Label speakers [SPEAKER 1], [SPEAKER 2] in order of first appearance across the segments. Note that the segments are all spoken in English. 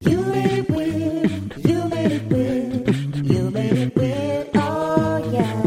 [SPEAKER 1] You made it weird. You made it weird. You made it weird. Oh yeah.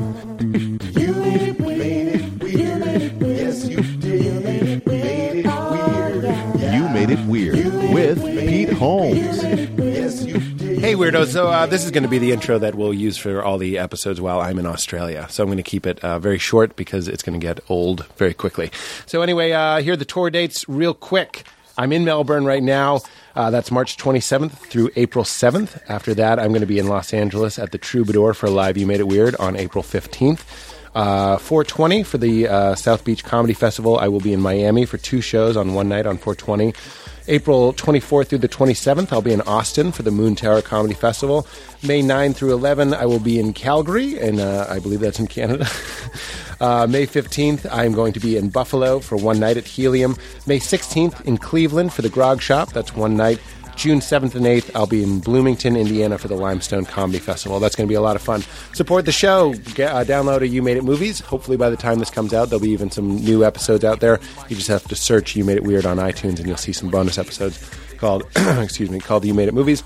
[SPEAKER 1] You made it weird. You made it weird. Yes, you did. You made it weird. Oh yeah.
[SPEAKER 2] You Made It Weird with Pete Holmes.
[SPEAKER 3] Hey, weirdos. So, uh, this is going to be the intro that we'll use for all the episodes while I'm in Australia. So, I'm going to keep it uh, very short because it's going to get old very quickly. So, anyway, uh, here are the tour dates real quick. I'm in Melbourne right now. Uh, that's March 27th through April 7th. After that, I'm going to be in Los Angeles at the Troubadour for Live You Made It Weird on April 15th. Uh, 420 for the uh, South Beach Comedy Festival. I will be in Miami for two shows on one night on 420. April 24th through the 27th, I'll be in Austin for the Moon Tower Comedy Festival. May 9 through 11, I will be in Calgary, and uh, I believe that's in Canada. Uh, May 15th, I'm going to be in Buffalo for one night at Helium. May 16th, in Cleveland for the Grog Shop. That's one night. June 7th and 8th, I'll be in Bloomington, Indiana for the Limestone Comedy Festival. That's going to be a lot of fun. Support the show. Get, uh, download a You Made It Movies. Hopefully, by the time this comes out, there'll be even some new episodes out there. You just have to search You Made It Weird on iTunes and you'll see some bonus episodes called, excuse me, called You Made It Movies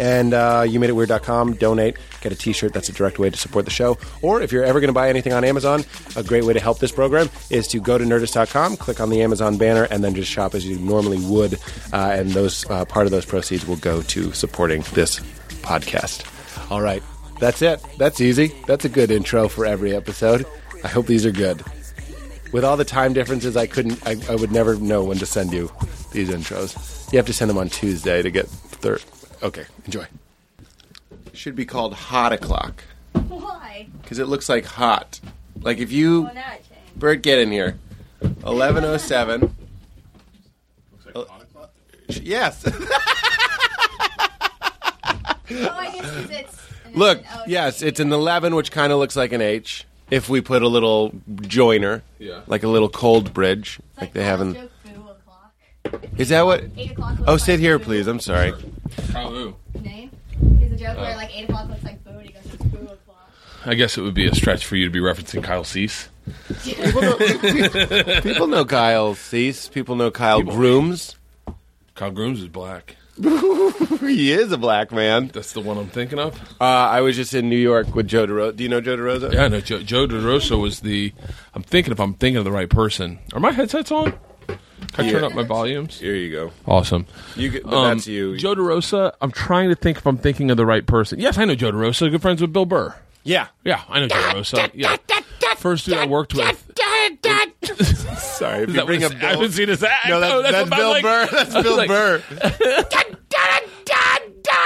[SPEAKER 3] and uh, you made it weird.com donate get a t-shirt that's a direct way to support the show or if you're ever going to buy anything on amazon a great way to help this program is to go to nerdist.com click on the amazon banner and then just shop as you normally would uh, and those uh, part of those proceeds will go to supporting this podcast all right that's it that's easy that's a good intro for every episode i hope these are good with all the time differences i couldn't i, I would never know when to send you these intros you have to send them on tuesday to get third okay enjoy
[SPEAKER 2] Should be called Hot O'Clock
[SPEAKER 4] Why?
[SPEAKER 2] because it looks like hot. Like if you,
[SPEAKER 4] Oh, now it changed.
[SPEAKER 2] Bert, get in here. 1107. Looks like Yes.
[SPEAKER 4] Oh, I guess 'cause it's. and
[SPEAKER 2] Look,
[SPEAKER 4] then- oh,
[SPEAKER 2] yes, it's an 11, which kind of looks like an H. If we put a little joiner,
[SPEAKER 5] Yeah.
[SPEAKER 2] like a little cold bridge,
[SPEAKER 4] it's
[SPEAKER 2] like they have
[SPEAKER 4] all
[SPEAKER 2] in.
[SPEAKER 4] joke boo o'clock.
[SPEAKER 2] Is that what?
[SPEAKER 4] Eight o'clock looks
[SPEAKER 2] Oh,
[SPEAKER 4] like
[SPEAKER 2] sit here,
[SPEAKER 4] boo.
[SPEAKER 2] please. I'm Oh. sorry.
[SPEAKER 5] Probably.
[SPEAKER 4] Name? Is a joke where like eight o'clock looks like boo, and he goes, it's boo o'clock.
[SPEAKER 5] I guess it would be a stretch for you to be referencing Kyle Cease.
[SPEAKER 2] People know Kyle Cease. People know Kyle Grooms.
[SPEAKER 5] Kyle Grooms is black.
[SPEAKER 2] He is a black man.
[SPEAKER 5] That's the one I'm thinking of.
[SPEAKER 2] Uh, I was just in New York with Joe DeRosa. Do you know Joe DeRosa?
[SPEAKER 5] Yeah, no, Joe, Joe DeRosa was the. I'm thinking if I'm thinking of the right person. Are my headsets on? Can I turn
[SPEAKER 2] Yeah.
[SPEAKER 5] up my volumes?
[SPEAKER 2] Here you go.
[SPEAKER 5] Awesome.
[SPEAKER 2] You get, but
[SPEAKER 5] Um,
[SPEAKER 2] that's you.
[SPEAKER 5] Joe DeRosa, I'm trying to think if I'm thinking of the right person. Yes, I know Joe DeRosa. Good friends with Bill Burr.
[SPEAKER 2] yeah.
[SPEAKER 5] Yeah, I know Joe DeRosa. Yeah. First dude I worked with.
[SPEAKER 2] Sorry. If
[SPEAKER 5] Is
[SPEAKER 2] you
[SPEAKER 5] that
[SPEAKER 2] bring
[SPEAKER 5] what
[SPEAKER 2] up
[SPEAKER 5] his- I haven't
[SPEAKER 2] Bill,
[SPEAKER 5] seen his act.
[SPEAKER 2] no, that's,
[SPEAKER 5] Oh,
[SPEAKER 2] that's,
[SPEAKER 5] what I'm
[SPEAKER 2] Bill
[SPEAKER 5] like-
[SPEAKER 2] Burr. That's
[SPEAKER 5] I was
[SPEAKER 2] Bill
[SPEAKER 5] like,
[SPEAKER 2] Burr.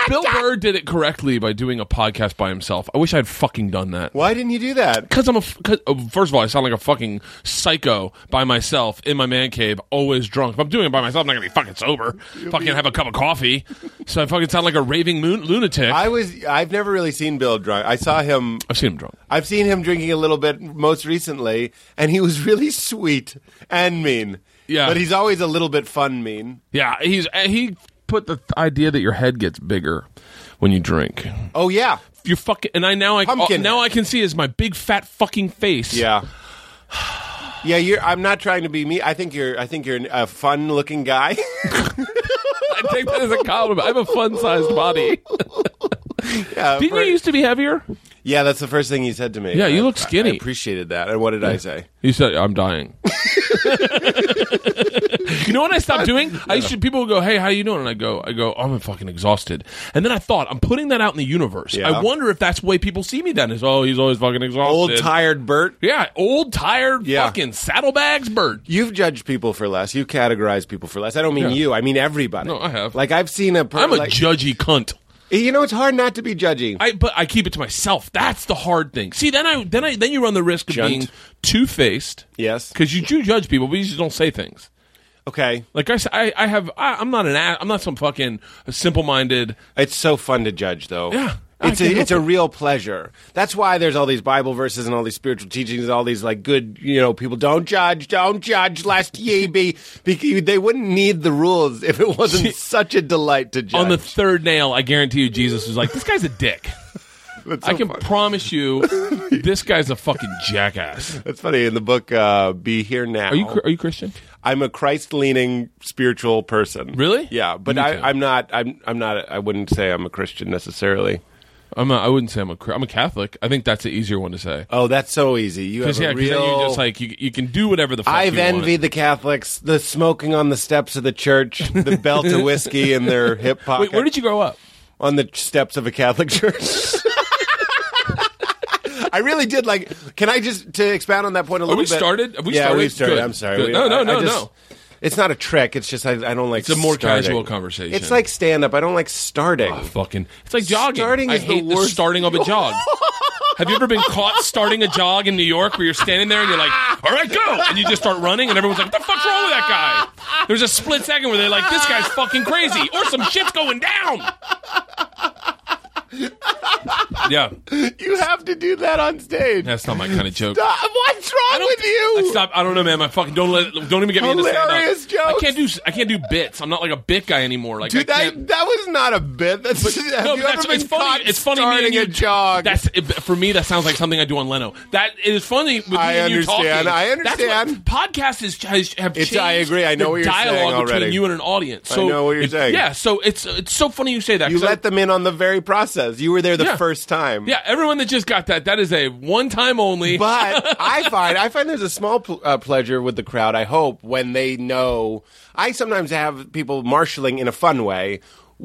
[SPEAKER 5] Bill Burr did it correctly by doing a podcast by himself. I wish I'd fucking done that.
[SPEAKER 2] Why didn't you do that?
[SPEAKER 5] Because I'm a. f- Cause, oh, first of all, I sound like a fucking psycho by myself in my man cave, always drunk. If I'm doing it by myself, I'm not going to be fucking sober. fucking have a cup of coffee. So I fucking sound like a raving moon- lunatic. I,
[SPEAKER 2] I was. I've never really seen Bill drunk. I saw him.
[SPEAKER 5] have seen him drunk.
[SPEAKER 2] I've seen him drinking a little bit most recently, and he was really sweet and mean.
[SPEAKER 5] Yeah.
[SPEAKER 2] But he's always a little bit fun mean.
[SPEAKER 5] Yeah, he's uh, he put the th- idea that your head gets bigger when you drink.
[SPEAKER 2] Oh yeah.
[SPEAKER 5] You're fucking. And I now I uh,
[SPEAKER 2] Pumpkin
[SPEAKER 5] now
[SPEAKER 2] head.
[SPEAKER 5] I can see is my big fat fucking face.
[SPEAKER 2] Yeah. Yeah, you're, I'm not trying to be me. I think you're. I think you're a fun-looking guy.
[SPEAKER 5] I take that as a compliment. I have a fun sized body.
[SPEAKER 2] yeah,
[SPEAKER 5] Didn't
[SPEAKER 2] for-
[SPEAKER 5] you used to be heavier?
[SPEAKER 2] yeah, that's the first thing he said to me.
[SPEAKER 5] Yeah, you
[SPEAKER 2] I-
[SPEAKER 5] look
[SPEAKER 2] I- I
[SPEAKER 5] skinny.
[SPEAKER 2] appreciated that. And what did I say?
[SPEAKER 5] You said, "I'm dying." you know what I stopped doing? I used to people would go, "Hey, how you doing?" And I go, "I go, "Oh, I'm fucking exhausted." And then I thought, I'm putting that out in the universe.
[SPEAKER 2] Yeah.
[SPEAKER 5] I wonder if that's the way people see me. Then is, oh, he's always fucking exhausted.
[SPEAKER 2] Old tired Bert.
[SPEAKER 5] Yeah, old tired
[SPEAKER 2] Yeah.
[SPEAKER 5] fucking saddlebags bird.
[SPEAKER 2] You've judged people for less. You categorize people for less. I don't mean
[SPEAKER 5] Yeah.
[SPEAKER 2] you. I mean everybody.
[SPEAKER 5] No, I have.
[SPEAKER 2] Like I've seen a. Per-
[SPEAKER 5] I'm a
[SPEAKER 2] like-
[SPEAKER 5] judgy cunt.
[SPEAKER 2] You know, it's hard not to be judgy.
[SPEAKER 5] I but I keep it to myself. That's the hard thing. See, then I then I then you run the risk of
[SPEAKER 2] Junt.
[SPEAKER 5] being two faced.
[SPEAKER 2] Yes.
[SPEAKER 5] because you do judge people, but you just don't say things.
[SPEAKER 2] okay.
[SPEAKER 5] Like I, s- I, I have, I, I'm not an, a- I'm not some fucking simple-minded.
[SPEAKER 2] It's so fun to judge, though.
[SPEAKER 5] Yeah, I
[SPEAKER 2] It's a,
[SPEAKER 5] can help
[SPEAKER 2] it's a
[SPEAKER 5] it.
[SPEAKER 2] real pleasure. That's why there's all these Bible verses and all these spiritual teachings, all these like good, you know, people don't judge, don't judge, lest ye be. Because they wouldn't need the rules if it wasn't such a delight to judge.
[SPEAKER 5] On the third nail, I guarantee you, Jesus was like, "This guy's a dick." I can promise you, this guy's a fucking jackass.
[SPEAKER 2] That's funny. In the book, uh, "Be Here Now,"
[SPEAKER 5] Are you are you Christian?
[SPEAKER 2] I'm a Christ-leaning spiritual person.
[SPEAKER 5] Really?
[SPEAKER 2] Yeah, but
[SPEAKER 5] Me
[SPEAKER 2] I,
[SPEAKER 5] too.
[SPEAKER 2] I'm not. I'm. I'm not. I wouldn't say I'm a Christian necessarily.
[SPEAKER 5] I'm a, I wouldn't say I'm a Chri- I'm a Catholic. I think that's the easier one to say.
[SPEAKER 2] Oh, that's so easy. You have
[SPEAKER 5] Because
[SPEAKER 2] a
[SPEAKER 5] yeah, because
[SPEAKER 2] real.
[SPEAKER 5] you just like you, you can do whatever the fuck
[SPEAKER 2] I've
[SPEAKER 5] you want.
[SPEAKER 2] envied the Catholics, the smoking on the steps of the church, the belt of whiskey in their hip pocket.
[SPEAKER 5] Wait, where did you grow up?
[SPEAKER 2] on the steps of a Catholic church. I really did like. Can I just to expound on that point a little
[SPEAKER 5] we
[SPEAKER 2] bit?
[SPEAKER 5] started? Have we
[SPEAKER 2] yeah,
[SPEAKER 5] started?
[SPEAKER 2] we started.
[SPEAKER 5] Good.
[SPEAKER 2] I'm sorry.
[SPEAKER 5] Good.
[SPEAKER 2] We-
[SPEAKER 5] No, no, no, no.
[SPEAKER 2] It's not a trick. It's just I, I don't like.
[SPEAKER 5] It's a more
[SPEAKER 2] starting.
[SPEAKER 5] casual conversation.
[SPEAKER 2] It's like stand up. I don't like starting.
[SPEAKER 5] Fucking, it's like jogging.
[SPEAKER 2] Starting
[SPEAKER 5] I
[SPEAKER 2] is the
[SPEAKER 5] hate the,
[SPEAKER 2] worst-
[SPEAKER 5] starting of a jog. Have you ever been caught starting a jog in New York where you're standing there and you're like, "All right, go," and you just start running, and everyone's like, "What the fuck's wrong with that guy?" There's a split second where they're like, "This guy's fucking crazy," or some shit's going down. Yeah,
[SPEAKER 2] you have to do that on stage.
[SPEAKER 5] that's not my kind of joke.
[SPEAKER 2] Stop. What's wrong with you?
[SPEAKER 5] I stop. I don't know, man. My fucking don't let. Don't even get me into stand
[SPEAKER 2] Hilarious
[SPEAKER 5] I
[SPEAKER 2] jokes.
[SPEAKER 5] can't do. I can't do bits. I'm not like a bit guy anymore. Like
[SPEAKER 2] Dude,
[SPEAKER 5] I
[SPEAKER 2] that,
[SPEAKER 5] can't-
[SPEAKER 2] that was not a bit. That's have
[SPEAKER 5] no,
[SPEAKER 2] you
[SPEAKER 5] but
[SPEAKER 2] ever
[SPEAKER 5] that's
[SPEAKER 2] been
[SPEAKER 5] it's funny.
[SPEAKER 2] caught
[SPEAKER 5] It's funny.
[SPEAKER 2] starting
[SPEAKER 5] me and you
[SPEAKER 2] a jog.
[SPEAKER 5] That's it, for me. That sounds like something I do on Leno. That it is funny. With
[SPEAKER 2] I
[SPEAKER 5] me and you talking.
[SPEAKER 2] understand. I
[SPEAKER 5] That's
[SPEAKER 2] understand.
[SPEAKER 5] what- Podcasts is, has, have
[SPEAKER 2] It's-
[SPEAKER 5] changed.
[SPEAKER 2] I agree. I know
[SPEAKER 5] the
[SPEAKER 2] what you're saying
[SPEAKER 5] dialogue between
[SPEAKER 2] already.
[SPEAKER 5] you and an audience. So
[SPEAKER 2] know what you're
[SPEAKER 5] it-
[SPEAKER 2] saying.
[SPEAKER 5] Yeah. So it's it's so funny you say that.
[SPEAKER 2] you
[SPEAKER 5] 'cause I-
[SPEAKER 2] let them in on the very process. You were there the
[SPEAKER 5] Yeah.
[SPEAKER 2] first time.
[SPEAKER 5] Yeah. Everyone that just got that. That is a one time only.
[SPEAKER 2] But I find I find there's a small pl- uh, pleasure with the crowd. I hope when they know. I sometimes have people marshaling in a fun way.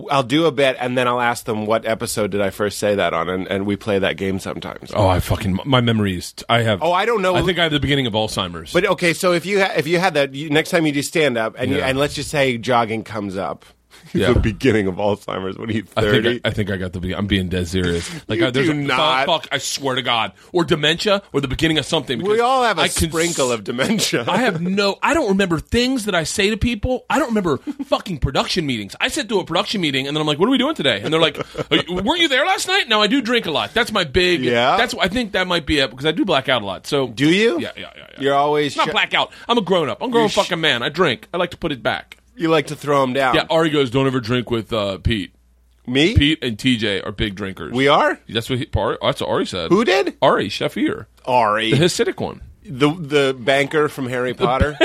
[SPEAKER 2] I'll do a bit and then I'll ask them what episode did I first say that on, and, and we play that game sometimes.
[SPEAKER 5] Oh, I fucking my memories. I have.
[SPEAKER 2] Oh, I don't know.
[SPEAKER 5] I think I have the beginning of Alzheimer's.
[SPEAKER 2] But okay, so if you ha- if you had that you, next time you do stand up and you,
[SPEAKER 5] Yeah.
[SPEAKER 2] and let's just say jogging comes up,
[SPEAKER 5] Yeah.
[SPEAKER 2] the beginning of Alzheimer's. What are you
[SPEAKER 5] I
[SPEAKER 2] thirty?
[SPEAKER 5] think I, I think I got the. be- I'm being dead serious. Like
[SPEAKER 2] You
[SPEAKER 5] I, there's
[SPEAKER 2] do
[SPEAKER 5] a,
[SPEAKER 2] not.
[SPEAKER 5] Fuck, fuck, I swear to God, or dementia, or the beginning of something.
[SPEAKER 2] we
[SPEAKER 5] because
[SPEAKER 2] all have a
[SPEAKER 5] I can
[SPEAKER 2] sprinkle
[SPEAKER 5] s-
[SPEAKER 2] of dementia.
[SPEAKER 5] I have no. I don't remember things that I say to people. I don't remember fucking production meetings. I sit through a production meeting and then I'm like, "What are we doing today?" And they're like, "Are you- "Weren't you there last night?" No, I do drink a lot. That's my big.
[SPEAKER 2] Yeah?
[SPEAKER 5] That's. I think that might be it because I do black out a lot. So
[SPEAKER 2] do you?
[SPEAKER 5] Yeah, yeah, yeah. yeah.
[SPEAKER 2] You're always
[SPEAKER 5] It's not
[SPEAKER 2] sh-
[SPEAKER 5] black out. I'm a grown up. I'm a grown
[SPEAKER 2] sh-
[SPEAKER 5] fucking man. I drink. I like to put it back.
[SPEAKER 2] You like to throw them down.
[SPEAKER 5] Yeah, Ari goes, "Don't ever drink with uh, Pete."
[SPEAKER 2] Me?
[SPEAKER 5] Pete and TJ are big drinkers.
[SPEAKER 2] We are.
[SPEAKER 5] That's what he, Ari, that's what Ari said.
[SPEAKER 2] Who did?
[SPEAKER 5] Ari Shafir,
[SPEAKER 2] Ari.
[SPEAKER 5] the Hasidic one.
[SPEAKER 2] The the banker from Harry Potter.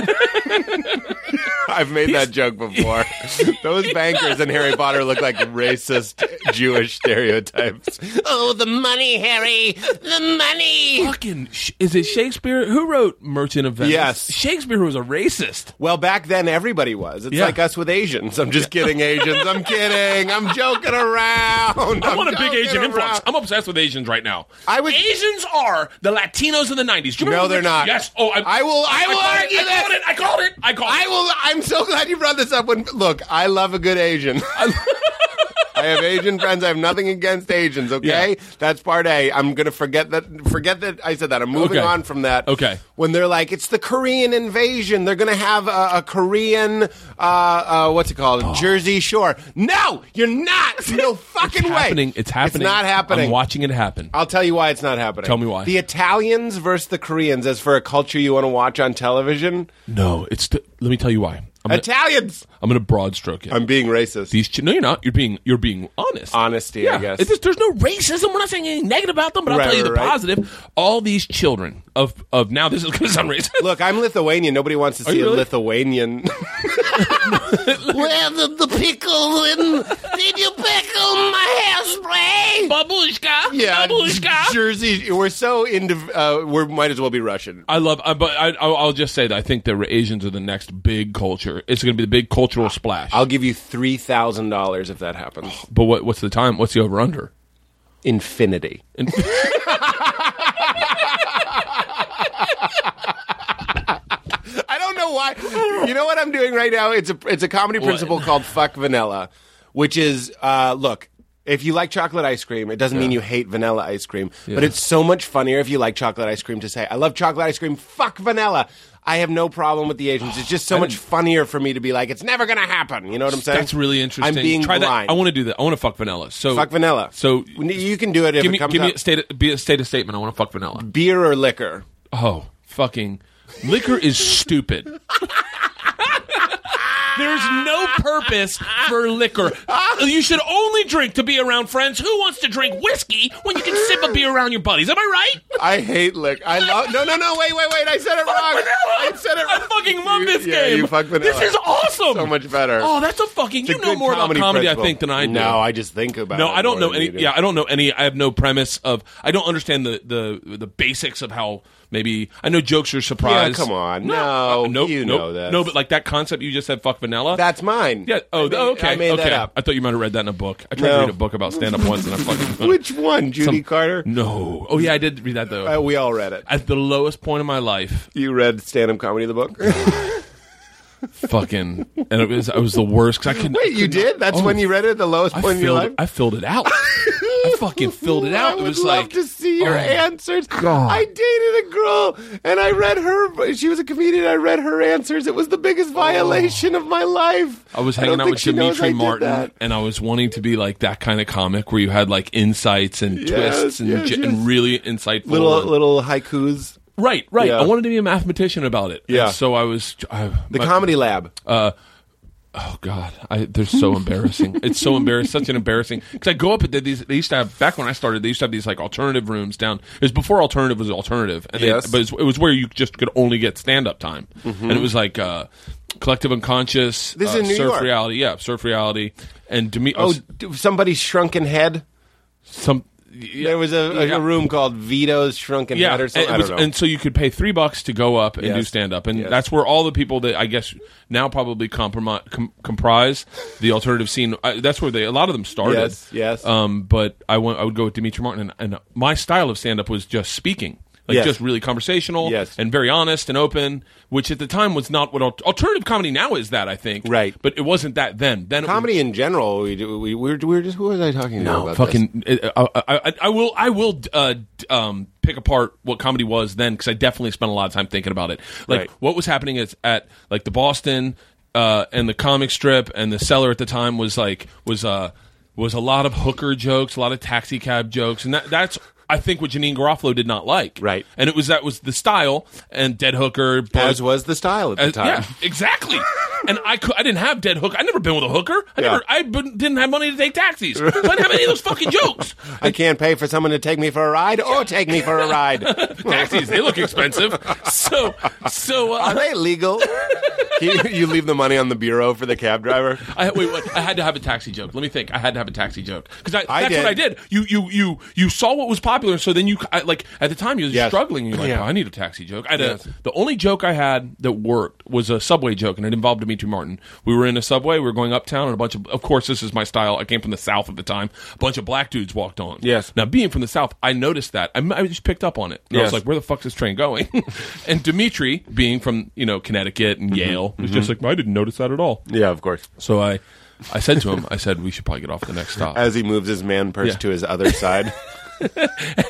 [SPEAKER 2] I've made that joke before. Those bankers in Harry Potter look like racist Jewish stereotypes. Oh, the money, Harry, the money.
[SPEAKER 5] Fucking sh- is it Shakespeare? Who wrote Merchant of Venice?
[SPEAKER 2] Yes.
[SPEAKER 5] Shakespeare was a racist.
[SPEAKER 2] Well, back then everybody was. It's
[SPEAKER 5] Yeah.
[SPEAKER 2] like us with Asians. I'm just kidding, Asians. I'm kidding. I'm joking around.
[SPEAKER 5] I want a big
[SPEAKER 2] joking
[SPEAKER 5] Asian influx.
[SPEAKER 2] around.
[SPEAKER 5] I'm obsessed with Asians right now.
[SPEAKER 2] I was-
[SPEAKER 5] Asians are the Latinos of the '90s. Do you
[SPEAKER 2] No,
[SPEAKER 5] remember
[SPEAKER 2] they're
[SPEAKER 5] the-
[SPEAKER 2] not.
[SPEAKER 5] Yes. Oh, I,
[SPEAKER 2] I will- I will
[SPEAKER 5] called
[SPEAKER 2] argue
[SPEAKER 5] it,
[SPEAKER 2] that.
[SPEAKER 5] I called it. I called
[SPEAKER 2] I
[SPEAKER 5] it.
[SPEAKER 2] will. I'm so glad you brought this up. When look, I love a good Asian. I have Asian friends. I have nothing against Asians. Okay,
[SPEAKER 5] Yeah.
[SPEAKER 2] that's part A. I'm gonna forget that. Forget that I said that. I'm moving
[SPEAKER 5] Okay.
[SPEAKER 2] on from that.
[SPEAKER 5] Okay.
[SPEAKER 2] When they're like, it's the Korean invasion. They're gonna have a, a Korean. Uh, uh, what's it called? Jersey Shore. No, you're not. No fucking
[SPEAKER 5] Oh. It's
[SPEAKER 2] way.
[SPEAKER 5] happening. It's happening.
[SPEAKER 2] It's not happening. Uh,
[SPEAKER 5] I'm watching it happen.
[SPEAKER 2] I'll tell you why it's not happening.
[SPEAKER 5] Tell me why.
[SPEAKER 2] The Italians versus the Koreans, as for a culture you want to watch on television.
[SPEAKER 5] no, it's. The, let me tell you why. I'm gonna,
[SPEAKER 2] Italians.
[SPEAKER 5] I'm gonna broad stroke it.
[SPEAKER 2] I'm being racist.
[SPEAKER 5] these chi- no you're not you're being you're being honest
[SPEAKER 2] Honesty, I
[SPEAKER 5] yeah.
[SPEAKER 2] guess.
[SPEAKER 5] It's just- there's no racism we're not saying anything negative about them but
[SPEAKER 2] Right,
[SPEAKER 5] i'll tell you the
[SPEAKER 2] right, right.
[SPEAKER 5] positive all these children of of now this is going to sound racist
[SPEAKER 2] Look, I'm Lithuanian. Nobody wants to see
[SPEAKER 5] you
[SPEAKER 2] a
[SPEAKER 5] really?
[SPEAKER 2] Lithuanian. Where the, the pickle in? Did you pickle my hairspray?
[SPEAKER 5] babushka
[SPEAKER 2] Yeah,
[SPEAKER 5] babushka
[SPEAKER 2] Jersey. We're so into. Uh, we might as well be Russian.
[SPEAKER 5] I love, I, but I, I'll I'll just say that I think the Asians are the next big culture. It's going to be the big cultural splash.
[SPEAKER 2] I'll give you three thousand dollars if that happens.
[SPEAKER 5] but what, what's the time? What's the over under?
[SPEAKER 2] Infinity. I don't know why. You know what I'm doing right now? It's a it's a comedy principle called fuck vanilla, which is uh, look. If you like chocolate ice cream, it doesn't mean you hate vanilla ice cream, but it's so much funnier if you like chocolate ice cream to say, I love chocolate ice cream, fuck vanilla. I have no problem with the Asians. It's just so much funnier for me to be like, it's never going to happen. You know what I'm saying?
[SPEAKER 5] That's really interesting.
[SPEAKER 2] I'm being
[SPEAKER 5] Try
[SPEAKER 2] blind.
[SPEAKER 5] that. I want to do that. I want to fuck vanilla. So
[SPEAKER 2] fuck vanilla.
[SPEAKER 5] So
[SPEAKER 2] you can do it if
[SPEAKER 5] give
[SPEAKER 2] it
[SPEAKER 5] me
[SPEAKER 2] comes
[SPEAKER 5] give me
[SPEAKER 2] up.
[SPEAKER 5] a state be a state of statement. I want to fuck vanilla.
[SPEAKER 2] beer or liquor.
[SPEAKER 5] Oh, fucking liquor is stupid. There's no purpose for liquor. you should only drink to be around friends. Who wants to drink whiskey when you can sip a beer around your buddies? Am I right?
[SPEAKER 2] I hate liquor. I love. No, no, no. Wait, wait, wait. I said it wrong. I said it.
[SPEAKER 5] I
[SPEAKER 2] wrong.
[SPEAKER 5] fucking love
[SPEAKER 2] You-
[SPEAKER 5] this
[SPEAKER 2] yeah,
[SPEAKER 5] game.
[SPEAKER 2] you fuck vanilla.
[SPEAKER 5] This is awesome.
[SPEAKER 2] So much better.
[SPEAKER 5] Oh, that's a fucking.
[SPEAKER 2] It's a
[SPEAKER 5] you know
[SPEAKER 2] good
[SPEAKER 5] more about comedy, I
[SPEAKER 2] principle.
[SPEAKER 5] think, than I do.
[SPEAKER 2] No, I just think about.
[SPEAKER 5] No,
[SPEAKER 2] it
[SPEAKER 5] I
[SPEAKER 2] more
[SPEAKER 5] don't know
[SPEAKER 2] than
[SPEAKER 5] any.
[SPEAKER 2] you do.
[SPEAKER 5] Yeah, I don't know any. I have no premise of. I don't understand the the the basics of how maybe. I know jokes are surprised.
[SPEAKER 2] Yeah, come on.
[SPEAKER 5] no,
[SPEAKER 2] No,
[SPEAKER 5] uh, nope,
[SPEAKER 2] you
[SPEAKER 5] nope,
[SPEAKER 2] know this.
[SPEAKER 5] No, but like that concept you just said, fuck vanilla.
[SPEAKER 2] That's mine.
[SPEAKER 5] yeah. Oh,
[SPEAKER 2] I made-
[SPEAKER 5] okay.
[SPEAKER 2] I made
[SPEAKER 5] okay.
[SPEAKER 2] that up.
[SPEAKER 5] I thought you might have read that in a book. I tried
[SPEAKER 2] No.
[SPEAKER 5] to read a book about stand up once, and I fucking
[SPEAKER 2] Which one, Judy
[SPEAKER 5] Some-
[SPEAKER 2] Carter?
[SPEAKER 5] no. Oh yeah, I did read that
[SPEAKER 2] Uh,
[SPEAKER 5] though.
[SPEAKER 2] we all read it.
[SPEAKER 5] At the lowest point of my life,
[SPEAKER 2] You read stand-up comedy, the book.
[SPEAKER 5] fucking, and it was I was the worst because I couldn't.
[SPEAKER 2] Wait, you did? That's
[SPEAKER 5] Oh.
[SPEAKER 2] when you read it. The lowest
[SPEAKER 5] I
[SPEAKER 2] point in your
[SPEAKER 5] filled,
[SPEAKER 2] life.
[SPEAKER 5] I filled it out. I fucking filled it out.
[SPEAKER 2] I
[SPEAKER 5] it
[SPEAKER 2] would
[SPEAKER 5] was
[SPEAKER 2] love
[SPEAKER 5] like
[SPEAKER 2] to see your
[SPEAKER 5] oh,
[SPEAKER 2] answers. I dated a girl and I read her. She was a comedian. I read her answers. It was the biggest violation of my life.
[SPEAKER 5] Oh. I was
[SPEAKER 2] don't
[SPEAKER 5] hanging out
[SPEAKER 2] think
[SPEAKER 5] with
[SPEAKER 2] she knows I
[SPEAKER 5] Dimitri
[SPEAKER 2] did
[SPEAKER 5] Martin,
[SPEAKER 2] that.
[SPEAKER 5] and I was wanting to be like that kind of comic where you had like insights and
[SPEAKER 2] Yes,
[SPEAKER 5] twists and,
[SPEAKER 2] yes,
[SPEAKER 5] j-
[SPEAKER 2] yes.
[SPEAKER 5] and really insightful.
[SPEAKER 2] Little
[SPEAKER 5] and-
[SPEAKER 2] little haikus.
[SPEAKER 5] right, right.
[SPEAKER 2] Yeah.
[SPEAKER 5] I wanted to be a mathematician about it. And
[SPEAKER 2] Yeah.
[SPEAKER 5] so I was. I,
[SPEAKER 2] The
[SPEAKER 5] my-
[SPEAKER 2] comedy lab.
[SPEAKER 5] Oh God, I, they're so embarrassing. It's so embarrassing, such an embarrassing. Because I go up at these. They used to have back when I started. They used to have these like alternative rooms down. It was before alternative was alternative, and they-
[SPEAKER 2] Yes. Mm-hmm.
[SPEAKER 5] but it was, it was where you just could only get stand up time, and it was like uh, collective unconscious.
[SPEAKER 2] This is
[SPEAKER 5] uh,
[SPEAKER 2] in New
[SPEAKER 5] surf
[SPEAKER 2] York.
[SPEAKER 5] reality, yeah, surf reality, and Demi- uh,
[SPEAKER 2] oh, d- somebody's shrunken head.
[SPEAKER 5] some
[SPEAKER 2] There was a, a,
[SPEAKER 5] Yeah.
[SPEAKER 2] a room called Vito's Shrunken
[SPEAKER 5] yeah,
[SPEAKER 2] Head or something.
[SPEAKER 5] and, it was-
[SPEAKER 2] I don't know.
[SPEAKER 5] and so you could pay three bucks to go up and do
[SPEAKER 2] Yes.
[SPEAKER 5] stand up, and
[SPEAKER 2] Yes.
[SPEAKER 5] that's where all the people that I guess now probably compromise, com- comprise the alternative scene. I, that's where they a lot of them started.
[SPEAKER 2] Yes, yes.
[SPEAKER 5] Um, but I went. I would go with Dimitri Martin, and, and my style of stand up was just speaking. Like
[SPEAKER 2] Yes.
[SPEAKER 5] just really conversational
[SPEAKER 2] Yes.
[SPEAKER 5] and very honest and open, which at the time was not what al- alternative comedy now is. That I think,
[SPEAKER 2] Right.
[SPEAKER 5] But it wasn't that then. Then it was-
[SPEAKER 2] comedy in general, we, do- we, we, were, we were just who was I talking to
[SPEAKER 5] no,
[SPEAKER 2] about
[SPEAKER 5] fucking. I, I, I- I will. I will uh, d- um, pick apart what comedy was then because I definitely spent a lot of time thinking about it. Like
[SPEAKER 2] Right.
[SPEAKER 5] what was happening at, at like the Boston uh, and the comic strip and the cellar at the time was like was uh, was a lot of hooker jokes, a lot of taxi cab jokes, and that, that's. I think what Janine Garofalo did not like,
[SPEAKER 2] Right.
[SPEAKER 5] and it was that was the style and dead hooker,
[SPEAKER 2] this?
[SPEAKER 5] blood-
[SPEAKER 2] As was the style at the
[SPEAKER 5] as-
[SPEAKER 2] time.
[SPEAKER 5] Yeah, exactly. and I cou- I didn't have dead hooker. I never been with a hooker. I
[SPEAKER 2] Yeah.
[SPEAKER 5] never I been, didn't have money to take taxis. So I didn't have any of those fucking jokes.
[SPEAKER 2] I can't pay for someone to take me for a ride or take me for a ride.
[SPEAKER 5] Taxis they look expensive. So so
[SPEAKER 2] Are
[SPEAKER 5] uh,
[SPEAKER 2] they legal? you, you leave the money on the bureau for the cab driver.
[SPEAKER 5] I wait, wait. I had to have a taxi joke. Let me think. I had to have a taxi joke because
[SPEAKER 2] I
[SPEAKER 5] that's
[SPEAKER 2] did.
[SPEAKER 5] what I did. You you you you saw what was popular, so then you I, like at the time you were
[SPEAKER 2] Yes.
[SPEAKER 5] struggling. You're like,
[SPEAKER 2] Yeah.
[SPEAKER 5] oh, I need a taxi joke. I had a-
[SPEAKER 2] Yes.
[SPEAKER 5] the only joke I had that worked was a subway joke, and it involved Dimitri Martin. We were in a subway. We were going uptown, and a bunch of of course this is my style. I came from the south at the time. A bunch of black dudes walked on.
[SPEAKER 2] Yes.
[SPEAKER 5] Now being from the south, I noticed that. I, I just picked up on it. And I was
[SPEAKER 2] Yes.
[SPEAKER 5] like, where the fuck's this train going? and Dimitri, being from you know Connecticut
[SPEAKER 2] Mm-hmm.
[SPEAKER 5] and Yale, was just like, I didn't notice that at all.
[SPEAKER 2] Yeah, of course.
[SPEAKER 5] So I, I said to him, I said, we should probably get off the next stop.
[SPEAKER 2] As he moves his man purse
[SPEAKER 5] Yeah.
[SPEAKER 2] to his other side.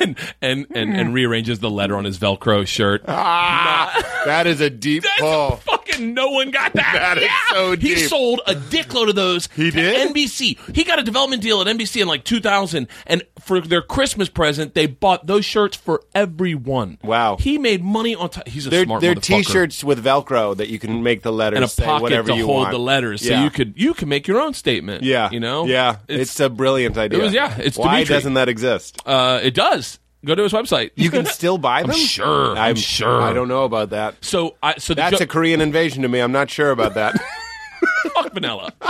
[SPEAKER 5] and, and, and, and rearranges the letter on his Velcro shirt.
[SPEAKER 2] ah, that is a deep
[SPEAKER 5] That's
[SPEAKER 2] pull.
[SPEAKER 5] fucking no one got that.
[SPEAKER 2] That is
[SPEAKER 5] Yeah.
[SPEAKER 2] so
[SPEAKER 5] He
[SPEAKER 2] deep.
[SPEAKER 5] sold a dickload of those.
[SPEAKER 2] He
[SPEAKER 5] to
[SPEAKER 2] did?
[SPEAKER 5] NBC. He got a development deal at NBC in like 2000, and for their Christmas present, they bought those shirts for everyone.
[SPEAKER 2] Wow.
[SPEAKER 5] He made money on. T- He's a
[SPEAKER 2] They're,
[SPEAKER 5] smart
[SPEAKER 2] they're
[SPEAKER 5] motherfucker.
[SPEAKER 2] t-shirts with Velcro that you can make the letters
[SPEAKER 5] and a
[SPEAKER 2] say
[SPEAKER 5] pocket
[SPEAKER 2] whatever
[SPEAKER 5] to
[SPEAKER 2] you
[SPEAKER 5] hold
[SPEAKER 2] want.
[SPEAKER 5] the letters, so
[SPEAKER 2] Yeah.
[SPEAKER 5] you could you can make your own statement.
[SPEAKER 2] Yeah,
[SPEAKER 5] you know,
[SPEAKER 2] Yeah, it's, a brilliant idea.
[SPEAKER 5] was- yeah, it's
[SPEAKER 2] why
[SPEAKER 5] Dimitri.
[SPEAKER 2] doesn't that exist?
[SPEAKER 5] Uh, it does. Go to his website.
[SPEAKER 2] You can still buy them.
[SPEAKER 5] sure, I'm sure.
[SPEAKER 2] I don't know about that.
[SPEAKER 5] So I so the
[SPEAKER 2] That's a
[SPEAKER 5] joke,
[SPEAKER 2] Korean invasion to me. I'm not sure about that.
[SPEAKER 5] fuck vanilla.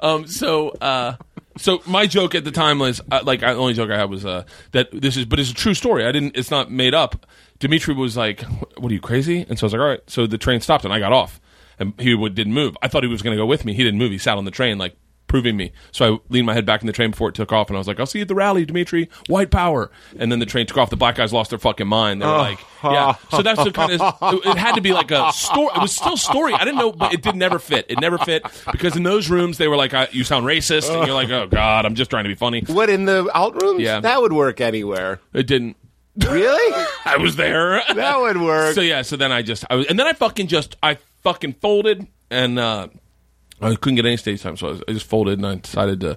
[SPEAKER 5] um. So uh. So my joke at the time was uh, like I- the only joke I had was uh that this is but it's a true story. I didn't. It's not made up. Dimitri was like, "What are you crazy?" And so I was like, "All right." So the train stopped and I got off, and he would, didn't move. I thought he was going to go with me. He didn't move. He sat on the train like proving me. So I leaned my head back in the train before it took off, and I was like, "I'll see you at the rally, Dimitri. White power!" And then the train took off. The black guys lost their fucking mind. They were like, "Yeah." So that's the kind of. It, it had to be like a story. It was still story. I didn't know, but it did never fit. It never fit because in those rooms they were like, I, "You sound racist," and you're like, "Oh God, I'm just trying to be funny."
[SPEAKER 2] what in the alt rooms?
[SPEAKER 5] Yeah.
[SPEAKER 2] that would work anywhere.
[SPEAKER 5] It didn't.
[SPEAKER 2] Really?
[SPEAKER 5] I was there.
[SPEAKER 2] that would work.
[SPEAKER 5] So yeah, so then I just I was, and then I fucking just I fucking folded and uh I couldn't get any stage time, so I, was, I just folded and I decided to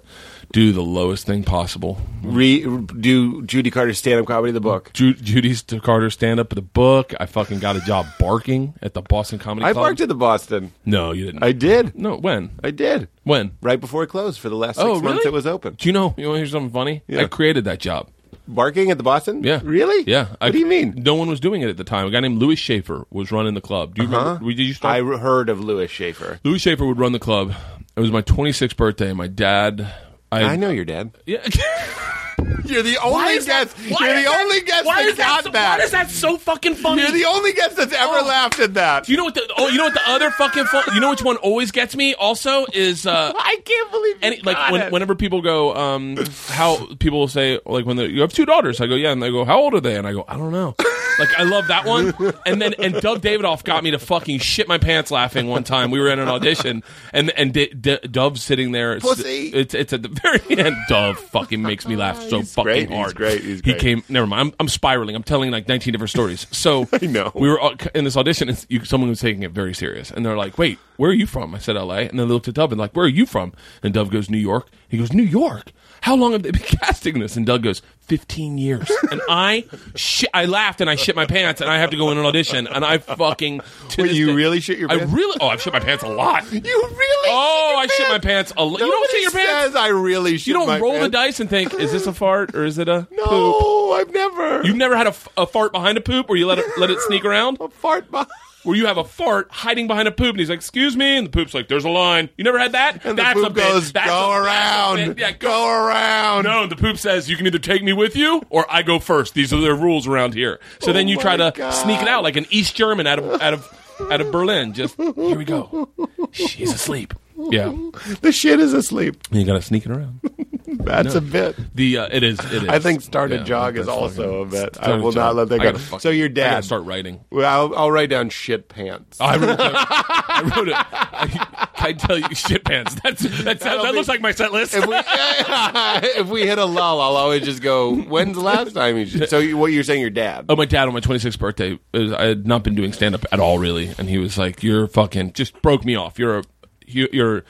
[SPEAKER 5] do the lowest thing possible.
[SPEAKER 2] Re- do Judy Carter's stand up comedy, the book.
[SPEAKER 5] Ju- Judy's to Carter stand up at the book. I fucking got a job barking at the Boston Comedy
[SPEAKER 2] I
[SPEAKER 5] Club.
[SPEAKER 2] barked at the Boston.
[SPEAKER 5] No, you didn't.
[SPEAKER 2] I did.
[SPEAKER 5] no, when?
[SPEAKER 2] I did.
[SPEAKER 5] when?
[SPEAKER 2] Right before it closed for the last six
[SPEAKER 5] Oh,
[SPEAKER 2] months
[SPEAKER 5] really?
[SPEAKER 2] it was open.
[SPEAKER 5] Do you know? You want to hear something funny?
[SPEAKER 2] Yeah.
[SPEAKER 5] I created that job.
[SPEAKER 2] Barking at the Boston?
[SPEAKER 5] Yeah.
[SPEAKER 2] Really?
[SPEAKER 5] Yeah.
[SPEAKER 2] What do you mean?
[SPEAKER 5] No one was doing it at the time. A guy named Louis Schaefer was running the club. Do you
[SPEAKER 2] Uh-huh.
[SPEAKER 5] remember? Did you start?
[SPEAKER 2] I re- heard of Lewis Schaefer.
[SPEAKER 5] Louis Schaefer would run the club. It was my 26th birthday. My dad. I,
[SPEAKER 2] I know your dad.
[SPEAKER 5] Yeah.
[SPEAKER 2] You're the only guest. You're
[SPEAKER 5] Why is
[SPEAKER 2] the
[SPEAKER 5] that-
[SPEAKER 2] only guest
[SPEAKER 5] why
[SPEAKER 2] that
[SPEAKER 5] is
[SPEAKER 2] got
[SPEAKER 5] so,
[SPEAKER 2] that.
[SPEAKER 5] Why is that so fucking funny?
[SPEAKER 2] You're the only guest that's ever laughed at that.
[SPEAKER 5] Do you know what the oh you know what the other fucking fun, you know which one always gets me also is uh
[SPEAKER 2] I can't believe you
[SPEAKER 5] any like
[SPEAKER 2] got
[SPEAKER 5] when,
[SPEAKER 2] it.
[SPEAKER 5] whenever people go um how people will say like when they- you have two daughters I go yeah and they go how old are they and I go I don't know like I love that one and then and Doug Davidoff got me to fucking shit my pants laughing one time we were in an audition and and D- D- Dove's sitting there it's-
[SPEAKER 2] Pussy.
[SPEAKER 5] it's it's at the very end Dove fucking makes me laugh so fucking
[SPEAKER 2] great, he's
[SPEAKER 5] hard
[SPEAKER 2] great, he's
[SPEAKER 5] he
[SPEAKER 2] great.
[SPEAKER 5] came never mind I'm, I'm spiraling I'm telling like 19 different stories so
[SPEAKER 2] I know.
[SPEAKER 5] we were all- in this audition, and you, someone was taking it very serious, and they're like, "Wait, where are you from?" I said, "L.A." And then they looked at Dove and like, "Where are you from?" And Dove goes, "New York." He goes, "New York." How long have they been casting this? And Doug goes, 15 years. And I, shi I laughed and I shit my pants, and I have to go in an audition, and I fucking. to
[SPEAKER 2] Wait,
[SPEAKER 5] this
[SPEAKER 2] you
[SPEAKER 5] day-
[SPEAKER 2] really shit your
[SPEAKER 5] I
[SPEAKER 2] pants?
[SPEAKER 5] really. Oh, I've shit my pants a lot.
[SPEAKER 2] You really?
[SPEAKER 5] Oh, I
[SPEAKER 2] shit
[SPEAKER 5] shit
[SPEAKER 2] your
[SPEAKER 5] my pants a lot. You don't shit your
[SPEAKER 2] Nobody
[SPEAKER 5] pants.
[SPEAKER 2] Says I really shit
[SPEAKER 5] You don't
[SPEAKER 2] my
[SPEAKER 5] roll the
[SPEAKER 2] pants.
[SPEAKER 5] dice and think, "Is this a fart or is it a?"
[SPEAKER 2] No, I've never.
[SPEAKER 5] You've never had a, f- a fart behind a poop, where you let it let it sneak around.
[SPEAKER 2] a fart behind.
[SPEAKER 5] where you have a fart hiding behind a poop, and he's like, "Excuse me," and the poop's like, "There's a line." You never had that?
[SPEAKER 2] And the poop
[SPEAKER 5] bit.
[SPEAKER 2] goes,
[SPEAKER 5] That's
[SPEAKER 2] go
[SPEAKER 5] a-
[SPEAKER 2] around.
[SPEAKER 5] that's a bit. Yeah, go.
[SPEAKER 2] go around.
[SPEAKER 5] No, and the poop says you can either take me with you or I go first. These are the rules around here. So then you
[SPEAKER 2] Oh my
[SPEAKER 5] try to
[SPEAKER 2] God.
[SPEAKER 5] sneak it out like an East German out of out of out of Berlin. Just here we go. She's asleep. Yeah,
[SPEAKER 2] The shit is asleep.
[SPEAKER 5] you gotta sneak it around.
[SPEAKER 2] That's a bit.
[SPEAKER 5] The uh, it is it is.
[SPEAKER 2] I think start a
[SPEAKER 5] Yeah,
[SPEAKER 2] jog
[SPEAKER 5] that's
[SPEAKER 2] is also a bit. I
[SPEAKER 5] Start a
[SPEAKER 2] will not
[SPEAKER 5] jog.
[SPEAKER 2] let that
[SPEAKER 5] I
[SPEAKER 2] go.
[SPEAKER 5] gotta fucking-
[SPEAKER 2] so your
[SPEAKER 5] I gotta
[SPEAKER 2] dad.
[SPEAKER 5] start writing.
[SPEAKER 2] Well, I'll, I'll write down shit pants.
[SPEAKER 5] Oh, I wrote it. down. I wrote it. I, I tell you, shit pants. That's, that's
[SPEAKER 2] That'll
[SPEAKER 5] that
[SPEAKER 2] be-
[SPEAKER 5] looks like my set list.
[SPEAKER 2] if we if we hit a lull, I'll always just go. When's the last time you? Shit? So you, what you're saying, your dad?
[SPEAKER 5] Oh, my dad on my 26th birthday, is, I had not been doing stand up at all, really. And he was like, You're fucking, just broke me off. You're a, you, you're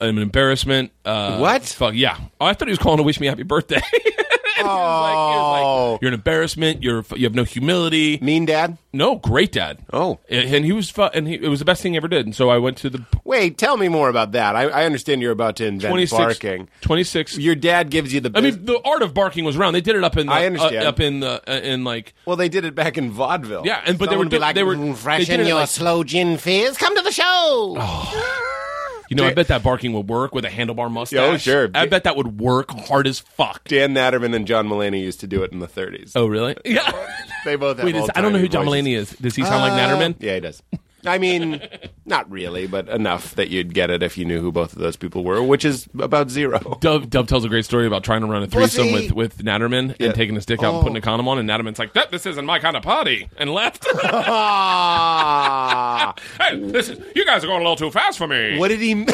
[SPEAKER 5] an embarrassment. Uh,
[SPEAKER 2] What?
[SPEAKER 5] Fuck, yeah. Oh, I thought he was calling to wish me happy birthday. And he was like- he was
[SPEAKER 2] Oh.
[SPEAKER 5] like, You're an embarrassment. You're, f- you have no humility.
[SPEAKER 2] mean dad?
[SPEAKER 5] No, great dad.
[SPEAKER 2] Oh.
[SPEAKER 5] And, and he was, fu- and he, it was the best thing he ever did. And so I went to the
[SPEAKER 2] Wait, tell me more about that. I, I understand you're about to invent
[SPEAKER 5] 26th.
[SPEAKER 2] barking.
[SPEAKER 5] 26th
[SPEAKER 2] Your dad gives you the.
[SPEAKER 5] I
[SPEAKER 2] Biz-
[SPEAKER 5] mean, the art of barking was around. They did it up in the,
[SPEAKER 2] I understand.
[SPEAKER 5] uh, up in the uh, in like
[SPEAKER 2] well, they did it back in vaudeville.
[SPEAKER 5] Yeah, and- but
[SPEAKER 2] Someone
[SPEAKER 5] they were
[SPEAKER 2] would be
[SPEAKER 5] do-
[SPEAKER 2] like,
[SPEAKER 5] they were-
[SPEAKER 2] "Mm,
[SPEAKER 5] they
[SPEAKER 2] freshen
[SPEAKER 5] did it
[SPEAKER 2] your
[SPEAKER 5] like- Oh.
[SPEAKER 2] slow gin fizz. Come to the show.
[SPEAKER 5] you know. I
[SPEAKER 2] Dan-
[SPEAKER 5] bet that barking would work with a handlebar mustache.
[SPEAKER 2] Yeah, oh, sure.
[SPEAKER 5] I bet that would work hard as fuck.
[SPEAKER 2] Dan Natterman and John Mulaney used to do it in the 30s.
[SPEAKER 5] Oh really? Yeah.
[SPEAKER 2] They both have
[SPEAKER 5] Wait, is, I don't know who John Mulaney is. Does he sound like Natterman?
[SPEAKER 2] Uh, Yeah, he does. I mean, not really, but enough that you'd get it if you knew who both of those people were, which is about zero.
[SPEAKER 5] Dove, Dove tells a great story about trying to run a threesome
[SPEAKER 2] Pussy.
[SPEAKER 5] with, with Natterman
[SPEAKER 2] Yeah. Oh.
[SPEAKER 5] and taking his dick out and putting a condom on, and Natterman's like, "That this isn't my kind of party," and left.
[SPEAKER 2] Ah,
[SPEAKER 5] hey, this is, you guys are going a little too fast for me.
[SPEAKER 2] what did he?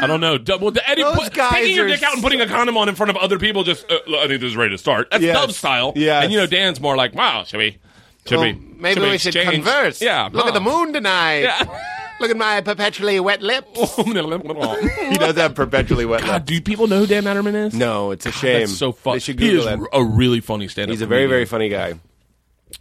[SPEAKER 5] I don't know. Dove, well, Eddie,
[SPEAKER 2] Those
[SPEAKER 5] put,
[SPEAKER 2] guys
[SPEAKER 5] taking your
[SPEAKER 2] are
[SPEAKER 5] dick out and putting a condom on in front of other people. Just, uh, look, I think this is ready to start. That's
[SPEAKER 2] Yes.
[SPEAKER 5] Dove style.
[SPEAKER 2] Yes.
[SPEAKER 5] And you know, Dan's more like, wow, should we? Should
[SPEAKER 2] Well,
[SPEAKER 5] we?
[SPEAKER 2] maybe
[SPEAKER 5] should
[SPEAKER 2] we should
[SPEAKER 5] exchange?"
[SPEAKER 2] converse.
[SPEAKER 5] Yeah.
[SPEAKER 2] Look at the moon tonight. Look at my perpetually wet lips.
[SPEAKER 5] Yeah.
[SPEAKER 2] he does have perpetually wet
[SPEAKER 5] God, do people know who Dan Matterman is?
[SPEAKER 2] No, it's a shame.
[SPEAKER 5] That's so
[SPEAKER 2] They
[SPEAKER 5] funny.
[SPEAKER 2] should
[SPEAKER 5] He is
[SPEAKER 2] Google it.
[SPEAKER 5] a really funny stand-up.
[SPEAKER 2] He's a very, very
[SPEAKER 5] comedian.
[SPEAKER 2] funny guy.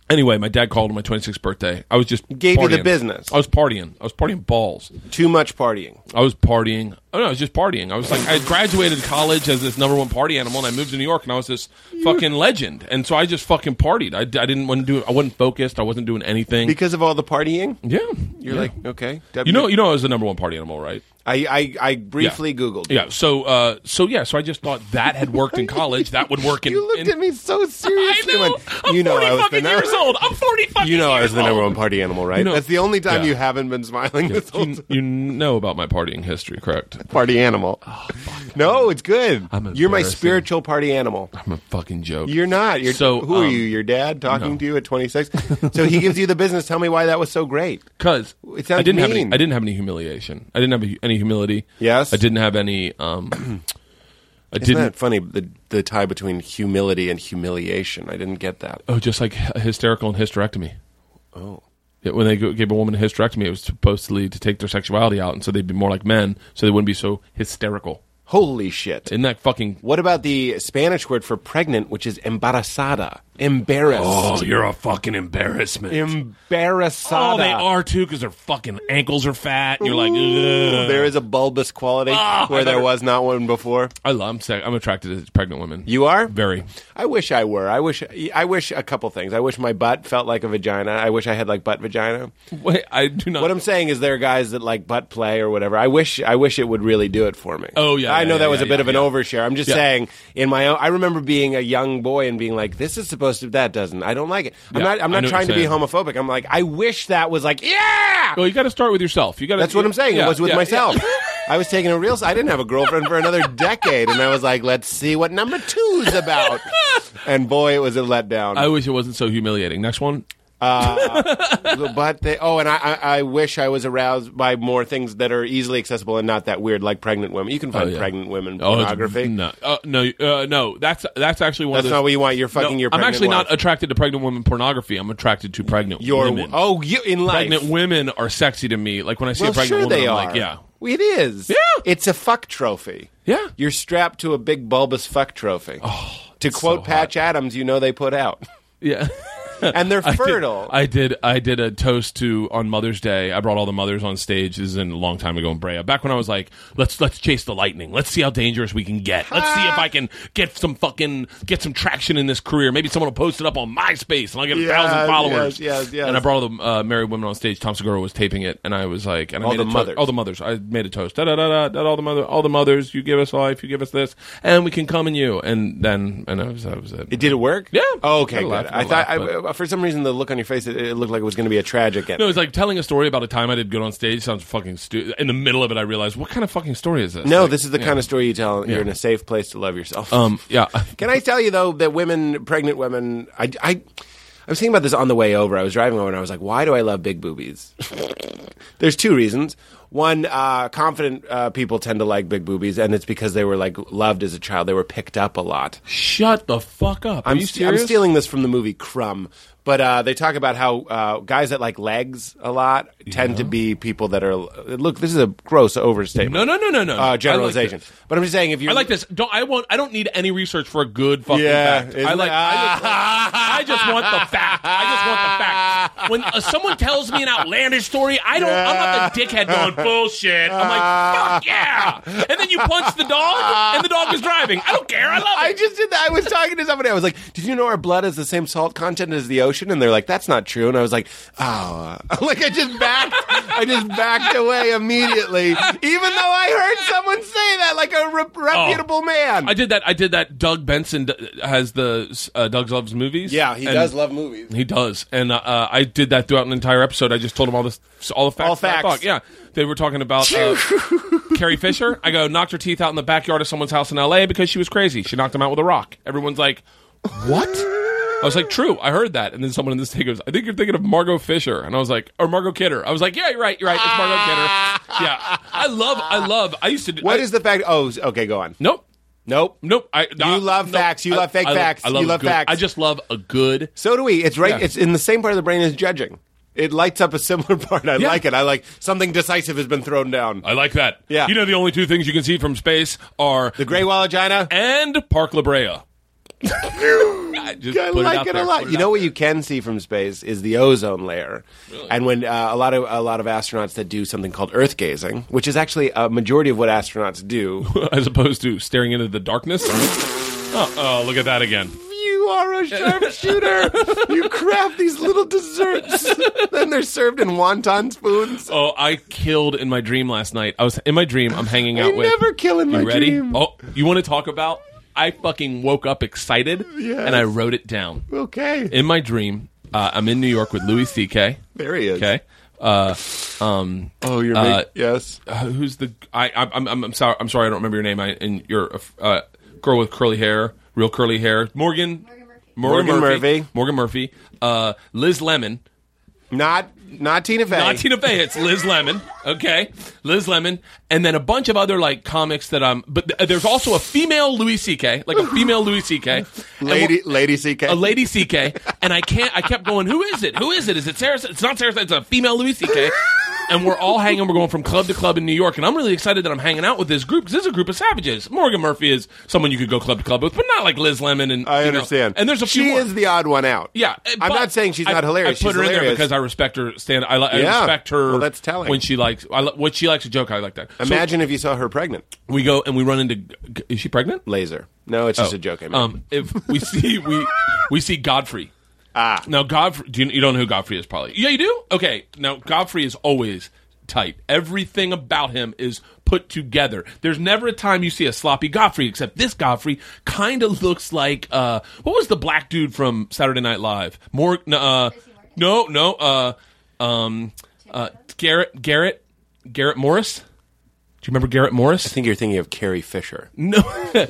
[SPEAKER 5] Anyway, my dad called on my 26th birthday. I was just
[SPEAKER 2] Gave you the
[SPEAKER 5] partying.
[SPEAKER 2] business.
[SPEAKER 5] I was partying. I was partying balls.
[SPEAKER 2] Too much partying.
[SPEAKER 5] I was partying. Oh no, I was just partying. I was like, I graduated college as this number one party animal, and I moved to New York, and I was this fucking legend. And so I just fucking partied. I, I didn't want to do. I wasn't focused. I wasn't doing anything.
[SPEAKER 2] Because of all the partying,
[SPEAKER 5] yeah,
[SPEAKER 2] you're
[SPEAKER 5] Yeah.
[SPEAKER 2] like, okay.
[SPEAKER 5] Mm. you know, you know, I was the number one party animal, right?
[SPEAKER 2] I, I, I briefly Googled.
[SPEAKER 5] Yeah. So, uh, so yeah. So I just thought that had worked in college. That would work. In,
[SPEAKER 2] You looked
[SPEAKER 5] in-
[SPEAKER 2] at me so
[SPEAKER 5] I
[SPEAKER 2] seriously.
[SPEAKER 5] know.
[SPEAKER 2] when-
[SPEAKER 5] I'm
[SPEAKER 2] you know
[SPEAKER 5] forty
[SPEAKER 2] I was the
[SPEAKER 5] fucking
[SPEAKER 2] number-
[SPEAKER 5] years old. I'm forty fucking.
[SPEAKER 2] You know I
[SPEAKER 5] years
[SPEAKER 2] was the number
[SPEAKER 5] old.
[SPEAKER 2] one party animal, right?
[SPEAKER 5] Oh. You know-
[SPEAKER 2] That's the only time
[SPEAKER 5] Yeah.
[SPEAKER 2] you haven't been smiling this whole time.
[SPEAKER 5] You know about my partying history, correct?
[SPEAKER 2] party animal. no, it's good.
[SPEAKER 5] Oh, I'm
[SPEAKER 2] You're my
[SPEAKER 5] embarrassing.
[SPEAKER 2] spiritual party animal.
[SPEAKER 5] I'm a fucking joke.
[SPEAKER 2] You're not. You're
[SPEAKER 5] So,
[SPEAKER 2] who are
[SPEAKER 5] um,
[SPEAKER 2] you? Your dad talking
[SPEAKER 5] no.
[SPEAKER 2] to you at 26. so he gives you the business. Tell me why that was so great.
[SPEAKER 5] because
[SPEAKER 2] It sounds
[SPEAKER 5] I didn't have any,
[SPEAKER 2] mean.
[SPEAKER 5] I didn't have any humiliation. I didn't have any humility.
[SPEAKER 2] Yes.
[SPEAKER 5] I didn't have any. Um, I
[SPEAKER 2] Isn't
[SPEAKER 5] didn't.
[SPEAKER 2] that funny? The the tie between humility and humiliation. I didn't get that.
[SPEAKER 5] oh, just like hy- hysterical and hysterectomy. Oh, Yeah, when they go- gave a woman a hysterectomy, it was supposedly to take their sexuality out, and so they'd be more like men, so they wouldn't be so hysterical.
[SPEAKER 2] Holy shit.
[SPEAKER 5] Isn't that fucking?
[SPEAKER 2] What about the Spanish word for pregnant, which is embarazada? Embarrassed.
[SPEAKER 5] Oh, you're a fucking embarrassment.
[SPEAKER 2] Embarrassada.
[SPEAKER 5] oh, they are too, because their fucking ankles are fat. And you're like, Ugh.
[SPEAKER 2] There is a bulbous quality
[SPEAKER 5] Ah, I
[SPEAKER 2] where there
[SPEAKER 5] never-
[SPEAKER 2] was not one before.
[SPEAKER 5] I love. I'm, sec- I'm attracted to pregnant women.
[SPEAKER 2] You are
[SPEAKER 5] very.
[SPEAKER 2] I wish I were. I wish. I wish a couple things. I wish my butt felt like a vagina. I wish I had like butt vagina.
[SPEAKER 5] Wait, I do not.
[SPEAKER 2] What I'm saying is there are guys that like butt play or whatever. I wish I wish it would really do it for me.
[SPEAKER 5] Oh, yeah,
[SPEAKER 2] I know
[SPEAKER 5] yeah,
[SPEAKER 2] that
[SPEAKER 5] yeah,
[SPEAKER 2] was a
[SPEAKER 5] yeah,
[SPEAKER 2] bit of an
[SPEAKER 5] yeah.
[SPEAKER 2] overshare. I'm just
[SPEAKER 5] Yeah.
[SPEAKER 2] saying in my own I remember being a young boy and being like this is supposed to that doesn't. I don't like it. I'm
[SPEAKER 5] Yeah,
[SPEAKER 2] not I'm
[SPEAKER 5] I
[SPEAKER 2] not
[SPEAKER 5] know what
[SPEAKER 2] trying to be
[SPEAKER 5] you're saying.
[SPEAKER 2] homophobic. I'm like I wish that was like yeah.
[SPEAKER 5] Well, you got to start with yourself. You got.
[SPEAKER 2] That's what I'm saying.
[SPEAKER 5] Yeah,
[SPEAKER 2] it was with
[SPEAKER 5] yeah,
[SPEAKER 2] myself.
[SPEAKER 5] yeah.
[SPEAKER 2] I was taking a real. I didn't have a girlfriend for another decade, and I was like, "Let's see what number two's about." And boy, it was a letdown.
[SPEAKER 5] I wish it wasn't so humiliating. Next one.
[SPEAKER 2] but they, oh, and I, I, I wish I was aroused by more things that are easily accessible and not that weird, like pregnant women. You can find
[SPEAKER 5] Oh, yeah.
[SPEAKER 2] pregnant women
[SPEAKER 5] Oh, it's-
[SPEAKER 2] pornography.
[SPEAKER 5] No, uh, no, uh, no. That's that's actually one.
[SPEAKER 2] That's
[SPEAKER 5] of those,
[SPEAKER 2] not what you want. You're fucking
[SPEAKER 5] No,
[SPEAKER 2] your.
[SPEAKER 5] I'm
[SPEAKER 2] pregnant
[SPEAKER 5] actually
[SPEAKER 2] wife.
[SPEAKER 5] not attracted to pregnant women pornography. I'm attracted to pregnant
[SPEAKER 2] your
[SPEAKER 5] women.
[SPEAKER 2] oh, you in life.
[SPEAKER 5] pregnant women are sexy to me. Like when I see
[SPEAKER 2] Well,
[SPEAKER 5] a pregnant
[SPEAKER 2] sure
[SPEAKER 5] woman,
[SPEAKER 2] they
[SPEAKER 5] I'm
[SPEAKER 2] are.
[SPEAKER 5] like, yeah,
[SPEAKER 2] it is.
[SPEAKER 5] Yeah.
[SPEAKER 2] it's a fuck trophy.
[SPEAKER 5] Yeah.
[SPEAKER 2] you're strapped to a big bulbous fuck trophy. Oh, to quote
[SPEAKER 5] so hot.
[SPEAKER 2] Patch Adams, you know they put out.
[SPEAKER 5] yeah.
[SPEAKER 2] and they're
[SPEAKER 5] I did-
[SPEAKER 2] fertile.
[SPEAKER 5] I did. I did a toast to on Mother's Day. I brought all the mothers on stage. This is in a long time ago in Brea. Back when I was like, let's let's chase the lightning. Let's see how dangerous we can get. Let's see if I can get some fucking get some traction in this career. Maybe someone will post it up on MySpace and I'll get a
[SPEAKER 2] Yes,
[SPEAKER 5] thousand followers.
[SPEAKER 2] yes, yes, yes.
[SPEAKER 5] And I brought all the uh, married women on stage. Tom Segura was taping it, and I was like, and I
[SPEAKER 2] All
[SPEAKER 5] made
[SPEAKER 2] the
[SPEAKER 5] a to-
[SPEAKER 2] mothers.
[SPEAKER 5] all the mothers. I made a toast. Da da da da. da all the mother, all the mothers. You give us life. You give us this, and we can come in you. And then, and that was, that was it.
[SPEAKER 2] Did it work?
[SPEAKER 5] Yeah.
[SPEAKER 2] Oh, okay.
[SPEAKER 5] I
[SPEAKER 2] Good.
[SPEAKER 5] laughed, I
[SPEAKER 2] I thought
[SPEAKER 5] laughed,
[SPEAKER 2] I, for some reason the look on your face it, it looked like it was going to be a tragic end.
[SPEAKER 5] No, it's like telling a story about a time I did good on stage sounds fucking stupid. In the middle of it, I realized what kind of fucking story is this?
[SPEAKER 2] No,
[SPEAKER 5] Like,
[SPEAKER 2] this is the
[SPEAKER 5] yeah.
[SPEAKER 2] kind of story you tell.
[SPEAKER 5] Yeah.
[SPEAKER 2] You're in a safe place to love yourself.
[SPEAKER 5] Um, yeah,
[SPEAKER 2] Can I tell you though that women, pregnant women, I, I, I was thinking about this on the way over. I was driving over and I was like, why do I love big boobies? There's two reasons. One, uh, confident uh, people tend to like big boobies, and it's because they were like loved as a child. They were picked up a lot.
[SPEAKER 5] shut the fuck up. Are
[SPEAKER 2] I'm,
[SPEAKER 5] you
[SPEAKER 2] st- I'm
[SPEAKER 5] serious?
[SPEAKER 2] stealing this from the movie Crumb, but uh, they talk about how uh, guys that like legs a lot tend to be people that are. Look, this is a gross overstatement.
[SPEAKER 5] No, no, no, no, no. I
[SPEAKER 2] Uh,
[SPEAKER 5] like
[SPEAKER 2] generalization.
[SPEAKER 5] this.
[SPEAKER 2] but I'm just saying, if you
[SPEAKER 5] I like this. Don't I want? I don't need any research for a good fucking
[SPEAKER 2] Yeah,
[SPEAKER 5] fact.
[SPEAKER 2] isn't
[SPEAKER 5] I
[SPEAKER 2] it?
[SPEAKER 5] like. I, just want, I just want the fact. I just want the fact. When uh, someone tells me an outlandish story, I don't. I'm not the dickhead going bullshit. I'm like fuck yeah. And then you punch the dog, and the dog is driving. I don't care. I love it.
[SPEAKER 2] I just did that. I was talking to somebody. I was like, "Did you know our blood has the same salt content as the ocean?" And they're like, "That's not true." And I was like, "Oh, like I just backed, I just backed away immediately, even though I heard someone say that, like a re- reputable man."
[SPEAKER 5] Oh. I did that. I did that. Doug Benson d- has the uh, Doug loves movies.
[SPEAKER 2] yeah, he
[SPEAKER 5] And
[SPEAKER 2] does love movies.
[SPEAKER 5] He does, and uh, uh, I did that throughout an entire episode. I just told him all this, all the facts.
[SPEAKER 2] All
[SPEAKER 5] that I
[SPEAKER 2] facts.
[SPEAKER 5] thought. Yeah, they were talking about uh, Carrie Fisher. I go knocked her teeth out in the backyard of someone's house in L.A. because she was crazy. She knocked them out with a rock. Everyone's like, "What?" I was like, "True, I heard that." And then someone in this thing goes, "I think you're thinking of Margot Fisher," and I was like, "Or Margot Kidder." I was like, "Yeah, you're right. You're right. It's Margot Kidder." Yeah, I love, I love. I used to.
[SPEAKER 2] What
[SPEAKER 5] I,
[SPEAKER 2] is the fact? Oh, okay, go on.
[SPEAKER 5] Nope.
[SPEAKER 2] Nope.
[SPEAKER 5] Nope. I, I-
[SPEAKER 2] love facts. You love fake
[SPEAKER 5] I
[SPEAKER 2] facts.
[SPEAKER 5] I love
[SPEAKER 2] You love
[SPEAKER 5] a good-
[SPEAKER 2] facts.
[SPEAKER 5] I just love a good.
[SPEAKER 2] So do we. It's right.
[SPEAKER 5] Yeah.
[SPEAKER 2] It's in the same part of the brain as judging. It lights up a similar part. I
[SPEAKER 5] Yeah.
[SPEAKER 2] like it. I like something decisive has been thrown down.
[SPEAKER 5] I like that.
[SPEAKER 2] Yeah.
[SPEAKER 5] You know, the only two things you can see from space are
[SPEAKER 2] The gray wall of China.
[SPEAKER 5] and Park La Brea. I just
[SPEAKER 2] I
[SPEAKER 5] put
[SPEAKER 2] like
[SPEAKER 5] out
[SPEAKER 2] it,
[SPEAKER 5] there.
[SPEAKER 2] a lot.
[SPEAKER 5] Put it
[SPEAKER 2] You
[SPEAKER 5] out
[SPEAKER 2] know what
[SPEAKER 5] there.
[SPEAKER 2] you can see from space is the ozone layer, and when uh, a lot of a lot of astronauts that do something called Earth gazing, which is actually a majority of what astronauts do.
[SPEAKER 5] as opposed to staring into the darkness. oh, oh, look at that again.
[SPEAKER 2] you are a sharpshooter. you craft these little desserts, then they're served in wonton spoons.
[SPEAKER 5] Oh, I killed in my dream last night. I was in my dream. I'm hanging out
[SPEAKER 2] I
[SPEAKER 5] with.
[SPEAKER 2] never kill in
[SPEAKER 5] you
[SPEAKER 2] my
[SPEAKER 5] ready?
[SPEAKER 2] dream.
[SPEAKER 5] Oh, you want to talk about? I fucking woke up excited, and I wrote Oh. it down.
[SPEAKER 2] Okay,
[SPEAKER 5] in my dream, uh, I'm in New York with Louis C.K.
[SPEAKER 2] there he is.
[SPEAKER 5] Okay. Uh, um,
[SPEAKER 2] Oh, you're
[SPEAKER 5] Uh,
[SPEAKER 2] make- yes.
[SPEAKER 5] uh, who's the I, I I'm, I'm I'm sorry I'm sorry I don't remember your name. I and you're a f- uh, girl with curly hair, real curly hair. Morgan
[SPEAKER 4] Morgan Murphy.
[SPEAKER 5] Morgan,
[SPEAKER 2] Morgan
[SPEAKER 5] Murphy,
[SPEAKER 2] Murphy.
[SPEAKER 5] Morgan Murphy. Uh, Liz Lemon.
[SPEAKER 2] Not not Tina Fey.
[SPEAKER 5] Not Tina Fey. It's Liz Lemon. Okay, Liz Lemon, and then a bunch of other like comics that um. But th- there's also a female Louis C.K. Like a female Louis C.K. And
[SPEAKER 2] Lady Lady CK.
[SPEAKER 5] a lady CK, and I can't. I kept going. Who is it? Who is it? Is it Sarah? It's not Sarah. It's a female Louis CK. And we're all hanging. We're going from club to club in New York, and I'm really excited that I'm hanging out with this group because this is a group of savages. Morgan Murphy is someone you could go club to club with, but not like Liz Lemon. And
[SPEAKER 2] I
[SPEAKER 5] you know,
[SPEAKER 2] understand.
[SPEAKER 5] and there's a few.
[SPEAKER 2] She
[SPEAKER 5] more.
[SPEAKER 2] is the odd one out.
[SPEAKER 5] Yeah, eh,
[SPEAKER 2] I'm
[SPEAKER 5] but
[SPEAKER 2] not saying she's
[SPEAKER 5] I-
[SPEAKER 2] not hilarious.
[SPEAKER 5] I put
[SPEAKER 2] she's
[SPEAKER 5] her in there
[SPEAKER 2] hilarious.
[SPEAKER 5] because I respect her stand. I, li- I
[SPEAKER 2] Yeah.
[SPEAKER 5] respect her.
[SPEAKER 2] Well, that's telling.
[SPEAKER 5] When she likes, I, li- when she likes a joke, I like that. So
[SPEAKER 2] Imagine if you saw her pregnant.
[SPEAKER 5] we go and we run into. Is she pregnant?
[SPEAKER 2] Laser. No, it's just a joke. I made.
[SPEAKER 5] Um, if we see we we see Godfrey. Ah, now Godfrey. Do you, you don't know who Godfrey is? Probably. Yeah, you do. Okay. Now Godfrey is always tight. Everything about him is put together. There's never a time you see a sloppy Godfrey, except this Godfrey kind of looks like uh, what was the black dude from Saturday Night Live? More. n- Uh, no, no. Uh, um, uh, Garrett, Garrett, Garrett Morris. Do you remember Garrett Morris?
[SPEAKER 2] I think you're thinking of Carrie Fisher.
[SPEAKER 5] No.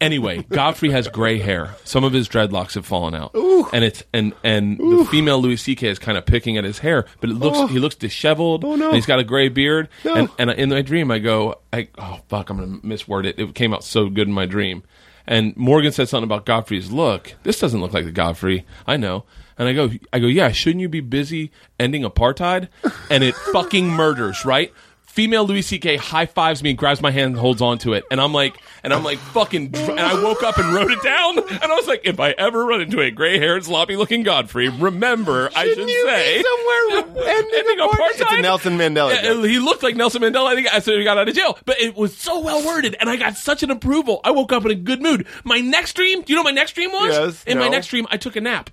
[SPEAKER 5] anyway, Godfrey has gray hair. Some of his dreadlocks have fallen out, and it's and and the female Louis C.K. is kind of picking at his hair, but it looks he looks disheveled. Oh
[SPEAKER 2] no.
[SPEAKER 5] he's got a gray beard. And, and in my dream, I go, I oh fuck, I'm gonna misword it. It came out so good in my dream. And Morgan said something about Godfrey's look. This doesn't look like the Godfrey I know. And I go, I go, yeah. Shouldn't you be busy ending apartheid? And it fucking murders, right? female Louis C.K. high fives me and grabs my hand and holds on to it, and I'm like, and I'm like, fucking, dr- and I woke up and wrote it down, and I was like, if I ever run into a gray haired, sloppy looking Godfrey, remember I should
[SPEAKER 2] Shouldn't you be
[SPEAKER 5] say
[SPEAKER 2] somewhere re- ending apartheid? It's a Nelson Mandela
[SPEAKER 5] Yeah,
[SPEAKER 2] joke.
[SPEAKER 5] he looked like Nelson Mandela. I think I said he got out of jail, but it was so well worded, and I got such an approval. I woke up in a good mood. My next dream, do you know what my next dream was?
[SPEAKER 2] Yes,
[SPEAKER 5] in my
[SPEAKER 2] no.
[SPEAKER 5] next dream, I took a nap.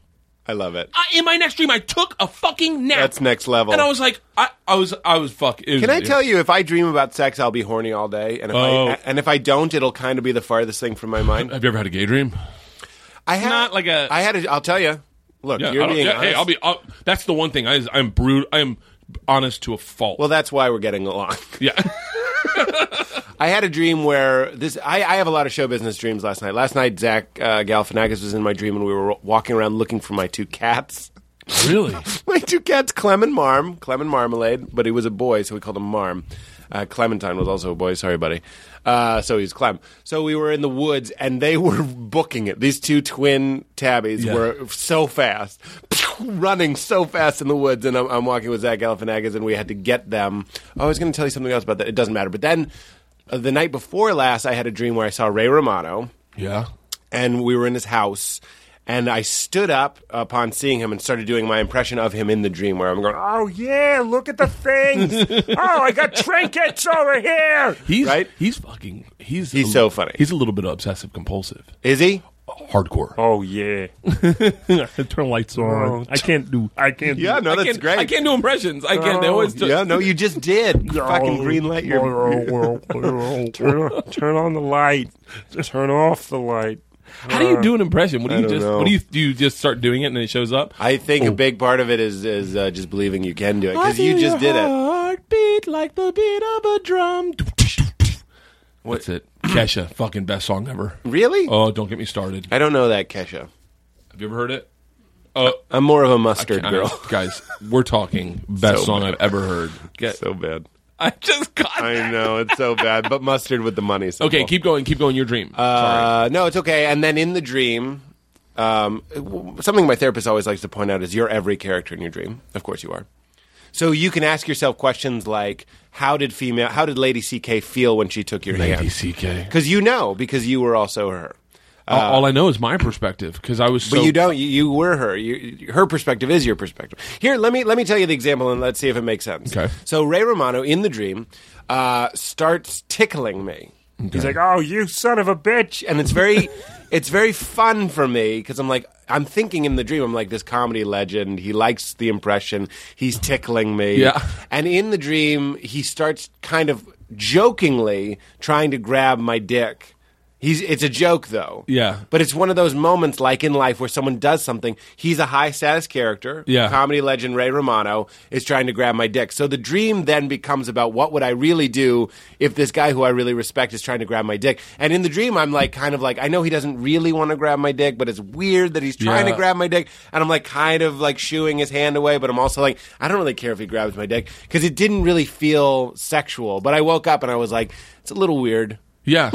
[SPEAKER 2] I love it.
[SPEAKER 5] I, in my next dream, I took a fucking nap.
[SPEAKER 2] That's next level.
[SPEAKER 5] And I was like, I, I was, I was fuck. it was-
[SPEAKER 2] Can I tell you, if I dream about sex, I'll be horny all day, and if
[SPEAKER 5] Oh.
[SPEAKER 2] I and if I don't, it'll kind of be the farthest thing from my mind.
[SPEAKER 5] Have you ever had a gay dream?
[SPEAKER 2] I had
[SPEAKER 5] not like a-
[SPEAKER 2] I had. A, I'll tell you. Look,
[SPEAKER 5] Yeah, I
[SPEAKER 2] you're
[SPEAKER 5] don't-
[SPEAKER 2] being.
[SPEAKER 5] yeah, hey,
[SPEAKER 2] honest.
[SPEAKER 5] I'll be. I'll, that's the one thing. I, I'm brute. I am honest to a fault.
[SPEAKER 2] Well, that's why we're getting along.
[SPEAKER 5] yeah.
[SPEAKER 2] I had a dream where this. I, I have a lot of show business dreams. Last night, last night, Zach uh, Galifianakis was in my dream, and we were walking around looking for my two cats.
[SPEAKER 5] really?
[SPEAKER 2] my two cats, Clem and Marm. Clem and Marmalade, but he was a boy, so we called him Marm. Uh, Clementine was also a boy. Sorry, buddy. Uh, so he's Clem. So we were in the woods, and they were booking it. These two twin tabbies
[SPEAKER 5] Yeah.
[SPEAKER 2] were so fast, running so fast in the woods. And I'm, I'm walking with Zach Galifianakis, and we had to get them. Oh, I was going to tell you something else about that. It doesn't matter. But then, uh, the night before last, I had a dream where I saw Ray Romano
[SPEAKER 5] Yeah.
[SPEAKER 2] and we were in his house. And I stood up upon seeing him and started doing my impression of him in the dream, where I'm going, "Oh yeah, look at the things! oh, I got trinkets over here."
[SPEAKER 5] He's
[SPEAKER 2] right?
[SPEAKER 5] He's fucking. He's
[SPEAKER 2] He's so funny.
[SPEAKER 5] He's a little bit obsessive compulsive.
[SPEAKER 2] Is he?
[SPEAKER 5] Hardcore.
[SPEAKER 6] Oh yeah. Turn lights on. I can't do. I can't.
[SPEAKER 2] Yeah,
[SPEAKER 6] Do.
[SPEAKER 2] no,
[SPEAKER 5] I
[SPEAKER 2] that's
[SPEAKER 5] can't,
[SPEAKER 2] great.
[SPEAKER 5] I can't do impressions. I can't. They always. Do,
[SPEAKER 2] Oh, yeah, no, you just did. Fucking green light your.
[SPEAKER 6] turn, turn on the light. Turn off the light.
[SPEAKER 5] How do you do an impression? What do you
[SPEAKER 2] don't
[SPEAKER 5] just?
[SPEAKER 2] know.
[SPEAKER 5] What do you do? You just start doing it and it shows up.
[SPEAKER 2] I think
[SPEAKER 5] Oh.
[SPEAKER 2] a big part of it is is uh, just believing you can do it because you just did it.
[SPEAKER 5] Heartbeat like the beat of a drum. What's it? Kesha, fucking best song ever.
[SPEAKER 2] Really?
[SPEAKER 5] Oh, don't get me started.
[SPEAKER 2] I don't know that Kesha.
[SPEAKER 5] Have you ever heard it? Oh,
[SPEAKER 2] I'm more of a mustard
[SPEAKER 5] I-
[SPEAKER 2] girl.
[SPEAKER 5] guys, we're talking best
[SPEAKER 2] So
[SPEAKER 5] song
[SPEAKER 2] bad.
[SPEAKER 5] I've ever heard. Get,
[SPEAKER 2] so bad.
[SPEAKER 5] I just got.
[SPEAKER 2] I
[SPEAKER 5] that.
[SPEAKER 2] know it's so bad, but mustard with the money. symbol.
[SPEAKER 5] Okay, keep going. Keep going. Your dream.
[SPEAKER 2] Uh, no, it's okay. And then in the dream, um, w- something my therapist always likes to point out is you're every character in your dream. Of course you are. So you can ask yourself questions like, "How did female? How did Lady CK feel when she took your
[SPEAKER 5] Lady
[SPEAKER 2] hand?"
[SPEAKER 5] CK.
[SPEAKER 2] Because you know, because you were also her.
[SPEAKER 5] all, all I know is my perspective because I was. So,
[SPEAKER 2] But you don't. You, you were her. You- You, her perspective is your perspective. Here, let me let me tell you the example, and let's see if it makes sense.
[SPEAKER 5] Okay.
[SPEAKER 2] So Ray Romano in the dream uh, starts tickling me.
[SPEAKER 6] He's like, oh, you son of a bitch.
[SPEAKER 2] and it's very it's very fun for me because I'm like I'm thinking in the dream I'm like this comedy legend he likes the impression he's tickling me
[SPEAKER 5] Yeah.
[SPEAKER 2] and in the dream he starts kind of jokingly trying to grab my dick He's it's a joke though.
[SPEAKER 5] Yeah.
[SPEAKER 2] But it's one of those moments like in life where someone does something. He's a high status character.
[SPEAKER 5] Yeah.
[SPEAKER 2] Comedy legend Ray Romano is trying to grab my dick. So the dream then becomes about what would I really do if this guy who I really respect is trying to grab my dick. And in the dream I'm like kind of like I know he doesn't really want to grab my dick, but it's weird that he's trying
[SPEAKER 5] Yeah.
[SPEAKER 2] to grab my dick and I'm like kind of like shooing his hand away, but I'm also like I don't really care if he grabs my dick cuz it didn't really feel sexual. But I woke up and I was like it's a little weird.
[SPEAKER 5] Yeah.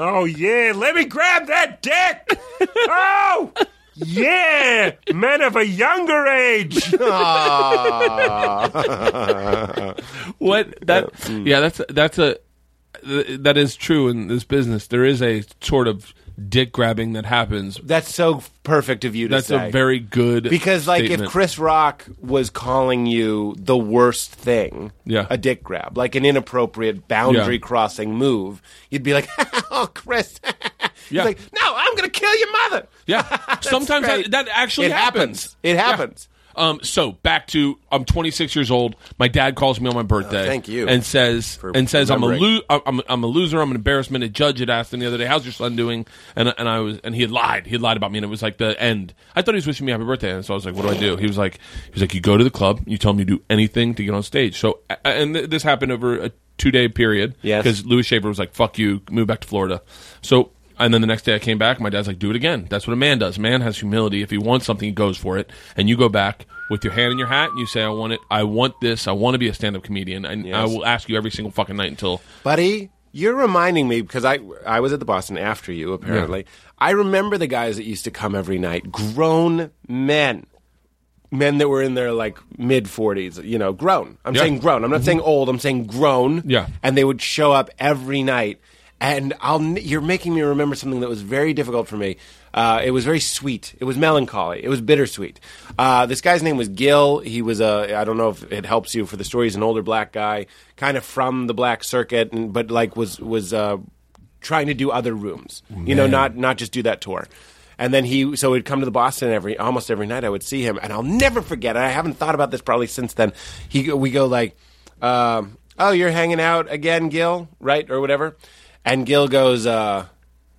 [SPEAKER 6] Oh yeah, let me grab that dick. Oh yeah, men of a younger age.
[SPEAKER 5] what that
[SPEAKER 2] Mm.
[SPEAKER 5] yeah that's that's a th- that is true in this business there is a sort of dick grabbing that happens
[SPEAKER 2] That's so perfect of you to
[SPEAKER 5] that's
[SPEAKER 2] say.
[SPEAKER 5] a very good
[SPEAKER 2] because like
[SPEAKER 5] statement.
[SPEAKER 2] if Chris Rock was calling you the worst thing,
[SPEAKER 5] Yeah.
[SPEAKER 2] a dick grab, like an inappropriate boundary
[SPEAKER 5] Yeah.
[SPEAKER 2] crossing move, you'd be like, "Oh, Chris."
[SPEAKER 5] Yeah.
[SPEAKER 2] He's like, "No, I'm going to kill your mother."
[SPEAKER 5] yeah sometimes
[SPEAKER 2] great.
[SPEAKER 5] that, that actually
[SPEAKER 2] It happens. It happens.
[SPEAKER 5] Um, so back to I'm 26 years old. My dad calls me on my birthday.
[SPEAKER 2] Oh, thank you
[SPEAKER 5] And says and says I'm a
[SPEAKER 2] remembering.
[SPEAKER 5] lo- I'm- I'm, I'm a loser. I'm an embarrassment. A judge had asked him the other day, "How's your son doing?" And and I was and he had lied. He had lied about me, and it was like the end. I thought he was wishing me happy birthday, and so I was like, "What do I do?" He was like, "He was like, you go to the club. You tell me to do anything to get on stage." So a- and th- this happened over a two day period.
[SPEAKER 2] Yes.
[SPEAKER 5] because Louis Shaver was like, "Fuck you, move back to Florida." So, and then the next day I came back. My dad's like, "Do it again." That's what a man does. A man has humility. If he wants something, he goes for it. And you go back with your hand in your hat and you say, "I want it. I want this. I want to be a stand-up comedian." And I will ask you every single fucking night until
[SPEAKER 2] buddy you're reminding me because i i was at the boston after you apparently i remember the guys that used to come every night grown men men that were in their like mid 40s you know grown i'm
[SPEAKER 5] Yeah.
[SPEAKER 2] saying grown i'm not saying old i'm saying grown
[SPEAKER 5] Yeah.
[SPEAKER 2] and they would show up every night and i'll n- you're making me remember something that was very difficult for me uh, it was very sweet it was melancholy it was bittersweet uh, this guy's name was gil he was a i don't know if it helps you for the story he's an older black guy kind of from the black circuit and, but like was was uh, trying to do other rooms you know not not just do that tour and then he so he'd come to the Boston every almost every night. I would see him, and I'll never forget. And I haven't thought about this probably since then. He we go like, um, "Oh, you're hanging out again, Gil, right or whatever," and Gil goes, uh,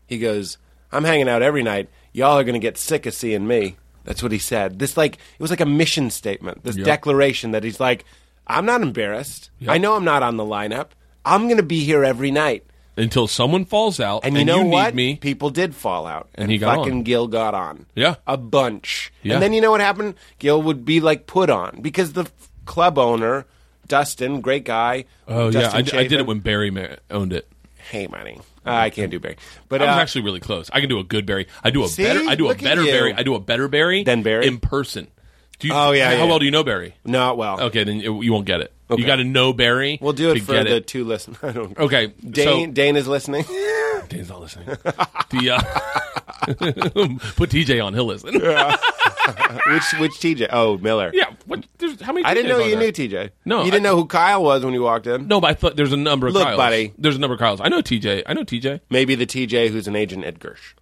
[SPEAKER 2] "He goes, I'm hanging out every night. Y'all are gonna get sick of seeing me." That's what he said. This like it was like a mission statement, this declaration that he's like, "I'm not embarrassed. I know I'm not on the lineup. I'm gonna be here every night."
[SPEAKER 5] until someone falls out
[SPEAKER 2] And you know what?
[SPEAKER 5] need me.
[SPEAKER 2] People did fall out, and,
[SPEAKER 5] he got
[SPEAKER 2] fucking
[SPEAKER 5] on.
[SPEAKER 2] Gil got on.
[SPEAKER 5] Yeah.
[SPEAKER 2] a bunch.
[SPEAKER 5] Yeah.
[SPEAKER 2] And then you know what happened? Gil would be like put on because the f- club owner, Dustin, great guy.
[SPEAKER 5] oh yeah,
[SPEAKER 2] Dustin
[SPEAKER 5] I, d- I did
[SPEAKER 2] Chafin-
[SPEAKER 5] it when Barry ma- owned it.
[SPEAKER 2] Hey, money. Uh, I can't do Barry, but
[SPEAKER 5] I was
[SPEAKER 2] uh,
[SPEAKER 5] actually really close. I can do a good Barry. I do a
[SPEAKER 2] See?
[SPEAKER 5] better. I do a
[SPEAKER 2] Look at
[SPEAKER 5] better
[SPEAKER 2] you.
[SPEAKER 5] Barry. I do a better Barry
[SPEAKER 2] Than Barry?
[SPEAKER 5] in person. Do you,
[SPEAKER 2] Oh, yeah, yeah.
[SPEAKER 5] How well do you know Barry?
[SPEAKER 2] not well.
[SPEAKER 5] Okay, then you you won't get it. You got to know Barry.
[SPEAKER 2] We'll do
[SPEAKER 5] to
[SPEAKER 2] it for
[SPEAKER 5] get
[SPEAKER 2] the two listen. I don't.
[SPEAKER 5] Okay,
[SPEAKER 2] Dane,
[SPEAKER 5] so-
[SPEAKER 2] Dane is listening.
[SPEAKER 5] Dane's not listening. The, uh, put TJ on. He'll listen. Yeah.
[SPEAKER 2] which which TJ? Oh, Miller.
[SPEAKER 5] what, there's, how many?
[SPEAKER 2] I didn't
[SPEAKER 5] TJs
[SPEAKER 2] know
[SPEAKER 5] are
[SPEAKER 2] you
[SPEAKER 5] there?
[SPEAKER 2] knew TJ.
[SPEAKER 5] No,
[SPEAKER 2] you didn't
[SPEAKER 5] I-
[SPEAKER 2] know who Kyle was when you walked in.
[SPEAKER 5] No, but I thought there's a number of
[SPEAKER 2] Look,
[SPEAKER 5] Kyles.
[SPEAKER 2] buddy.
[SPEAKER 5] There's a number of Kyles. I know TJ. I know TJ.
[SPEAKER 2] Maybe the TJ who's an agent Ed Gersh.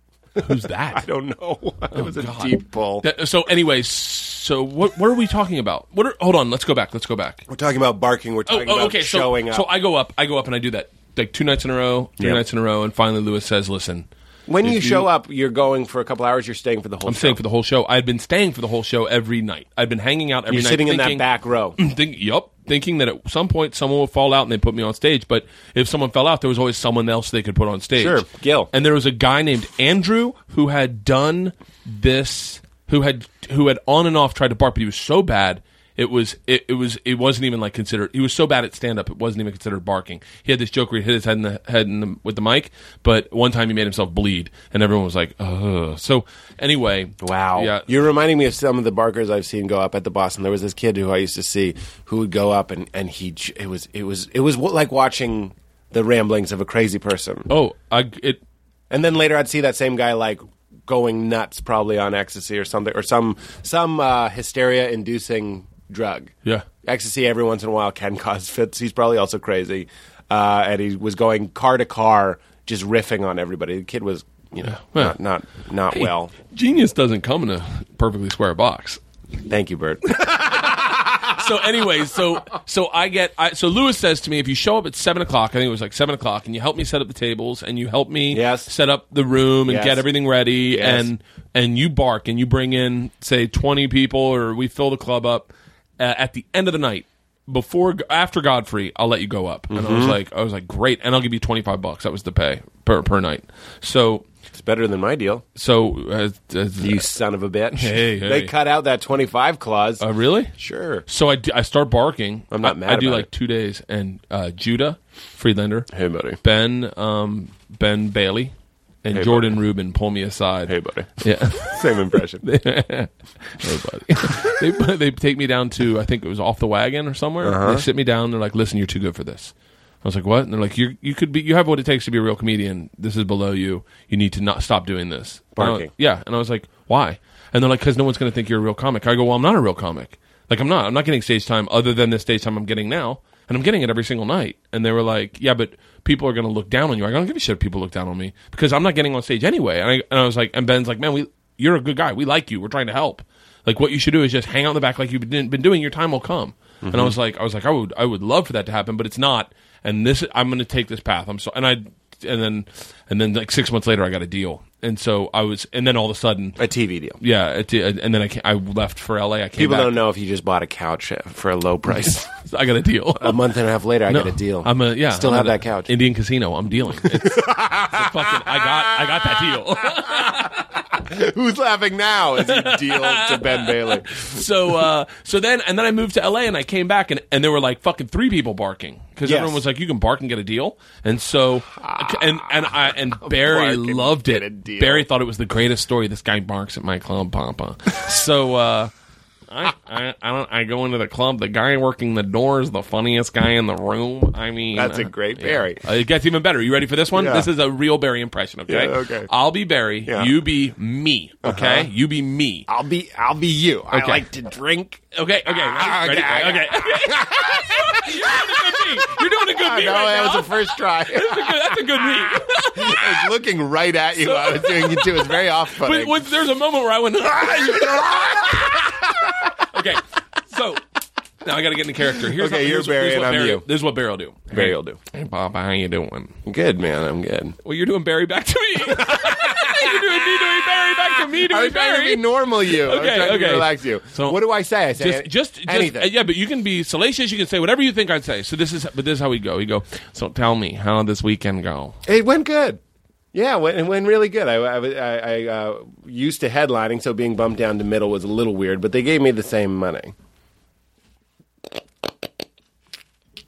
[SPEAKER 5] Who's that? Oh,
[SPEAKER 2] I don't know. it was a
[SPEAKER 5] God.
[SPEAKER 2] deep pull.
[SPEAKER 5] That- so, anyways, so what? What are we talking about? What? Are, hold on. Let's go back. Let's go back.
[SPEAKER 2] We're talking about barking. We're talking about
[SPEAKER 5] Oh, so,
[SPEAKER 2] showing up.
[SPEAKER 5] So I go up, I go up, and I do that like two nights in a row, three
[SPEAKER 2] Yeah.
[SPEAKER 5] nights in a row, and finally Lewis says, "Listen,
[SPEAKER 2] When
[SPEAKER 5] If
[SPEAKER 2] you,
[SPEAKER 5] you-
[SPEAKER 2] show up, you're going for a couple hours. You're staying for the whole.
[SPEAKER 5] I'm staying for the whole show. I had been staying for the whole show every night. I'd been hanging out every
[SPEAKER 2] You're
[SPEAKER 5] night.
[SPEAKER 2] sitting in that
[SPEAKER 5] thinking- Mm.
[SPEAKER 2] back row.
[SPEAKER 5] Think, yup, thinking that at some point someone would fall out and they put me on stage. But if someone fell out, there was always someone else they could put on stage.
[SPEAKER 2] Sure, Gil.
[SPEAKER 5] And there was a guy named Andrew who had done this, who had who had on and off tried to bark, but he was so bad. It was it, it was it wasn't even like considered. He was so bad at stand up, it wasn't even considered barking. He had this joke where he hit his head in the head in the, with the mic, but one time he made himself bleed, and everyone was like, "Ugh." So anyway,
[SPEAKER 2] Wow.
[SPEAKER 5] yeah,
[SPEAKER 2] You're reminding me of some of the barkers I've seen go up at the Boston. There was this kid who I used to see who would go up and, and he j- it was it was it was w- like watching the ramblings of a crazy person.
[SPEAKER 5] oh, I it
[SPEAKER 2] And then later I'd see that same guy like going nuts probably on ecstasy or something or some some uh, hysteria inducing drug.
[SPEAKER 5] Yeah.
[SPEAKER 2] Ecstasy every once in a while can cause fits. He's probably also crazy. Uh, and he was going car to car just riffing on everybody. The kid was, you know,
[SPEAKER 5] Well.
[SPEAKER 2] not not not
[SPEAKER 5] Hey,
[SPEAKER 2] well.
[SPEAKER 5] genius doesn't come in a perfectly square box.
[SPEAKER 2] Thank you, Bert.
[SPEAKER 5] so anyways, so so I get I, so Lewis says to me, if you show up at seven o'clock, I think it was like seven o'clock, and you help me set up the tables and you help me
[SPEAKER 2] Yes.
[SPEAKER 5] set up the room and
[SPEAKER 2] Yes.
[SPEAKER 5] get everything ready
[SPEAKER 2] Yes.
[SPEAKER 5] and and you bark and you bring in say twenty people or we fill the club up uh, at the end of the night before after Godfrey, I'll let you go up. And I
[SPEAKER 2] Mm-hmm.
[SPEAKER 5] was like, I was like, great, and I'll give you twenty five bucks. That was the pay per per night. So
[SPEAKER 2] It's better than my deal.
[SPEAKER 5] so uh, uh,
[SPEAKER 2] You son of a bitch.
[SPEAKER 5] Hey, hey.
[SPEAKER 2] They cut out that 25 clause.
[SPEAKER 5] uh, really.
[SPEAKER 2] sure.
[SPEAKER 5] So I, do- I start barking.
[SPEAKER 2] I'm not
[SPEAKER 5] I-
[SPEAKER 2] mad
[SPEAKER 5] I do
[SPEAKER 2] about
[SPEAKER 5] like
[SPEAKER 2] it.
[SPEAKER 5] two days, and uh, Judah Friedlander,
[SPEAKER 2] Hey, buddy.
[SPEAKER 5] Ben, um, Ben Bailey, and
[SPEAKER 2] Hey,
[SPEAKER 5] Jordan Rubin pull me aside.
[SPEAKER 2] Hey, buddy.
[SPEAKER 5] yeah,
[SPEAKER 2] Same impression.
[SPEAKER 5] hey, buddy. they put- they take me down to I think it was off the wagon or somewhere. They sit me down. They're like, "Listen, you're too good for this." I was like, "What?" And they're like, "You you could be you have what it takes to be a real comedian. This is below you. You need to not stop doing this." And I-
[SPEAKER 2] Barking.
[SPEAKER 5] yeah, and I was like, "Why?" And they're like, "Because no one's going to think you're a real comic." I go, "Well, I'm not a real comic. Like, I'm not. I'm not getting stage time other than the stage time I'm getting now, and I'm getting it every single night." And they were like, "Yeah, but people are going to look down on you." I go, "I don't give a shit if people look down on me because I'm not getting on stage anyway." And I, and I was like, and Ben's like, "Man, we you're a good guy. We like you. We're trying to help. Like, what you should do is just hang out in the back like you've been, been doing. Your time will come."
[SPEAKER 2] Mm-hmm.
[SPEAKER 5] And I was like, I was like, I would, I would love for that to happen, but it's not. And this, I'm going to take this path. I'm so, and I and then and then like six months later i got a deal and so i was and then all of a sudden
[SPEAKER 2] a TV deal.
[SPEAKER 5] yeah it, did- and then I, ca- I left for la i came
[SPEAKER 2] People
[SPEAKER 5] back.
[SPEAKER 2] don't know if you just bought a couch uh, for a low price.
[SPEAKER 5] i got a deal
[SPEAKER 2] a month and a half later, I
[SPEAKER 5] No,
[SPEAKER 2] got a deal.
[SPEAKER 5] i'm a yeah
[SPEAKER 2] Still
[SPEAKER 5] I'm
[SPEAKER 2] have
[SPEAKER 5] at a
[SPEAKER 2] that couch.
[SPEAKER 5] indian casino i'm dealing It's- it's a fucking- i got i got that deal
[SPEAKER 2] Who's laughing now as you deal to Ben Bailey?
[SPEAKER 5] so uh so then and then i moved to la and i came back and and there were like fucking three people barking because
[SPEAKER 2] Yes.
[SPEAKER 5] everyone was like you can bark and get a deal and so and and i and barry
[SPEAKER 2] Bark and
[SPEAKER 5] loved
[SPEAKER 2] get
[SPEAKER 5] it
[SPEAKER 2] a deal.
[SPEAKER 5] barry thought it was the greatest story this guy barks at my club papa so uh I, I I don't I go into the club. The guy working the door is the funniest guy in the room. I mean,
[SPEAKER 2] That's a
[SPEAKER 5] uh,
[SPEAKER 2] great
[SPEAKER 5] yeah.
[SPEAKER 2] Barry.
[SPEAKER 5] Uh, It gets even better. You ready for this one?
[SPEAKER 2] Yeah.
[SPEAKER 5] This is a real Barry impression. Okay.
[SPEAKER 2] Yeah, okay.
[SPEAKER 5] I'll be Barry.
[SPEAKER 2] Yeah.
[SPEAKER 5] You be me. Okay.
[SPEAKER 2] Uh-huh.
[SPEAKER 5] You be me.
[SPEAKER 2] I'll be I'll be you. I
[SPEAKER 5] Okay.
[SPEAKER 2] like to drink.
[SPEAKER 5] Okay, okay,
[SPEAKER 2] Ah,
[SPEAKER 5] ready?
[SPEAKER 2] okay,
[SPEAKER 5] Ready? okay. You're doing
[SPEAKER 2] I
[SPEAKER 5] a good beat. You're doing a good beat
[SPEAKER 2] know
[SPEAKER 5] right
[SPEAKER 2] that
[SPEAKER 5] now.
[SPEAKER 2] was the first try. I
[SPEAKER 5] That's a good- That's a good beat.
[SPEAKER 2] was looking right at you. I was doing it too. It's very off
[SPEAKER 5] But
[SPEAKER 2] putting.
[SPEAKER 5] when, there's a moment where I went. "Ah!" okay, so now I got to get in character. Here's
[SPEAKER 2] Okay,
[SPEAKER 5] how-
[SPEAKER 2] you're
[SPEAKER 5] here's,
[SPEAKER 2] Barry
[SPEAKER 5] here's
[SPEAKER 2] and
[SPEAKER 5] what
[SPEAKER 2] I'm
[SPEAKER 5] Barry,
[SPEAKER 2] you.
[SPEAKER 5] This is what Barry will do.
[SPEAKER 2] Barry will do.
[SPEAKER 5] Hey, Papa, how you doing?
[SPEAKER 2] Good man, I'm good.
[SPEAKER 5] Well, you're doing Barry back to me. you're doing me doing Barry back to me
[SPEAKER 2] I
[SPEAKER 5] doing
[SPEAKER 2] was trying to
[SPEAKER 5] Barry.
[SPEAKER 2] be normal you. I was
[SPEAKER 5] Okay,
[SPEAKER 2] trying
[SPEAKER 5] okay.
[SPEAKER 2] to relax you.
[SPEAKER 5] So-
[SPEAKER 2] what do I say? I say
[SPEAKER 5] just,
[SPEAKER 2] any-
[SPEAKER 5] just, just,
[SPEAKER 2] anything.
[SPEAKER 5] uh, yeah, but you can be salacious. You can say whatever you think I'd say. So this is, but this is how we go. You go. So tell me, how did this weekend go?
[SPEAKER 2] It went good. Yeah, it went, it went really good. I, I, was- I, I uh, used to headlining, so being bumped down to middle was a little weird, but they gave me the same money.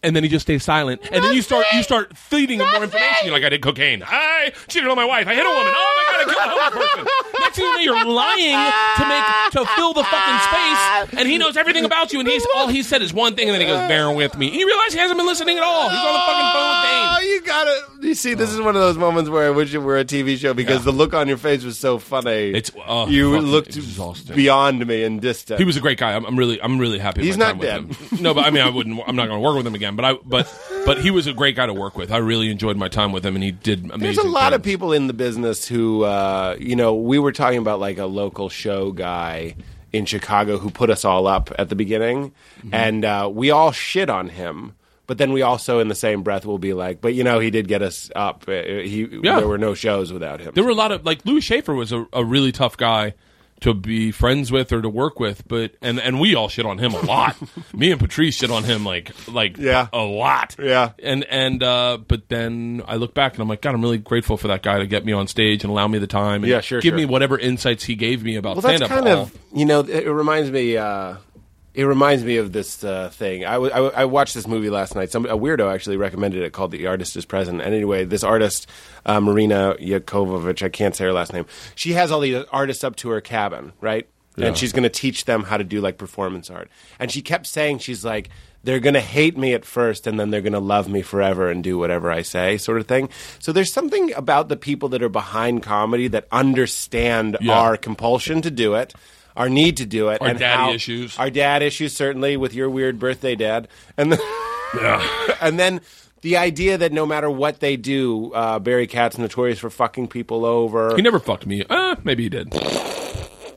[SPEAKER 5] and then he just stays silent. And then you start you start feeding him more information. You're like, I did cocaine. I cheated on my wife. I hit a woman. Oh my god, I killed a whole person. Next thing you know, you're lying to make to fill the fucking space. And he knows everything about you. And he's all he said is one thing. And then he goes, bear with me. And you realize he hasn't been listening at all. He's on the fucking phone
[SPEAKER 2] Oh,
[SPEAKER 5] with Dane.
[SPEAKER 2] you got to You see, this is one of those moments where I wish it were a TV show because the
[SPEAKER 5] Yeah.
[SPEAKER 2] look on your face was so funny.
[SPEAKER 5] It's- oh,
[SPEAKER 2] you
[SPEAKER 5] fucking
[SPEAKER 2] looked
[SPEAKER 5] exhausting.
[SPEAKER 2] beyond me and distant.
[SPEAKER 5] He was a great guy. I'm, I'm really, I'm really happy.
[SPEAKER 2] He's
[SPEAKER 5] my
[SPEAKER 2] not
[SPEAKER 5] time
[SPEAKER 2] dead.
[SPEAKER 5] With him. No, but I mean, I wouldn't. I'm not going to work with him again. But I, but, but he was a great guy to work with. I really enjoyed my time with him, and he did amazing.
[SPEAKER 2] There's a lot of
[SPEAKER 5] things.
[SPEAKER 2] people in the business who, uh, you know, we were talking about like a local show guy in Chicago who put us all up at the beginning,
[SPEAKER 5] Mm-hmm.
[SPEAKER 2] and uh, we all shit on him. But then we also, in the same breath, will be like, but you know, he did get us up. Uh, He
[SPEAKER 5] Yeah.
[SPEAKER 2] there were no shows without him.
[SPEAKER 5] There were a lot of like Louis Schaefer was a, a really tough guy to be friends with or to work with, but and and we all shit on him a lot. Me and Patrice shit on him like like
[SPEAKER 2] Yeah.
[SPEAKER 5] a lot.
[SPEAKER 2] Yeah.
[SPEAKER 5] And and uh but then I look back and I'm like, God, I'm really grateful for that guy to get me on stage and allow me the time and
[SPEAKER 2] Yeah, sure,
[SPEAKER 5] give
[SPEAKER 2] sure.
[SPEAKER 5] me whatever insights he gave me about
[SPEAKER 2] Well,
[SPEAKER 5] stand
[SPEAKER 2] that's
[SPEAKER 5] up.
[SPEAKER 2] kind of you know. It it reminds me. Uh, it reminds me of this uh, thing. I wa- I wa- I watched this movie last night. Some a weirdo actually recommended it called "The Artist Is Present." And anyway, this artist uh, Marina Yakovovich, I can't say her last name. She has all the artists up to her cabin, right? And she's going to teach them how to do like performance art. And she kept saying, she's like, they're going to hate me at first and then they're going to love me forever and do whatever I say, sort of thing. So there's something about the people that are behind comedy that understand
[SPEAKER 5] Yeah.
[SPEAKER 2] our compulsion to do it, our need to do it,
[SPEAKER 5] Our
[SPEAKER 2] and
[SPEAKER 5] daddy
[SPEAKER 2] how-
[SPEAKER 5] issues.
[SPEAKER 2] our dad issues certainly with your weird birthday dad, and then, and then the idea that no matter what they do, uh, Barry Katz notorious for fucking people over.
[SPEAKER 5] he never fucked me. Uh, maybe he did.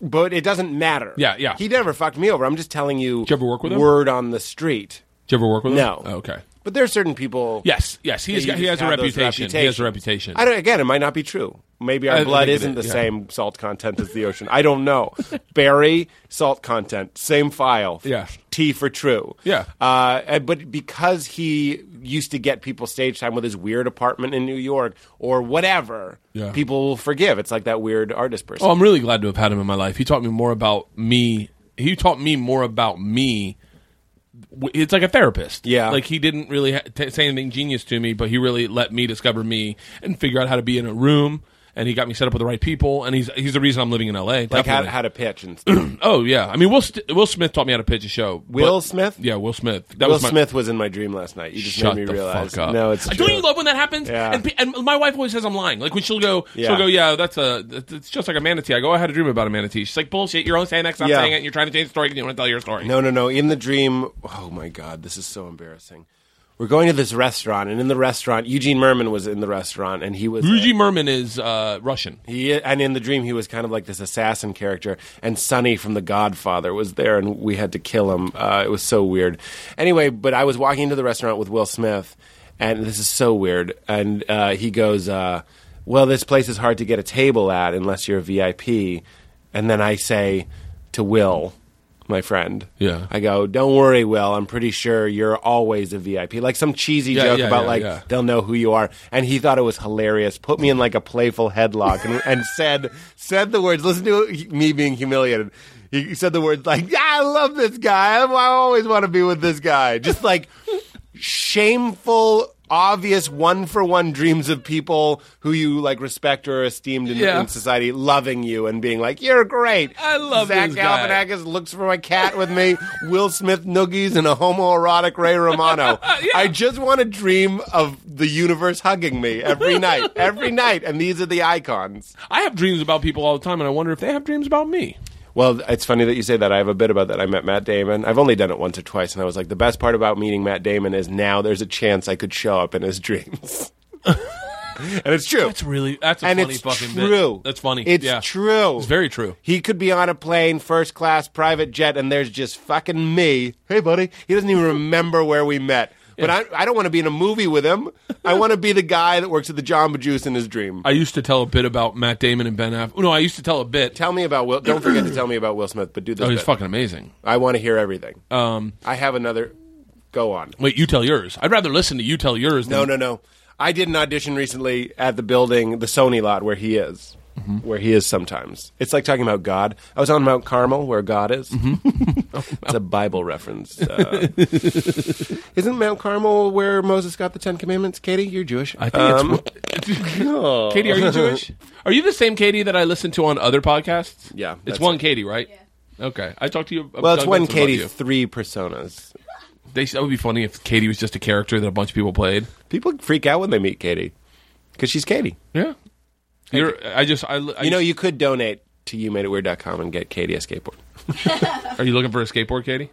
[SPEAKER 2] but it doesn't matter.
[SPEAKER 5] Yeah, yeah.
[SPEAKER 2] He never fucked me over. I'm just telling you.
[SPEAKER 5] you ever work with him?
[SPEAKER 2] Word on the street.
[SPEAKER 5] Did you ever work with him?
[SPEAKER 2] No.
[SPEAKER 5] Oh, okay.
[SPEAKER 2] But there are certain people.
[SPEAKER 5] Yes, yes.
[SPEAKER 2] Yeah,
[SPEAKER 5] He, has
[SPEAKER 2] you
[SPEAKER 5] got he has
[SPEAKER 2] just
[SPEAKER 5] a
[SPEAKER 2] have those
[SPEAKER 5] reputation. He has a
[SPEAKER 2] reputations.
[SPEAKER 5] reputation.
[SPEAKER 2] I don't, again, it might not be true. Maybe our
[SPEAKER 5] I
[SPEAKER 2] blood
[SPEAKER 5] think Uh, it
[SPEAKER 2] isn't
[SPEAKER 5] is,
[SPEAKER 2] the
[SPEAKER 5] yeah.
[SPEAKER 2] same salt content as the ocean. I don't know. Barry, salt content, same file.
[SPEAKER 5] Yeah.
[SPEAKER 2] T for true.
[SPEAKER 5] Yeah.
[SPEAKER 2] Uh, and- but because he used to get people stage time with his weird apartment in New York or whatever,
[SPEAKER 5] Yeah.
[SPEAKER 2] people will forgive. It's like that weird artist person.
[SPEAKER 5] Oh, I'm really glad to have had him in my life. He taught me more about me. He taught me more about me. W- It's like a therapist.
[SPEAKER 2] Yeah.
[SPEAKER 5] Like he didn't really ha- t- say anything genius to me, but he really let me discover me and figure out how to be in a room. And he got me set up with the right people. And he's he's the reason I'm living in LA.
[SPEAKER 2] like how,
[SPEAKER 5] definitely.
[SPEAKER 2] how to pitch and stuff.
[SPEAKER 5] oh yeah. I mean, Will St- Will Smith taught me how to pitch a show.
[SPEAKER 2] Will
[SPEAKER 5] but-
[SPEAKER 2] Smith?
[SPEAKER 5] Yeah, Will Smith. That
[SPEAKER 2] Will
[SPEAKER 5] was my,
[SPEAKER 2] Smith was in my dream last night. You just
[SPEAKER 5] Shut
[SPEAKER 2] made me
[SPEAKER 5] the
[SPEAKER 2] realize.
[SPEAKER 5] fuck up.
[SPEAKER 2] No, it's
[SPEAKER 5] Don't
[SPEAKER 2] true.
[SPEAKER 5] you love when that happens?
[SPEAKER 2] Yeah.
[SPEAKER 5] And, pe- and my wife always says I'm lying. Like when she'll go,
[SPEAKER 2] Yeah.
[SPEAKER 5] she'll go, yeah, that's a, that's- it's just like a manatee. I go, I had a dream about a manatee. She's like, bullshit. You're only saying that 'cause I'm
[SPEAKER 2] Yeah.
[SPEAKER 5] saying it. And you're trying to change the story because you want to tell your story.
[SPEAKER 2] No, no, no. In the dream, oh my god, this is so embarrassing. We're going to this restaurant, and in the restaurant, Eugene Merman was in the restaurant, and he was
[SPEAKER 5] Ruji Merman is uh, Russian.
[SPEAKER 2] he and in the dream he was kind of like this assassin character, and Sonny from The Godfather was there, and we had to kill him. Uh, it was so weird. Anyway, but I was walking into the restaurant with Will Smith, and this is so weird. And uh, he goes, uh, "Well, this place is hard to get a table at unless you're a VIP." And then I say to Will, my friend,
[SPEAKER 5] Yeah.
[SPEAKER 2] I go, "Don't worry, Will. I'm pretty sure you're always a VIP." Like some cheesy
[SPEAKER 5] Yeah,
[SPEAKER 2] joke
[SPEAKER 5] yeah,
[SPEAKER 2] about
[SPEAKER 5] yeah,
[SPEAKER 2] like
[SPEAKER 5] yeah.
[SPEAKER 2] they'll know who you are. And he thought it was hilarious. Put me in like a playful headlock and, and said said the words. Listen to me being humiliated. He he said the words like, "Yeah, I love this guy. I I always want to be with this guy." Just like shameful. Obvious one for one dreams of people who you like respect or esteemed in,
[SPEAKER 5] Yeah.
[SPEAKER 2] in society loving you and being like, You're great.
[SPEAKER 5] I love
[SPEAKER 2] Zach
[SPEAKER 5] this guy."
[SPEAKER 2] Galifianakis looks for my cat with me, Will Smith noogies, and a homoerotic Ray Romano. I just want to dream of the universe hugging me every night, every night. And these are the icons.
[SPEAKER 5] I have dreams about people all the time, and I wonder if they have dreams about me.
[SPEAKER 2] Well, it's funny that you say that. I have a bit about that. I met Matt Damon. I've only done it once or twice, and I was like, the best part about meeting Matt Damon is now there's a chance I could show up in his dreams. and it's true.
[SPEAKER 5] That's really that's a
[SPEAKER 2] and
[SPEAKER 5] funny
[SPEAKER 2] it's
[SPEAKER 5] fucking
[SPEAKER 2] true.
[SPEAKER 5] bit. That's funny.
[SPEAKER 2] It's
[SPEAKER 5] yeah.
[SPEAKER 2] true.
[SPEAKER 5] It's very true.
[SPEAKER 2] He could be on a plane, first class, private jet, and there's just fucking me. Hey, buddy. He doesn't even remember where we met. But I, I don't want to be in a movie with him. I want to be the guy that works at the Jamba Juice in his dream.
[SPEAKER 5] I used to tell a bit about Matt Damon and Ben Affleck. No, I used to tell a bit.
[SPEAKER 2] tell me about Will. Don't forget to tell me about Will Smith. But do this.
[SPEAKER 5] Oh, he's
[SPEAKER 2] bit.
[SPEAKER 5] fucking amazing.
[SPEAKER 2] I want to hear everything.
[SPEAKER 5] Um,
[SPEAKER 2] I have another. Go on.
[SPEAKER 5] wait, you tell yours. I'd rather listen to you tell yours.
[SPEAKER 2] No,
[SPEAKER 5] than,
[SPEAKER 2] no, no. I did an audition recently at the building, the Sony lot where he is.
[SPEAKER 5] Mm-hmm.
[SPEAKER 2] Where he is sometimes. It's like talking about God. I was on Mount Carmel where God is.
[SPEAKER 5] Mm-hmm. Oh,
[SPEAKER 2] it's a Bible reference. Uh, isn't Mount Carmel where Moses got the Ten Commandments? Katie, you're Jewish.
[SPEAKER 5] I think
[SPEAKER 2] Um,
[SPEAKER 5] it's- Uh, Katie, are you Jewish? Are you the same Katie that I listen to on other podcasts?
[SPEAKER 2] Yeah,
[SPEAKER 5] it's
[SPEAKER 2] that's
[SPEAKER 5] one
[SPEAKER 2] it.
[SPEAKER 5] Katie, right? Okay, I talked to you.
[SPEAKER 2] well, it's one Katie,
[SPEAKER 5] Katie.
[SPEAKER 2] three personas.
[SPEAKER 5] They, that would be funny if Katie was just a character that a bunch of people played.
[SPEAKER 2] People freak out when they meet Katie because she's Katie.
[SPEAKER 5] Yeah, you're. I just. I, I
[SPEAKER 2] You know, you could donate to youmadeitweird.com and get Katie a skateboard.
[SPEAKER 5] Are you looking for a skateboard, Katie?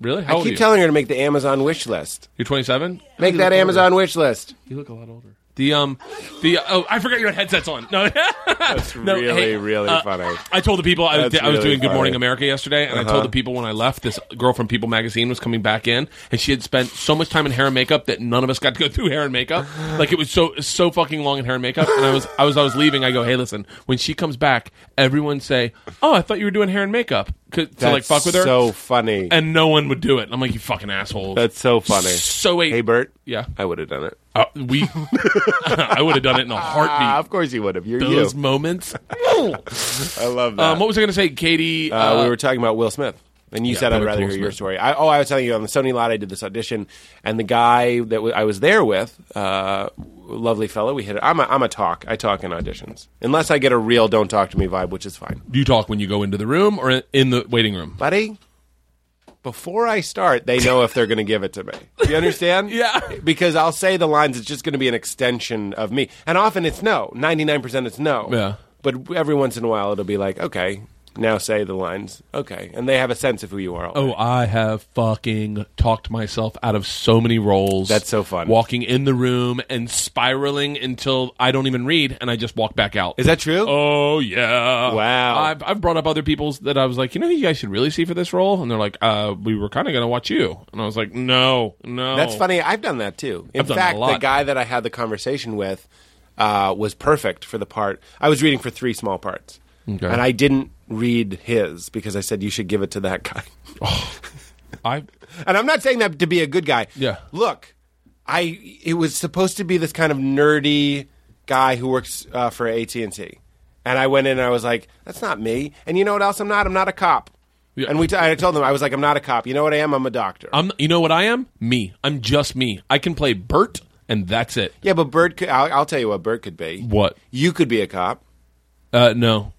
[SPEAKER 5] Really? How
[SPEAKER 2] I
[SPEAKER 5] old are
[SPEAKER 2] keep
[SPEAKER 5] you?
[SPEAKER 2] telling her to make the Amazon wish list.
[SPEAKER 5] You're 27.
[SPEAKER 2] Make that Amazon wish list.
[SPEAKER 5] You look a lot older. The um, the oh, I forgot you had headsets on. No, uh, that's
[SPEAKER 2] really, really funny.
[SPEAKER 5] I told the people I, was
[SPEAKER 2] That's
[SPEAKER 5] I was
[SPEAKER 2] really
[SPEAKER 5] doing Good
[SPEAKER 2] funny. Uh-huh.
[SPEAKER 5] Morning America yesterday, and I told the people when I left, this girl from People Magazine was coming back in, and she had spent so much time in hair and makeup that none of us got to go through hair and makeup. Like it was so so fucking long in hair and makeup. And I was I was I was leaving. I go, hey, listen, when she comes back, everyone say, oh, I thought you were doing hair and makeup 'cause- to like fuck with her,
[SPEAKER 2] So funny.
[SPEAKER 5] and no one would do it. And I'm like, you fucking assholes.
[SPEAKER 2] That's so funny.
[SPEAKER 5] so wait,
[SPEAKER 2] hey Bert.
[SPEAKER 5] yeah.
[SPEAKER 2] I would have done it.
[SPEAKER 5] Uh, we, I would have done it in a
[SPEAKER 2] Ah,
[SPEAKER 5] heartbeat.
[SPEAKER 2] of course you would have. You're
[SPEAKER 5] Those
[SPEAKER 2] you.
[SPEAKER 5] moments.
[SPEAKER 2] I love that.
[SPEAKER 5] Um, what was I going to say, Katie? Uh,
[SPEAKER 2] uh, we were talking about Will Smith. And you said I'd
[SPEAKER 5] back to
[SPEAKER 2] rather
[SPEAKER 5] Will
[SPEAKER 2] hear your
[SPEAKER 5] Smith.
[SPEAKER 2] story. I, oh, I was telling you on the Sony lot, I did this audition, and the guy that w- I was there with, uh, lovely fellow, we hit it. I'm a, I'm a talk. I talk in auditions, unless I get a real "don't talk to me" vibe, which is fine.
[SPEAKER 5] do you talk when you go into the room or in the waiting room?
[SPEAKER 2] buddy, before I start, they know if they're going to give it to me. You understand?
[SPEAKER 5] Yeah.
[SPEAKER 2] Because I'll say the lines, it's just going to be an extension of me. And often it's no. 99% it's no.
[SPEAKER 5] Yeah.
[SPEAKER 2] But every once in a while, it'll be like, okay, now say the lines. Okay, and they have a sense of who you are.
[SPEAKER 5] Oh, I have fucking talked myself out of so many roles.
[SPEAKER 2] That's so fun.
[SPEAKER 5] Walking in the room and spiraling until I don't even read and I just walk back out.
[SPEAKER 2] is that true?
[SPEAKER 5] Oh yeah!
[SPEAKER 2] Wow.
[SPEAKER 5] I've, I've brought up other people's that I was like, you know, who you guys should really see for this role, and they're like, uh, we were kind of gonna watch you, and I was like, no, no.
[SPEAKER 2] That's funny. I've done that too. In
[SPEAKER 5] I've done that a
[SPEAKER 2] fact, the
[SPEAKER 5] lot.
[SPEAKER 2] guy that I had the conversation with uh, was perfect for the part. I was reading for three small parts,
[SPEAKER 5] Okay.
[SPEAKER 2] and I didn't read his because I said you should give it to that guy.
[SPEAKER 5] I
[SPEAKER 2] And I'm not saying that to be a good guy.
[SPEAKER 5] Yeah.
[SPEAKER 2] Look, I it was supposed to be this kind of nerdy guy who works uh, for AT and T, and I went in and I was like, "That's not me." And you know what else? I'm not. I'm not a cop.
[SPEAKER 5] Yeah.
[SPEAKER 2] And we t- I told them I was like, "I'm not a cop." You know what I am? I'm a doctor.
[SPEAKER 5] I'm you know what I am? Me. I'm just me. I can play Bert, and that's it.
[SPEAKER 2] yeah, but Bert. Could, I'll, I'll tell you what Bert could be.
[SPEAKER 5] What?
[SPEAKER 2] You could be a cop.
[SPEAKER 5] Uh, no,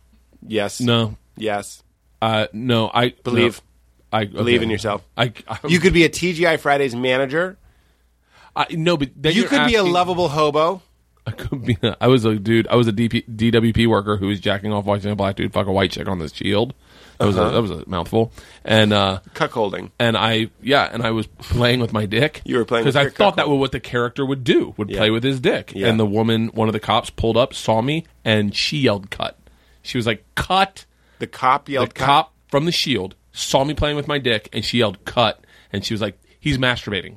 [SPEAKER 2] Yes.
[SPEAKER 5] no,
[SPEAKER 2] Yes.
[SPEAKER 5] uh, no. I
[SPEAKER 2] Believe.
[SPEAKER 5] no. I
[SPEAKER 2] Believe
[SPEAKER 5] okay.
[SPEAKER 2] in yourself.
[SPEAKER 5] I, I
[SPEAKER 2] You could be a TGI Fridays manager.
[SPEAKER 5] I, no, but then
[SPEAKER 2] You
[SPEAKER 5] you're
[SPEAKER 2] could be a
[SPEAKER 5] asking-
[SPEAKER 2] lovable hobo.
[SPEAKER 5] I could be. A, I was a dude. I was a DP, DWP worker who was jacking off watching a black dude fuck a white chick on this shield.
[SPEAKER 2] Uh-huh.
[SPEAKER 5] That was a, that was a mouthful. And uh,
[SPEAKER 2] Cuckolding.
[SPEAKER 5] and I yeah, and I was playing with my dick.
[SPEAKER 2] You were playing with
[SPEAKER 5] because I
[SPEAKER 2] your
[SPEAKER 5] thought that
[SPEAKER 2] cuckold.
[SPEAKER 5] was what the character would do. Would play with his dick.
[SPEAKER 2] Yeah.
[SPEAKER 5] And the woman, one of the cops, pulled up, saw me, and she yelled, "Cut!" She was like, "Cut!"
[SPEAKER 2] The cop
[SPEAKER 5] The
[SPEAKER 2] yelled
[SPEAKER 5] cop from the shield saw me playing with my dick, and she yelled, "Cut!" And she was like, "He's masturbating,"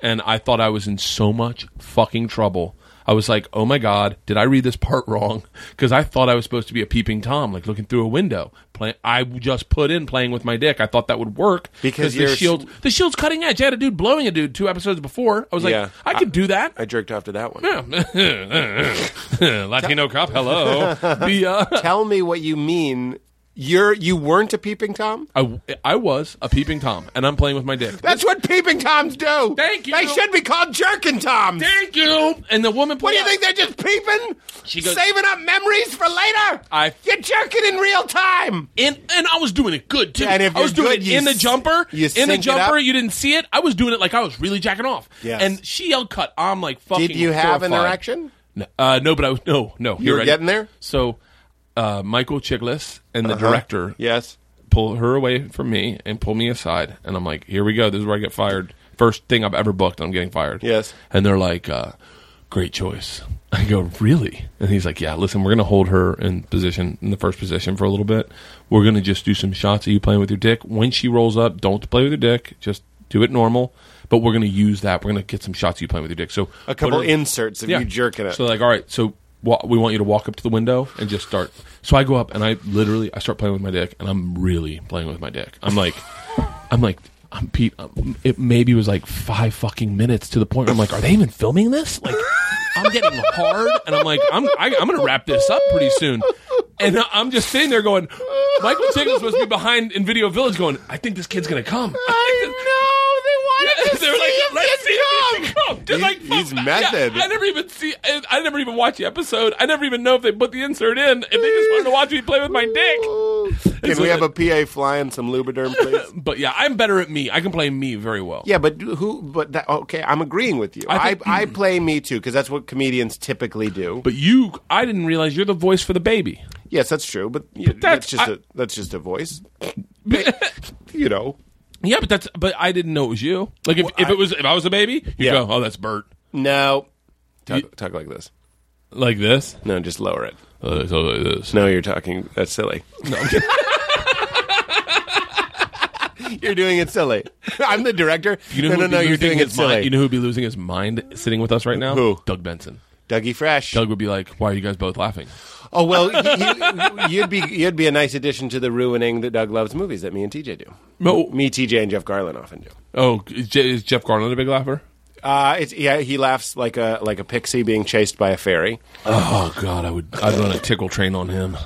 [SPEAKER 5] and I thought I was in so much fucking trouble. I was like, "Oh my god, did I read this part wrong?" Because I thought I was supposed to be a peeping tom, like looking through a window. Play- I just put in playing with my dick. I thought that would work
[SPEAKER 2] Because
[SPEAKER 5] the
[SPEAKER 2] you're-
[SPEAKER 5] shield, the shield's cutting edge. I had a dude blowing a dude two episodes before. I was like,
[SPEAKER 2] Yeah.
[SPEAKER 5] I could do that.
[SPEAKER 2] I jerked off to that one.
[SPEAKER 5] Latino cop, hello. The, uh,
[SPEAKER 2] Tell me what you mean. You're you weren't a peeping tom.
[SPEAKER 5] I, I was a peeping tom, and I'm playing with my dick.
[SPEAKER 2] That's what peeping toms do.
[SPEAKER 5] Thank you.
[SPEAKER 2] They should be called jerking toms.
[SPEAKER 5] Thank you. And the woman.
[SPEAKER 2] What do you
[SPEAKER 5] pulled
[SPEAKER 2] think?
[SPEAKER 5] out-
[SPEAKER 2] They're just peeping,
[SPEAKER 5] She goes-
[SPEAKER 2] saving up memories for later.
[SPEAKER 5] I-
[SPEAKER 2] You're jerking in real time.
[SPEAKER 5] and and I was doing it good too.
[SPEAKER 2] And if
[SPEAKER 5] I was
[SPEAKER 2] you're
[SPEAKER 5] doing
[SPEAKER 2] good,
[SPEAKER 5] it
[SPEAKER 2] you
[SPEAKER 5] in the
[SPEAKER 2] s-
[SPEAKER 5] jumper,
[SPEAKER 2] you
[SPEAKER 5] in
[SPEAKER 2] sync
[SPEAKER 5] the
[SPEAKER 2] it
[SPEAKER 5] jumper,
[SPEAKER 2] up.
[SPEAKER 5] you didn't see it. I was doing it like I was really jacking off.
[SPEAKER 2] Yes.
[SPEAKER 5] And she yelled, "Cut!" I'm like, "Fucking."
[SPEAKER 2] Did you have an
[SPEAKER 5] horrified.
[SPEAKER 2] erection?
[SPEAKER 5] No, uh, no, but I was no, no. You
[SPEAKER 2] were getting there? Uh-huh.
[SPEAKER 5] So, uh, Michael Chiglis and the director
[SPEAKER 2] Yes.
[SPEAKER 5] pull her away from me and pull me aside, and I'm like, "Here we go. This is where I get fired. First thing I've ever booked. I'm getting fired."
[SPEAKER 2] Yes.
[SPEAKER 5] And they're like, uh, "Great choice." I go, "Really?" And he's like, "Yeah. Listen, we're gonna hold her in position in the first position for a little bit. We're gonna just do some shots of you playing with your dick. When she rolls up, don't play with your dick. Just do it normal." But we're going to use that. We're going to get some shots of you playing with your dick. So
[SPEAKER 2] A couple
[SPEAKER 5] what are-
[SPEAKER 2] inserts of you jerking it.
[SPEAKER 5] so like, all right, so wa- we want you to walk up to the window and just start. So I go up and I literally I start playing with my dick and I'm really playing with my dick. I'm like, I'm like, I'm Pete. um it maybe was like five fucking minutes to the point where I'm like, are they even filming this? Like, I'm getting hard and I'm like, I'm I, I'm gonna wrap this up pretty soon. And I- I'm just sitting there going, Michael Chiklis must be behind in Video Village going, I think this kid's gonna come. I know they wanted They're like, let's see if he come. Just
[SPEAKER 2] He-
[SPEAKER 5] like,
[SPEAKER 2] he's
[SPEAKER 5] fuck,
[SPEAKER 2] method.
[SPEAKER 5] I never even see. I I never even watch the episode. I never even know if they put the insert in. If they just wanted to watch me play with my dick.
[SPEAKER 2] Can we have a PA flying some Lubriderm, please?
[SPEAKER 5] But yeah, I'm better at me. I can play me very well.
[SPEAKER 2] Yeah, but who? But that, okay, I'm agreeing with you.
[SPEAKER 5] I
[SPEAKER 2] I,
[SPEAKER 5] think-
[SPEAKER 2] I, play me too because that's what comedians typically do.
[SPEAKER 5] But you, I didn't realize you're the voice for the baby.
[SPEAKER 2] yes, that's true. But, you-
[SPEAKER 5] that's-
[SPEAKER 2] that's, just
[SPEAKER 5] I-
[SPEAKER 2] a that's just a voice. you know,
[SPEAKER 5] Yeah, but that's. But I didn't know it was you. Like if, if it was if I was a baby, you
[SPEAKER 2] Yeah.
[SPEAKER 5] go, oh, that's Bert.
[SPEAKER 2] no. Talk,
[SPEAKER 5] You-
[SPEAKER 2] talk like this.
[SPEAKER 5] Like this.
[SPEAKER 2] No, just lower it.
[SPEAKER 5] Oh, that's all like this.
[SPEAKER 2] No, you're talking. That's silly. you're doing it silly. I'm the director.
[SPEAKER 5] You know
[SPEAKER 2] no,
[SPEAKER 5] who
[SPEAKER 2] no,
[SPEAKER 5] would be
[SPEAKER 2] no. You're
[SPEAKER 5] losing
[SPEAKER 2] doing it
[SPEAKER 5] his
[SPEAKER 2] silly.
[SPEAKER 5] mind? You know who'd be losing his mind sitting with us right now?
[SPEAKER 2] Who?
[SPEAKER 5] Doug Benson.
[SPEAKER 2] Dougie Fresh.
[SPEAKER 5] Doug would be like, "Why are you guys both laughing?"
[SPEAKER 2] Oh well, you, you, you'd be you'd be a nice addition to the ruining that Doug loves movies that me and TJ do.
[SPEAKER 5] No.
[SPEAKER 2] me, TJ, and Jeff Garlin often do.
[SPEAKER 5] Oh, is Je- is Jeff Garland a big laugher?
[SPEAKER 2] Uh, it's, yeah, he laughs like a like a pixie being chased by a fairy.
[SPEAKER 5] Oh God, I would. I'd run a tickle train on him.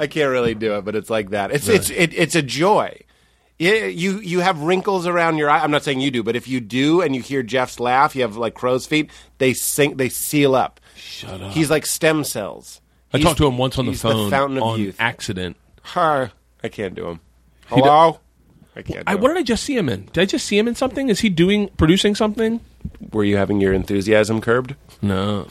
[SPEAKER 2] I can't really do it, but it's like that. It's it's it, it's a joy. Yeah, you you have wrinkles around your eye. I'm not saying you do, but if you do, and you hear Jeff's laugh, you have like crow's feet. They sink. They seal up. Shut up. He's like stem cells.
[SPEAKER 5] I
[SPEAKER 2] He's-
[SPEAKER 5] talked to him once on the
[SPEAKER 2] he's
[SPEAKER 5] phone
[SPEAKER 2] fountain of
[SPEAKER 5] on
[SPEAKER 2] youth.
[SPEAKER 5] accident.
[SPEAKER 2] Her. I can't do him. Hello. I can't. Do
[SPEAKER 5] I,
[SPEAKER 2] him.
[SPEAKER 5] what did I just see him in? Did I just see him in something? Is he doing producing something?
[SPEAKER 2] were you having your enthusiasm curbed?
[SPEAKER 5] No,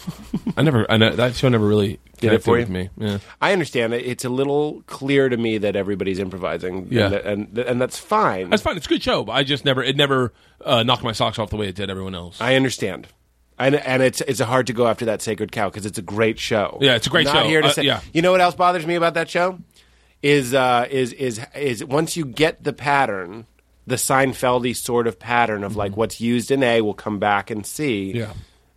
[SPEAKER 5] I never. I know, that show never really connected
[SPEAKER 2] for you?
[SPEAKER 5] with me. Yeah.
[SPEAKER 2] I understand it. It's a little clear to me that everybody's improvising.
[SPEAKER 5] Yeah.
[SPEAKER 2] and that- and, and that's fine.
[SPEAKER 5] That's fine. It's a good show, but I just never. It never uh, knocked my socks off the way it did everyone else.
[SPEAKER 2] I understand. And, and it's it's hard to go after that sacred cow because it's a great show.
[SPEAKER 5] Yeah, it's a great
[SPEAKER 2] Not
[SPEAKER 5] show.
[SPEAKER 2] Here to
[SPEAKER 5] Uh,
[SPEAKER 2] say,
[SPEAKER 5] yeah.
[SPEAKER 2] You know what else bothers me about that show is uh, is is is once you get the pattern, the Seinfeldy sort of pattern of like what's used in A, we'll come back and see.
[SPEAKER 5] Mm-hmm. Yeah.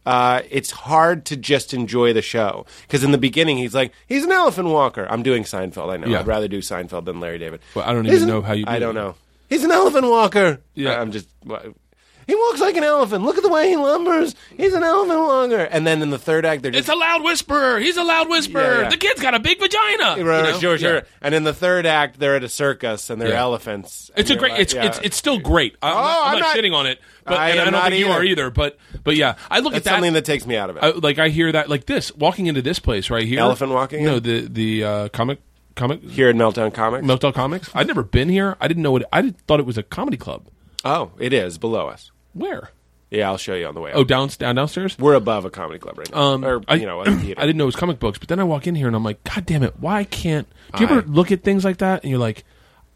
[SPEAKER 2] Uh, it's hard to just enjoy the show because in the beginning he's like he's an elephant walker. I'm doing Seinfeld. I know.
[SPEAKER 5] Yeah.
[SPEAKER 2] I'd rather do Seinfeld than Larry David.
[SPEAKER 5] Well, I don't
[SPEAKER 2] He's
[SPEAKER 5] even
[SPEAKER 2] an-
[SPEAKER 5] know how you do
[SPEAKER 2] I don't
[SPEAKER 5] that.
[SPEAKER 2] know. He's an elephant walker.
[SPEAKER 5] Yeah.
[SPEAKER 2] I- I'm just. wha- He walks like an elephant. Look at the way he lumbers. He's an elephant walker. And then in the third act, they're just.
[SPEAKER 5] It's a loud whisperer. He's a loud whisperer.
[SPEAKER 2] Yeah, yeah.
[SPEAKER 5] The kid's got a big vagina. you
[SPEAKER 2] Right,
[SPEAKER 5] know?
[SPEAKER 2] sure, sure.
[SPEAKER 5] Yeah.
[SPEAKER 2] And in the third act, they're at a circus and they're
[SPEAKER 5] Yeah.
[SPEAKER 2] elephants. and
[SPEAKER 5] It's a
[SPEAKER 2] you're
[SPEAKER 5] great.
[SPEAKER 2] like-
[SPEAKER 5] It's
[SPEAKER 2] yeah. Oh,
[SPEAKER 5] it's it's still great. I'm, not, I'm
[SPEAKER 2] I'm
[SPEAKER 5] not
[SPEAKER 2] not-
[SPEAKER 5] shitting on it, but
[SPEAKER 2] I
[SPEAKER 5] and
[SPEAKER 2] am
[SPEAKER 5] I don't
[SPEAKER 2] not
[SPEAKER 5] think you are
[SPEAKER 2] either.
[SPEAKER 5] either. But but yeah, I look
[SPEAKER 2] That's
[SPEAKER 5] at that. Oh.
[SPEAKER 2] something that takes me out of it.
[SPEAKER 5] I, like I hear that like this walking into this place right here.
[SPEAKER 2] Elephant walking
[SPEAKER 5] No,
[SPEAKER 2] in?
[SPEAKER 5] the the uh, comic comic
[SPEAKER 2] Here at Meltdown Comics.
[SPEAKER 5] Motel Comics. I'd never been here. I didn't know it. I did, thought it was a comedy club.
[SPEAKER 2] oh, it is below us.
[SPEAKER 5] Where?
[SPEAKER 2] Yeah, I'll show you on the way.
[SPEAKER 5] Oh,
[SPEAKER 2] up.
[SPEAKER 5] down down downstairs.
[SPEAKER 2] we're above a comedy club right now,
[SPEAKER 5] Um,
[SPEAKER 2] or
[SPEAKER 5] I,
[SPEAKER 2] you know, a theater.
[SPEAKER 5] I didn't know it was comic books, but then I walk in here and I'm like, God damn it! Why can't? Do you ever look at things like that and you're like,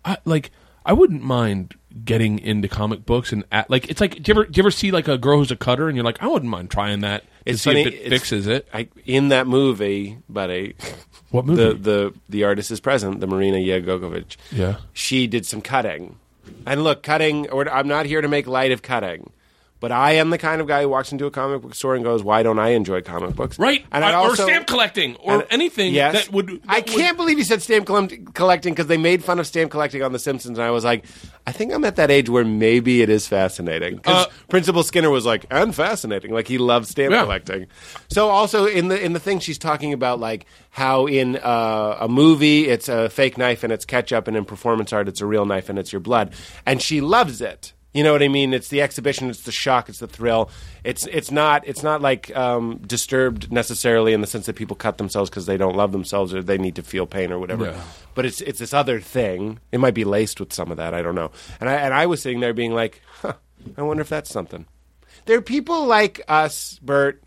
[SPEAKER 5] I like I wouldn't mind getting into comic books and at, like it's like do you ever do you ever see like a girl who's a cutter and you're like, I wouldn't mind trying that to see if it
[SPEAKER 2] it's-
[SPEAKER 5] fixes it.
[SPEAKER 2] I, in that movie, buddy.
[SPEAKER 5] What movie?
[SPEAKER 2] The, the the artist is present, the Marina Yegogovich.
[SPEAKER 5] Yeah.
[SPEAKER 2] She did some cutting. And look, cutting, or I'm not here to make light of cutting. But I am the kind of guy who walks into a comic book store and goes, "Why don't I enjoy comic books?"
[SPEAKER 5] Right,
[SPEAKER 2] and
[SPEAKER 5] I-
[SPEAKER 2] I also-
[SPEAKER 5] or stamp collecting, or
[SPEAKER 2] and-
[SPEAKER 5] anything
[SPEAKER 2] Yes.
[SPEAKER 5] that would. that
[SPEAKER 2] I
[SPEAKER 5] would-
[SPEAKER 2] can't believe you said stamp collect- collecting because they made fun of stamp collecting on The Simpsons, and I was like, I think I'm at that age where maybe it is fascinating. 'Cause
[SPEAKER 5] Uh,
[SPEAKER 2] Principal Skinner was like, and fascinating, like he loves stamp
[SPEAKER 5] Yeah.
[SPEAKER 2] collecting. So also in the in the thing she's talking about, like how in uh, a movie it's a fake knife and it's ketchup, and in performance art it's a real knife and it's your blood, and she loves it. You know what I mean? It's the exhibition, it's the shock, it's the thrill. It's it's not it's not like um, disturbed necessarily in the sense that people cut themselves because they don't love themselves or they need to feel pain or whatever.
[SPEAKER 5] Yeah.
[SPEAKER 2] But it's it's this other thing. It might be laced with some of that. I don't know. And I and I was sitting there being like, huh, I wonder if that's something. There are people like us, Bert.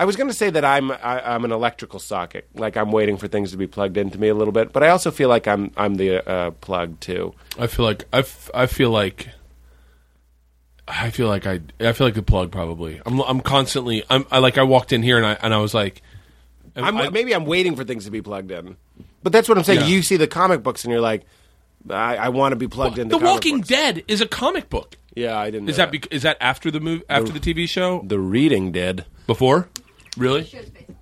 [SPEAKER 2] I was going to say that I'm I, I'm an electrical socket. Like I'm waiting for things to be plugged into me a little bit, but I also feel like I'm I'm the uh, plug too.
[SPEAKER 5] I feel like I, f- I feel like I feel like I I feel like the plug probably. I'm I'm constantly I'm I like I walked in here and I and I was like and
[SPEAKER 2] I'm,
[SPEAKER 5] I-
[SPEAKER 2] maybe I'm waiting for things to be plugged in, but that's what I'm saying.
[SPEAKER 5] Yeah.
[SPEAKER 2] You see the comic books and you're like, I, I want to be plugged into
[SPEAKER 5] The
[SPEAKER 2] comic
[SPEAKER 5] Walking
[SPEAKER 2] books.
[SPEAKER 5] Dead is a comic book.
[SPEAKER 2] Yeah, I didn't.
[SPEAKER 5] Is
[SPEAKER 2] know
[SPEAKER 5] that bec- is that after the movie after the, TV show?
[SPEAKER 2] the reading did?
[SPEAKER 5] Before? Really?
[SPEAKER 4] Show's based on-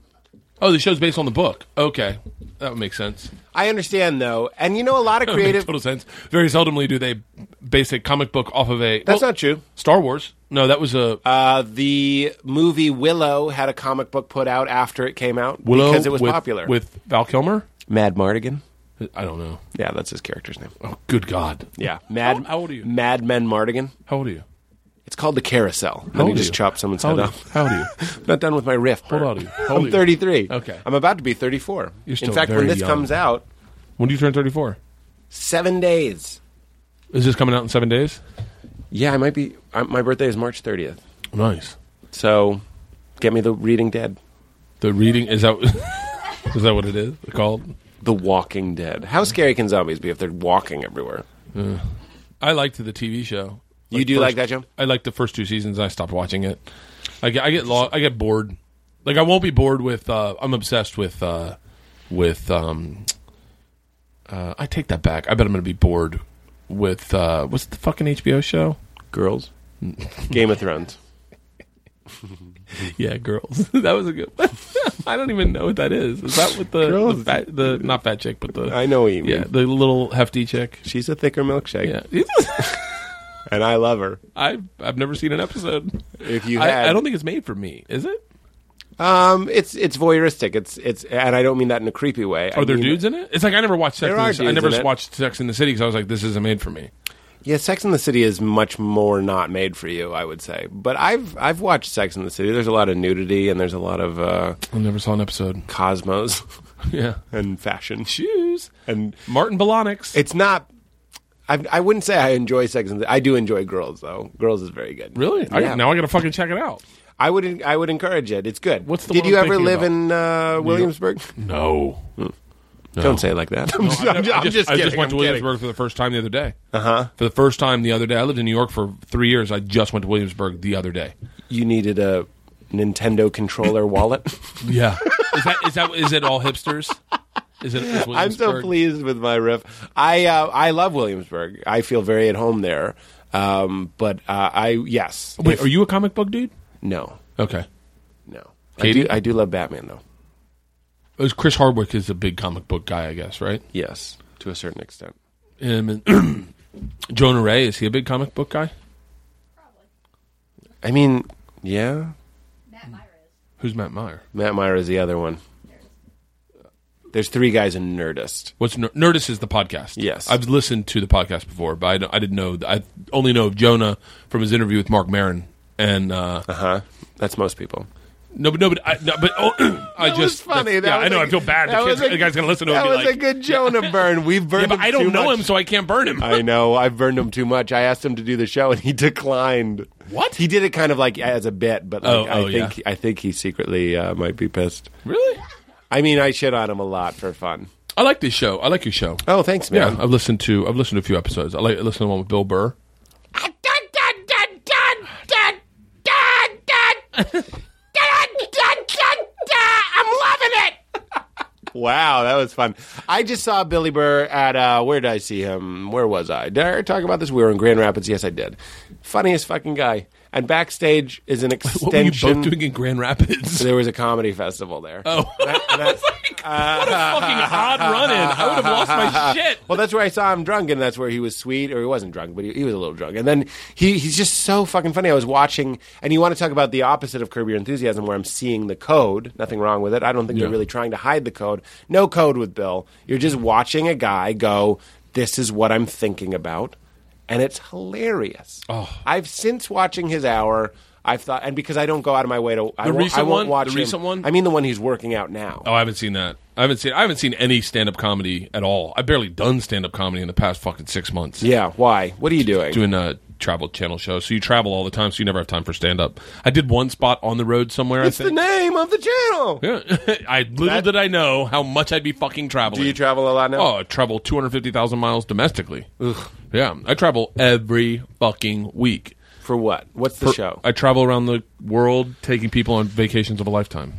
[SPEAKER 5] Oh, the show's based on the book. Okay. That would make sense.
[SPEAKER 2] I understand though, and you know a lot of
[SPEAKER 5] That would make
[SPEAKER 2] creative.
[SPEAKER 5] total sense. Very seldomly do they base a comic book off of a
[SPEAKER 2] That's
[SPEAKER 5] well,
[SPEAKER 2] not true.
[SPEAKER 5] Star Wars. No, that was a
[SPEAKER 2] Uh, the movie Willow had a comic book put out after it came out
[SPEAKER 5] Willow
[SPEAKER 2] because it was
[SPEAKER 5] with,
[SPEAKER 2] popular.
[SPEAKER 5] with Val Kilmer.
[SPEAKER 2] Mad Mardigan.
[SPEAKER 5] I don't know.
[SPEAKER 2] Yeah, that's his character's name.
[SPEAKER 5] Oh, good God!
[SPEAKER 2] Yeah, Mad.
[SPEAKER 5] how old are you?
[SPEAKER 2] Mad Men Mardigan.
[SPEAKER 5] How old are you?
[SPEAKER 2] It's called the Carousel.
[SPEAKER 5] How
[SPEAKER 2] Then he
[SPEAKER 5] old are
[SPEAKER 2] just
[SPEAKER 5] you?
[SPEAKER 2] chopped someone's
[SPEAKER 5] How
[SPEAKER 2] head
[SPEAKER 5] old are
[SPEAKER 2] off.
[SPEAKER 5] you? How old are you?
[SPEAKER 2] I'm not done with my riff. Bert.
[SPEAKER 5] old are you? How old
[SPEAKER 2] I'm
[SPEAKER 5] are you?
[SPEAKER 2] 33.
[SPEAKER 5] Okay.
[SPEAKER 2] I'm about to be 34.
[SPEAKER 5] You're still
[SPEAKER 2] In fact, when
[SPEAKER 5] very
[SPEAKER 2] this
[SPEAKER 5] young.
[SPEAKER 2] comes out,
[SPEAKER 5] When do you turn 34?
[SPEAKER 2] seven days.
[SPEAKER 5] Is this coming out in seven days?
[SPEAKER 2] Yeah, I might be. I, my birthday is March 30th.
[SPEAKER 5] Nice.
[SPEAKER 2] So get me the Reading Dead.
[SPEAKER 5] The reading is that is that what it is called?
[SPEAKER 2] The Walking Dead. How scary can zombies be if they're walking everywhere?
[SPEAKER 5] I liked the TV show.
[SPEAKER 2] You do like that show?
[SPEAKER 5] I liked the first two seasons. I stopped watching it. I get I get lo- I get bored. Like I won't be bored with. Uh, I'm obsessed with uh, with. Um, uh, I take that back. I bet I'm going to be bored with uh, what's the fucking HBO show?
[SPEAKER 2] Girls? Game of Thrones.
[SPEAKER 5] Yeah, girls. that was a good. one. I don't even know what that is. Is that what the the,
[SPEAKER 2] Girls.
[SPEAKER 5] fat, the not fat chick, but the
[SPEAKER 2] I know what you mean.
[SPEAKER 5] yeah the little hefty chick.
[SPEAKER 2] She's a thicker milkshake,
[SPEAKER 5] Yeah,
[SPEAKER 2] and I love her.
[SPEAKER 5] I've I've never seen an episode.
[SPEAKER 2] If you had,
[SPEAKER 5] I, I don't think it's made for me. Is it?
[SPEAKER 2] um, it's it's voyeuristic. It's it's, and I don't mean that in a creepy way.
[SPEAKER 5] Are there dudes in it? It's like I never watched Sex.
[SPEAKER 2] There
[SPEAKER 5] in
[SPEAKER 2] are
[SPEAKER 5] the, Ci- I
[SPEAKER 2] dudes
[SPEAKER 5] never
[SPEAKER 2] in it.
[SPEAKER 5] watched Sex in the City because I was like, this isn't made for me.
[SPEAKER 2] Yeah, Sex in the City is much more not made for you, I would say. But I've I've watched Sex in the City. There's a lot of nudity and there's a lot of uh,
[SPEAKER 5] I never saw an episode.
[SPEAKER 2] cosmos
[SPEAKER 5] Yeah,
[SPEAKER 2] and fashion,
[SPEAKER 5] shoes
[SPEAKER 2] and
[SPEAKER 5] Martin Balonics.
[SPEAKER 2] it's not. I've, I wouldn't say I enjoy Sex and the, I do enjoy Girls though. Girls is very good.
[SPEAKER 5] Really? I,
[SPEAKER 2] Yeah.
[SPEAKER 5] now I got to fucking check it out.
[SPEAKER 2] I would I would encourage it. It's good.
[SPEAKER 5] What's the
[SPEAKER 2] Did
[SPEAKER 5] one
[SPEAKER 2] you
[SPEAKER 5] I'm
[SPEAKER 2] ever
[SPEAKER 5] thinking
[SPEAKER 2] live
[SPEAKER 5] about?
[SPEAKER 2] in uh, Williamsburg? Hmm.
[SPEAKER 5] No.
[SPEAKER 2] Don't say it like that. I'm, just,
[SPEAKER 5] I,
[SPEAKER 2] I'm,
[SPEAKER 5] never- I
[SPEAKER 2] just,
[SPEAKER 5] I
[SPEAKER 2] kidding.
[SPEAKER 5] just went
[SPEAKER 2] I'm
[SPEAKER 5] to
[SPEAKER 2] kidding. Uh-huh.
[SPEAKER 5] Williamsburg for the first time the other day. Uh huh. For the first time the other day. I lived in New York for three years. I just went to Williamsburg the other day.
[SPEAKER 2] You needed a Nintendo controller wallet.
[SPEAKER 5] Yeah. is that is that is it all hipsters? Is it? Is
[SPEAKER 2] I'm so
[SPEAKER 5] Williamsburg-
[SPEAKER 2] pleased with my riff. I uh, I love Williamsburg. I feel very at home there. Um, but uh, I yes.
[SPEAKER 5] Wait, are you a comic book dude?
[SPEAKER 2] No,
[SPEAKER 5] Okay.
[SPEAKER 2] no. I
[SPEAKER 5] Katie?
[SPEAKER 2] do I do love Batman though.
[SPEAKER 5] It was Chris Hardwick is a big comic book guy, I guess, right?
[SPEAKER 2] Yes, to a certain extent.
[SPEAKER 5] Him and Jonah Ray is he a big comic book guy?
[SPEAKER 2] I mean, yeah.
[SPEAKER 4] Matt Myra is.
[SPEAKER 5] Who's Matt Meyer?
[SPEAKER 2] Matt Meyer is the other one. There's three guys in Nerdist.
[SPEAKER 5] What's Ner- Nerdist is the podcast.
[SPEAKER 2] Yes.
[SPEAKER 5] I've listened to the podcast before, but I, don't- I didn't know. I only know of Jonah from his interview with Mark Maron, and uh,
[SPEAKER 2] Uh huh. That's most people.
[SPEAKER 5] no, but no, but I, no, but oh, I
[SPEAKER 2] That
[SPEAKER 5] just
[SPEAKER 2] was funny.
[SPEAKER 5] that's-
[SPEAKER 2] That
[SPEAKER 5] yeah,
[SPEAKER 2] was
[SPEAKER 5] I know.
[SPEAKER 2] a-
[SPEAKER 5] I feel bad. The,
[SPEAKER 2] that
[SPEAKER 5] kids,
[SPEAKER 2] was a-
[SPEAKER 5] the guy's gonna listen to
[SPEAKER 2] That
[SPEAKER 5] it.
[SPEAKER 2] was
[SPEAKER 5] and be
[SPEAKER 2] a
[SPEAKER 5] like,
[SPEAKER 2] good Jonah burn. We've
[SPEAKER 5] yeah,
[SPEAKER 2] burned.
[SPEAKER 5] but
[SPEAKER 2] him
[SPEAKER 5] I don't
[SPEAKER 2] too
[SPEAKER 5] know
[SPEAKER 2] much.
[SPEAKER 5] him, so I can't burn him.
[SPEAKER 2] I know. I've burned him too much. I asked him to do the show, and he declined.
[SPEAKER 5] What?
[SPEAKER 2] He did it kind of like as a bit, but like,
[SPEAKER 5] Oh, oh,
[SPEAKER 2] I think I think he secretly uh, might be pissed.
[SPEAKER 5] really?
[SPEAKER 2] I mean, I shit on him a lot for fun.
[SPEAKER 5] I like this show. I like your show.
[SPEAKER 2] Oh, thanks,
[SPEAKER 5] yeah,
[SPEAKER 2] man.
[SPEAKER 5] I've listened to I've listened to a few episodes. I like I listened to one with Bill Burr.
[SPEAKER 2] Wow, that was fun. I just saw Billy Burr at uh, where did I see him? Where was I? Did I already talk about this? We were in Grand Rapids. Yes, I did. Funniest fucking guy. And backstage is an extension.
[SPEAKER 5] What were you both doing in Grand Rapids?
[SPEAKER 2] There was a comedy festival there.
[SPEAKER 5] Oh. what a fucking odd run in. I would have lost my shit.
[SPEAKER 2] Well, that's where I saw him drunk, and that's where he was sweet, or he wasn't drunk, but he, he was a little drunk. And then he, he's just so fucking funny. I was watching, and you want to talk about the opposite of Curb Your Enthusiasm, where I'm seeing the code. Nothing wrong with it. I don't think they're
[SPEAKER 5] Yeah.
[SPEAKER 2] really trying to hide the code. No code with Bill. You're just watching a guy go, This is what I'm thinking about. And it's hilarious.
[SPEAKER 5] Oh.
[SPEAKER 2] I've since watching his hour. I've thought, and because I don't go out of my way to, I,
[SPEAKER 5] The
[SPEAKER 2] won't, I
[SPEAKER 5] recent
[SPEAKER 2] won't
[SPEAKER 5] one?
[SPEAKER 2] watch
[SPEAKER 5] The
[SPEAKER 2] him.
[SPEAKER 5] recent one?
[SPEAKER 2] I mean, the one he's working out now.
[SPEAKER 5] Oh, I haven't seen that. I haven't seen I haven't seen any stand up comedy at all. I've barely done stand up comedy in the past fucking six months.
[SPEAKER 2] Yeah. Why? What are you doing?
[SPEAKER 5] Doing a travel channel show. So you travel all the time, so you never have time for stand up. I did one spot on the road somewhere,
[SPEAKER 2] it's
[SPEAKER 5] I
[SPEAKER 2] the
[SPEAKER 5] think.
[SPEAKER 2] name of the channel.
[SPEAKER 5] yeah. I little
[SPEAKER 2] That-
[SPEAKER 5] did I know how much I'd be fucking traveling.
[SPEAKER 2] Do you travel a lot now?
[SPEAKER 5] Oh, I travel 250,000 miles domestically. Yeah, I travel every fucking week.
[SPEAKER 2] For what? What's the
[SPEAKER 5] Per-
[SPEAKER 2] show?
[SPEAKER 5] I travel around the world taking people on vacations of a lifetime.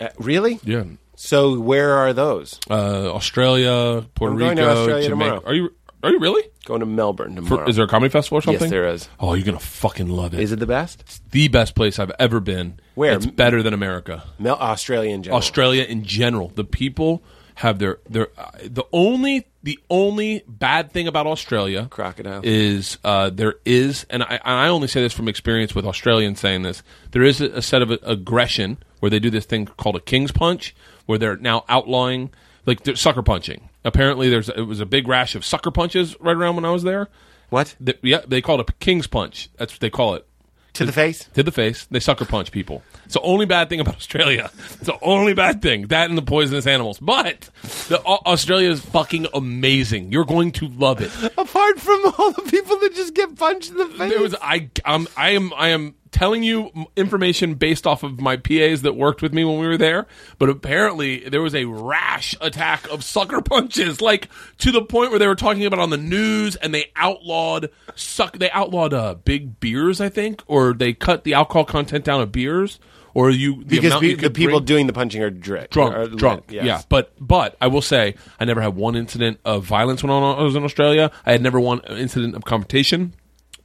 [SPEAKER 2] Uh, really?
[SPEAKER 5] Yeah.
[SPEAKER 2] So where are those?
[SPEAKER 5] Uh, Australia, Puerto
[SPEAKER 2] I'm
[SPEAKER 5] Rico,
[SPEAKER 2] going to Australia
[SPEAKER 5] Jamaica.
[SPEAKER 2] tomorrow.
[SPEAKER 5] Are you are you really?
[SPEAKER 2] Going to Melbourne
[SPEAKER 5] For-
[SPEAKER 2] tomorrow.
[SPEAKER 5] is there a comedy festival or
[SPEAKER 2] Yes,
[SPEAKER 5] something?
[SPEAKER 2] there is.
[SPEAKER 5] Oh, you're going to fucking love it.
[SPEAKER 2] Is it the best?
[SPEAKER 5] the best place I've ever been.
[SPEAKER 2] Where?
[SPEAKER 5] It's better than America.
[SPEAKER 2] Mel- Australia in general.
[SPEAKER 5] Australia in general. The people have their their uh, the only the only bad thing about Australia
[SPEAKER 2] Crocodile.
[SPEAKER 5] is uh, there is and I, and I only say this from experience with Australians saying this there is a, a set of aggression where they do this thing called a king's punch where they're now outlawing like they're sucker punching apparently there's it was a big rash of sucker punches right around when I was there
[SPEAKER 2] What?
[SPEAKER 5] Th- yeah they call it a king's punch that's what they call it
[SPEAKER 2] to the face?
[SPEAKER 5] to the face. They sucker punch people. It's the only bad thing about Australia. It's the only bad thing. That and the poisonous animals. But the, Au- Australia is fucking amazing. You're going to love it.
[SPEAKER 2] Apart from all the people that just get punched in the face.
[SPEAKER 5] There was I um, I am I am telling you m- information based off of my PAs that worked with me when we were there, but apparently there was a rash attack of sucker punches, like to the point where they were talking about on the news, and they outlawed suck. They outlawed uh, big beers, I think, or they cut the alcohol content down of beers, or you the
[SPEAKER 2] because
[SPEAKER 5] amount
[SPEAKER 2] pe-
[SPEAKER 5] you
[SPEAKER 2] the
[SPEAKER 5] could
[SPEAKER 2] people
[SPEAKER 5] drink-
[SPEAKER 2] doing the punching are drunk.
[SPEAKER 5] drunk,
[SPEAKER 2] are lit,
[SPEAKER 5] drunk.
[SPEAKER 2] uh, yes.
[SPEAKER 5] Yeah, but but I will say I never had one incident of violence when I was in Australia. I had never one incident of confrontation.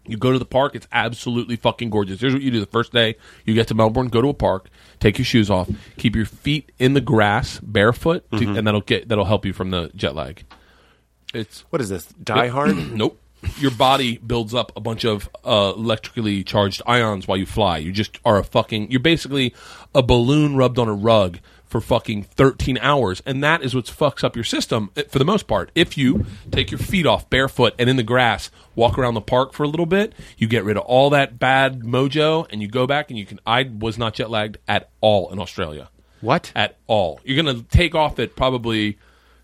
[SPEAKER 5] You go to the park; it's absolutely fucking gorgeous. Here's what you do: the first day you get to Melbourne, go to a park, take your shoes off, keep your feet in the grass barefoot, to, and that'll get that'll help you from the jet lag. It's
[SPEAKER 2] What is this? Die Hard?
[SPEAKER 5] Nope. Your body builds up a bunch of uh, electrically charged ions while you fly. You just are a fucking. You're basically a balloon rubbed on a rug for fucking 13 hours. And that is what fucks up your system eh, for the most part. If you take your feet off barefoot and in the grass, walk around the park for a little bit, you get rid of all that bad mojo and you go back and you can. I was not jet lagged at all in Australia
[SPEAKER 2] What?
[SPEAKER 5] at all. You're going to take off at probably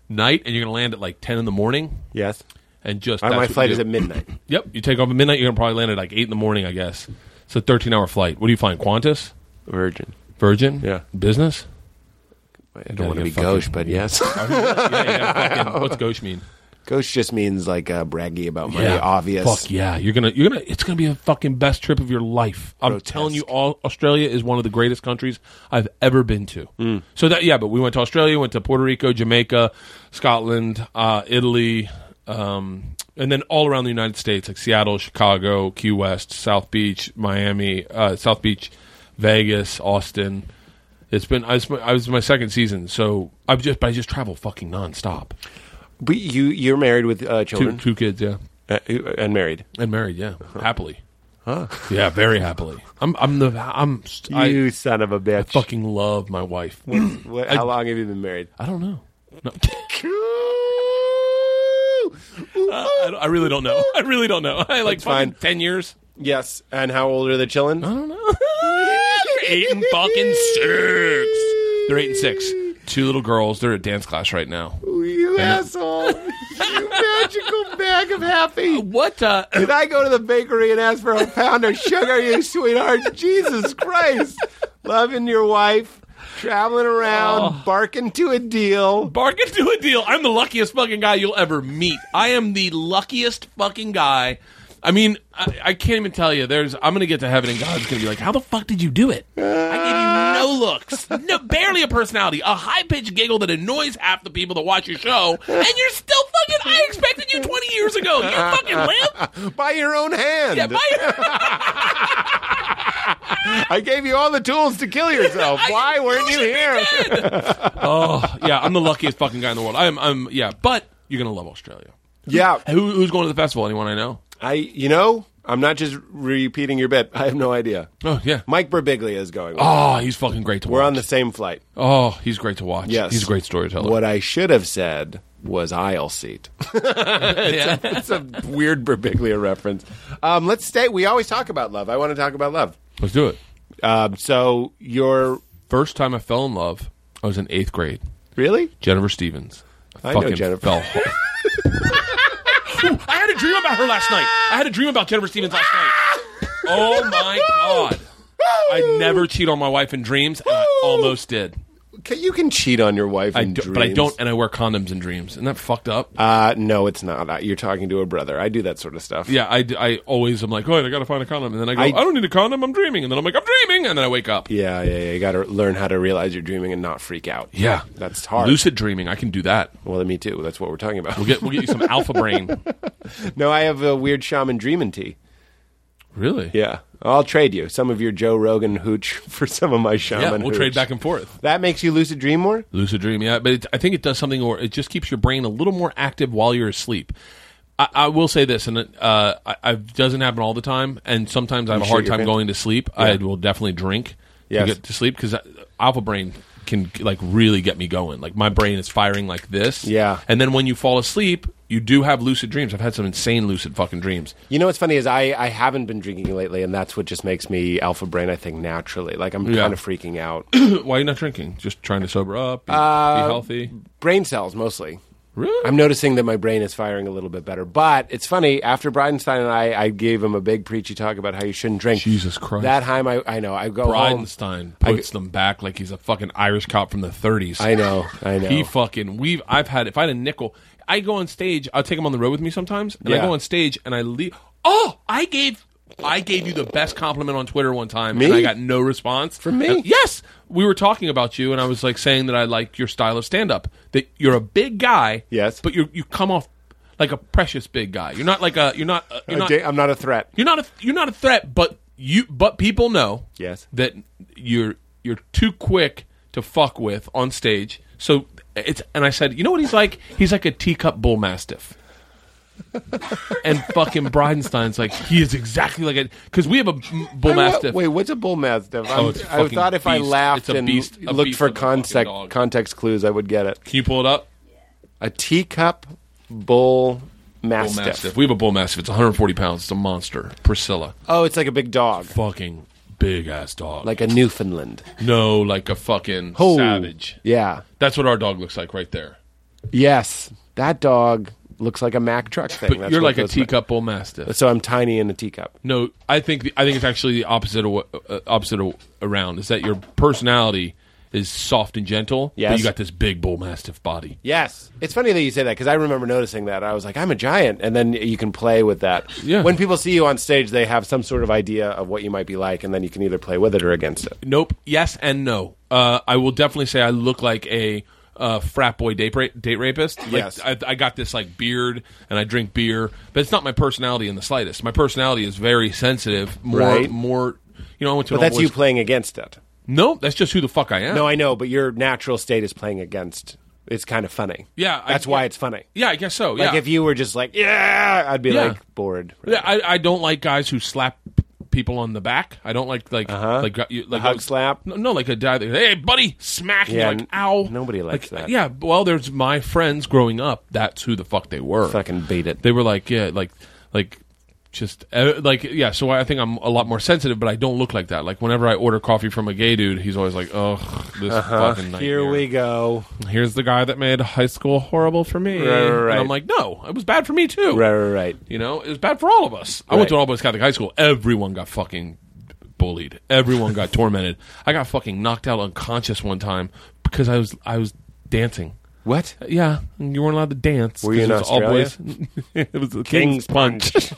[SPEAKER 5] night and you're going to land at like 10 in the morning
[SPEAKER 2] yes.
[SPEAKER 5] and just
[SPEAKER 2] Uh,
[SPEAKER 5] that's
[SPEAKER 2] my
[SPEAKER 5] what you
[SPEAKER 2] flight is
[SPEAKER 5] do.
[SPEAKER 2] at midnight.
[SPEAKER 5] Yep, you take off at midnight. You're gonna probably land at like eight in the morning, I guess. It's a 13 hour flight. What do you find? Qantas,
[SPEAKER 2] Virgin.
[SPEAKER 5] Virgin,
[SPEAKER 2] Yeah.
[SPEAKER 5] business.
[SPEAKER 2] I don't want to
[SPEAKER 5] get
[SPEAKER 2] be
[SPEAKER 5] fucking-
[SPEAKER 2] gauche, but yes.
[SPEAKER 5] Yeah, yeah, fucking, what's gauche mean?
[SPEAKER 2] gauche just means like uh, braggy about money,
[SPEAKER 5] Yeah.
[SPEAKER 2] obvious.
[SPEAKER 5] Fuck yeah, you're gonna you're gonna it's gonna be a fucking best trip of your life. I'm
[SPEAKER 2] Grotesque.
[SPEAKER 5] telling you, all Australia is one of the greatest countries I've ever been to.
[SPEAKER 2] Mm.
[SPEAKER 5] So that yeah, but we went to Australia, went to Puerto Rico, Jamaica, Scotland, uh, Italy, um, and then all around the United States, like Seattle, Chicago, Key West, South Beach, Miami, uh, South Beach, Vegas, Austin. It's been I was, I was my second season, so I've just but I just travel fucking nonstop.
[SPEAKER 2] But you you're married with uh,
[SPEAKER 5] Two
[SPEAKER 2] children
[SPEAKER 5] two kids, yeah.
[SPEAKER 2] Uh, and married.
[SPEAKER 5] And married, yeah, happily. Yeah, very happily. I'm, I'm the, I'm, st- I
[SPEAKER 2] you son of a bitch.
[SPEAKER 5] fucking love my wife.
[SPEAKER 2] What, how long have you been married?
[SPEAKER 5] I don't know. No. Uh, I, don't- I really don't know. I really don't know. I like
[SPEAKER 2] That's
[SPEAKER 5] fucking
[SPEAKER 2] fine.
[SPEAKER 5] ten years.
[SPEAKER 2] Yes. And how old are the children?
[SPEAKER 5] I don't know. eight and fucking six. They're eight and six. Two little girls. They're at dance class right now.
[SPEAKER 2] You asshole. you magical bag of happy.
[SPEAKER 5] What? Uh,
[SPEAKER 2] Did I go to the bakery and ask for a pound of sugar, you sweetheart? Jesus Christ. Loving your wife, traveling around, barking to a deal.
[SPEAKER 5] bargain to a deal. I'm the luckiest fucking guy you'll ever meet. I am the luckiest fucking guy. I mean, I, I can't even tell you. There's, I'm gonna get to heaven and God's gonna be like, "How the fuck did you do it?" I gave you no looks, no, barely a personality, a high pitched giggle that annoys half the people that watch your show, and you're still fucking. I expected you 20 years ago. You fucking limp.
[SPEAKER 2] By your own hand.
[SPEAKER 5] Yeah, my-
[SPEAKER 2] I gave you all the tools to kill yourself. Why weren't you here?
[SPEAKER 5] oh yeah, I'm the luckiest fucking guy in the world. I'm, I'm yeah, but you're gonna love Australia.
[SPEAKER 2] Yeah.
[SPEAKER 5] Who, who's going to the festival? Anyone I know?
[SPEAKER 2] I you know, I'm not just repeating your bit. I have no idea.
[SPEAKER 5] Oh yeah.
[SPEAKER 2] Mike Birbiglia is going.
[SPEAKER 5] Oh, he's fucking great to watch.
[SPEAKER 2] We're on the same flight.
[SPEAKER 5] Oh, he's great to watch.
[SPEAKER 2] Yes.
[SPEAKER 5] he's a great storyteller.
[SPEAKER 2] What I should have said was aisle seat. it's, a, it's a weird Berbiglia reference. Um, let's stay. We always talk about love. I want to talk about love.
[SPEAKER 5] Let's do it.
[SPEAKER 2] Um, so you're
[SPEAKER 5] First time I fell in love, I was in eighth grade.
[SPEAKER 2] really
[SPEAKER 5] Jennifer Stevens.
[SPEAKER 2] I know Jennifer.
[SPEAKER 5] Fell. hard. Ooh, I had a dream about her last night. I had a dream about Jennifer Stevens last night. Oh my god! I never cheat on my wife in dreams, and I almost did.
[SPEAKER 2] Ca- you can cheat on your wife.
[SPEAKER 5] I
[SPEAKER 2] in
[SPEAKER 5] do, but I
[SPEAKER 2] dreams.
[SPEAKER 5] don't, and I wear condoms in dreams. Isn't that fucked up?
[SPEAKER 2] Uh, no, it's not. I- You're talking to a brother. I do that sort of stuff.
[SPEAKER 5] yeah, I, d- I always am like, oh, I gotta find a condom, and then I go,
[SPEAKER 2] I-
[SPEAKER 5] I, don't need a condom. I'm dreaming, and then I'm like, I'm dreaming, and then I wake up.
[SPEAKER 2] yeah, yeah. yeah. You got to learn how to realize you're dreaming and not freak out.
[SPEAKER 5] Yeah.
[SPEAKER 2] that's hard.
[SPEAKER 5] Lucid dreaming, I can do that.
[SPEAKER 2] Well, me too. That's what we're talking about.
[SPEAKER 5] We'll get we'll get you some alpha brain.
[SPEAKER 2] no, I have a weird shaman dreaming tea.
[SPEAKER 5] Really?
[SPEAKER 2] Yeah, I'll trade you some of your Joe Rogan hooch for some of my shaman.
[SPEAKER 5] Yeah, we'll trade
[SPEAKER 2] hooch.
[SPEAKER 5] back and forth.
[SPEAKER 2] That makes you lucid dream more.
[SPEAKER 5] Lucid dream, yeah, but it, I think it does something, or it just keeps your brain a little more active while you're asleep. I, I will say this, and uh, I, I doesn't happen all the time, and sometimes I have a
[SPEAKER 2] shit
[SPEAKER 5] hard
[SPEAKER 2] your
[SPEAKER 5] time
[SPEAKER 2] pants.
[SPEAKER 5] going to sleep. I will definitely drink
[SPEAKER 2] Yes.
[SPEAKER 5] to get to sleep because alpha brain can like really get me going. Like my brain is firing like this,
[SPEAKER 2] Yeah.
[SPEAKER 5] And then when you fall asleep, you do have lucid dreams. I've had some insane lucid fucking dreams.
[SPEAKER 2] You know what's funny is I, I haven't been drinking lately, and that's what just makes me alpha brain. I think naturally, like I'm
[SPEAKER 5] Yeah.
[SPEAKER 2] kind of freaking out.
[SPEAKER 5] Why are you not drinking? Just trying to sober up, be, be
[SPEAKER 2] Uh,
[SPEAKER 5] healthy.
[SPEAKER 2] brain cells mostly.
[SPEAKER 5] Really?
[SPEAKER 2] I'm noticing that my brain is firing a little bit better. But it's funny. After Bridenstine and I, I gave him a big preachy talk about how you shouldn't drink.
[SPEAKER 5] Jesus Christ.
[SPEAKER 2] That time I, I know I go home.
[SPEAKER 5] Bridenstine puts them back like he's a fucking Irish cop from the 30s.
[SPEAKER 2] I know. I know.
[SPEAKER 5] He fucking we've I've had if I had a nickel, I go on stage. I'll take him on the road with me sometimes, and
[SPEAKER 2] Yeah.
[SPEAKER 5] I go on stage and I leave. Oh, I gave I gave you the best compliment on Twitter one time,
[SPEAKER 2] Me?
[SPEAKER 5] and I got no response
[SPEAKER 2] From me?
[SPEAKER 5] And- yes, we were talking about you, and I was like saying that I like your style of stand up. That you're a big guy,
[SPEAKER 2] Yes.
[SPEAKER 5] but you you come off like a precious big guy. You're not like a you're not a, you're not
[SPEAKER 2] Okay, I'm not a threat.
[SPEAKER 5] you're not a you're not a threat, but you but people know
[SPEAKER 2] Yes.
[SPEAKER 5] that you're you're too quick to fuck with on stage. So it's and I said, you know what he's like? He's like a teacup bull mastiff. and fucking Bridenstine's like he is exactly like it because we have a m- bull
[SPEAKER 2] I wa-
[SPEAKER 5] mastiff. Oh,
[SPEAKER 2] Wait, what's a bull mastiff? I'm-
[SPEAKER 5] it's a
[SPEAKER 2] I
[SPEAKER 5] fucking
[SPEAKER 2] thought if I
[SPEAKER 5] beast.
[SPEAKER 2] laughed
[SPEAKER 5] It's a
[SPEAKER 2] and
[SPEAKER 5] beast- a
[SPEAKER 2] looked
[SPEAKER 5] beast
[SPEAKER 2] for
[SPEAKER 5] of a fucking
[SPEAKER 2] context
[SPEAKER 5] dog.
[SPEAKER 2] context clues, I would get it.
[SPEAKER 5] Can you pull it up?
[SPEAKER 2] A teacup bull
[SPEAKER 5] Bull
[SPEAKER 2] mastiff.
[SPEAKER 5] mastiff. We have a bull mastiff. It's 140 pounds. It's a monster. Priscilla,
[SPEAKER 2] Oh, it's like a big dog,
[SPEAKER 5] fucking big ass dog.
[SPEAKER 2] like a Newfoundland.
[SPEAKER 5] no, like a fucking
[SPEAKER 2] Oh,
[SPEAKER 5] savage.
[SPEAKER 2] Yeah.
[SPEAKER 5] That's what our dog looks like right there.
[SPEAKER 2] Yes, that dog looks like a Mack truck thing.
[SPEAKER 5] But
[SPEAKER 2] That's
[SPEAKER 5] you're
[SPEAKER 2] what
[SPEAKER 5] like a
[SPEAKER 2] goes back.
[SPEAKER 5] teacup bull mastiff.
[SPEAKER 2] So I'm tiny in a teacup.
[SPEAKER 5] No, I think the, I think it's actually the opposite of, what- uh, opposite of, around. Is that your personality is soft and gentle? But
[SPEAKER 2] Yes.
[SPEAKER 5] you got this big bull mastiff body.
[SPEAKER 2] Yes, it's funny that you say that because I remember noticing that. I was like, I'm a giant, and then you can play with that.
[SPEAKER 5] Yeah.
[SPEAKER 2] When people see you on stage, they have some sort of idea of what you might be like, and then you can either play with it or against it.
[SPEAKER 5] Nope. Yes and no. Uh, I will definitely say I look like a uh, frat boy date, ra- date rapist. Like,
[SPEAKER 2] Yes.
[SPEAKER 5] I, I got this like beard and I drink beer, but it's not my personality in the slightest. My personality is very sensitive. More,
[SPEAKER 2] Right.
[SPEAKER 5] more. You know, I went to.
[SPEAKER 2] But
[SPEAKER 5] an
[SPEAKER 2] that's you
[SPEAKER 5] all-boys-
[SPEAKER 2] playing against it.
[SPEAKER 5] No, that's just who the fuck I am.
[SPEAKER 2] No, I know, but your natural state is playing against. It's kind of funny.
[SPEAKER 5] Yeah, I-
[SPEAKER 2] that's why it's funny.
[SPEAKER 5] yeah, I guess so.
[SPEAKER 2] Like
[SPEAKER 5] yeah.
[SPEAKER 2] if you were just like, yeah, I'd be
[SPEAKER 5] Yeah.
[SPEAKER 2] like bored.
[SPEAKER 5] Yeah, I, I don't like guys who slap people on the back. I don't like like like gu- you- like
[SPEAKER 2] Uh-huh. hug slap?
[SPEAKER 5] No, no, like a guy. That, hey, buddy, smack.
[SPEAKER 2] Yeah,
[SPEAKER 5] Yeah,
[SPEAKER 2] n-
[SPEAKER 5] like ow.
[SPEAKER 2] nobody likes
[SPEAKER 5] Like,
[SPEAKER 2] that.
[SPEAKER 5] Yeah. Well, there's my friends growing up. That's who the fuck they were.
[SPEAKER 2] Fucking beat it.
[SPEAKER 5] They were like yeah, like like just uh, like yeah. So I think I'm a lot more sensitive, but I don't look like that. Like whenever I order coffee from a gay dude, he's always like, oh, this fucking nightmare.
[SPEAKER 2] Uh-huh. Here we go.
[SPEAKER 5] Here's the guy that made high school horrible for me.
[SPEAKER 2] Right, right, right.
[SPEAKER 5] And I'm like, no, it was bad for me too.
[SPEAKER 2] Right, right, right.
[SPEAKER 5] You know, it was bad for all of us. I went to an all boys Catholic high school. Everyone got fucking bullied. Everyone got tormented. I got fucking knocked out unconscious one time because I was I was dancing.
[SPEAKER 2] What?
[SPEAKER 5] Yeah, and you weren't allowed to dance.
[SPEAKER 2] Were you
[SPEAKER 5] 'cause
[SPEAKER 2] in
[SPEAKER 5] it was
[SPEAKER 2] Australia?
[SPEAKER 5] boys. it was the
[SPEAKER 2] King's
[SPEAKER 5] King's, Punch.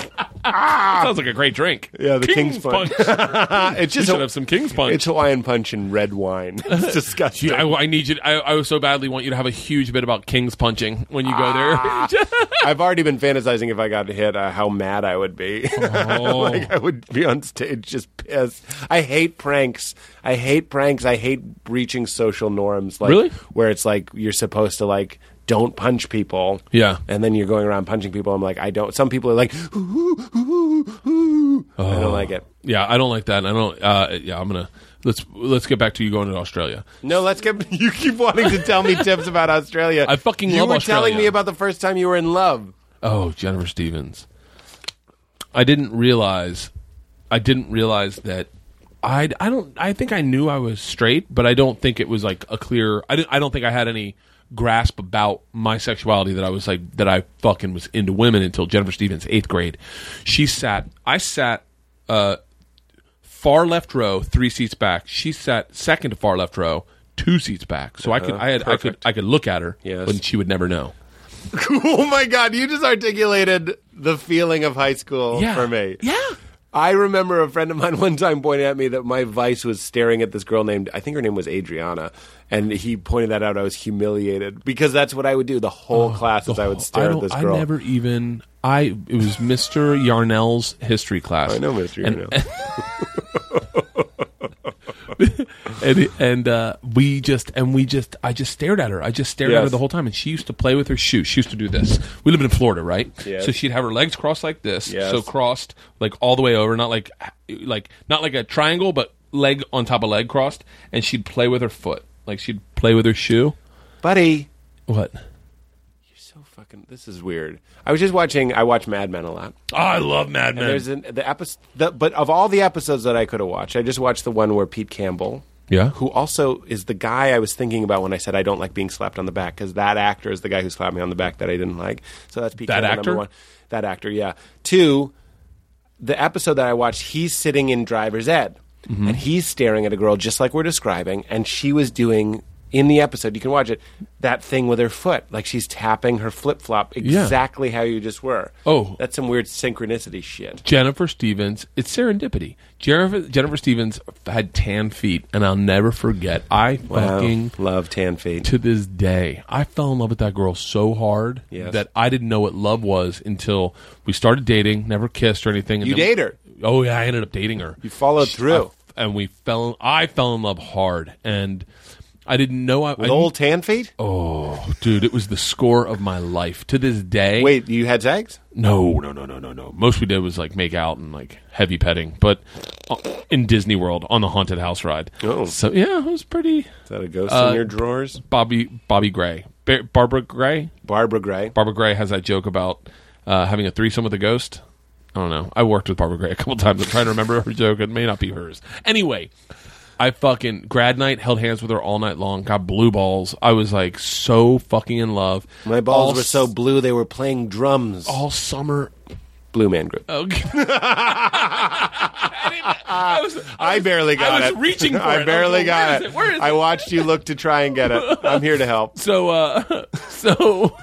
[SPEAKER 5] Sounds like a great drink.
[SPEAKER 2] Yeah, the King's Punch. Uh, It's
[SPEAKER 5] you
[SPEAKER 2] just
[SPEAKER 5] should have some King's Punch.
[SPEAKER 2] It's Hawaiian punch and red wine. It's disgusting.
[SPEAKER 5] Dude, I, I need you. I, I so badly want you to have a huge bit about King's punching when you go
[SPEAKER 2] Ah.
[SPEAKER 5] there.
[SPEAKER 2] I've already been fantasizing if I got hit, uh, how mad I would be.
[SPEAKER 5] Oh.
[SPEAKER 2] like I would be on stage just pissed. I hate pranks. I hate pranks. I hate breaching social norms. Like
[SPEAKER 5] Really?
[SPEAKER 2] where it's like you're supposed to like don't punch people.
[SPEAKER 5] Yeah.
[SPEAKER 2] and then you're going around punching people. I'm like, I don't. Some people are like, ooh, ooh, ooh, ooh. I
[SPEAKER 5] Oh.
[SPEAKER 2] don't like it.
[SPEAKER 5] yeah, I don't like that. and I don't. Uh, yeah, I'm gonna let's let's get back to you going to Australia.
[SPEAKER 2] No, let's get. You keep wanting to tell me tips about Australia.
[SPEAKER 5] I fucking
[SPEAKER 2] you
[SPEAKER 5] love
[SPEAKER 2] were
[SPEAKER 5] Australia.
[SPEAKER 2] telling me about the first time you were in love.
[SPEAKER 5] Oh, Jennifer Stevens. I didn't realize. I didn't realize that. I I don't. I think I knew I was straight, but I don't think it was like a clear. I didn't, I don't think I had any grasp about my sexuality that I was like that I fucking was into women until Jennifer Stevens eighth grade. She sat. I sat. Uh, far left row, three seats back. She sat second to far left row, two seats back. So I could. I had. I could. I could look at her,
[SPEAKER 2] Uh-huh. Yes.
[SPEAKER 5] but she would never know.
[SPEAKER 2] oh my god, you just articulated the feeling of high school
[SPEAKER 5] Yeah.
[SPEAKER 2] for me.
[SPEAKER 5] Yeah.
[SPEAKER 2] I remember a friend of mine one time pointed at me that my vice was staring at this girl named I think her name was Adriana, and he pointed that out. I was humiliated because that's what I would do. The whole class is I would stare at
[SPEAKER 5] don't-
[SPEAKER 2] this girl.
[SPEAKER 5] Oh, I never even. I it was Mr. Yarnell's history class.
[SPEAKER 2] I know, Mister.
[SPEAKER 5] And-
[SPEAKER 2] you know.
[SPEAKER 5] and and uh, we just and we just I just stared at her. I just stared at her
[SPEAKER 2] Yes.
[SPEAKER 5] the whole time, and she used to play with her shoes. She used to do this. We lived in Florida, right?
[SPEAKER 2] Yes.
[SPEAKER 5] So she'd have her legs crossed like this,
[SPEAKER 2] Yes.
[SPEAKER 5] so crossed like all the way over, not like like not like a triangle, but leg on top of leg crossed, and she'd play with her foot, like she'd play with her shoe.
[SPEAKER 2] Buddy,
[SPEAKER 5] What?
[SPEAKER 2] so fucking. This is weird. I was just watching. I watch Mad Men a lot.
[SPEAKER 5] Ah, I love Mad
[SPEAKER 2] And there's an, the episode, the, but of all the episodes that I could have watched, I just watched the one where Pete Campbell,
[SPEAKER 5] Yeah.
[SPEAKER 2] who also is the guy I was thinking about when I said I don't like being slapped on the back, because that actor is the guy who slapped me on the back that I didn't like. So that's Pete
[SPEAKER 5] That
[SPEAKER 2] Campbell
[SPEAKER 5] actor?
[SPEAKER 2] number one. That actor, yeah. Two, the episode that I watched, he's sitting in driver's ed,
[SPEAKER 5] Mm-hmm.
[SPEAKER 2] and he's staring at a girl just like we're describing, and she was doing. In the episode, you can watch it. That thing with her foot, like she's tapping her flip flop, exactly how you just were.
[SPEAKER 5] Oh.
[SPEAKER 2] that's some weird synchronicity shit.
[SPEAKER 5] Jennifer Stevens. It's serendipity. Jennifer Jennifer Stevens had tan feet, and I'll never forget. I fucking
[SPEAKER 2] love tan feet.
[SPEAKER 5] to this day, I fell in love with that girl so hard
[SPEAKER 2] Yes.
[SPEAKER 5] that I didn't know what love was until we started dating. Never kissed or anything. and
[SPEAKER 2] You
[SPEAKER 5] then-
[SPEAKER 2] date her?
[SPEAKER 5] Oh yeah, I ended up dating her. You
[SPEAKER 2] followed through.
[SPEAKER 5] and we fell. I fell in love hard, and I didn't know I.
[SPEAKER 2] With
[SPEAKER 5] I
[SPEAKER 2] old tan feet?
[SPEAKER 5] oh, dude, it was the score of my life to this day.
[SPEAKER 2] Wait, you had sex?
[SPEAKER 5] No, no, no, no, no, no. Most we did was like make out and like heavy petting, but uh, in Disney World on the haunted house ride.
[SPEAKER 2] Oh.
[SPEAKER 5] so yeah, it was pretty.
[SPEAKER 2] Is that a ghost
[SPEAKER 5] Uh,
[SPEAKER 2] in your drawers?
[SPEAKER 5] Bobby Bobby Gray, Bar- Barbara Gray.
[SPEAKER 2] Barbara Gray.
[SPEAKER 5] Barbara Gray has that joke about uh, having a threesome with a ghost. I don't know. I worked with Barbara Gray a couple times. I'm trying to remember her joke. It may not be hers. Anyway, I fucking grad night held hands with her all night long. Got blue balls. I was like so fucking in love.
[SPEAKER 2] My balls
[SPEAKER 5] All
[SPEAKER 2] were so blue they were playing drums.
[SPEAKER 5] all summer.
[SPEAKER 2] Blue Man Group.
[SPEAKER 5] Okay. I, didn't- I was
[SPEAKER 2] I barely got
[SPEAKER 5] I
[SPEAKER 2] it.
[SPEAKER 5] was reaching for
[SPEAKER 2] I
[SPEAKER 5] it. I
[SPEAKER 2] barely
[SPEAKER 5] was
[SPEAKER 2] got
[SPEAKER 5] like, "Where is
[SPEAKER 2] it.
[SPEAKER 5] it? Where is
[SPEAKER 2] I
[SPEAKER 5] it?"
[SPEAKER 2] watched you look to try and get it. I'm here to help.
[SPEAKER 5] so uh so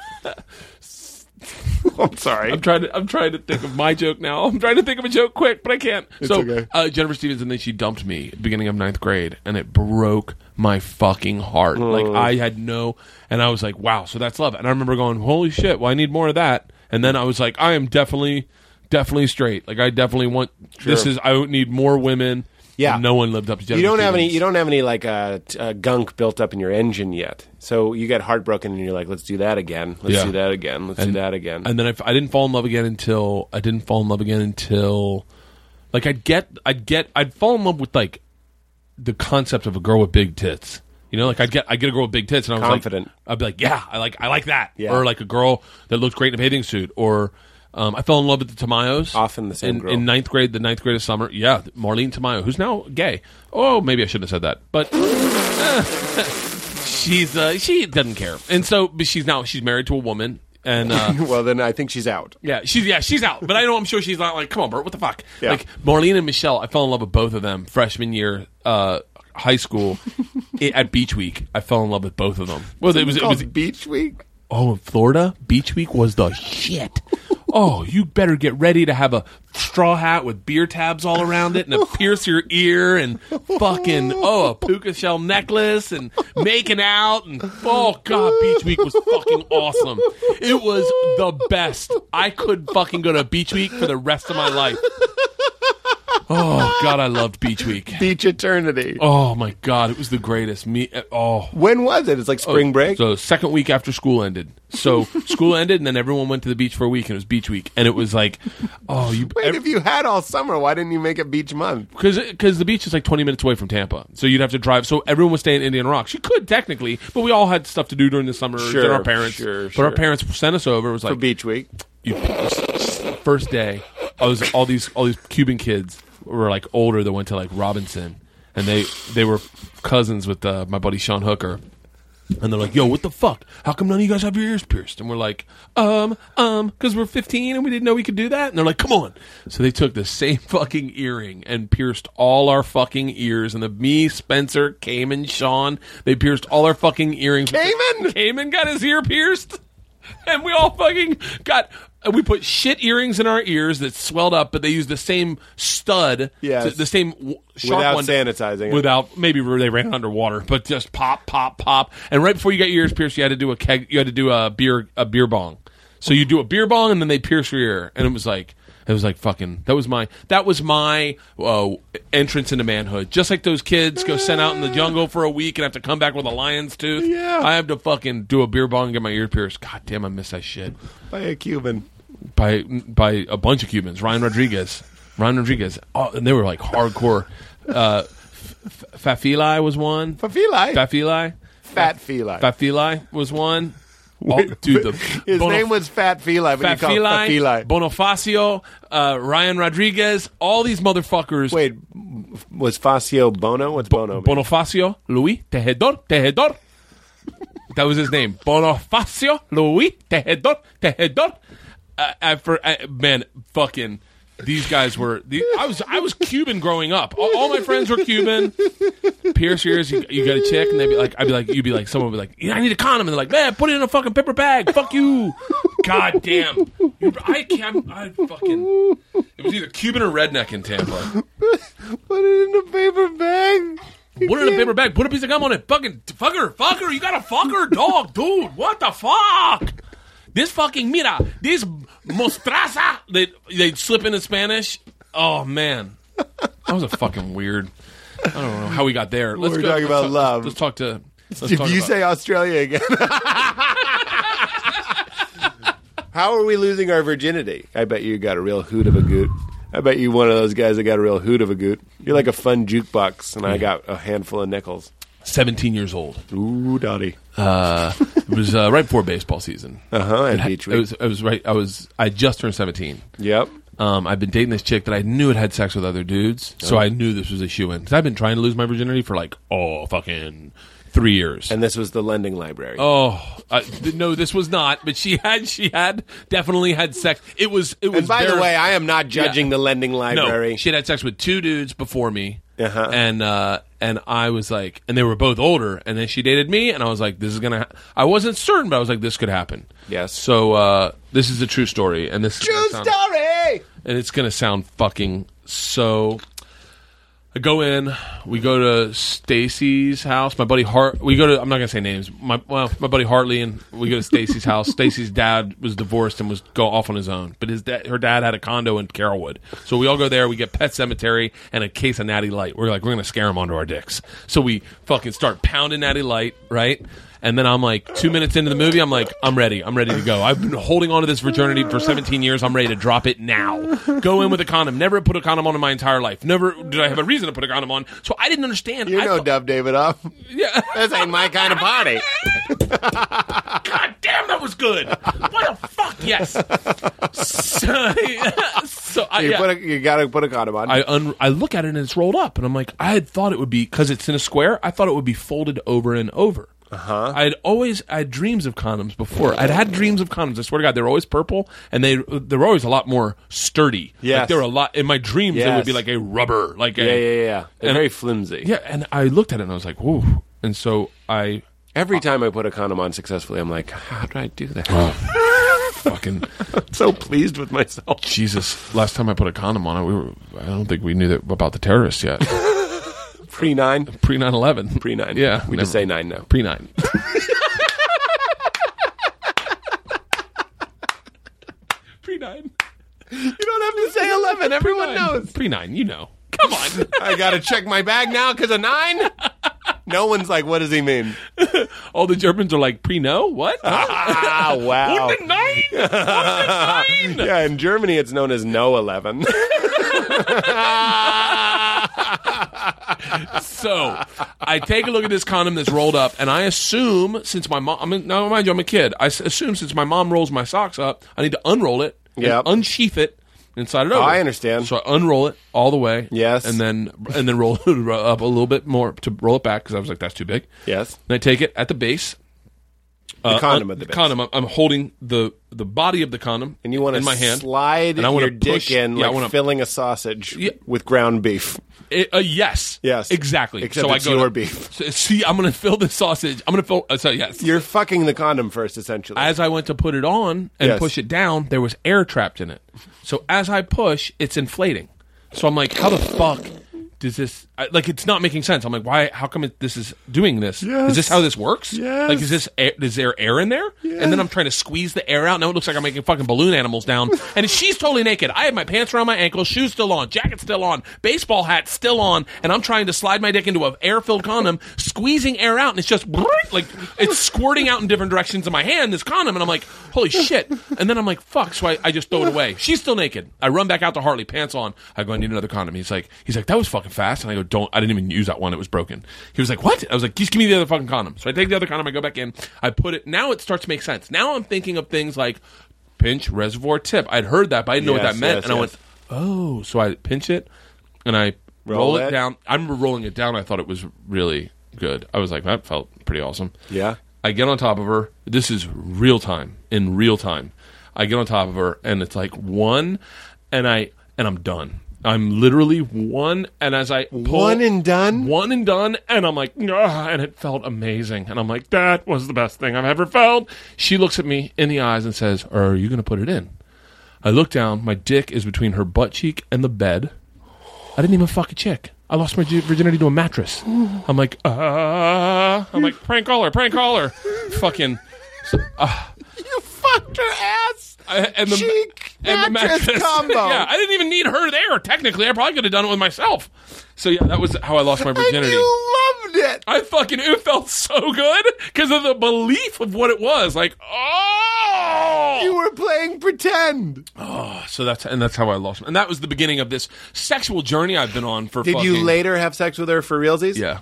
[SPEAKER 2] I'm sorry.
[SPEAKER 5] I'm trying to I'm trying to think of my joke now. I'm trying to think of a joke quick, but I can't. so
[SPEAKER 2] okay.
[SPEAKER 5] uh, Jennifer Stevens and then she dumped me at the beginning of ninth grade, and it broke my fucking heart. Like I had no, and I was like, wow, so that's love. And I remember going, holy shit, well I need more of that. And then I was like, I am definitely definitely straight. Like I definitely want this is I need more women.
[SPEAKER 2] Yeah.
[SPEAKER 5] And no one lived up to Jennifer.
[SPEAKER 2] you don't have any.
[SPEAKER 5] Stevens.
[SPEAKER 2] You don't have any like uh, t- uh, gunk built up in your engine yet. So you get heartbroken and you're like, let's do that again. Let's
[SPEAKER 5] Yeah.
[SPEAKER 2] do that again. Let's do that again.
[SPEAKER 5] and then I, f- I didn't fall in love again until I didn't fall in love again until like I'd get I'd get I'd fall in love with like the concept of a girl with big tits. You know, like I'd get I would get a girl with big tits and I was
[SPEAKER 2] Confident.
[SPEAKER 5] Like, I'd be like, yeah, I like I like that.
[SPEAKER 2] Yeah.
[SPEAKER 5] Or like a girl that looked great in a bathing suit. Or um, I fell in love with the Tamayos.
[SPEAKER 2] Often the same
[SPEAKER 5] in,
[SPEAKER 2] girl.
[SPEAKER 5] in ninth grade. The ninth grade of summer. Yeah, Marlene Tamayo, who's now gay. Oh, maybe I shouldn't have said that, but she's uh, she doesn't care, and so but she's now she's married to a woman. And uh,
[SPEAKER 2] well, then I think she's out.
[SPEAKER 5] yeah, she's yeah, she's out. But I know I'm sure she's not like, come on, Bert, what the fuck?
[SPEAKER 2] Yeah.
[SPEAKER 5] Like Marlene and Michelle, I fell in love with both of them freshman year uh, high school i at Beach Week. I fell in love with both of them. Well, it was it was
[SPEAKER 2] Called Beach Week.
[SPEAKER 5] oh in Florida Beach Week was the shit. Oh, you better get ready to have a straw hat with beer tabs all around it and a pierce your ear and fucking oh a puka shell necklace and making out and oh god beach week was fucking awesome. It was the best. I could fucking go to beach week for the rest of my life. Oh god, I loved beach week.
[SPEAKER 2] Beach Eternity.
[SPEAKER 5] Oh my god, it was the greatest. Me oh
[SPEAKER 2] When was it? It's like spring break.
[SPEAKER 5] so second week after school ended. So school ended, and then everyone went to the beach for a week, and it was beach week, and it was like, oh, you
[SPEAKER 2] Wait, if you had all summer, why didn't you make it beach month?
[SPEAKER 5] because because the beach is like twenty minutes away from Tampa, so you'd have to drive. So everyone was staying in Indian Rocks. You could technically, but we all had stuff to do during the summer.
[SPEAKER 2] Sure,
[SPEAKER 5] than our parents,
[SPEAKER 2] sure,
[SPEAKER 5] but
[SPEAKER 2] sure.
[SPEAKER 5] our parents sent us over. It was
[SPEAKER 2] For
[SPEAKER 5] like
[SPEAKER 2] Beach Week.
[SPEAKER 5] you, first day, I was all these all these Cuban kids were like older that went to like Robinson, and they they were cousins with uh, my buddy Sean Hooker, and they're like, "Yo, what the fuck? How come none of you guys have your ears pierced?" And we're like, "Um, um, because we're 15 and we didn't know we could do that." And they're like, "Come on!" So they took the same fucking earring and pierced all our fucking ears. And the me, Spencer, Cayman, Sean, they pierced all our fucking earrings.
[SPEAKER 2] Cayman?
[SPEAKER 5] Cayman got his ear pierced and we all fucking got we put shit earrings in our ears that swelled up, but they used the same stud,
[SPEAKER 2] Yes.
[SPEAKER 5] the same w- sharp
[SPEAKER 2] Without
[SPEAKER 5] one,
[SPEAKER 2] sanitizing it.
[SPEAKER 5] without maybe they ran it underwater, but just pop, pop, pop, and right before you got your ears pierced, you had to do a keg, you had to do a beer, a beer bong. So you do a beer bong, and then they pierce your ear, and it was like. It was like fucking. That was my. That was my uh, entrance into manhood. Just like those kids go sent out in the jungle for a week and have to come back with a lion's tooth.
[SPEAKER 2] Yeah.
[SPEAKER 5] I have to fucking do a beer bong and get my ear pierced. God damn, I miss that shit
[SPEAKER 2] By a Cuban.
[SPEAKER 5] by by a bunch of Cubans. Ryan Rodriguez, Ryan Rodriguez, oh, and they were like hardcore. Uh, F- F- Fafili was one.
[SPEAKER 2] Fafili.
[SPEAKER 5] Fafili.
[SPEAKER 2] Fat Feli.
[SPEAKER 5] Fafili was one. Oh, dude, the
[SPEAKER 2] His
[SPEAKER 5] Bono-
[SPEAKER 2] name was Fat Feli, but you call him Fat
[SPEAKER 5] Fafili,
[SPEAKER 2] Feli.
[SPEAKER 5] Bonifacio, uh, Ryan Rodriguez, all these motherfuckers.
[SPEAKER 2] Wait, was Facio Bono? What's Bono? mean?
[SPEAKER 5] Bonifacio Luis Tejedor Tejedor. That was his name. Bonifacio Luis Tejedor Tejedor. Uh, I, for, I, man, fucking these guys were. The, I was I was Cuban growing up. All, all my friends were Cuban. Pierce ears, you, you got a chick, and they'd be like, I'd be like, you'd be like, someone would be like, yeah, I need a condom, and they're like, man, put it in a fucking paper bag. Fuck you. God damn. You, I can't. I fucking. It was either Cuban or redneck in Tampa.
[SPEAKER 2] Put it in a paper bag.
[SPEAKER 5] Put it in a paper bag. Put a piece of gum on it. Fucking fuck her, fuck her. You got a fucker dog, dude. What the fuck? This fucking mira, this mostraza. They they slip into Spanish. Oh man, that was a fucking weird. I don't know how we got there. Let's
[SPEAKER 2] We're
[SPEAKER 5] go,
[SPEAKER 2] talking
[SPEAKER 5] let's
[SPEAKER 2] about
[SPEAKER 5] talk-
[SPEAKER 2] love.
[SPEAKER 5] Let's, let's talk to. Let's
[SPEAKER 2] If
[SPEAKER 5] talk
[SPEAKER 2] you
[SPEAKER 5] about-
[SPEAKER 2] say Australia again. How are we losing our virginity? I bet you got a real hoot of a goot. I bet you one of those guys that got a real hoot of a goot. You're like a fun jukebox, and I got a handful of nickels.
[SPEAKER 5] seventeen years old.
[SPEAKER 2] Ooh, Dottie.
[SPEAKER 5] Uh, it was uh, right before baseball season.
[SPEAKER 2] Uh huh. And
[SPEAKER 5] It
[SPEAKER 2] beach
[SPEAKER 5] was.
[SPEAKER 2] week.
[SPEAKER 5] It was right. I was. I just turned seventeen.
[SPEAKER 2] Yep.
[SPEAKER 5] Um, I've been dating this chick that I knew had had sex with other dudes,
[SPEAKER 2] Oh.
[SPEAKER 5] so I knew this was a shoe in. Because I've been trying to lose my virginity for like oh fucking three years.
[SPEAKER 2] And this was the lending library.
[SPEAKER 5] Oh I, th- no, this was not. But she had, she had definitely had sex. It was, it was.
[SPEAKER 2] and by
[SPEAKER 5] very-
[SPEAKER 2] the way, I am not judging
[SPEAKER 5] Yeah.
[SPEAKER 2] the lending library.
[SPEAKER 5] no, she had had sex with two dudes before me,
[SPEAKER 2] Uh-huh.
[SPEAKER 5] and uh, and I was like, and they were both older, and then she dated me, and I was like, this is gonna. Ha-. I wasn't certain, but I was like, this could happen.
[SPEAKER 2] Yes.
[SPEAKER 5] So uh, this is a true story, and this is
[SPEAKER 2] True
[SPEAKER 5] gonna sound-
[SPEAKER 2] story.
[SPEAKER 5] and it's gonna sound fucking so. I go in. We go to Stacy's house. My buddy Hart. We go to. I'm not gonna say names. My well, my buddy Hartley and we go to Stacy's house. Stacy's dad was divorced and was go off on his own. But his dad, her dad had a condo in Carrollwood. So we all go there. We get Pet Cemetery and a case of Natty Light. We're like, we're gonna scare him onto our dicks. So we fucking start pounding Natty Light, right? And then I'm like, two minutes into the movie, I'm like, I'm ready. I'm ready to go. I've been holding on to this virginity for 17 years. I'm ready to drop it now. Go in with a condom. Never put a condom on in my entire life. Never did I have a reason to put a condom on. So I didn't understand.
[SPEAKER 2] You
[SPEAKER 5] I
[SPEAKER 2] know,
[SPEAKER 5] thought-
[SPEAKER 2] Dub David off.
[SPEAKER 5] Yeah.
[SPEAKER 2] This ain't my kind of party.
[SPEAKER 5] God damn, that was good. What a fuck, yes. So, so I,
[SPEAKER 2] You,
[SPEAKER 5] yeah.
[SPEAKER 2] put a, you gotta put a condom on.
[SPEAKER 5] I un- I look at it and it's rolled up, and I'm like, I had thought it would be because it's in a square. I thought it would be folded over and over. Uh-huh. I'd always I had dreams of condoms before. I'd had dreams of condoms. I swear to God, they were always purple, and they they were always a lot more sturdy.
[SPEAKER 2] Yes.
[SPEAKER 5] like, they were a lot in my dreams. They would
[SPEAKER 2] Yes.
[SPEAKER 5] be like a rubber, like a,
[SPEAKER 2] yeah, yeah, yeah. They're
[SPEAKER 5] And-
[SPEAKER 2] very flimsy.
[SPEAKER 5] yeah. And I looked at it and I was like, whoa. And so I
[SPEAKER 2] Every time I put a condom on successfully, I'm like, how did I do that?
[SPEAKER 5] fucking
[SPEAKER 2] so pleased with myself.
[SPEAKER 5] Jesus. Last time I put a condom on it, we were I don't think we knew that about the terrorists yet.
[SPEAKER 2] Pre nine,
[SPEAKER 5] Pre 9-11.
[SPEAKER 2] pre nine.
[SPEAKER 5] Yeah,
[SPEAKER 2] we just
[SPEAKER 5] never-
[SPEAKER 2] say nine now.
[SPEAKER 5] Pre nine. Pre nine.
[SPEAKER 2] You don't have to say eleven. Everyone knows.
[SPEAKER 5] Pre nine. You know. Come on.
[SPEAKER 2] I gotta check my bag now because of nine. No one's like, what does he mean?
[SPEAKER 5] All the Germans are like pre no. What?
[SPEAKER 2] Ah,
[SPEAKER 5] Oh,
[SPEAKER 2] wow.
[SPEAKER 5] What the nine? What the nine?
[SPEAKER 2] Yeah, in Germany it's known as no eleven.
[SPEAKER 5] So I take a look at this condom that's rolled up, and I assume since my mom, I mean, now mind you, I'm a kid. I s- assume since my mom rolls my socks up, I need to unroll it, and
[SPEAKER 2] Yep.
[SPEAKER 5] unsheath it, inside it over.
[SPEAKER 2] I understand.
[SPEAKER 5] So I unroll it all the way,
[SPEAKER 2] Yes.
[SPEAKER 5] and then and then roll it up a little bit more to roll it back because I was like, that's too big.
[SPEAKER 2] Yes.
[SPEAKER 5] And I take it at the base.
[SPEAKER 2] The condom
[SPEAKER 5] uh,
[SPEAKER 2] at the base.
[SPEAKER 5] condom. I'm, I'm holding the the body of the condom,
[SPEAKER 2] And you want to
[SPEAKER 5] in my hand.
[SPEAKER 2] slide
[SPEAKER 5] and I wanna
[SPEAKER 2] your dick
[SPEAKER 5] push-
[SPEAKER 2] in
[SPEAKER 5] yeah, I
[SPEAKER 2] like
[SPEAKER 5] wanna-
[SPEAKER 2] filling a sausage
[SPEAKER 5] Yeah.
[SPEAKER 2] with ground beef.
[SPEAKER 5] I- uh, yes.
[SPEAKER 2] Yes.
[SPEAKER 5] Exactly.
[SPEAKER 2] Except
[SPEAKER 5] so
[SPEAKER 2] it's
[SPEAKER 5] I go
[SPEAKER 2] your
[SPEAKER 5] to-
[SPEAKER 2] beef.
[SPEAKER 5] So, see, I'm going to fill this sausage. I'm going to fill. Uh, so yes.
[SPEAKER 2] You're fucking the condom first, essentially.
[SPEAKER 5] as I went to put it on and
[SPEAKER 2] Yes.
[SPEAKER 5] push it down, there was air trapped in it. So as I push, it's inflating. So I'm like, how the fuck does this? I, like, it's not making sense. I'm like, why? How come it, this is doing this? Is this how this works?
[SPEAKER 2] Yes.
[SPEAKER 5] Like, is this air, is there air in there? And then I'm trying to squeeze the air out. Now it looks like I'm making fucking balloon animals down. and she's totally naked. I have my pants around my ankles, shoes still on, jacket still on, baseball hat still on, and I'm trying to slide my dick into an air-filled condom, squeezing air out, and it's just like it's squirting out in different directions in my hand. This condom, and I'm like, holy shit. And then I'm like, fuck. So I, I just throw it away. She's still naked. I run back out to Harley, pants on. I go, I need another condom. He's like, he's like, that was fucking fast. And I go, don't. I didn't even use that one. It was broken. He was like, what? I was like, just give me the other fucking condom. So I take the other condom. I go back in. I put it. Now it starts to make sense. Now I'm thinking of things like pinch reservoir tip. I'd heard that, but I didn't know what
[SPEAKER 2] Yes,
[SPEAKER 5] that meant.
[SPEAKER 2] yes,
[SPEAKER 5] and I
[SPEAKER 2] yes.
[SPEAKER 5] went, oh. So I pinch it, and I roll,
[SPEAKER 2] Roll
[SPEAKER 5] it
[SPEAKER 2] it.
[SPEAKER 5] down. I remember rolling it down. I thought it was really good. I was like, that felt pretty awesome.
[SPEAKER 2] Yeah.
[SPEAKER 5] I get on top of her. This is real time, in real time. I get on top of her, and it's like one, and I and I'm done. I'm literally one, and as I pull,
[SPEAKER 2] One and done?
[SPEAKER 5] one and done, and I'm like, "Ah," and it felt amazing, and I'm like, that was the best thing I've ever felt. She looks at me in the eyes and says, "Are you going to put it in?" I look down. My dick is between her butt cheek and the bed. I didn't even fuck a chick. I lost my gi- virginity to a mattress. I'm like, uh, I'm like, prank caller, prank caller. Fucking. so- ah.
[SPEAKER 2] you fucked her ass.
[SPEAKER 5] I- and the,
[SPEAKER 2] Cheek, mattress combo.
[SPEAKER 5] yeah, I didn't even need her there, technically. I probably could have done it with myself. So, yeah, that was how I lost my virginity.
[SPEAKER 2] And you loved it.
[SPEAKER 5] I fucking, it felt so good because of the belief of what it was. Like, oh!
[SPEAKER 2] You were playing pretend.
[SPEAKER 5] so that's, and that's how I lost. And that was the beginning of this sexual journey I've been on for
[SPEAKER 2] Did you
[SPEAKER 5] fucking-
[SPEAKER 2] later have sex with her for realsies?
[SPEAKER 5] Yeah.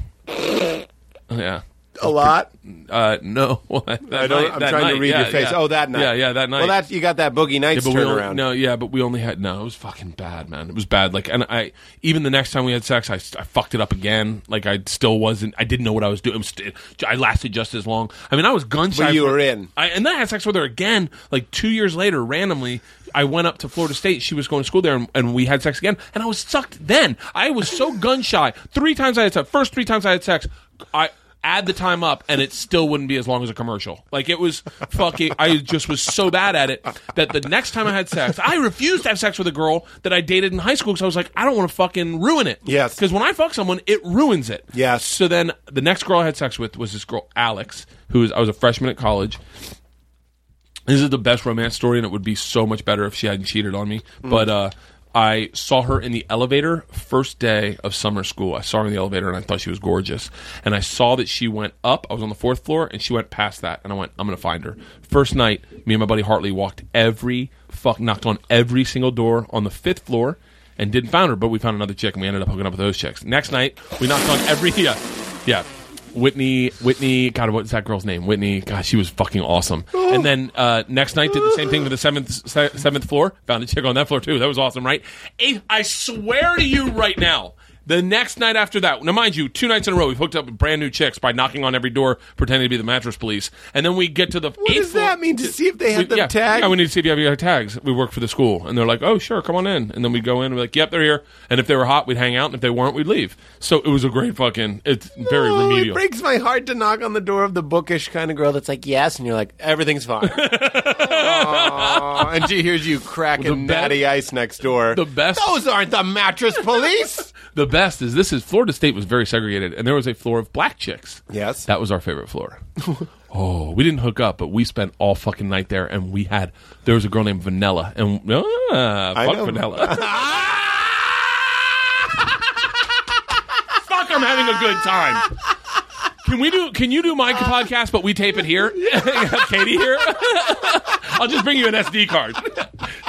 [SPEAKER 5] yeah.
[SPEAKER 2] a lot.
[SPEAKER 5] Uh, no, I
[SPEAKER 2] I don't, I'm trying to read your face. Oh, that night.
[SPEAKER 5] Yeah, yeah, that night.
[SPEAKER 2] Well, that's you got that boogie nights
[SPEAKER 5] Yeah, but we only,
[SPEAKER 2] turnaround.
[SPEAKER 5] no, yeah, but we only had no. It was fucking bad, man. It was bad. Like, and I even the next time we had sex, I, I fucked it up again. Like, I still wasn't. I didn't know what I was doing. It was st- I lasted just as long. I mean, I was gun shy.
[SPEAKER 2] But you
[SPEAKER 5] for-
[SPEAKER 2] were in.
[SPEAKER 5] I, and then I had sex with her again. Like two years later, randomly, I went up to Florida State. She was going to school there, and, and we had sex again. And I was sucked then. I was so gun shy. Three times I had sex. First three times I had sex, I. Add the time up, and it still wouldn't be as long as a commercial. Like it was fucking. I just was so bad at it that the next time I had sex, I refused to have sex with a girl that I dated in high school because I was like, I don't want to fucking ruin it.
[SPEAKER 2] Yes.
[SPEAKER 5] Because when I fuck someone, it ruins it.
[SPEAKER 2] Yes.
[SPEAKER 5] So then the next girl I had sex with was this girl Alex, who was I was a freshman at college, this is the best romance story, and it would be so much better if she hadn't cheated on me. But uh, I saw her in the elevator first day of summer school. I saw her in the elevator, and I thought she was gorgeous. And I saw that she went up. I was on the fourth floor, and she went past that. And I went, I'm gonna find her. First night, me and my buddy Hartley walked every fuck, knocked on every single door on the fifth floor, and didn't find her. But we found another chick, and we ended up hooking up with those chicks. Next night, we knocked on every yeah, yeah. Whitney, Whitney, God, what's that girl's name? Whitney, God, she was fucking awesome.
[SPEAKER 2] Oh.
[SPEAKER 5] And then uh, next night did the same thing with the seventh se- seventh floor. Found a chick on that floor too. That was awesome, right? Eighth, I swear to you, right now, the next night after that. Now, mind you, two nights in a row, we hooked up with brand new chicks by knocking on every door, pretending to be the mattress police, and then we get to the.
[SPEAKER 2] What
[SPEAKER 5] eighth
[SPEAKER 2] does that
[SPEAKER 5] floor-
[SPEAKER 2] mean? To see if they had
[SPEAKER 5] we-
[SPEAKER 2] them
[SPEAKER 5] yeah,
[SPEAKER 2] tagged?
[SPEAKER 5] yeah, we need to see if you have your tags. We work for the school, and they're like, "Oh, sure, come on in." And then we go in, and we're like, "Yep, they're here." And if they were hot, we'd hang out, and if they weren't, we'd leave. So it was a great fucking. It's very
[SPEAKER 2] Oh,
[SPEAKER 5] remedial.
[SPEAKER 2] It breaks my heart to knock on the door of the bookish kind of girl that's like, yes, and you're like, everything's fine. Aw, and she hears you cracking
[SPEAKER 5] Well, the be-
[SPEAKER 2] natty ice next door.
[SPEAKER 5] the best-
[SPEAKER 2] Those aren't the mattress police.
[SPEAKER 5] the best is this is Florida State was very segregated, and there was a floor of black chicks.
[SPEAKER 2] Yes.
[SPEAKER 5] that was our favorite floor. oh, we didn't hook up, but we spent all fucking night there, and we had there was a girl named Vanilla, and ah, fuck
[SPEAKER 2] know.
[SPEAKER 5] Vanilla. fuck, I'm having a good time. Can we do? Can you do
[SPEAKER 2] Uh,
[SPEAKER 5] my podcast, but we tape it here? Have Katie here. I'll just bring you an SD card.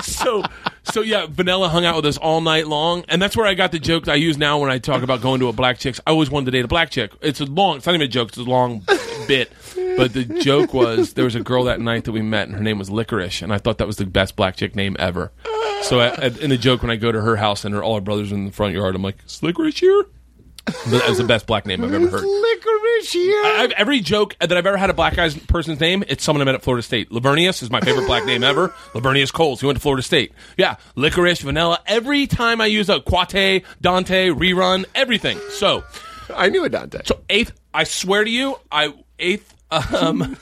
[SPEAKER 5] so, so yeah, Vanilla hung out with us all night long, and that's where I got the joke that I use now when I talk about going to a black chick's. I always wanted to date a black chick. It's a long. It's not even a joke. It's a long bit. But the joke was there was a girl that night that we met, and her name was Licorice, and I thought that was the best black chick name ever. So, I, I- in the joke, when I go to her house and her all her brothers are in the front yard, I'm like, "Is Licorice here?" That was the best black name I've ever heard.
[SPEAKER 2] Licorice here.
[SPEAKER 5] I- I've, every joke that I've ever had a black guy's person's name, it's someone I met at Florida State. Lavernius is my favorite black name ever. Lavernius Coles, he went to Florida State. Yeah, licorice, vanilla. Every time I use a Quate, Dante, rerun, everything. So,
[SPEAKER 2] I knew it, Dante.
[SPEAKER 5] so eighth, I swear to you, I eighth, um,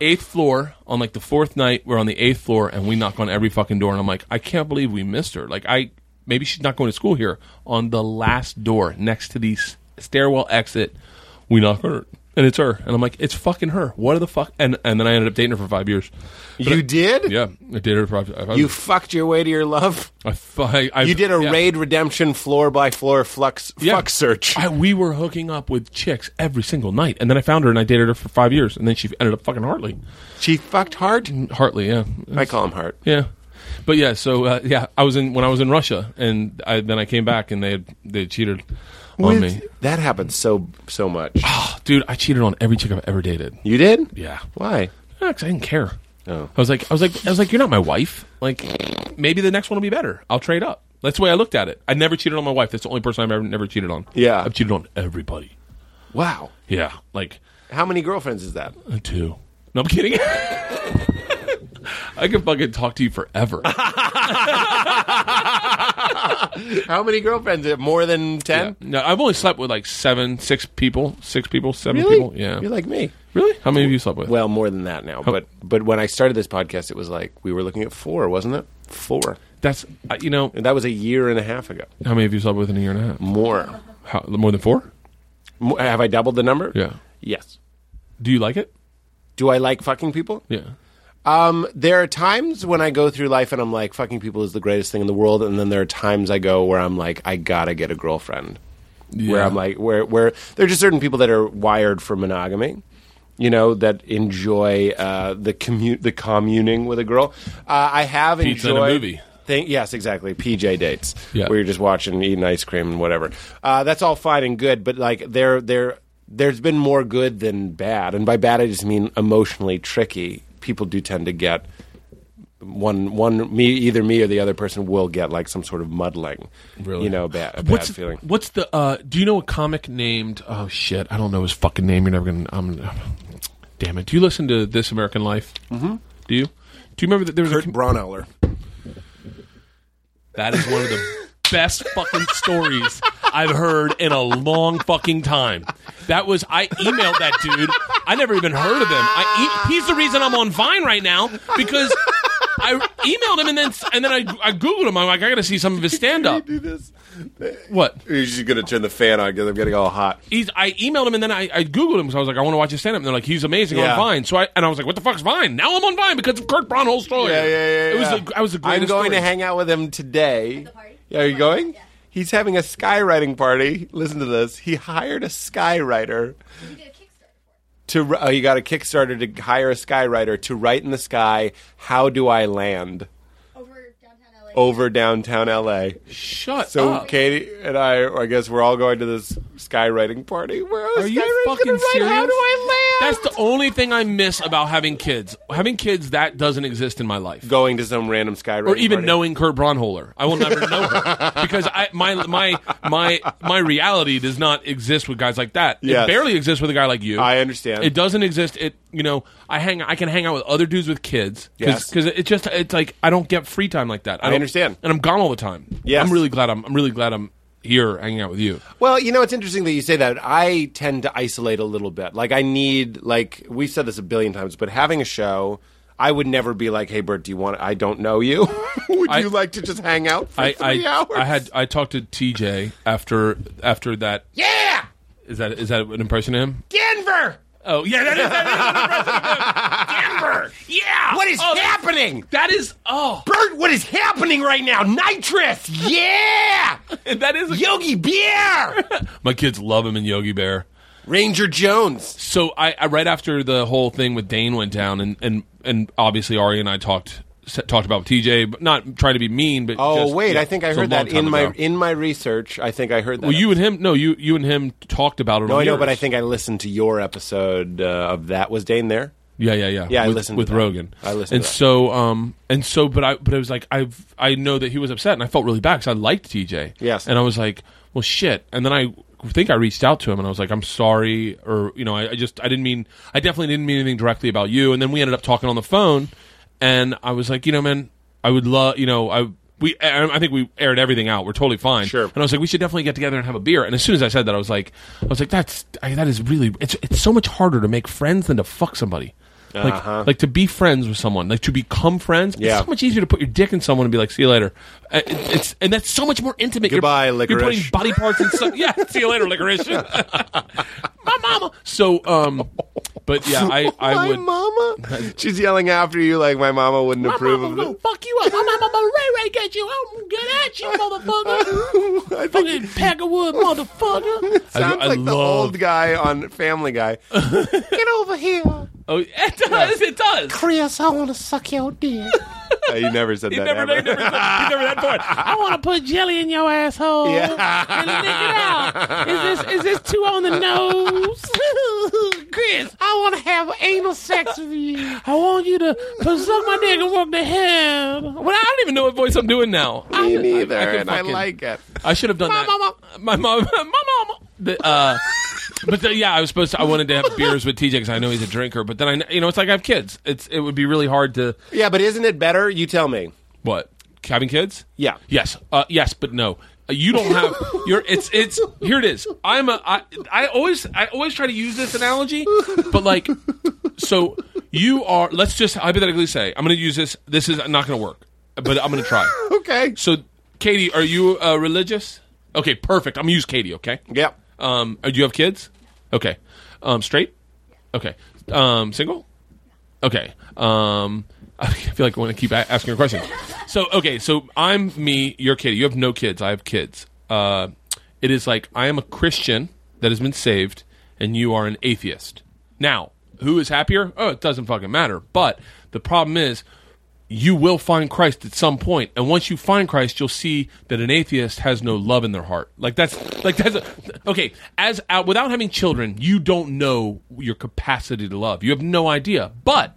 [SPEAKER 5] eighth floor on like the fourth night. We're on the eighth floor, and we knock on every fucking door, and I'm like, I can't believe we missed her. Like, I maybe she's not going to school here. On the last door next to the s- stairwell exit, we knock on her, and it's her, and I'm like, it's fucking her. What the fuck? And and then I ended up dating her for five years. But
[SPEAKER 2] you
[SPEAKER 5] I-
[SPEAKER 2] did?
[SPEAKER 5] Yeah, I dated her for five. I,
[SPEAKER 2] You fucked your way to your love.
[SPEAKER 5] I, I, I-
[SPEAKER 2] You did a
[SPEAKER 5] yeah.
[SPEAKER 2] raid redemption floor by floor flux
[SPEAKER 5] Yeah.
[SPEAKER 2] fuck search.
[SPEAKER 5] I, we were hooking up with chicks every single night, and then I found her and I dated her for five years, and then she ended up fucking Hartley.
[SPEAKER 2] She fucked hard.
[SPEAKER 5] Hartley, yeah,
[SPEAKER 2] I call him hard.
[SPEAKER 5] yeah, but yeah. So uh, yeah, I was in when I was in Russia, and I, then I came back, and they had, they had cheated on me.
[SPEAKER 2] That happens so so much.
[SPEAKER 5] Oh, dude, I cheated on every chick I've ever dated.
[SPEAKER 2] You did?
[SPEAKER 5] Yeah,
[SPEAKER 2] Why?
[SPEAKER 5] Yeah, 'cause I didn't care.
[SPEAKER 2] Oh.
[SPEAKER 5] I was like, I was like, I was like, you're not my wife. Like, maybe the next one will be better. I'll trade up. That's the way I looked at it. I never cheated on my wife. That's the only person I've ever never cheated on.
[SPEAKER 2] Yeah.
[SPEAKER 5] I've cheated on everybody.
[SPEAKER 2] Wow.
[SPEAKER 5] Yeah, like
[SPEAKER 2] How many girlfriends is that?
[SPEAKER 5] A two. No, I'm kidding. I could fucking talk to you forever.
[SPEAKER 2] How many girlfriends? Uh, More than
[SPEAKER 5] Yeah.
[SPEAKER 2] ten?
[SPEAKER 5] No, I've only slept with like seven, six people, six people, seven people. Yeah.
[SPEAKER 2] You're like me.
[SPEAKER 5] really? How many have you slept with?
[SPEAKER 2] Well, more than that now. But but when I started this podcast, it was like we were looking at four, wasn't it? Four.
[SPEAKER 5] That's uh, you know.
[SPEAKER 2] And that was a year and a half ago.
[SPEAKER 5] How many have you slept with in a year and a half?
[SPEAKER 2] More.
[SPEAKER 5] How, more than four?
[SPEAKER 2] Mo- Have I doubled the number?
[SPEAKER 5] Yeah.
[SPEAKER 2] Yes.
[SPEAKER 5] Do you like it?
[SPEAKER 2] Do I like fucking people?
[SPEAKER 5] Yeah.
[SPEAKER 2] Um, there are times when I go through life and I'm like, fucking people is the greatest thing in the world, and then there are times I go where I'm like, I gotta get a girlfriend. Where
[SPEAKER 5] Yeah.
[SPEAKER 2] I'm like, where where there are just certain people that are wired for monogamy, you know, that enjoy uh, the commute, the communing with a girl. Uh, I have
[SPEAKER 5] Pizza and a
[SPEAKER 2] enjoyed
[SPEAKER 5] movie.
[SPEAKER 2] Thing, yes, exactly. PJ dates
[SPEAKER 5] Yeah.
[SPEAKER 2] where you're just watching, eating ice cream and whatever. Uh, that's all fine and good, but like there, there, there's been more good than bad, and by bad I just mean emotionally tricky. People do tend to get one one me either me or the other person will get like some sort of muddling,
[SPEAKER 5] Really?
[SPEAKER 2] you know, bad a bad
[SPEAKER 5] what's
[SPEAKER 2] feeling.
[SPEAKER 5] what's the uh do you know a comic named oh shit i don't know his fucking name you're never gonna um, damn it do you listen to this american life mm-hmm. do you do you remember that there was a com-
[SPEAKER 2] Braunauer.
[SPEAKER 5] that is one of the best fucking stories i've heard in a long fucking time that was i emailed that dude i never even heard of him I e- he's the reason i'm on vine right now because I emailed him and then and then I, I googled him. I'm like, I gotta see some of his stand up. What?
[SPEAKER 2] You're just gonna turn the fan on because I'm getting all hot.
[SPEAKER 5] he's I emailed him and then I, I Googled him because I was like, I want to watch his stand up. And they're like, he's amazing
[SPEAKER 2] Yeah.
[SPEAKER 5] on Vine. So I and I was like, what the fuck's Vine? Now I'm on Vine because of Kurt Braun's story.
[SPEAKER 2] Yeah, yeah, yeah.
[SPEAKER 5] It was
[SPEAKER 2] yeah.
[SPEAKER 5] the, I was the
[SPEAKER 2] I'm
[SPEAKER 5] greatest.
[SPEAKER 2] going to
[SPEAKER 5] story.
[SPEAKER 2] hang out with him today.
[SPEAKER 4] the party?
[SPEAKER 2] Yeah, are you going?
[SPEAKER 4] Yeah.
[SPEAKER 2] He's having a skywriting party. Listen to this. He hired a skywriter
[SPEAKER 4] You did a Kickstarter for it.
[SPEAKER 2] to. Oh, you got a Kickstarter to hire a skywriter to write in the sky. How do I land
[SPEAKER 4] Over downtown LA.
[SPEAKER 2] over downtown LA?
[SPEAKER 5] Shut
[SPEAKER 2] So
[SPEAKER 5] up.
[SPEAKER 2] Katie and I, or I guess we're all going to this skywriting party. Where a
[SPEAKER 5] Are you
[SPEAKER 2] skywriter's gonna
[SPEAKER 5] fucking
[SPEAKER 2] write,
[SPEAKER 5] serious?
[SPEAKER 2] How do I land?
[SPEAKER 5] That's the only thing I miss about having kids. Having kids that doesn't exist in my life.
[SPEAKER 2] going to some random skywriting,
[SPEAKER 5] or even
[SPEAKER 2] party.
[SPEAKER 5] knowing Kurt Braunholer. I will never know her because I, my my my my reality does not exist with guys like that.
[SPEAKER 2] Yes.
[SPEAKER 5] It barely exists with a guy like you.
[SPEAKER 2] I understand.
[SPEAKER 5] It doesn't exist. It you know I hang I can hang out with other dudes with kids
[SPEAKER 2] Yes.
[SPEAKER 5] because it just it's like I don't get free time like that. I, don't-
[SPEAKER 2] understand.
[SPEAKER 5] and I'm gone all the time.
[SPEAKER 2] Yes.
[SPEAKER 5] I'm really glad I'm I'm really glad I'm here hanging out with you.
[SPEAKER 2] Well, you know, it's interesting that you say that. I tend to isolate a little bit. Like, I need, like, we've said this a billion times, but having a show, I would never be like, hey, Bert, do you want, I don't know you. would
[SPEAKER 5] I-
[SPEAKER 2] you like to just hang out for
[SPEAKER 5] I
[SPEAKER 2] three
[SPEAKER 5] I,
[SPEAKER 2] hours?
[SPEAKER 5] I had I talked to TJ after after that.
[SPEAKER 2] yeah!
[SPEAKER 5] Is that is that an impression of him?
[SPEAKER 2] Denver!
[SPEAKER 5] Oh yeah, that is that is an impression of him.
[SPEAKER 2] Denver!
[SPEAKER 5] Yeah.
[SPEAKER 2] What is
[SPEAKER 5] Oh, that's-
[SPEAKER 2] happening?
[SPEAKER 5] That is oh
[SPEAKER 2] Bert, what is happening right now? Nitrous! Yeah!
[SPEAKER 5] that is
[SPEAKER 2] Yogi Beer!
[SPEAKER 5] my kids love him and Yogi Bear.
[SPEAKER 2] Ranger Jones.
[SPEAKER 5] So I, I right after the whole thing with Dane went down, and and and obviously Ari and I talked s- talked about TJ, but not trying to be mean, but
[SPEAKER 2] Oh,
[SPEAKER 5] just-
[SPEAKER 2] wait,
[SPEAKER 5] yeah,
[SPEAKER 2] I think I
[SPEAKER 5] it's a
[SPEAKER 2] heard
[SPEAKER 5] long
[SPEAKER 2] that
[SPEAKER 5] time
[SPEAKER 2] in my
[SPEAKER 5] ago.
[SPEAKER 2] in my research. I think I heard that.
[SPEAKER 5] well, you and him, no, you you and him talked about it.
[SPEAKER 2] No,
[SPEAKER 5] on
[SPEAKER 2] I know,
[SPEAKER 5] yours.
[SPEAKER 2] but I think I listened to your episode uh, of that. Was Dane there?
[SPEAKER 5] yeah, yeah, yeah,
[SPEAKER 2] Yeah, I
[SPEAKER 5] with,
[SPEAKER 2] listened to
[SPEAKER 5] with
[SPEAKER 2] that.
[SPEAKER 5] Rogan.
[SPEAKER 2] I listened to
[SPEAKER 5] and
[SPEAKER 2] that.
[SPEAKER 5] so um and so, but I but I was like I I know that he was upset, and I felt really bad because I liked TJ.
[SPEAKER 2] Yes.
[SPEAKER 5] and I was like, well, shit, and then I. think I reached out to him and I was like, "I'm sorry," or you know, I, I just I didn't mean I definitely didn't mean anything directly about you. And then we ended up talking on the phone, and I was like, you know, man, I would love, you know, I we I, I think we aired everything out. We're totally fine.
[SPEAKER 2] Sure.
[SPEAKER 5] And I was like, we should definitely get together and have a beer. And as soon as I said that, I was like, I was like, that's I, that is really it's it's so much harder to make friends than to fuck somebody. Like, like to be friends with someone, like to become friends.
[SPEAKER 2] Uh-huh. Yeah.
[SPEAKER 5] It's so much easier to put your dick in someone and be like, "See you later," Uh, it- it's and that's so much more intimate. You're-
[SPEAKER 2] Goodbye,
[SPEAKER 5] you're, putting
[SPEAKER 2] licorice.
[SPEAKER 5] body parts and stuff. Yeah, see you later, licorice. My mama. So, um, but yeah, I I
[SPEAKER 2] my
[SPEAKER 5] would.
[SPEAKER 2] mama. She's yelling after you like my mama wouldn't approve of this.
[SPEAKER 5] fuck you up. My mama, Ray Ray, get you out and get at you,
[SPEAKER 2] I think it
[SPEAKER 5] pack of wood, motherfucker.
[SPEAKER 2] sounds like the old guy on Family Guy. Uh,
[SPEAKER 1] Get over here,
[SPEAKER 5] Oh, it does. It does.
[SPEAKER 1] Chris. I want to suck your dick.
[SPEAKER 2] Uh, you never said
[SPEAKER 5] He
[SPEAKER 2] that.
[SPEAKER 5] never,
[SPEAKER 2] ever.
[SPEAKER 5] he never, he never that part. I want to put jelly in your asshole.
[SPEAKER 2] Yeah.
[SPEAKER 5] Is this is this too on the nose, Chris?
[SPEAKER 1] I want to have anal sex with you.
[SPEAKER 5] I want you to put suck my dick and walk the head. Well, I don't even know what voice I'm doing now. I,
[SPEAKER 2] Me neither,
[SPEAKER 5] I- I could
[SPEAKER 2] and I
[SPEAKER 5] fucking-
[SPEAKER 2] like it.
[SPEAKER 5] I should have done that.
[SPEAKER 1] mama.
[SPEAKER 5] My mom, my mom. The, uh, but the, yeah, I was supposed to. I wanted to have beers with TJ because I know he's a drinker. But then I, kn- you know, it's like I have kids. It's it would be really hard to
[SPEAKER 2] Yeah, but isn't it better? You tell me.
[SPEAKER 5] what having kids.
[SPEAKER 2] Yeah.
[SPEAKER 5] Yes. Uh, yes, but no. Uh, You don't have your. It's it's here. It is. I'm a. I, I always I always try to use this analogy, but like, so you are. Let's just hypothetically say I'm going to use this. This is not going to work, but I'm going to try.
[SPEAKER 2] Okay.
[SPEAKER 5] So, Katie, are you uh, religious? Okay, perfect. I'm gonna use Katie. Okay.
[SPEAKER 2] Yeah.
[SPEAKER 5] Um, uh, do you have kids? Okay. Um, straight. Okay. Um, single. Okay. Um, I feel like I want to keep a- asking her questions. So, okay. So I'm me. You're Katie. You have no kids. I have kids. Uh, it is like I am a Christian that has been saved, and you are an atheist. Now, who is happier? Oh, it doesn't fucking matter. But the problem is, you will find Christ at some point, and once you find Christ, you'll see that an atheist has no love in their heart. Like that's like that's a, okay. As out without having children, you don't know your capacity to love. You have no idea. But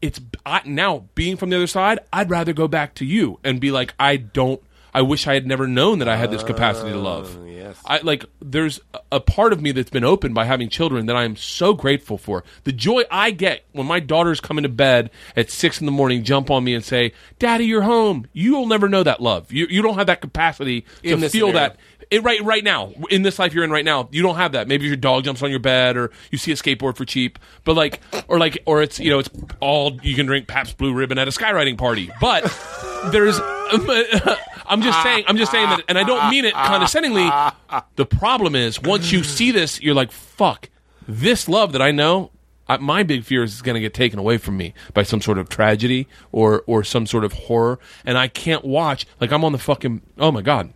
[SPEAKER 5] it's I, now being from the other side, I'd rather go back to you and be like, I don't. I wish I had never known that I had this capacity to love.
[SPEAKER 2] Oh,
[SPEAKER 5] Yes. I like there's a- a part of me that's been opened by having children that I'm so grateful for. The joy I get when my daughters come into bed at six in the morning, jump on me and say, "Daddy, you're home." You'll never know that love. You you don't have that capacity to
[SPEAKER 2] In
[SPEAKER 5] feel
[SPEAKER 2] this scenario.
[SPEAKER 5] that it, right right now in this life you're in right now you don't have that maybe your dog jumps on your bed or you see a skateboard for cheap but like or like or it's you know it's all you can drink Pabst Blue Ribbon at a skywriting party but there's I'm just saying I'm just saying that and I don't mean it condescendingly the problem is once you see this you're like fuck this love that I know I, my big fear is it's going to get taken away from me by some sort of tragedy or or some sort of horror and I can't watch like I'm on the fucking oh my god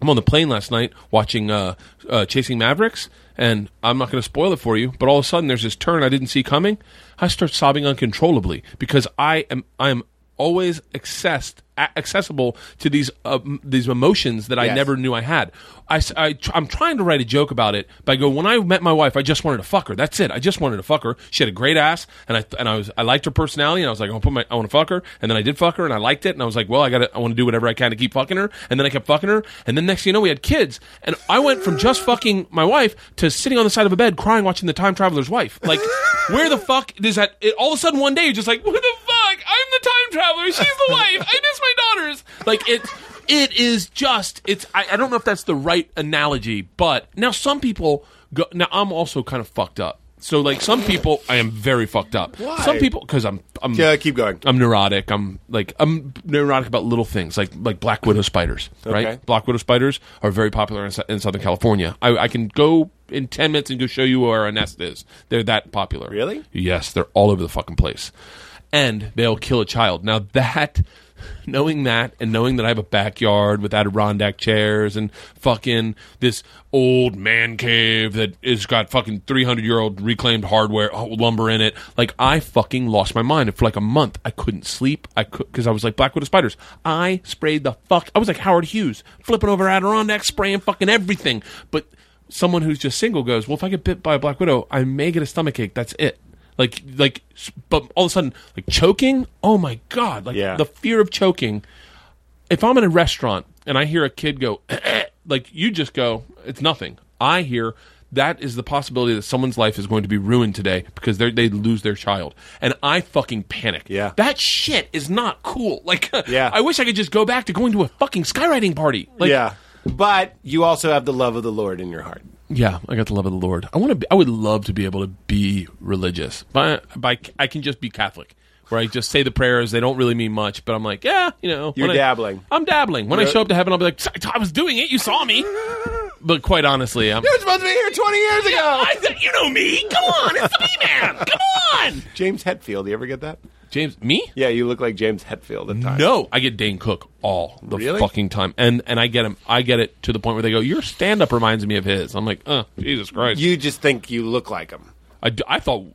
[SPEAKER 5] I'm on the plane last night watching uh, uh, Chasing Mavericks, and I'm not going to spoil it for you, but all of a sudden there's this turn I didn't see coming. I start sobbing uncontrollably because I am I am always accessed a- accessible to these uh, m- these emotions that I
[SPEAKER 2] Yes.
[SPEAKER 5] never knew I had. I, s- I tr- I'm trying to write a joke about it, but I go when I met my wife, I just wanted to fuck her. That's it. I just wanted to fuck her. She had a great ass, and I and I was I liked her personality, and I was like, I want to put my I want to fuck her, and then I did fuck her, and I liked it, and I was like, well, I got to I want to do whatever I can to keep fucking her, and then I kept fucking her, and then next thing you know, we had kids, and I went from just fucking my wife to sitting on the side of a bed crying watching the time traveler's wife. Like, where the fuck is that? It, all of a sudden one day you're just like, what the fuck? I'm the time traveler. She's the wife. I miss my daughters. Like it it is just it's I, I don't know if that's the right analogy but now some people go now i'm also kind of fucked up so like some people i am very fucked up Why? some people because i'm i'm
[SPEAKER 2] Yeah, keep going.
[SPEAKER 5] i'm neurotic i'm like i'm neurotic about little things like like black widow spiders
[SPEAKER 2] Okay.
[SPEAKER 5] right black widow spiders are very popular in, Sou- in southern california I, I can go in 10 minutes and go show you where a nest is they're that popular
[SPEAKER 2] Really?
[SPEAKER 5] Yes, they're all over the fucking place. And they'll kill a child. Now that knowing that and knowing that I have a backyard with Adirondack chairs and fucking this old man cave that is got fucking 300 year old reclaimed hardware oh, lumber in it like I fucking lost my mind and for like a month I couldn't sleep I could cuz I was like black widow spiders I sprayed the fuck I was like Howard Hughes flipping over Adirondack spraying fucking everything but someone who's just single goes, "Well, if I get bit by a black widow, I may get a stomach ache. That's it." Like, like, s- but all of a sudden, like choking. Oh my god! Like
[SPEAKER 2] Yeah.
[SPEAKER 5] the fear of choking. If I'm in a restaurant and I hear a kid go, like you just go, it's nothing. I hear that is the possibility that someone's life is going to be ruined today because they they lose their child, and I fucking panic.
[SPEAKER 2] Yeah.
[SPEAKER 5] that shit is not cool. Like,
[SPEAKER 2] Yeah.
[SPEAKER 5] I wish I could just go back to going to a fucking skywriting party. Like,
[SPEAKER 2] yeah. But you also have the love of the Lord in your heart.
[SPEAKER 5] Yeah, I got the love of the Lord. I want to. Be, I would love to be able to be religious, but by I can just be Catholic, where I just say the prayers. They don't really mean much, but I'm like, yeah, you know,
[SPEAKER 2] You're
[SPEAKER 5] when I-
[SPEAKER 2] dabbling.
[SPEAKER 5] I'm dabbling. When I
[SPEAKER 2] You're-
[SPEAKER 5] show up to heaven, I'll be like, I was doing it. You saw me. But quite honestly, I'm.
[SPEAKER 2] You're supposed to be here 20 years ago.
[SPEAKER 5] I, you know me. Come on, it's the man. Come on,
[SPEAKER 2] James Hetfield. You ever get that?
[SPEAKER 5] James. Me?
[SPEAKER 2] Yeah, you look like James Hetfield at times.
[SPEAKER 5] No, I get Dane Cook all the
[SPEAKER 2] Really?
[SPEAKER 5] fucking time, and and I get him. I get it to the point where they go, your stand up reminds me of his. I'm like, uh, Jesus Christ.
[SPEAKER 2] You just think you look like him.
[SPEAKER 5] I, d- I thought,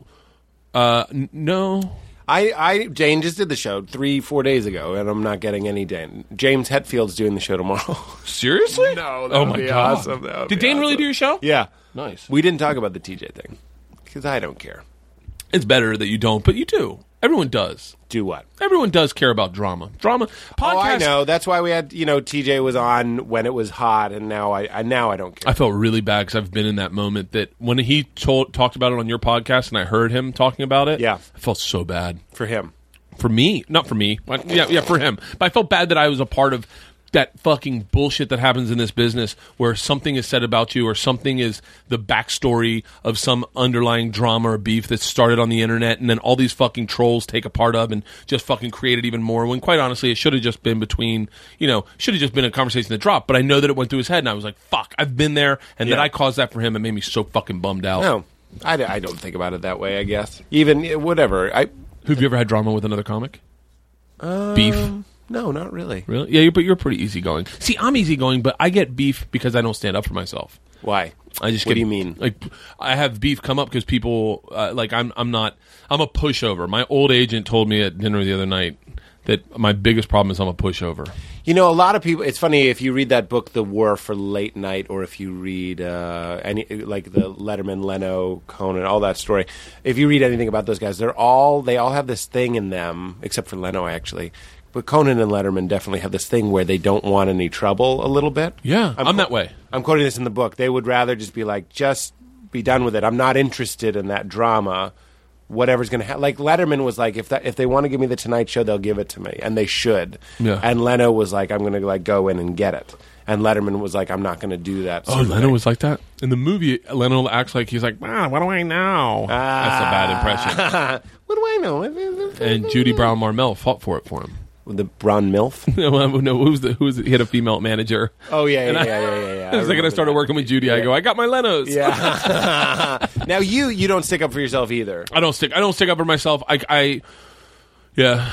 [SPEAKER 5] uh, n- no.
[SPEAKER 2] I, I Jane just did the show three, four days ago, and I'm not getting any Dane. James Hetfield's doing the show tomorrow.
[SPEAKER 5] Seriously?
[SPEAKER 2] No, that
[SPEAKER 5] oh
[SPEAKER 2] would
[SPEAKER 5] my
[SPEAKER 2] be
[SPEAKER 5] god.
[SPEAKER 2] awesome. That would
[SPEAKER 5] Did
[SPEAKER 2] be
[SPEAKER 5] Dane really
[SPEAKER 2] awesome.
[SPEAKER 5] do your show?
[SPEAKER 2] yeah.
[SPEAKER 5] Nice.
[SPEAKER 2] We didn't talk about the TJ thing because I don't care.
[SPEAKER 5] It's better that you don't, but you do. Everyone does.
[SPEAKER 2] Do what?
[SPEAKER 5] Everyone does care about drama. Drama podcast.
[SPEAKER 2] Oh, I know. That's why we had, you know, TJ was on when it was hot, and now I, I now I don't care.
[SPEAKER 5] I felt really bad because I've been in that moment that when he told talked about it on your podcast and I heard him talking about it.
[SPEAKER 2] Yeah.
[SPEAKER 5] I felt so bad
[SPEAKER 2] for him.
[SPEAKER 5] for me, not for me. Like, Yeah, yeah, for him. But I felt bad that I was a part of that fucking bullshit that happens in this business where something is said about you or something is the backstory of some underlying drama or beef that started on the internet and then all these fucking trolls take a part of and just fucking create it even more when quite honestly it should have just been between you know should have just been a conversation that dropped but i know that it went through his head and i was like fuck i've been there and that
[SPEAKER 2] Yeah.
[SPEAKER 5] i caused that for him it made me so fucking bummed out
[SPEAKER 2] No, I, d- I don't think about it that way. I guess even eh, whatever. I
[SPEAKER 5] have you ever had drama with another comic
[SPEAKER 2] Uh,
[SPEAKER 5] beef
[SPEAKER 2] no, not really.
[SPEAKER 5] Really? Yeah, you're, but you're pretty easygoing. See, I'm easygoing, but I get beef because I don't stand up for myself.
[SPEAKER 2] Why?
[SPEAKER 5] I just
[SPEAKER 2] What
[SPEAKER 5] get,
[SPEAKER 2] do you mean?
[SPEAKER 5] Like, I have beef come up because people uh, like I'm I'm not I'm a pushover. My old agent told me at dinner the other night that my biggest problem is I'm a pushover.
[SPEAKER 2] You know, a lot of people. It's funny if you read that book, The War for Late Night, or if you read uh, any like the Letterman, Leno, Conan, all that story. If you read anything about those guys, they're all they all have this thing in them, except for Leno actually. But Conan and Letterman definitely have this thing where they don't want any trouble a little bit.
[SPEAKER 5] Yeah, I'm that way.
[SPEAKER 2] I'm quoting this in the book. They would rather just be like, just be done with it. I'm not interested in that drama. Whatever's going to happen. Like Letterman was like, if that if they want to give me the Tonight Show, they'll give it to me, and they should.
[SPEAKER 5] Yeah.
[SPEAKER 2] And Leno was like, I'm going to like go in and get it. And Letterman was like, I'm not going to do that.
[SPEAKER 5] Oh,
[SPEAKER 2] sort of
[SPEAKER 5] Leno
[SPEAKER 2] thing.
[SPEAKER 5] was like that in the movie. Leno acts like he's like, ah, what do I know? That's a bad impression.
[SPEAKER 2] Ah. What do I know?
[SPEAKER 5] And Judy Brown Marmel fought for it for him.
[SPEAKER 2] the Bron Milf.
[SPEAKER 5] no, no, who was the who was the, he had a female manager.
[SPEAKER 2] Oh yeah, yeah,
[SPEAKER 5] And I-
[SPEAKER 2] yeah, yeah, yeah. yeah.
[SPEAKER 5] the second I
[SPEAKER 2] remember
[SPEAKER 5] started
[SPEAKER 2] that.
[SPEAKER 5] working with Judy, I go, I got my Lenos.
[SPEAKER 2] Yeah. now you you don't stick up for yourself either.
[SPEAKER 5] I don't stick. I don't stick up for myself. I, I yeah,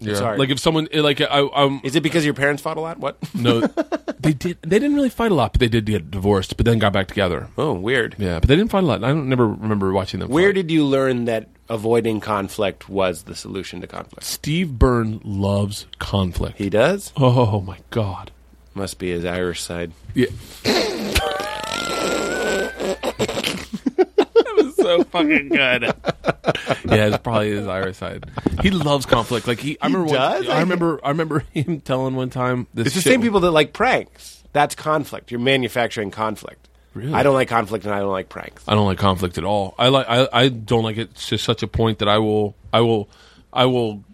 [SPEAKER 5] yeah.
[SPEAKER 2] Sorry.
[SPEAKER 5] Like if someone like I, I'm
[SPEAKER 2] Is it because your parents fought a lot? What?
[SPEAKER 5] no, they did. They didn't really fight a lot, but they did get divorced, but then got back together.
[SPEAKER 2] Oh, weird.
[SPEAKER 5] Yeah, but they didn't fight a lot. I don't never remember watching them.
[SPEAKER 2] Where
[SPEAKER 5] fight.
[SPEAKER 2] did you learn that avoiding conflict was the solution to conflict?
[SPEAKER 5] Steve Byrne loves conflict?
[SPEAKER 2] He does.
[SPEAKER 5] oh my god.
[SPEAKER 2] Must be his Irish side.
[SPEAKER 5] Yeah. that was so fucking good. yeah, it's probably his Irish side. He loves conflict. Like he, I remember. one-
[SPEAKER 2] does?
[SPEAKER 5] I remember. I remember him telling one time. This
[SPEAKER 2] It's the
[SPEAKER 5] shit-
[SPEAKER 2] same people that like pranks. That's conflict. You're manufacturing conflict.
[SPEAKER 5] Really?
[SPEAKER 2] I don't like conflict and I don't like pranks.
[SPEAKER 5] I don't like conflict at all. I like. I, I don't like it to such a point that I will. I will. I will.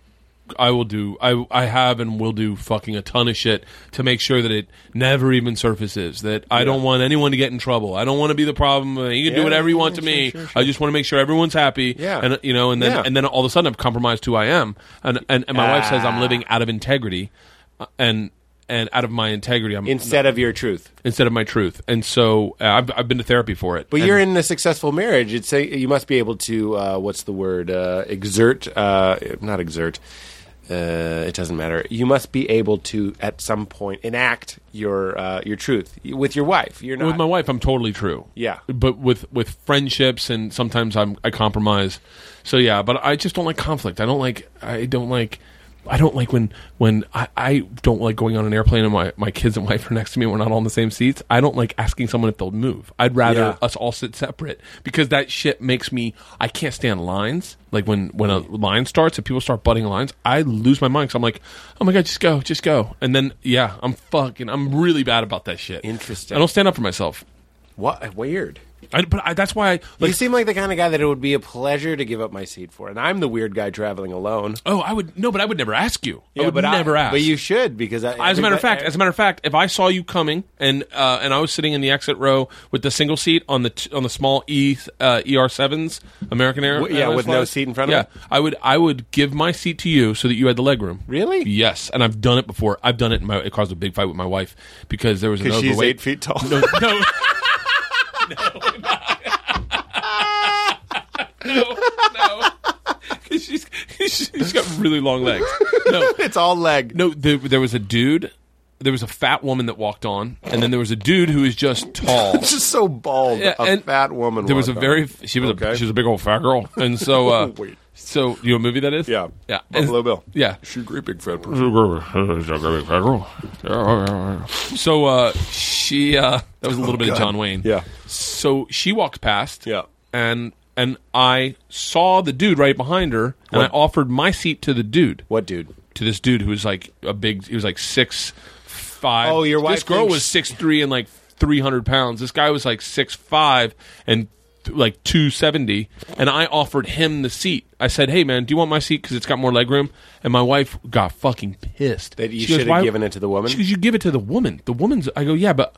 [SPEAKER 5] I will do. I I have and will do fucking a ton of shit to make sure that it never even surfaces. That I don't want anyone to get in trouble. I don't want to be the problem. You can do
[SPEAKER 2] Yeah,
[SPEAKER 5] whatever you
[SPEAKER 2] yeah,
[SPEAKER 5] want to
[SPEAKER 2] sure,
[SPEAKER 5] me.
[SPEAKER 2] sure, sure.
[SPEAKER 5] I just want to make sure everyone's happy.
[SPEAKER 2] Yeah.
[SPEAKER 5] And you know, and then
[SPEAKER 2] Yeah.
[SPEAKER 5] and then all of a sudden I've compromised who I am. And and, and my wife says I'm living out of integrity, uh, and and out of my integrity, I'm
[SPEAKER 2] Instead of your truth.
[SPEAKER 5] instead of my truth. And so uh, I've I've been to therapy for it.
[SPEAKER 2] But
[SPEAKER 5] And-
[SPEAKER 2] you're in a successful marriage. It's a, you must be able to uh, what's the word uh, exert? Uh, not exert. Uh, it doesn't matter. You must be able to at some point enact your uh, your truth with your wife. You're not
[SPEAKER 5] with my wife i'm totally true
[SPEAKER 2] Yeah.
[SPEAKER 5] but with with friendships and sometimes i'm i compromise so yeah but i just don't like conflict i don't like i don't like I don't like when when I, I don't like going on an airplane and my, my kids and wife are next to me and we're not all in the same seats. I don't like asking someone if they'll move. I'd rather
[SPEAKER 2] Yeah.
[SPEAKER 5] us all sit separate because that shit makes me I can't stand lines. Like when when a line starts and people start butting lines, I lose my mind. So I'm like, oh my god, just go, just go. And then yeah, I'm fucking I'm really bad about that shit.
[SPEAKER 2] Interesting.
[SPEAKER 5] I don't stand up for myself.
[SPEAKER 2] what weird.
[SPEAKER 5] I, but I, that's why, I,
[SPEAKER 2] you
[SPEAKER 5] like,
[SPEAKER 2] seem like the kind of guy that it would be a pleasure to give up my seat for, and I'm the weird guy traveling alone.
[SPEAKER 5] oh, I would no, but I would never ask you. I would
[SPEAKER 2] but
[SPEAKER 5] never ask.
[SPEAKER 2] But you should because I,
[SPEAKER 5] as a matter of fact, as a matter of fact, if I saw you coming and uh, and I was sitting in the exit row with the single seat on the t- on the small E uh, ER sevens American Air,
[SPEAKER 2] W- yeah,
[SPEAKER 5] Airlines
[SPEAKER 2] with no
[SPEAKER 5] flights,
[SPEAKER 2] seat in front of
[SPEAKER 5] yeah,
[SPEAKER 2] it?
[SPEAKER 5] I would I would give my seat to you so that you had the leg room.
[SPEAKER 2] Really?
[SPEAKER 5] Yes, and I've done it before. I've done it. In my, it caused a big fight with my wife because there was an
[SPEAKER 2] because she's
[SPEAKER 5] overweight
[SPEAKER 2] eight feet tall.
[SPEAKER 5] No, no. no, no, no. She's, she's got really long legs. No,
[SPEAKER 2] it's all leg.
[SPEAKER 5] no. There, there was a dude. There was a fat woman that walked on, and then there was a dude who was just tall.
[SPEAKER 2] It's just so bald.
[SPEAKER 5] Yeah,
[SPEAKER 2] a
[SPEAKER 5] and
[SPEAKER 2] fat woman.
[SPEAKER 5] There was a
[SPEAKER 2] walked on.
[SPEAKER 5] very she was
[SPEAKER 2] Okay.
[SPEAKER 5] a she was a big old fat girl, and so uh,
[SPEAKER 2] Wait.
[SPEAKER 5] so you know what movie that is?
[SPEAKER 2] Yeah.
[SPEAKER 5] yeah,
[SPEAKER 2] Buffalo
[SPEAKER 5] And-
[SPEAKER 2] Bill.
[SPEAKER 5] Yeah,
[SPEAKER 2] She's a great big fat person.
[SPEAKER 5] so uh, she uh, that was a little bit of John Wayne.
[SPEAKER 2] Yeah.
[SPEAKER 5] So she walked past.
[SPEAKER 2] Yeah.
[SPEAKER 5] And and I saw the dude right behind her, and I offered my seat to the dude,
[SPEAKER 2] What dude?
[SPEAKER 5] to this dude who was like a big, he was like six five.
[SPEAKER 2] Oh, your
[SPEAKER 5] This
[SPEAKER 2] wife
[SPEAKER 5] girl
[SPEAKER 2] thinks-
[SPEAKER 5] was six three and like three hundred pounds. This guy was like six five and th- like two seventy, and I offered him the seat. I said, "Hey man, do you want my seat? Because it's got more legroom." And my wife got fucking pissed
[SPEAKER 2] That you
[SPEAKER 5] She goes,
[SPEAKER 2] should have
[SPEAKER 5] "Why-
[SPEAKER 2] given it to the woman.
[SPEAKER 5] she goes, you give it to the woman. The woman's. I go, yeah, but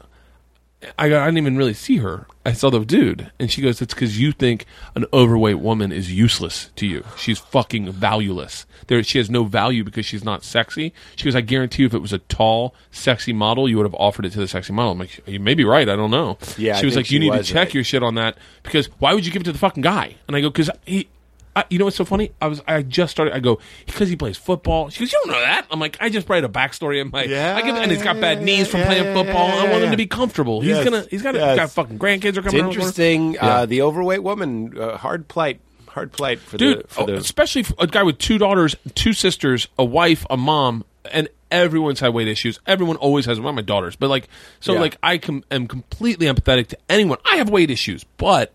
[SPEAKER 5] I go, I didn't even really see her. I saw the dude, and she goes, it's because you think an overweight woman is useless to you. She's fucking valueless. There, she has no value because she's not sexy. She goes, I guarantee you, if it was a tall, sexy model, you would have offered it to the sexy model. I'm like, you may be right. I don't know.
[SPEAKER 2] Yeah, I
[SPEAKER 5] She was
[SPEAKER 2] think
[SPEAKER 5] like,
[SPEAKER 2] she
[SPEAKER 5] you need to
[SPEAKER 2] was
[SPEAKER 5] check
[SPEAKER 2] right.
[SPEAKER 5] your shit on that because why would you give it to the fucking guy? And I go, because he. I, you know what's so funny? I was I just started. I go because he plays football. She goes, you don't know that. I'm like, I just write a backstory in my
[SPEAKER 2] Yeah,
[SPEAKER 5] I give, and he's got
[SPEAKER 2] yeah,
[SPEAKER 5] bad
[SPEAKER 2] yeah,
[SPEAKER 5] knees from
[SPEAKER 2] yeah,
[SPEAKER 5] playing
[SPEAKER 2] yeah,
[SPEAKER 5] football.
[SPEAKER 2] yeah,
[SPEAKER 5] I want him
[SPEAKER 2] yeah.
[SPEAKER 5] to be comfortable.
[SPEAKER 2] Yes,
[SPEAKER 5] He's gonna, he's got,
[SPEAKER 2] yes.
[SPEAKER 5] got fucking grandkids
[SPEAKER 2] It's
[SPEAKER 5] are coming. around the corner.
[SPEAKER 2] interesting. Uh, the overweight woman, uh, hard plight. hard plight for the
[SPEAKER 5] dude.
[SPEAKER 2] for
[SPEAKER 5] oh,
[SPEAKER 2] the
[SPEAKER 5] especially f- a guy with two daughters, two sisters, a wife, a mom, and everyone's had weight issues. Everyone always has. Well, my daughters, but like, so
[SPEAKER 2] Yeah.
[SPEAKER 5] like, I com- am completely empathetic to anyone. I have weight issues, but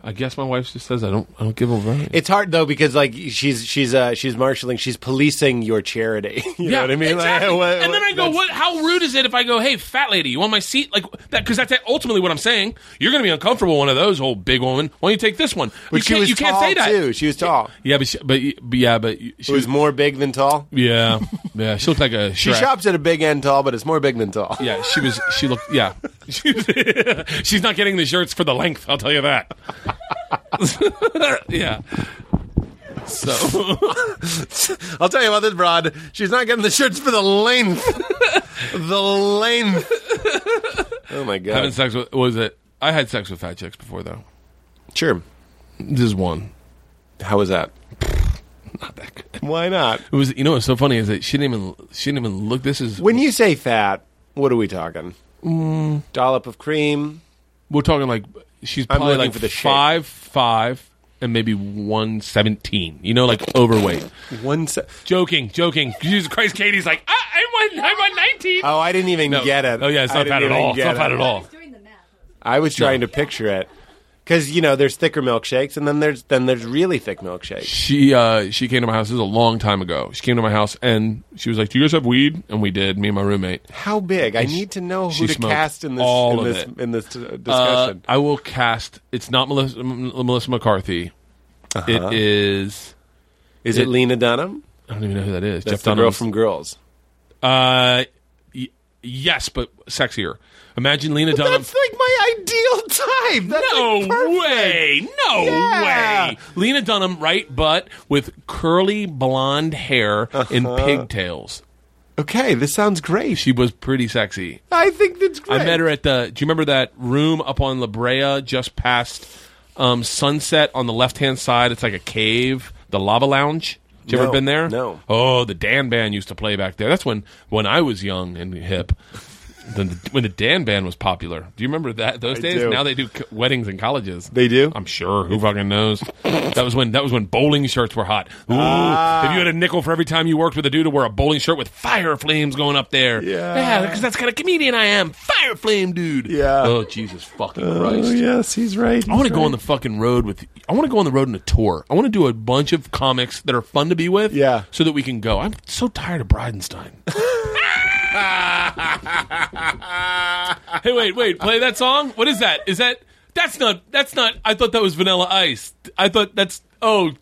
[SPEAKER 5] I guess my wife just says I don't. I don't give a right.
[SPEAKER 2] It's hard though because like she's she's uh she's marshaling she's policing your charity. You know what I mean? Like,
[SPEAKER 5] exactly.
[SPEAKER 2] what-
[SPEAKER 5] and then I go,
[SPEAKER 2] that's-
[SPEAKER 5] "What? How rude is it if I go, hey, fat lady, you want my seat?' Like that because that's ultimately what I'm saying. You're going to be uncomfortable. with One of those old big woman. Why don't you take this one?
[SPEAKER 2] But
[SPEAKER 5] you
[SPEAKER 2] she
[SPEAKER 5] can't.
[SPEAKER 2] was
[SPEAKER 5] you
[SPEAKER 2] tall
[SPEAKER 5] can't say that.
[SPEAKER 2] too. She was tall.
[SPEAKER 5] Yeah, but, she, but y- but yeah, but y- she
[SPEAKER 2] She was more big than tall.
[SPEAKER 5] Yeah, yeah. She looked like a
[SPEAKER 2] She
[SPEAKER 5] Shrek.
[SPEAKER 2] shops at a big end tall, but it's more big than tall.
[SPEAKER 5] Yeah, she was. She looked. Yeah, She was- she's not getting the shirts for the length. I'll tell you that. yeah. So
[SPEAKER 2] I'll tell you about this broad. She's not getting the shirts for the length. the length. Oh my god.
[SPEAKER 5] having sex with was it? I had sex with fat chicks before though.
[SPEAKER 2] Sure.
[SPEAKER 5] This is one.
[SPEAKER 2] How was that?
[SPEAKER 5] Not that good.
[SPEAKER 2] Why not?
[SPEAKER 5] It was. You know what's so funny is that she didn't even. She didn't even look. This is.
[SPEAKER 2] When you say fat, what are we talking?
[SPEAKER 5] Mm.
[SPEAKER 2] Dollop of cream.
[SPEAKER 5] We're talking like she's
[SPEAKER 2] I'm
[SPEAKER 5] probably
[SPEAKER 2] looking
[SPEAKER 5] like
[SPEAKER 2] for the shape.
[SPEAKER 5] five five and maybe one seventeen. You know, like overweight.
[SPEAKER 2] One. Se-
[SPEAKER 5] joking, joking. Jesus Christ, Katie's like ah, I'm on. I'm on nineteen.
[SPEAKER 2] oh, I didn't even
[SPEAKER 5] No.
[SPEAKER 2] get it.
[SPEAKER 5] Oh yeah, it's
[SPEAKER 2] I
[SPEAKER 5] not
[SPEAKER 2] didn't
[SPEAKER 5] bad at
[SPEAKER 2] even
[SPEAKER 5] all. It's
[SPEAKER 2] get
[SPEAKER 5] not bad
[SPEAKER 2] it.
[SPEAKER 5] at all.
[SPEAKER 4] Doing the math.
[SPEAKER 2] I was trying to picture it because you know there's thicker milkshakes, and then there's then there's really thick milkshakes.
[SPEAKER 5] She uh, she came to my house. This was a long time ago. She came to my house and she was like, "Do you guys have weed?" And we did. Me and my roommate.
[SPEAKER 2] How big? I need to know
[SPEAKER 5] she
[SPEAKER 2] who to
[SPEAKER 5] smoked
[SPEAKER 2] cast in this
[SPEAKER 5] all
[SPEAKER 2] in
[SPEAKER 5] of
[SPEAKER 2] this
[SPEAKER 5] it.
[SPEAKER 2] in this uh,
[SPEAKER 5] Uh,
[SPEAKER 2] discussion.
[SPEAKER 5] I will cast. It's not Melissa, M- Melissa McCarthy.
[SPEAKER 2] Uh-huh.
[SPEAKER 5] It is.
[SPEAKER 2] Is it,
[SPEAKER 5] it-
[SPEAKER 2] Lena Dunham?
[SPEAKER 5] I don't even know who that is.
[SPEAKER 2] That's
[SPEAKER 5] Jeff
[SPEAKER 2] the
[SPEAKER 5] Dunham.
[SPEAKER 2] girl from Girls.
[SPEAKER 5] Uh, y- yes, but sexier. Imagine Lena Dunham.
[SPEAKER 2] That's like my ideal type. That's
[SPEAKER 5] No
[SPEAKER 2] like perfect.
[SPEAKER 5] way! No
[SPEAKER 2] Yeah.
[SPEAKER 5] way! Lena Dunham, right? But with curly blonde hair and
[SPEAKER 2] Uh-huh.
[SPEAKER 5] pigtails.
[SPEAKER 2] Okay, this sounds great.
[SPEAKER 5] She was pretty sexy.
[SPEAKER 2] I think that's great.
[SPEAKER 5] I met her at the. Do you remember that room up on La Brea, just past um, Sunset on the left hand side? It's like a cave, the Lava Lounge. Did you
[SPEAKER 2] No,
[SPEAKER 5] ever been there?
[SPEAKER 2] no.
[SPEAKER 5] Oh, the Dan Band used to play back there. That's when when I was young and hip. Then the, when the Dan Band was popular. Do you remember that those
[SPEAKER 2] I
[SPEAKER 5] days?
[SPEAKER 2] do.
[SPEAKER 5] Now they do c- weddings and colleges.
[SPEAKER 2] They do?
[SPEAKER 5] I'm sure. Who fucking knows? that was when that was when bowling shirts were hot. Ooh,
[SPEAKER 2] Ah.
[SPEAKER 5] if you had a nickel for every time you worked with a dude to wear a bowling shirt with fire flames going up there.
[SPEAKER 2] Yeah.
[SPEAKER 5] because that's the kind of comedian I am. Fire flame dude.
[SPEAKER 2] Yeah.
[SPEAKER 5] Oh Jesus fucking Christ.
[SPEAKER 2] Oh yes, he's right.
[SPEAKER 5] I want to go on the fucking road with. I want to go on the road in a tour. I want to do a bunch of comics that are fun to be with.
[SPEAKER 2] Yeah.
[SPEAKER 5] So that we can go. I'm so tired of Bridenstine. hey, wait, wait. Play that song. What is that? Is that? That's not. That's not. I thought that was Vanilla Ice. I thought that's. Oh,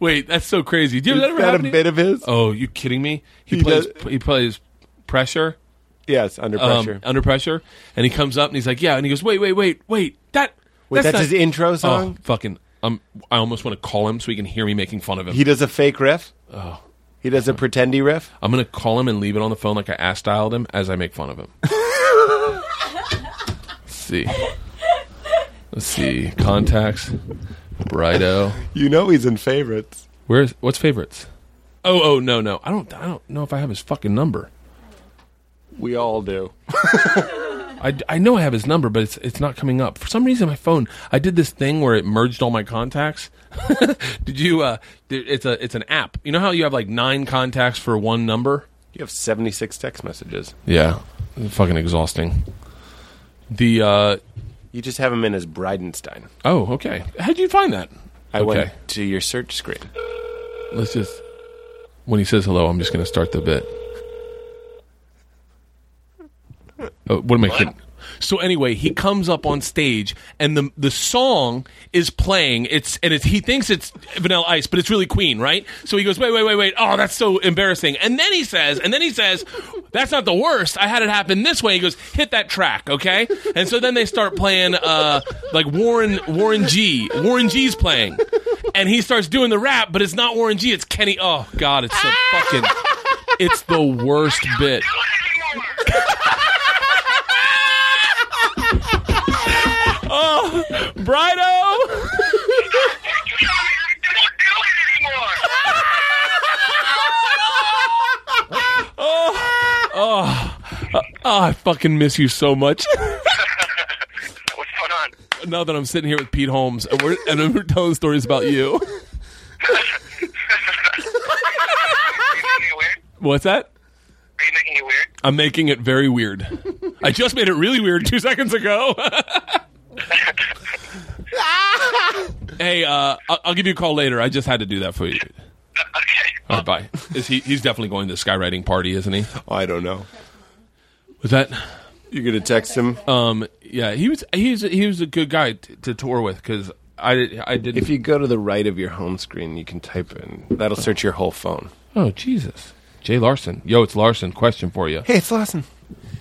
[SPEAKER 5] wait. That's so crazy. Do you
[SPEAKER 2] Is
[SPEAKER 5] ever
[SPEAKER 2] that a
[SPEAKER 5] happen to you?
[SPEAKER 2] bit of his?
[SPEAKER 5] Oh, you kidding me? He,
[SPEAKER 2] He
[SPEAKER 5] plays.
[SPEAKER 2] does-
[SPEAKER 5] He plays pressure
[SPEAKER 2] Yes, under
[SPEAKER 5] um,
[SPEAKER 2] pressure.
[SPEAKER 5] under pressure, and he comes up and he's like, "Yeah," and he goes, "Wait, wait, wait, wait, that
[SPEAKER 2] Wait, that's
[SPEAKER 5] not-
[SPEAKER 2] his intro song?
[SPEAKER 5] Oh, fucking, um, I almost want to call him so he can hear me making fun of him.
[SPEAKER 2] he does a fake riff. Oh. He does
[SPEAKER 5] Uh-huh.
[SPEAKER 2] a pretendy riff.
[SPEAKER 5] I'm gonna call him and leave it on the phone like I ass styled him as I make fun of him. Let's see, let's see, contacts, Brido.
[SPEAKER 2] You know he's in favorites.
[SPEAKER 5] Where's what's favorites? Oh, oh no, no, I don't, I don't know if I have his fucking number.
[SPEAKER 2] We all do.
[SPEAKER 5] I, I know I have his number, but it's it's not coming up for some reason. My phone. I did this thing where it merged all my contacts. did you? Uh, th- it's a it's an app. You know how you have like nine contacts for one number.
[SPEAKER 2] You have 76 text messages.
[SPEAKER 5] Yeah, fucking exhausting. The uh,
[SPEAKER 2] You just have him in as Bridenstine.
[SPEAKER 5] oh okay. How'd you find that?
[SPEAKER 2] I
[SPEAKER 5] okay. Oh,
[SPEAKER 2] went to your search screen.
[SPEAKER 5] Let's just when he says hello, I'm just gonna start the bit. Oh, what am I kidding? So anyway, he comes up on stage, and the the song is playing. It's and it's, he thinks it's Vanilla Ice, but it's really Queen, right? So he goes, wait, wait, wait, wait. Oh, that's so embarrassing. And then he says, and then he says, that's not the worst. I had it happen this way. He goes, hit that track, okay? And so then they start playing uh, like Warren Warren G. Warren G's playing, and he starts doing the rap, but it's not Warren G. It's Kenny. Oh God, it's so fucking. It's the worst bit. Brido. Oh, oh, oh, I fucking miss you so much.
[SPEAKER 7] What's going on?
[SPEAKER 5] now that I'm sitting here with Pete Holmes and we're and we're telling stories about you.
[SPEAKER 8] you weird?
[SPEAKER 5] What's that?
[SPEAKER 8] Are you making it weird?
[SPEAKER 5] I'm making it very weird. I just made it really weird two seconds ago. hey, uh, I'll, I'll give you a call later. I just had to do that for you.
[SPEAKER 8] Uh, okay.
[SPEAKER 5] All right, bye. Is he? He's definitely going to the skywriting party, isn't he?
[SPEAKER 2] Oh, I don't know.
[SPEAKER 5] Was that?
[SPEAKER 2] You're gonna text him
[SPEAKER 5] Um, yeah, he was. He was. He was a good guy t- to tour with because I. did- I didn't.
[SPEAKER 2] if you go to the right of your home screen. You can type in. That'll search your whole phone.
[SPEAKER 5] oh Jesus, Jay Larson. Yo, it's Larson. Question for you.
[SPEAKER 2] Hey, it's Lawson.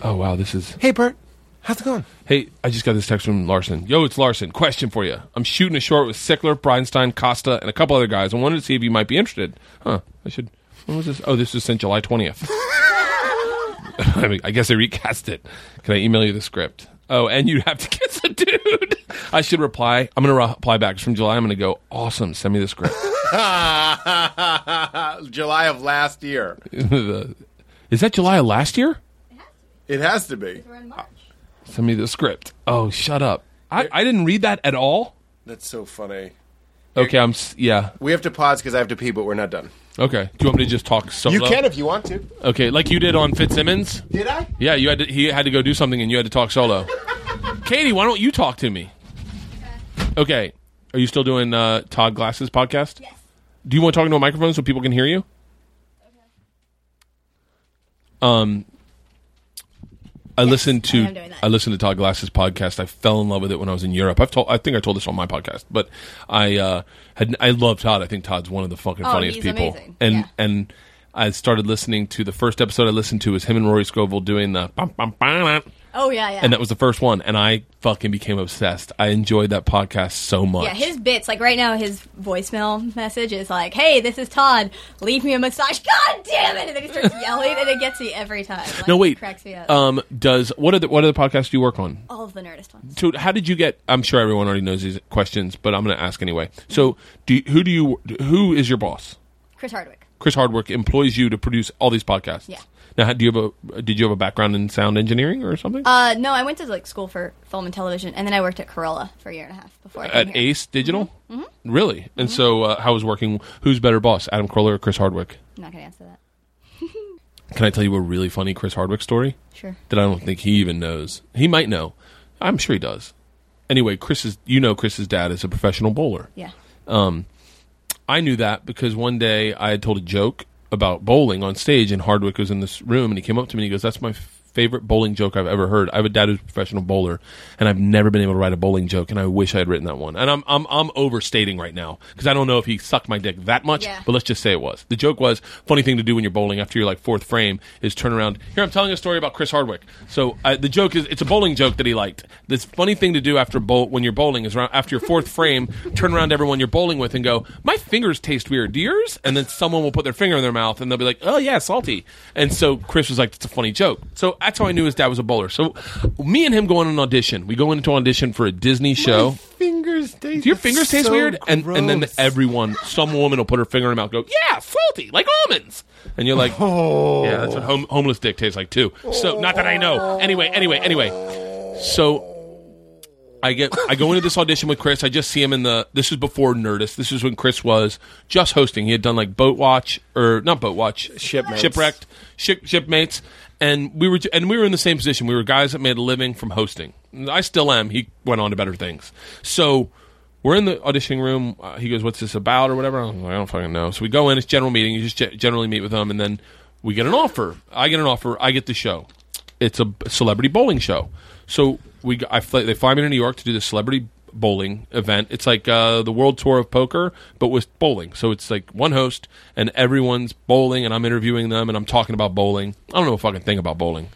[SPEAKER 5] Oh wow, this is.
[SPEAKER 2] Hey, Bert. How's it going?
[SPEAKER 5] Hey, I just got this text from Larson. Yo, it's Larson. Question for you. I'm shooting a short with Sickler, Breinstein, Costa, and a couple other guys. I wanted to see if you might be interested. Huh? I should. When was this? Oh, this was sent July 20th. I, mean, I guess I recast it. Can I email you the script? Oh, and you have to kiss a dude. I should reply. I'm going to reply back. It's from July. I'm going to go, awesome. Send me the script.
[SPEAKER 2] July of last year.
[SPEAKER 5] The- Is that July of last year?
[SPEAKER 2] It has to be.
[SPEAKER 4] We're in March.
[SPEAKER 5] Send me the script. Oh, shut up. I, I didn't read that at all.
[SPEAKER 2] That's so funny.
[SPEAKER 5] Okay, I'm. s- Yeah.
[SPEAKER 2] We have to pause because I have to pee, but we're not done.
[SPEAKER 5] Okay. Do you want me to just talk solo?
[SPEAKER 2] You can if you want to.
[SPEAKER 5] Okay, like you did on Fitzsimmons.
[SPEAKER 2] Did I?
[SPEAKER 5] Yeah, you had to, he had to go do something, and you had to talk solo. Katie, why don't you talk to me? Okay. Are you still doing uh, Todd Glass's podcast?
[SPEAKER 4] Yes.
[SPEAKER 5] Do you want to talk into a microphone so people can hear you? Um, I listened to
[SPEAKER 4] I am doing that.
[SPEAKER 5] I listened to Todd Glass's podcast. I fell in love with it when I was in Europe. I've told I think I told this on my podcast, but I uh, had I love Todd. I think Todd's one of the fucking
[SPEAKER 4] Oh,
[SPEAKER 5] funniest
[SPEAKER 4] he's
[SPEAKER 5] people.
[SPEAKER 4] amazing.
[SPEAKER 5] And
[SPEAKER 4] Yeah.
[SPEAKER 5] and I started listening to the first episode I listened to was him and Rory Scovel doing the bum, bum, bum,
[SPEAKER 4] Oh yeah, yeah.
[SPEAKER 5] and that was the first one, and I fucking became obsessed. I enjoyed that podcast so much.
[SPEAKER 4] yeah, his bits, like right now, his voicemail message is like, hey, this is Todd, leave me a massage. God damn it! And then he starts yelling, and it gets me every time. Like,
[SPEAKER 5] no wait,
[SPEAKER 4] It cracks me up.
[SPEAKER 5] um, does what other what other podcasts do you work on?
[SPEAKER 4] All of the Nerdist ones.
[SPEAKER 5] So how did you get? I'm sure everyone already knows these questions, but I'm going to ask anyway. So do you, who do you who is your boss?
[SPEAKER 4] Chris Hardwick.
[SPEAKER 5] Chris Hardwick employs you to produce all these podcasts.
[SPEAKER 4] Yeah.
[SPEAKER 5] Now, how- do you have a did you have a background in sound engineering or something?
[SPEAKER 4] Uh, no, I went to like school for film and television, and then I worked at Corolla for a year and a half before I came
[SPEAKER 5] At
[SPEAKER 4] here.
[SPEAKER 5] Ace Digital, really? And so, uh, how was working? Who's better, boss, Adam Kroller or Chris Hardwick?
[SPEAKER 4] I'm not gonna answer that.
[SPEAKER 5] Can I tell you a really funny Chris Hardwick story?
[SPEAKER 4] Sure.
[SPEAKER 5] that I don't think he even knows. He might know. I'm sure he does. Anyway, Chris's you know Chris's dad is a professional bowler.
[SPEAKER 4] Yeah.
[SPEAKER 5] I knew that because one day I had told a joke about bowling on stage, and Hardwick was in this room, and he came up to me and he goes, "That's my favorite bowling joke I've ever heard. I have a dad who's a professional bowler, and I've never been able to write a bowling joke, and I wish I had written that one." And I'm I'm I'm overstating right now because I don't know if he sucked my dick that much,
[SPEAKER 4] Yeah.
[SPEAKER 5] but let's just say it was. The joke was funny thing to do when you're bowling after your like fourth frame is turn around. Here I'm telling a story about Chris Hardwick. So uh, the joke is it's a bowling joke that he liked. This funny thing to do after bowl when you're bowling is around, after your fourth frame, turn around to everyone you're bowling with and go, my fingers taste weird. Do yours? And then someone will put their finger in their mouth and they'll be like, oh yeah, salty. And so Chris was like, it's a funny joke. So that's how I knew his dad was a bowler. So me and him go on an audition. We go into an audition for a Disney show.
[SPEAKER 2] Fingers taste.
[SPEAKER 5] Do your fingers taste weird? And and then everyone, some woman will put her finger in her mouth, and go, yeah, salty, like almonds. And you're like, oh, yeah, that's what home, homeless dick tastes like too. So not that I know. Anyway, anyway, anyway. So I get I go into this audition with Chris. I just see him in the this is before Nerdist. This is when Chris was just hosting. He had done like Boat Watch or not Boat Watch,
[SPEAKER 2] Shipmates.
[SPEAKER 5] Shipwrecked, ship, Shipmates, and we were j- and we were in the same position. We were guys that made a living from hosting. I still am. He went on to better things. So we're in the auditioning room. Uh, he goes, "What's this about?" or whatever. I'm like, I don't fucking know. So we go in. It's general meeting. You just ge- generally meet with them, and then we get an offer. I get an offer. I get the show it's a b- celebrity bowling show. So we g- I fly, they fly me to New York to do this celebrity bowling event. It's like uh, the world tour of poker, but with bowling. So it's like one host and everyone's bowling, and I'm interviewing them and I'm talking about bowling. I don't know a fucking thing about bowling.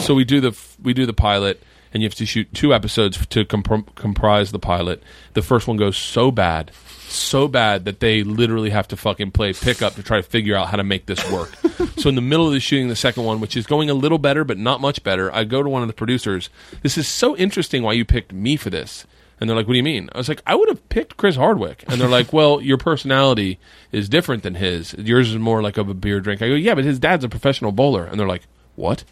[SPEAKER 5] So we do the f- we do the pilot, and you have to shoot two episodes to comp- comprise the pilot. The first one goes so bad. So bad that they literally have to fucking play pickup to try to figure out how to make this work. so in the middle of the shooting the second one, which is going a little better but not much better, I go to one of the producers. This is so interesting why you picked me for this. And they're like, "What do you mean?" I was like, "I would have picked Chris Hardwick." And they're like, "Well, your personality is different than his. Yours is more like of a beer drink." I go, "Yeah, but his dad's a professional bowler." And they're like, "What?"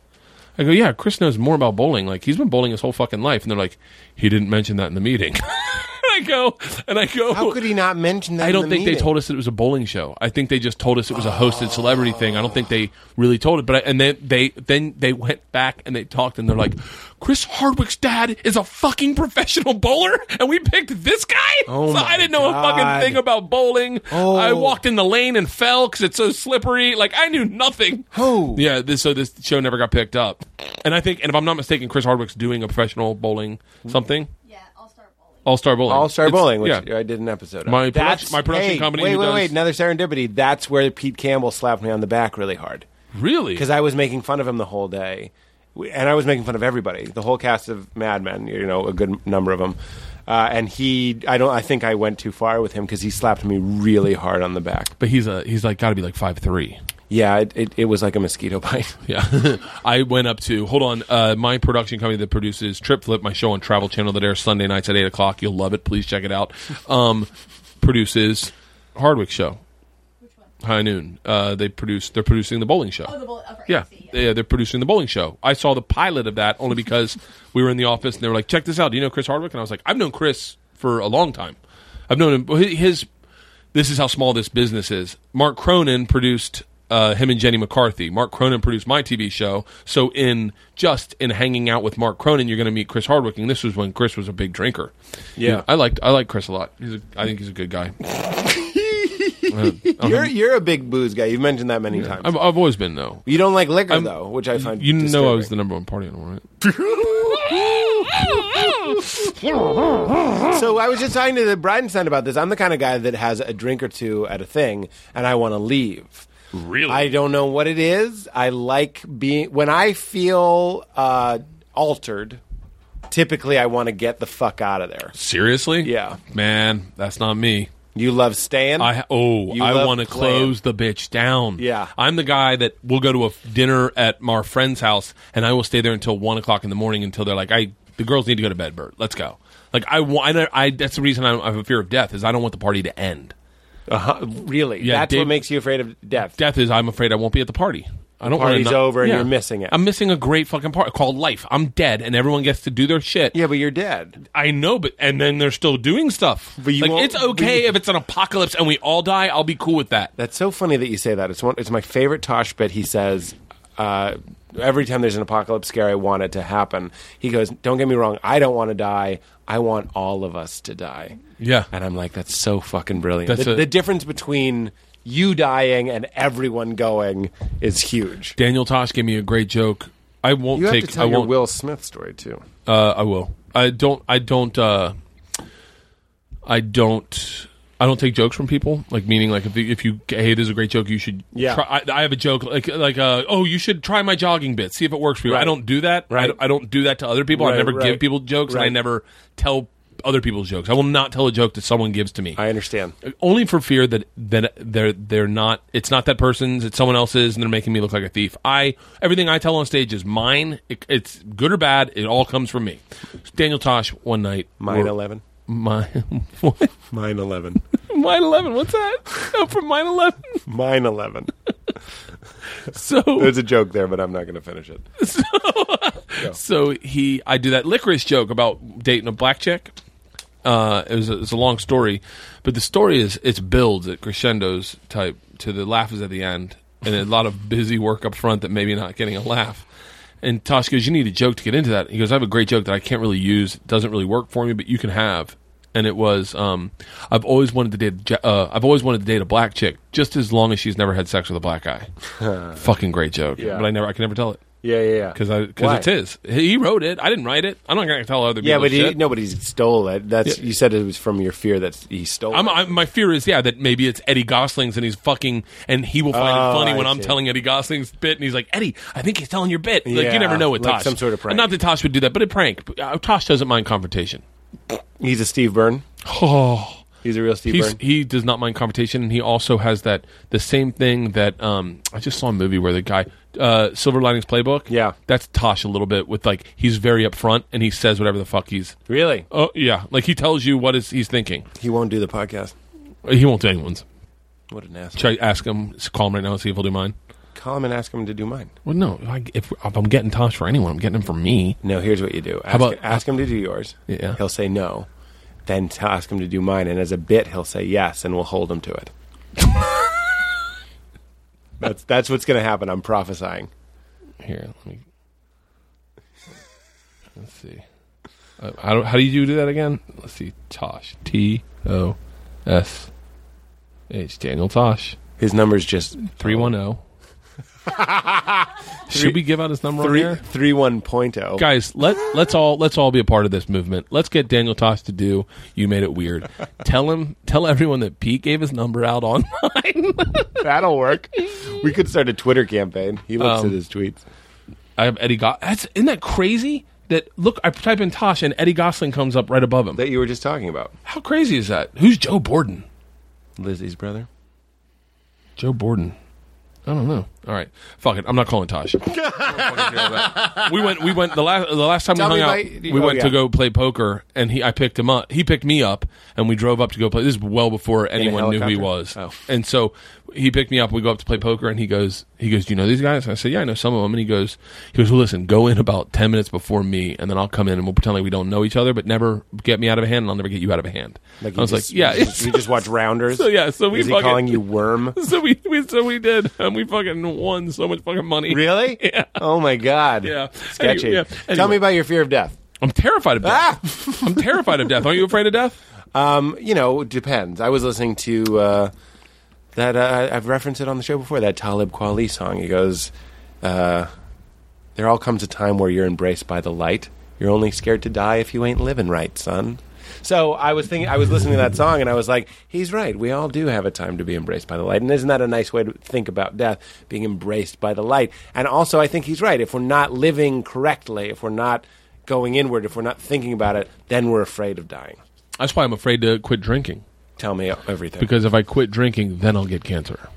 [SPEAKER 5] I go, yeah, Chris knows more about bowling. Like he's been bowling his whole fucking life. And they're like, he didn't mention that in the meeting. and I go, and I go,
[SPEAKER 2] How could he not mention that?
[SPEAKER 5] I
[SPEAKER 2] in
[SPEAKER 5] don't
[SPEAKER 2] the
[SPEAKER 5] think they
[SPEAKER 2] meeting?
[SPEAKER 5] told us that it was a bowling show. I think they just told us it was a hosted celebrity thing. I don't think they really told it. But I, and then they then they went back and they talked and they're like, Chris Hardwick's dad is a fucking professional bowler, and we picked this guy.
[SPEAKER 2] Oh
[SPEAKER 5] so
[SPEAKER 2] my
[SPEAKER 5] I didn't know a
[SPEAKER 2] God.
[SPEAKER 5] fucking thing about bowling.
[SPEAKER 2] Oh.
[SPEAKER 5] I walked in the lane and fell because it's so slippery. Like I knew nothing.
[SPEAKER 2] Oh.
[SPEAKER 5] yeah. This, so this show never got picked up. And I think, and if I'm not mistaken, Chris Hardwick's doing a professional bowling something.
[SPEAKER 4] Yeah, I'll start bowling.
[SPEAKER 5] All Star Bowling.
[SPEAKER 2] All Star
[SPEAKER 5] It's-
[SPEAKER 2] Bowling, which
[SPEAKER 5] yeah.
[SPEAKER 2] I did an episode of.
[SPEAKER 5] My production- my production
[SPEAKER 2] hey,
[SPEAKER 5] company
[SPEAKER 2] Wait,
[SPEAKER 5] who
[SPEAKER 2] wait,
[SPEAKER 5] does-
[SPEAKER 2] wait! Another serendipity. That's where Pete Campbell slapped me on the back really hard
[SPEAKER 5] Really?
[SPEAKER 2] because I was making fun of him the whole day, We- and I was making fun of everybody, the whole cast of Mad Men. You know, a good number of them. Uh, and he, I don't. I think I went too far with him because he slapped me really hard on the back.
[SPEAKER 5] But he's a he's like got to be like five three.
[SPEAKER 2] Yeah, it, it, it was like a mosquito bite.
[SPEAKER 5] Yeah, I went up to hold on. Uh, my production company that produces Trip Flip, my show on Travel Channel that airs Sunday nights at eight o'clock. You'll love it. Please check it out. Um, produces Hardwick Show, High Noon. Uh, they produce. They're producing the Bowling Show.
[SPEAKER 4] Oh, the bowl upper
[SPEAKER 5] Yeah.
[SPEAKER 4] AC,
[SPEAKER 5] yeah, they're producing the bowling show. I saw the pilot of that only because we were in the office and they were like, "Check this out. Do you know Chris Hardwick?" And I was like, "I've known Chris for a long time. I've known him. well, hi- His this is how small this business is. Mark Cronin produced uh, him and Jenny McCarthy. Mark Cronin produced my TV show. So in just in hanging out with Mark Cronin, you're going to meet Chris Hardwick. And this was when Chris was a big drinker.
[SPEAKER 2] Yeah.
[SPEAKER 5] I liked I like Chris a lot. He's a, I think he's a good guy. Um,
[SPEAKER 2] You're you're a big booze guy. You've mentioned that many times.
[SPEAKER 5] I've, I've always been though.
[SPEAKER 2] you don't like liquor though, which I find
[SPEAKER 5] You know I was the
[SPEAKER 2] disturbing.
[SPEAKER 5] number one party animal, right?
[SPEAKER 2] So I was just talking to the Bridenstine about this. I'm the kind of guy that has a drink or two at a thing, and I want to leave. Really? I don't know what it is. I like being when I feel uh, altered. Typically, I want to get the fuck out of there.
[SPEAKER 5] Seriously?
[SPEAKER 2] Yeah.
[SPEAKER 5] Man, that's not me.
[SPEAKER 2] You love staying.
[SPEAKER 5] I oh,
[SPEAKER 2] You
[SPEAKER 5] I
[SPEAKER 2] love
[SPEAKER 5] want to
[SPEAKER 2] playing.
[SPEAKER 5] close the bitch down.
[SPEAKER 2] Yeah.
[SPEAKER 5] I'm the guy that will go to a f- dinner at my friend's house and I will stay there until one o'clock in the morning until they're like, I the girls need to go to bed, Bert. Let's go. Like I want, I, I that's the reason I, I have a fear of death is I don't want the party to end.
[SPEAKER 2] Uh-huh. Really?
[SPEAKER 5] Yeah,
[SPEAKER 2] That's
[SPEAKER 5] Dave-
[SPEAKER 2] what makes you afraid of death.
[SPEAKER 5] Death is I'm afraid I won't be at the party. I don't. wanna
[SPEAKER 2] party's
[SPEAKER 5] not-
[SPEAKER 2] over and you're missing it.
[SPEAKER 5] I'm missing a great fucking party called life. I'm dead and everyone gets to do their shit.
[SPEAKER 2] Yeah, but you're dead.
[SPEAKER 5] I know, but and then they're still doing stuff.
[SPEAKER 2] But you
[SPEAKER 5] like
[SPEAKER 2] won't-
[SPEAKER 5] it's okay if it's an apocalypse and we all die. I'll be cool with that.
[SPEAKER 2] That's so funny that you say that. It's one. It's my favorite Tosh bit. He says, uh, every time there's an apocalypse scare, I want it to happen. He goes, "Don't get me wrong. I don't want to die. I want all of us to die."
[SPEAKER 5] Yeah.
[SPEAKER 2] And I'm like, that's so fucking brilliant.
[SPEAKER 5] That's
[SPEAKER 2] the,
[SPEAKER 5] a-
[SPEAKER 2] the difference between you dying and everyone going is huge.
[SPEAKER 5] Daniel Tosh gave me a great joke. I won't
[SPEAKER 2] You have
[SPEAKER 5] take.
[SPEAKER 2] to tell
[SPEAKER 5] I
[SPEAKER 2] your
[SPEAKER 5] won't.
[SPEAKER 2] Will Smith story too.
[SPEAKER 5] Uh, I will. I don't. I don't. Uh, I don't. I don't take jokes from people. Like meaning, like if you, if you hey, this is a great joke. You should.
[SPEAKER 2] Yeah.
[SPEAKER 5] Try, I, I have a joke like like uh, oh, you should try my jogging bit. See if it works for you.
[SPEAKER 2] Right.
[SPEAKER 5] I don't do that. I
[SPEAKER 2] Right.
[SPEAKER 5] don't- I, don't do that to other people.
[SPEAKER 2] Right,
[SPEAKER 5] I never
[SPEAKER 2] right.
[SPEAKER 5] give people jokes, and I
[SPEAKER 2] Right.
[SPEAKER 5] never tell other people's jokes. I will not tell a joke that someone gives to me
[SPEAKER 2] I understand.
[SPEAKER 5] only for fear that that they're they're not it's not that person's it's someone else's and they're making me look like a thief i everything i tell on stage is mine it, it's good or bad it all comes from me daniel tosh one night
[SPEAKER 2] Mine eleven.
[SPEAKER 5] mine what?
[SPEAKER 2] Mine eleven.
[SPEAKER 5] mine 11 what's that no, from mine 11
[SPEAKER 2] Mine eleven.
[SPEAKER 5] so
[SPEAKER 2] There's a joke there, but I'm not going to finish it.
[SPEAKER 5] so he i do that licorice joke about dating a black chick uh, it was a, it's a long story, but the story is it's builds, it crescendos type to the laugh is at the end, and a lot of busy work up front that maybe not getting a laugh. And Tosh goes, "You need a joke to get into that." He goes, "I have a great joke that I can't really use. It doesn't really work for me, but you can have." And it was, um, "I've always wanted to date. a ja- Uh, I've always wanted to date a black chick, just as long as she's never had sex with a black guy." Fucking great joke, but I never, I can never tell it
[SPEAKER 2] Yeah, yeah, yeah.
[SPEAKER 5] because I because
[SPEAKER 2] Why?
[SPEAKER 5] it's his. He wrote it. I didn't write it. I'm not gonna tell other people.
[SPEAKER 2] Yeah, but he,
[SPEAKER 5] shit.
[SPEAKER 2] nobody stole it. That's
[SPEAKER 5] Yeah.
[SPEAKER 2] you said it was from your fear that he stole.
[SPEAKER 5] I'm,
[SPEAKER 2] it.
[SPEAKER 5] I'm, my fear is, yeah, that maybe it's Eddie Gosling's and he's fucking, and he will find
[SPEAKER 2] Oh,
[SPEAKER 5] it funny
[SPEAKER 2] I
[SPEAKER 5] when I'm
[SPEAKER 2] see.
[SPEAKER 5] telling Eddie Gosling's bit, and he's like, Eddie, I think he's telling your bit. Like,
[SPEAKER 2] Yeah,
[SPEAKER 5] you never know with
[SPEAKER 2] like
[SPEAKER 5] Tosh.
[SPEAKER 2] some sort of prank.
[SPEAKER 5] Not that Tosh would do that, but a prank. But, uh, Tosh doesn't mind confrontation.
[SPEAKER 2] He's a Steve Byrne.
[SPEAKER 5] Oh,
[SPEAKER 2] He's a real Steve
[SPEAKER 5] he's,
[SPEAKER 2] Byrne.
[SPEAKER 5] he does not mind confrontation, and he also has that, the same thing that, um, I just saw a movie where the guy, uh, Silver Linings Playbook.
[SPEAKER 2] Yeah.
[SPEAKER 5] That's Tosh a little bit with, like, he's very upfront, and he says whatever the fuck he's,
[SPEAKER 2] Really?
[SPEAKER 5] oh, yeah. Like, he tells you what is he's thinking.
[SPEAKER 2] He won't do the podcast.
[SPEAKER 5] He won't do anyone's.
[SPEAKER 2] What an asshole.
[SPEAKER 5] Should I ask him? Call him right now and see if he'll do mine.
[SPEAKER 2] call him and ask him to do mine.
[SPEAKER 5] Well, no. I, if, if I'm getting Tosh for anyone, I'm getting him for me.
[SPEAKER 2] No, here's what you do. Ask,
[SPEAKER 5] about-
[SPEAKER 2] ask him to do yours.
[SPEAKER 5] Yeah.
[SPEAKER 2] He'll say no. Then t- ask him to do mine, and as a bit, he'll say yes, and we'll hold him to it. that's that's what's going to happen. I'm prophesying.
[SPEAKER 5] Here, let me. Let's see. Uh, I don't, how do you do that again? Let's see. Tosh. T O S H. Daniel Tosh.
[SPEAKER 2] His number's just
[SPEAKER 5] 310. Should we give out his number
[SPEAKER 2] three
[SPEAKER 5] on here?
[SPEAKER 2] three one point oh.
[SPEAKER 5] Guys, let let's all let's all be a part of this movement. Let's get Daniel Tosh to do you made it weird. tell him tell everyone that Pete gave his number out online.
[SPEAKER 2] That'll work. We could start a Twitter campaign. He looks
[SPEAKER 5] Um,
[SPEAKER 2] at his tweets.
[SPEAKER 5] I have Eddie Go- that's isn't that crazy? That look I type in Tosh and Eddie Gosling comes up right above him.
[SPEAKER 2] That you were just talking about.
[SPEAKER 5] How crazy is that? Who's Joe Borden?
[SPEAKER 2] Lizzie's brother.
[SPEAKER 5] Joe Borden. I don't know. All right, fuck it. I'm not calling Tosh. I don't fucking care about that. we went. We went the last. The last time
[SPEAKER 2] Tell
[SPEAKER 5] we
[SPEAKER 2] me
[SPEAKER 5] hung out,
[SPEAKER 2] about-
[SPEAKER 5] we
[SPEAKER 2] oh,
[SPEAKER 5] went to
[SPEAKER 2] yeah.
[SPEAKER 5] go play poker, and he. I picked him up. He picked me up, and we drove up to go play. This is well before anyone knew who he was.
[SPEAKER 2] helicopter? Oh.
[SPEAKER 5] And so he picked me up. We go up to play poker, and he goes. He goes. Do you know these guys? And I said, Yeah, I know some of them. And he goes. He goes. Well, listen. Go in about ten minutes before me, and then I'll come in, and we'll pretend like we don't know each other, but never get me out of a hand, and I'll never get you out of a hand. I
[SPEAKER 2] you
[SPEAKER 5] was
[SPEAKER 2] just-
[SPEAKER 5] like, Yeah.
[SPEAKER 2] you just, you just watch Rounders.
[SPEAKER 5] So, yeah, so we
[SPEAKER 2] is he
[SPEAKER 5] fucking-
[SPEAKER 2] calling you Worm?
[SPEAKER 5] so we, we so we did, and we fucking won so much fucking money.
[SPEAKER 2] Really?
[SPEAKER 5] Yeah.
[SPEAKER 2] Oh my God.
[SPEAKER 5] Yeah.
[SPEAKER 2] Sketchy.
[SPEAKER 5] Anyway,
[SPEAKER 2] Tell
[SPEAKER 5] yeah. Anyway.
[SPEAKER 2] me about Ah! your fear of death.
[SPEAKER 5] I'm terrified of death. I'm terrified of death. Aren't you afraid of death?
[SPEAKER 2] Um, you know, depends. I was listening to uh, that. Uh, I've referenced it on the show before. That Talib Kweli song. He goes, uh, "There all comes a time where you're embraced by the light. You're only scared to die if you ain't living right, son." So I was thinking, I was listening to that song, and I was like, "He's right. We all do have a time to be embraced by the light." And isn't that a nice way to think about death? Being embraced by the light. And also, I think he's right. If we're not living correctly, if we're not going inward, if we're not thinking about it, then we're afraid of dying.
[SPEAKER 5] That's why I'm afraid to quit drinking.
[SPEAKER 2] Tell me everything.
[SPEAKER 5] Because if I quit drinking, then I'll get cancer.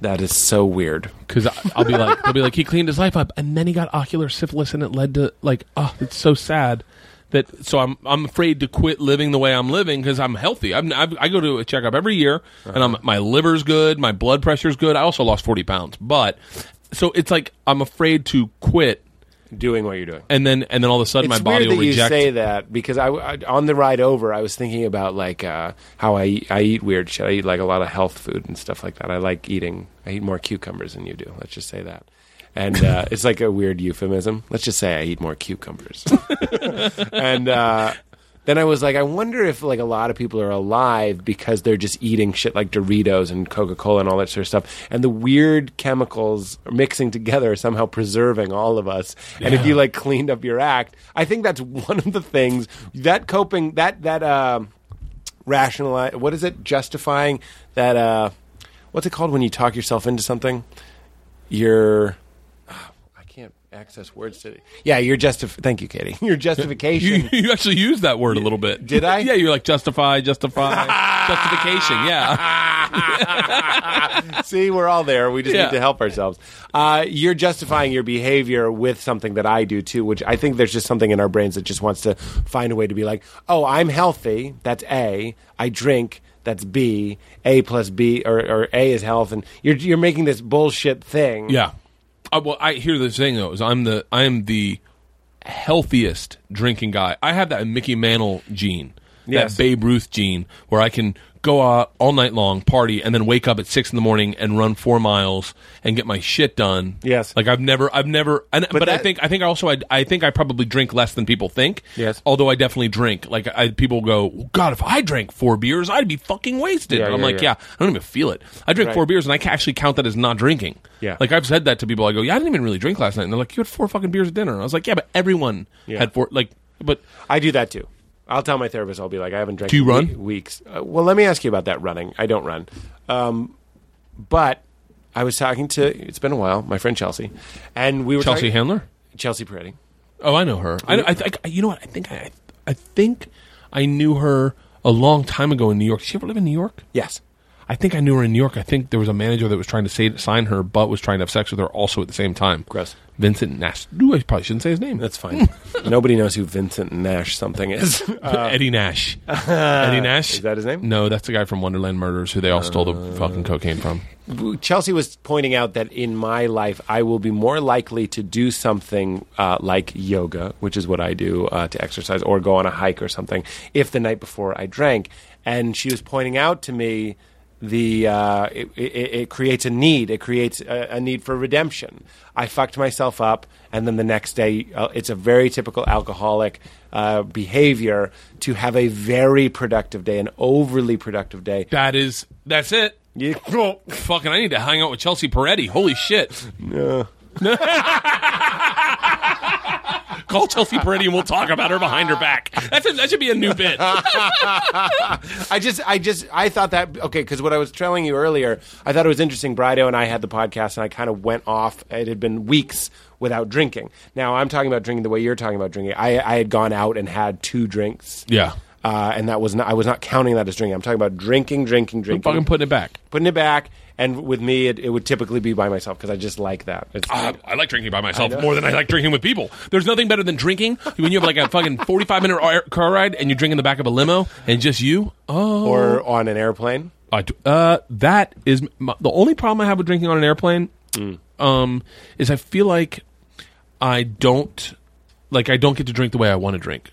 [SPEAKER 2] that is so weird.
[SPEAKER 5] Because I'll be like, they'll be like, he cleaned his life up, and then he got ocular syphilis, and it led to like, oh, it's so sad. That so I'm I'm afraid to quit living the way I'm living because I'm healthy. I'm, I've, I go to a checkup every year, and I'm my liver's good, my blood pressure's good. I also lost forty pounds, but so it's like I'm afraid to quit,
[SPEAKER 2] Doing what you're doing.
[SPEAKER 5] and then and then all of a sudden
[SPEAKER 2] it's
[SPEAKER 5] my body
[SPEAKER 2] weird that
[SPEAKER 5] will reject.
[SPEAKER 2] you say that because I, I on the ride over I was thinking about like uh, how I eat- I eat weird shit. I eat like a lot of health food and stuff like that. I like eating. I eat more cucumbers than you do. Let's just say that. And uh, it's like a weird euphemism. Let's just say I eat more cucumbers. and uh, then I was like, I wonder if like a lot of people are alive because they're just eating shit like Doritos and Coca Cola and all that sort of stuff, and the weird chemicals are mixing together are somehow preserving all of us. And if you like cleaned up your act, I think that's one of the things that coping that that um rationalize what is it justifying that uh, what's it called when you talk yourself into something? You're ah, I can't access words today. Yeah, your justif. Thank you, Katie. Your justification.
[SPEAKER 5] You, you actually used that word a little bit.
[SPEAKER 2] Did I?
[SPEAKER 5] yeah, you're like justify, justify, justification. Yeah,
[SPEAKER 2] See, we're all there. We just
[SPEAKER 5] Yeah.
[SPEAKER 2] need to help ourselves. Uh, you're justifying your behavior with something that I do too, which I think there's just something in our brains that just wants to find a way to be like, oh, I'm healthy. That's A. I drink. That's B. A plus B, or, or A is health, and you're you're making this bullshit thing.
[SPEAKER 5] yeah. Uh, well, I hear the thing though is I'm the I am the healthiest drinking guy. I have that Mickey Mantle gene,
[SPEAKER 2] Yes.
[SPEAKER 5] that Babe Ruth gene, where I can go out all night long, party, and then wake up at six in the morning and run four miles and get my shit done.
[SPEAKER 2] Yes.
[SPEAKER 5] like I've never, I've never, and, but, I
[SPEAKER 2] that-
[SPEAKER 5] think I think also I, I think I probably drink less than people think.
[SPEAKER 2] Yes.
[SPEAKER 5] although I definitely drink. Like I, people go, well, God, if I drank four beers, I'd be fucking wasted.
[SPEAKER 2] Yeah,
[SPEAKER 5] And I'm
[SPEAKER 2] yeah,
[SPEAKER 5] like,
[SPEAKER 2] yeah.
[SPEAKER 5] yeah, I don't even feel it. I drink
[SPEAKER 2] Right.
[SPEAKER 5] four beers and I can actually count that as not drinking.
[SPEAKER 2] Yeah.
[SPEAKER 5] Like I've said that to people. I go, yeah, I didn't even really drink last night. And they're like, you had four fucking beers at dinner. And I was like, yeah, but everyone
[SPEAKER 2] Yeah.
[SPEAKER 5] had four. Like, but
[SPEAKER 2] I do that too. I'll tell my therapist. I'll be like, I haven't drank.
[SPEAKER 5] Do you
[SPEAKER 2] in
[SPEAKER 5] run?
[SPEAKER 2] we- Weeks. Uh, well, let me ask you about that running. I don't run, um, but I was talking to. It's been a while. My friend Chelsea, and we were
[SPEAKER 5] Chelsea
[SPEAKER 2] talking-
[SPEAKER 5] Handler.
[SPEAKER 2] Chelsea Peretti.
[SPEAKER 5] Oh, I know her. I, I, think- you know what? I think I, I think I knew her a long time ago in New York. Did she ever live in New York?
[SPEAKER 2] Yes.
[SPEAKER 5] I think I knew her in New York. I think there was a manager that was trying to say, sign her, but was trying to have sex with her also at the same time.
[SPEAKER 2] Gross.
[SPEAKER 5] Vincent Nash. Ooh, I probably shouldn't say his name.
[SPEAKER 2] That's fine. Nobody knows who Vincent Nash something is. Uh,
[SPEAKER 5] Eddie Nash. Eddie Nash.
[SPEAKER 2] is that his name?
[SPEAKER 5] No, that's the guy from Wonderland Murders who they all stole the fucking cocaine from.
[SPEAKER 2] Chelsea was pointing out that in my life, I will be more likely to do something uh, like yoga, which is what I do uh, to exercise, or go on a hike or something, if the night before I drank. And she was pointing out to me the uh, it, it, it creates a need. It creates a, a need for redemption. I fucked myself up, and then the next day, uh, it's a very typical alcoholic uh, behavior to have a very productive day, an overly productive day.
[SPEAKER 5] That is. That's it.
[SPEAKER 2] Yeah.
[SPEAKER 5] Fucking, I need to hang out with Chelsea Peretti. Holy shit. Call Chelsea Peretti and we'll talk about her behind her back. That's a, that should be a new bit.
[SPEAKER 2] I just, I just, I thought that okay because what I was telling you earlier, I thought it was interesting. Brido and I had the podcast, and I kind of went off. It had been weeks without drinking. Now I'm talking about drinking the way you're talking about drinking. I, I had gone out and had two drinks.
[SPEAKER 5] Yeah.
[SPEAKER 2] uh, and that was not. I was not counting that as drinking. I'm talking about drinking, drinking, drinking,
[SPEAKER 5] Fucking putting it back.
[SPEAKER 2] putting it back. And with me, it, it would typically be by myself because I just like that. It's,
[SPEAKER 5] Uh, I like drinking by myself more than I like drinking with people. There's nothing better than drinking when you have like a fucking 45 minute ar- car ride and you drink in the back of a limo and just you. Oh,
[SPEAKER 2] or on an airplane.
[SPEAKER 5] I do- uh, that is my, the only problem I have with drinking on an airplane. Um, is I feel like I don't like I don't get to drink the way I want to drink.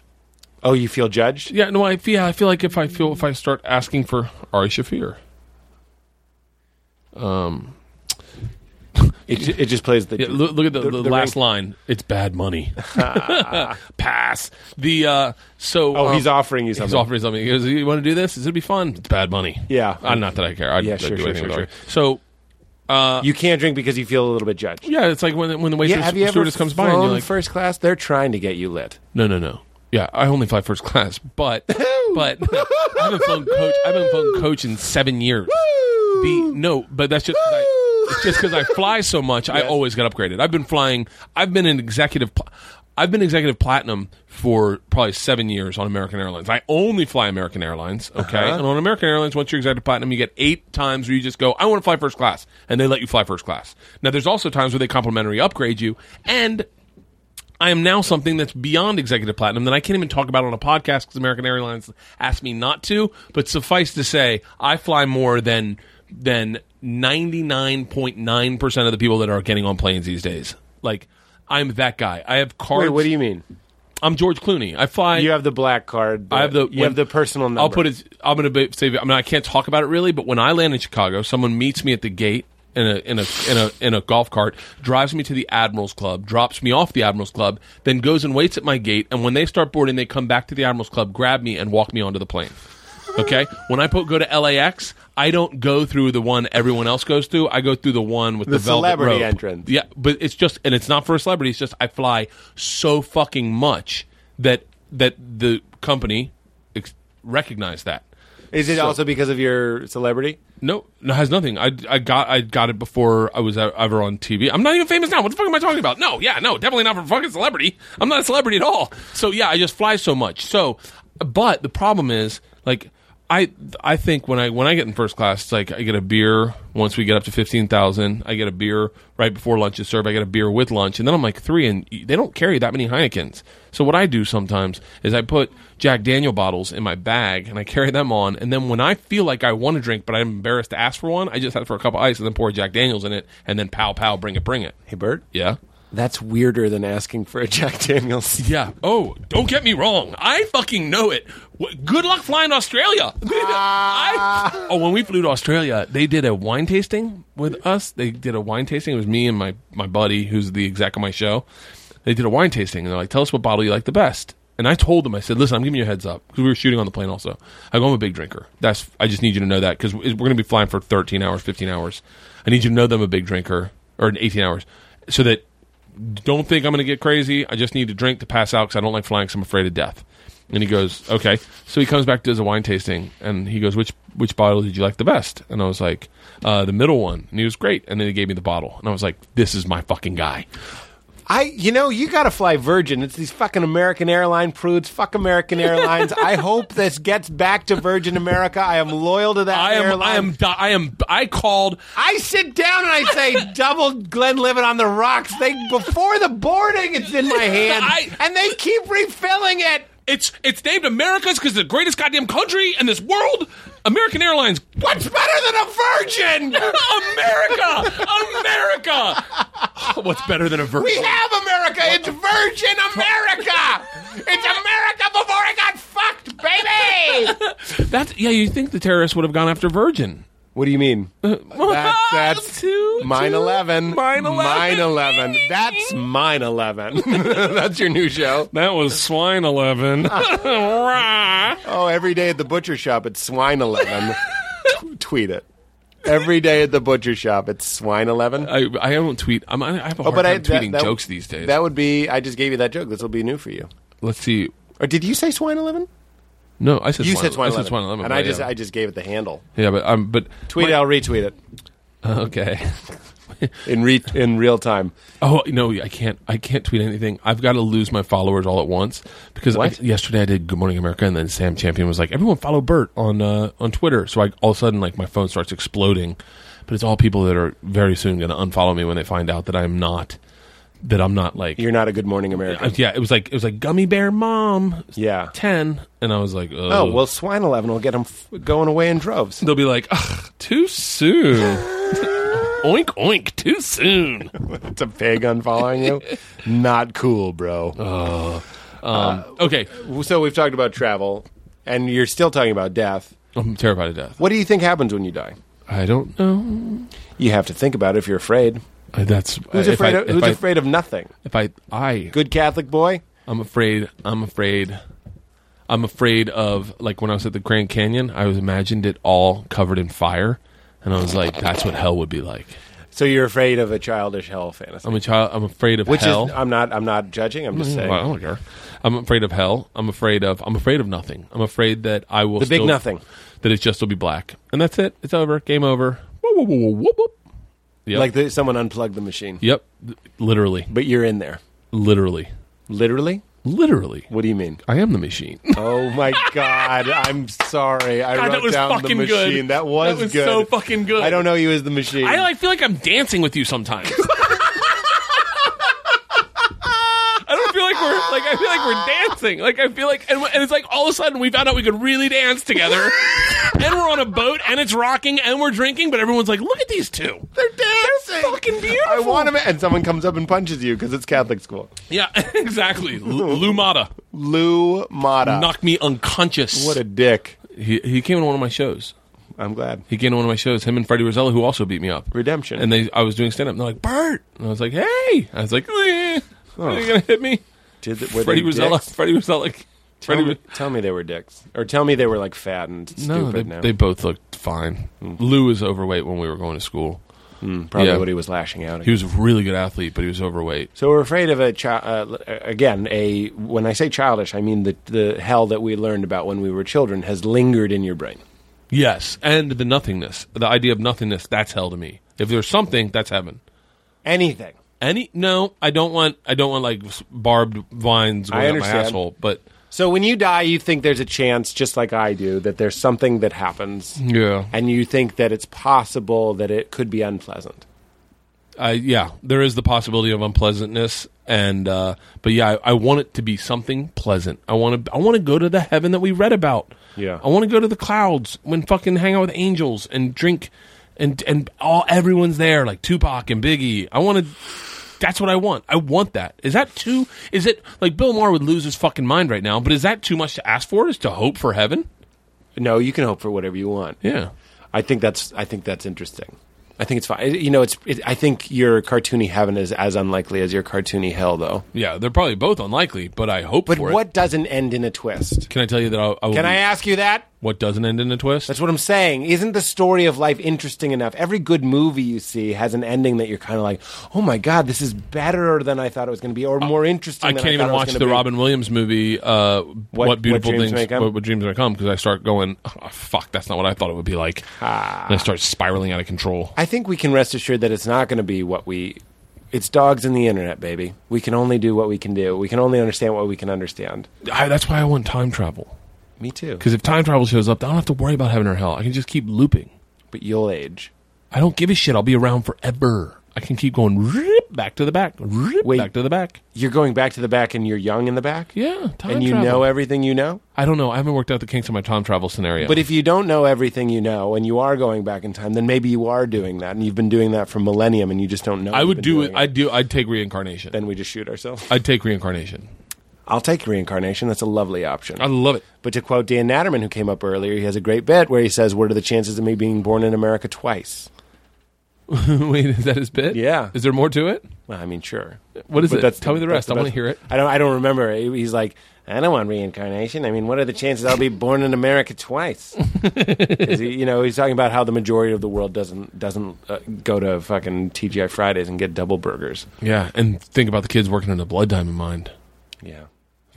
[SPEAKER 2] Oh, you feel judged?
[SPEAKER 5] Yeah, no, I feel I feel like if I feel if I start asking for Ari Shafir,
[SPEAKER 2] It, it just plays the.
[SPEAKER 5] Yeah, look, look at the, the,
[SPEAKER 2] the
[SPEAKER 5] last
[SPEAKER 2] ring-
[SPEAKER 5] line. It's bad money. Pass the uh, so.
[SPEAKER 2] Oh,
[SPEAKER 5] um,
[SPEAKER 2] he's offering you something.
[SPEAKER 5] He's offering something. He goes, "You want to do this? This would be fun. It's bad money."
[SPEAKER 2] Yeah.
[SPEAKER 5] uh, not that I care. I'd,
[SPEAKER 2] Yeah,
[SPEAKER 5] I'd
[SPEAKER 2] sure,
[SPEAKER 5] do
[SPEAKER 2] sure,
[SPEAKER 5] anything
[SPEAKER 2] sure,
[SPEAKER 5] with Ari. So
[SPEAKER 2] you can't drink because you feel a little bit judged.
[SPEAKER 5] yeah, it's like when when the waitress
[SPEAKER 2] Yeah, have you ever
[SPEAKER 5] stewardess comes by and you're
[SPEAKER 2] flown
[SPEAKER 5] like,
[SPEAKER 2] first class? They're trying to get you lit.
[SPEAKER 5] "No, no, no." Yeah, I only fly first class, but but I haven't flown coach. I haven't flown coach in seven years. The no, but that's just 'cause I, it's just because I fly so much. I always get upgraded. I've been flying. I've been an executive. Pl- I've been executive platinum for probably seven years on American Airlines. I only fly American Airlines, okay? And on American Airlines, once you're executive platinum, you get eight times where you just go, I want to fly first class. And they let you fly first class. Now, there's also times where they complimentary upgrade you. And I am now something that's beyond executive platinum that I can't even talk about on a podcast because American Airlines asked me not to. But suffice to say, I fly more than than ninety nine point nine percent of the people that are getting on planes these days. Like I'm that guy. I have cards.
[SPEAKER 2] Wait, what do you mean?
[SPEAKER 5] I'm George Clooney. I fly.
[SPEAKER 2] You have the black card.
[SPEAKER 5] I have the.
[SPEAKER 2] you have the personal number.
[SPEAKER 5] I'll put it. I'm gonna be, save. it. I mean, I can't talk about it really, but when I land in Chicago, someone meets me at the gate in a in a in a in a golf cart, drives me to the Admirals Club, drops me off the Admirals Club, then goes and waits at my gate. And when they start boarding, they come back to the Admirals Club, grab me, and walk me onto the plane. Okay, when I put, go to LAX, I don't go through the one everyone else goes through. I go through the one with the,
[SPEAKER 2] The
[SPEAKER 5] velvet
[SPEAKER 2] celebrity
[SPEAKER 5] rope.
[SPEAKER 2] entrance.
[SPEAKER 5] Yeah, but it's just, and it's not for a celebrity. It's just I fly so fucking much that that the company ex- recognized that.
[SPEAKER 2] Is it also because of your celebrity?
[SPEAKER 5] No, no, it has nothing. I, I got I got it before I was e- ever on TV. I'm not even famous now. What the fuck am I talking about? No, yeah, no, definitely not for fucking celebrity. I'm not a celebrity at all. So yeah, I just fly so much. So, but the problem is like I I think when I when I get in first class, it's like I get a beer once we get up to fifteen thousand. I get a beer right before lunch is served. I get a beer with lunch, and then I'm like three, and they don't carry that many Heinekens. So what I do sometimes is I put Jack Daniel bottles in my bag and I carry them on. And then when I feel like I want to drink, but I'm embarrassed to ask for one, I just have for a cup of ice and then pour Jack Daniels in it, and then pow pow, bring it, bring it.
[SPEAKER 2] Hey, Bert.
[SPEAKER 5] Yeah.
[SPEAKER 2] That's weirder than asking for a Jack Daniels.
[SPEAKER 5] Yeah. Oh, don't get me wrong. I fucking know it. Wh- Good luck flying to Australia. I, oh, when we flew to Australia, they did a wine tasting with us. They did a wine tasting. It was me and my, my buddy, who's the exec of my show. They did a wine tasting, and they're like, tell us what bottle you like the best. And I told them, I said, listen, I'm giving you a heads up because we were shooting on the plane also. I go, I'm a big drinker. That's I just need you to know that because we're going to be flying for 13 hours, 15 hours. I need you to know that I'm a big drinker or 18 hours so that don't think I'm going to get crazy. I just need to drink to pass out because I don't like flying. Cause I'm afraid of death. And he goes, okay. So he comes back does a wine tasting, and he goes, which which bottle did you like the best? And I was like, uh, the middle one. And he was great. And then he gave me the bottle, and I was like, this is my fucking guy.
[SPEAKER 3] I, you know, you got to fly Virgin. It's these fucking American airline prudes. Fuck American Airlines. I hope this gets back to Virgin America. I am loyal to that
[SPEAKER 5] I am.
[SPEAKER 3] airline.
[SPEAKER 5] I am. di- I am. I called.
[SPEAKER 3] I sit down and I say, "Double Glenlivet on the rocks." They before the boarding, it's in my hand,
[SPEAKER 5] I-
[SPEAKER 3] and they keep refilling it.
[SPEAKER 5] It's it's named America's because it's the greatest goddamn country in this world. American Airlines.
[SPEAKER 3] What's better than a virgin?
[SPEAKER 5] America, America. What's better than a virgin?
[SPEAKER 3] We have America. It's Virgin America. It's America before it got fucked, baby.
[SPEAKER 5] That's yeah. You think the terrorists would have gone after Virgin?
[SPEAKER 3] What do you mean? That's, that's
[SPEAKER 5] Two-
[SPEAKER 3] mine
[SPEAKER 5] two-
[SPEAKER 3] eleven.
[SPEAKER 5] Mine 11.
[SPEAKER 3] Mine eleven. That's mine eleven. that's your new show.
[SPEAKER 5] That was swine eleven. Rah.
[SPEAKER 3] Oh, every day at the butcher shop, it's swine eleven. T- Tweet it. Every day at the butcher shop, it's swine eleven.
[SPEAKER 5] I, I don't tweet. I'm, I
[SPEAKER 3] Oh,
[SPEAKER 5] have a hard time tweeting jokes these days.
[SPEAKER 3] That would be. I just gave you that joke. This will be new for you.
[SPEAKER 5] Let's see.
[SPEAKER 3] Or did you say swine eleven?
[SPEAKER 5] No, I said
[SPEAKER 3] You
[SPEAKER 5] swine,
[SPEAKER 3] said swine
[SPEAKER 5] I said
[SPEAKER 3] eleven.
[SPEAKER 5] swine eleven.
[SPEAKER 3] and
[SPEAKER 5] but
[SPEAKER 3] I just,
[SPEAKER 5] yeah.
[SPEAKER 3] I just gave it the handle.
[SPEAKER 5] yeah, but um, but
[SPEAKER 3] Oh, Tweet it. I'll retweet it.
[SPEAKER 5] okay.
[SPEAKER 3] in re- in real time.
[SPEAKER 5] Oh no, I can't. I can't tweet anything. I've got to lose my followers all at once because I,
[SPEAKER 3] What?
[SPEAKER 5] yesterday I did Good Morning America, and then Sam Champion was like, "Everyone follow Bert on uh, on Twitter." So I all of a sudden like my phone starts exploding, but it's all people that are very soon going to unfollow me when they find out that I'm not that I'm not like
[SPEAKER 3] You're not a Good Morning
[SPEAKER 5] Uh,
[SPEAKER 3] America.
[SPEAKER 5] yeah. It was like it was like Gummy Bear Mom,
[SPEAKER 3] Yeah.
[SPEAKER 5] ten, and I was like, Ugh.
[SPEAKER 3] Oh well, Swine Eleven will get them f- going away in droves.
[SPEAKER 5] they'll be like, Ugh, too soon. oink oink, too soon.
[SPEAKER 3] It's a pig unfollowing you. not cool, bro.
[SPEAKER 5] Okay,
[SPEAKER 3] So we've talked about travel, and you're still talking about death.
[SPEAKER 5] I'm terrified of death.
[SPEAKER 3] What do you think happens when you die?
[SPEAKER 5] I don't know.
[SPEAKER 3] You have to think about it if you're afraid.
[SPEAKER 5] Uh, That's
[SPEAKER 3] Who's
[SPEAKER 5] if
[SPEAKER 3] afraid?
[SPEAKER 5] I-
[SPEAKER 3] of,
[SPEAKER 5] if
[SPEAKER 3] who's
[SPEAKER 5] I-
[SPEAKER 3] afraid of nothing?
[SPEAKER 5] If I, I,
[SPEAKER 3] Good Catholic boy.
[SPEAKER 5] I'm afraid. I'm afraid. I'm afraid of like when I was at the Grand Canyon. I was imagined it all covered in fire, and I was like, "That's what hell would be like."
[SPEAKER 3] So you're afraid of a childish hell fantasy.
[SPEAKER 5] I'm a child. I'm afraid of
[SPEAKER 3] Which
[SPEAKER 5] hell. Mm,
[SPEAKER 3] is, I'm not. I'm not judging. I'm just
[SPEAKER 5] Well,
[SPEAKER 3] saying
[SPEAKER 5] I don't care. I'm afraid of hell. I'm afraid of. I'm afraid of nothing. I'm afraid that I will.
[SPEAKER 3] The big
[SPEAKER 5] still-
[SPEAKER 3] nothing.
[SPEAKER 5] That it just will be black, and that's it. It's over. Game over. Whoa, whoa, whoa, whoa, whoop, whoop. Yep.
[SPEAKER 3] like the, someone unplugged the machine,
[SPEAKER 5] Yep. Literally.
[SPEAKER 3] but you're in there.
[SPEAKER 5] Literally.
[SPEAKER 3] Literally.
[SPEAKER 5] Literally.
[SPEAKER 3] What do you mean?
[SPEAKER 5] I am the machine.
[SPEAKER 3] Oh my God! I'm sorry. I
[SPEAKER 5] God,
[SPEAKER 3] wrote
[SPEAKER 5] that was
[SPEAKER 3] down
[SPEAKER 5] fucking
[SPEAKER 3] the
[SPEAKER 5] good.
[SPEAKER 3] machine. That was
[SPEAKER 5] That was
[SPEAKER 3] good.
[SPEAKER 5] so fucking good.
[SPEAKER 3] I don't know you as the machine.
[SPEAKER 5] I, I feel like I'm dancing with you sometimes. I don't feel like we're like I feel like we're dancing. Like I feel like and, and it's like all of a sudden we found out we could really dance together. and we're on a boat and it's rocking and we're drinking, but everyone's like, look at these two.
[SPEAKER 3] They're dancing.
[SPEAKER 5] fucking beautiful.
[SPEAKER 3] I want them. And someone comes up and punches you because it's Catholic school.
[SPEAKER 5] Yeah, exactly. L- Lumada
[SPEAKER 3] Lou Mata.
[SPEAKER 5] knocked me unconscious.
[SPEAKER 3] what a dick.
[SPEAKER 5] he he came to one of my shows.
[SPEAKER 3] I'm glad.
[SPEAKER 5] He came to one of my shows. Him and Freddie Rosello, who also beat me up.
[SPEAKER 3] Redemption.
[SPEAKER 5] And they, I was doing stand up. and They're like, Bert. And I was like, Hey. I was like, eh, Are you gonna hit me?
[SPEAKER 3] Oh. Did the, were
[SPEAKER 5] Freddie
[SPEAKER 3] they
[SPEAKER 5] Rosella.
[SPEAKER 3] dicks?
[SPEAKER 5] Freddie Rosella.
[SPEAKER 3] Tell
[SPEAKER 5] Freddie.
[SPEAKER 3] me, tell me they were dicks, or tell me they were like fat and
[SPEAKER 5] Ro- no, they,
[SPEAKER 3] stupid. now Hmm.
[SPEAKER 5] they both looked fine. Lou was overweight when we were going to school.
[SPEAKER 3] probably
[SPEAKER 5] yeah.
[SPEAKER 3] what he was lashing out. At.
[SPEAKER 5] He was a really good athlete, but he was overweight.
[SPEAKER 3] so we're afraid of a child. Uh, again, a when I say childish, I mean the the hell that we learned about when we were children has lingered in your brain.
[SPEAKER 5] Yes, and the nothingness, the idea of nothingness—that's hell to me. If there's something, that's heaven.
[SPEAKER 3] Anything.
[SPEAKER 5] Any? No, I don't want. I don't want like s- barbed vines
[SPEAKER 3] I
[SPEAKER 5] going up my
[SPEAKER 3] understand.
[SPEAKER 5] asshole. But
[SPEAKER 3] So when you die, you think there's a chance, just like I do, that there's something that happens,
[SPEAKER 5] yeah,
[SPEAKER 3] and you think that it's possible that it could be unpleasant.
[SPEAKER 5] I, yeah, there is the possibility of unpleasantness, and uh, but yeah, I, I want it to be something pleasant. I want to, I want to go to the heaven that we read about.
[SPEAKER 3] Yeah.
[SPEAKER 5] I want to go to the clouds when fucking hang out with angels and drink, and and all everyone's there like Tupac and Biggie. I want to. That's what I want. I want that. Is that too? Is it like Bill Maher would lose his fucking mind right now? But is that too much to ask for? Is to hope for heaven?
[SPEAKER 3] No, you can hope for whatever you want.
[SPEAKER 5] Yeah.
[SPEAKER 3] I think that's I think that's interesting. I think it's fine. You know, it's it, I think your cartoony heaven is as unlikely as your cartoony hell, though.
[SPEAKER 5] Yeah, they're probably both unlikely, but I hope
[SPEAKER 3] But
[SPEAKER 5] for
[SPEAKER 3] what
[SPEAKER 5] it.
[SPEAKER 3] doesn't end in a twist?
[SPEAKER 5] Can I tell you that I, I will
[SPEAKER 3] Can I
[SPEAKER 5] be-
[SPEAKER 3] ask you that?
[SPEAKER 5] what doesn't end in a twist?
[SPEAKER 3] That's what I'm saying. Isn't the story of life interesting enough? Every good movie you see has an ending that you're kind of like, oh my god, this is better than I thought it was going to be, or more interesting.
[SPEAKER 5] I
[SPEAKER 3] than
[SPEAKER 5] can't
[SPEAKER 3] thought
[SPEAKER 5] even
[SPEAKER 3] it was
[SPEAKER 5] watch
[SPEAKER 3] gonna
[SPEAKER 5] the
[SPEAKER 3] be.
[SPEAKER 5] Robin Williams movie. Uh, what,
[SPEAKER 3] What
[SPEAKER 5] beautiful
[SPEAKER 3] Dreams
[SPEAKER 5] things?
[SPEAKER 3] May Come?
[SPEAKER 5] What, what dreams may come? Because I start going, "Oh, fuck, that's not what I thought it would be
[SPEAKER 2] Ah.
[SPEAKER 5] like. And I start spiraling out of control.
[SPEAKER 3] I think we can rest assured that it's not going to be what we
[SPEAKER 2] It's dogs and the internet, baby. We can only do what we can do. We can only understand what we can understand.
[SPEAKER 5] I, that's why I want time travel.
[SPEAKER 2] Me too.
[SPEAKER 5] Because if time travel shows up, I don't have to worry about heaven or hell. I can just keep looping.
[SPEAKER 2] But you'll age.
[SPEAKER 5] I don't give a shit. I'll be around forever. I can keep going rip back to the back, rip
[SPEAKER 2] Wait.
[SPEAKER 5] back to the back.
[SPEAKER 2] You're going back to the back and you're young in the back?
[SPEAKER 5] Yeah, time
[SPEAKER 2] and you
[SPEAKER 5] travel.
[SPEAKER 2] know everything you know?
[SPEAKER 5] I don't know. I haven't worked out the kinks of my time travel scenario.
[SPEAKER 2] But if you don't know everything you know and you are going back in time, then maybe you are doing that and you've been doing that for millennium and you just don't know.
[SPEAKER 5] I
[SPEAKER 2] you've
[SPEAKER 5] would
[SPEAKER 2] been
[SPEAKER 5] do
[SPEAKER 2] doing
[SPEAKER 5] it. I'd do. I'd take reincarnation.
[SPEAKER 2] Then we just shoot ourselves.
[SPEAKER 5] I'd take reincarnation.
[SPEAKER 2] I'll take reincarnation. That's a lovely option.
[SPEAKER 5] I love it.
[SPEAKER 2] But to quote Dan Natterman, who came up earlier, he has a great bit where he says, What are the chances of me being born in America twice?
[SPEAKER 5] Wait, is that his bit?
[SPEAKER 2] Yeah.
[SPEAKER 5] Is there more to it?
[SPEAKER 2] Well, I mean, sure.
[SPEAKER 5] What is
[SPEAKER 2] But
[SPEAKER 5] it?
[SPEAKER 2] that's
[SPEAKER 5] Tell me the
[SPEAKER 2] that's
[SPEAKER 5] rest. I wanna
[SPEAKER 2] best-
[SPEAKER 5] hear it.
[SPEAKER 2] I don't. I don't remember. He- He's like, I don't want reincarnation. I mean, what are the chances I'll be born in America twice? 'Cause he- you know, he's talking about how the majority of the world doesn't doesn't uh, go to fucking TGI Fridays and get double burgers.
[SPEAKER 5] Yeah, and think about the kids working in the blood diamond mine.
[SPEAKER 2] Yeah,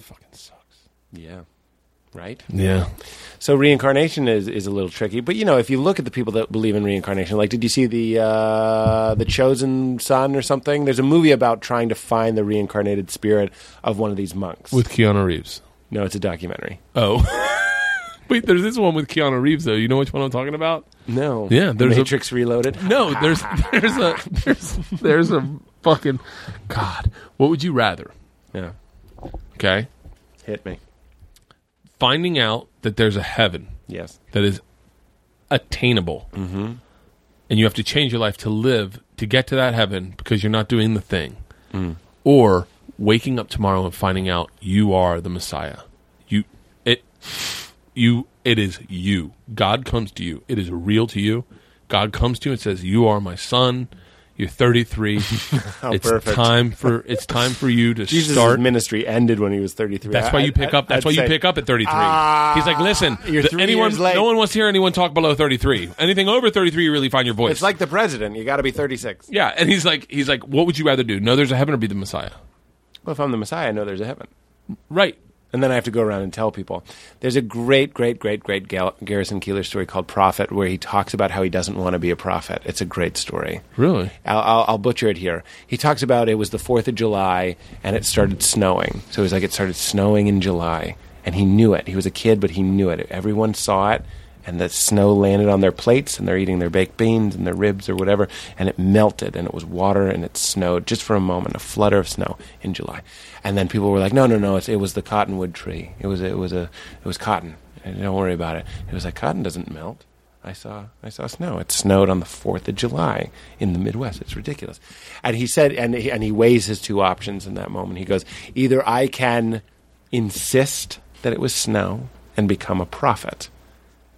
[SPEAKER 5] Fucking sucks.
[SPEAKER 2] yeah, right.
[SPEAKER 5] Yeah.
[SPEAKER 2] So reincarnation is, is a little tricky, but you know, if you look at the people that believe in reincarnation, like did you see the uh, the Chosen Son or something? There's a movie about trying to find the reincarnated spirit of one of these monks.
[SPEAKER 5] With Keanu Reeves.
[SPEAKER 2] no, it's a documentary.
[SPEAKER 5] Oh. Wait, there's this one with Keanu Reeves though. You know which one I'm talking about?
[SPEAKER 2] No,
[SPEAKER 5] Yeah, there's a-
[SPEAKER 2] Matrix Reloaded.
[SPEAKER 5] No, there's there's a there's there's a fucking God. What would you rather?
[SPEAKER 2] Yeah,
[SPEAKER 5] Okay,
[SPEAKER 2] hit me.
[SPEAKER 5] finding out that there's a heaven
[SPEAKER 2] Yes.
[SPEAKER 5] that is attainable, mm-hmm. and you have to change your life to live to get to that heaven because you're not doing the thing,
[SPEAKER 2] Mm.
[SPEAKER 5] or waking up tomorrow and finding out you are the Messiah. You it you it is you. God comes to you. It is real to you. God comes to you and says, "You are my son. You're 33. it's
[SPEAKER 2] Oh, perfect.
[SPEAKER 5] time for it's time for you to
[SPEAKER 2] Jesus'
[SPEAKER 5] start."
[SPEAKER 2] ministry ended when he was 33.
[SPEAKER 5] That's why you pick up. That's why you pick up at 33. He's like, listen,
[SPEAKER 2] "Ah, you're
[SPEAKER 5] th-
[SPEAKER 2] three
[SPEAKER 5] anyone,
[SPEAKER 2] years late."
[SPEAKER 5] no one wants to hear anyone talk below 33. Anything over 33, you really find your voice.
[SPEAKER 2] It's like the president. You got to be 36.
[SPEAKER 5] yeah, and he's like, he's like, what would you rather do? No, there's a heaven or be the Messiah.
[SPEAKER 2] Well, if I'm the Messiah, I know there's a heaven.
[SPEAKER 5] Right.
[SPEAKER 2] And then I have to go around and tell people. There's a great, great, great, great Gal- Garrison Keeler story called Prophet where he talks about how he doesn't want to be a prophet. It's a great story.
[SPEAKER 5] Really?
[SPEAKER 2] I'll, I'll, I'll butcher it here. He talks about it was the 4th of July and it started snowing. So he's like, it started snowing in July. And he knew it. He was a kid, but he knew it. Everyone saw it. And the snow landed on their plates and they're eating their baked beans and their ribs or whatever. And it melted and it was water and it snowed just for a moment, a flutter of snow in July. And then people were like, no, no, no, it's, it was the cottonwood tree. It was, it was, a, it was cotton. And Don't worry about it. It was like, cotton doesn't melt. I saw I saw snow. It snowed on the Fourth of July in the Midwest. It's ridiculous. And he said, and he, and he weighs his two options in that moment. He goes, either I can insist that it was snow and become a prophet,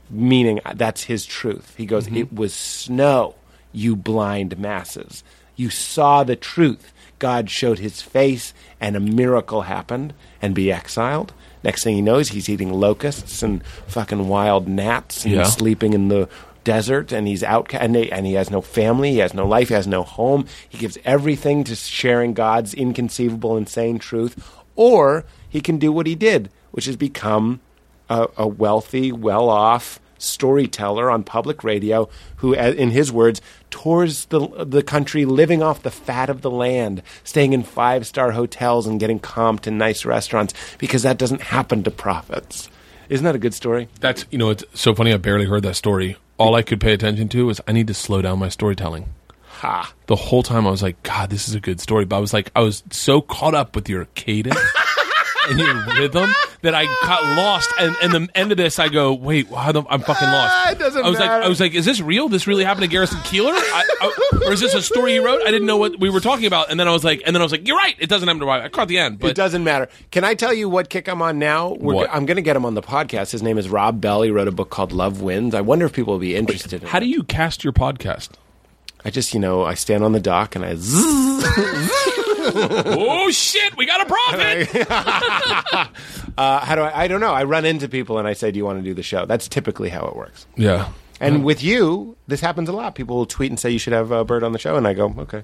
[SPEAKER 2] meaning that's his truth. He goes, it was snow, you blind masses. You saw the truth. God showed his face, and a miracle happened, and be exiled. Next thing he knows, he's eating locusts and fucking wild gnats and
[SPEAKER 5] Yeah.
[SPEAKER 2] sleeping in the desert, and he's out, and, they, and he has no family, he has no life, he has no home. He gives everything to sharing God's inconceivable, insane truth. Or he can do what he did, which is become a, a wealthy, well off storyteller on public radio who, a- in his words, tours the, the country living off the fat of the land, staying in five star hotels and getting comped in nice restaurants because that doesn't happen to prophets. Isn't that a good story?
[SPEAKER 5] That's, you know, it's so funny. I barely heard that story. All I could pay attention to was I need to slow down my storytelling.
[SPEAKER 2] Ha.
[SPEAKER 5] The whole time I was like, God, this is a good story. But I was like, I was so caught up with your cadence and your rhythm that I got lost. And, and the end of this, I go, wait, how the, I'm fucking lost.
[SPEAKER 2] Ah, it doesn't
[SPEAKER 5] I was like,
[SPEAKER 2] matter.
[SPEAKER 5] I was like, is this real? This really happened to Garrison Keeler? I, I, or is this a story he wrote? I didn't know what we were talking about. And then I was like, and then I was like, you're right. It doesn't happen to my, I caught the end,
[SPEAKER 2] it
[SPEAKER 5] but
[SPEAKER 2] doesn't matter. Can I tell you what kick I'm on now? We're
[SPEAKER 5] What?
[SPEAKER 2] go- I'm going to get him on the podcast. His name is Rob Bell. He wrote a book called Love Wins. I wonder if people will be interested. in
[SPEAKER 5] how
[SPEAKER 2] it.
[SPEAKER 5] do you cast your podcast?
[SPEAKER 2] I just, you know, I stand on the dock and I zzz.
[SPEAKER 5] oh shit, we got a profit.
[SPEAKER 2] Uh, how do I? I don't know. I run into people and I say, "Do you want to do the show?" That's typically how it works.
[SPEAKER 5] Yeah.
[SPEAKER 2] And with you, this happens a lot. People will tweet and say you should have uh, Bird on the show, and I go, "Okay,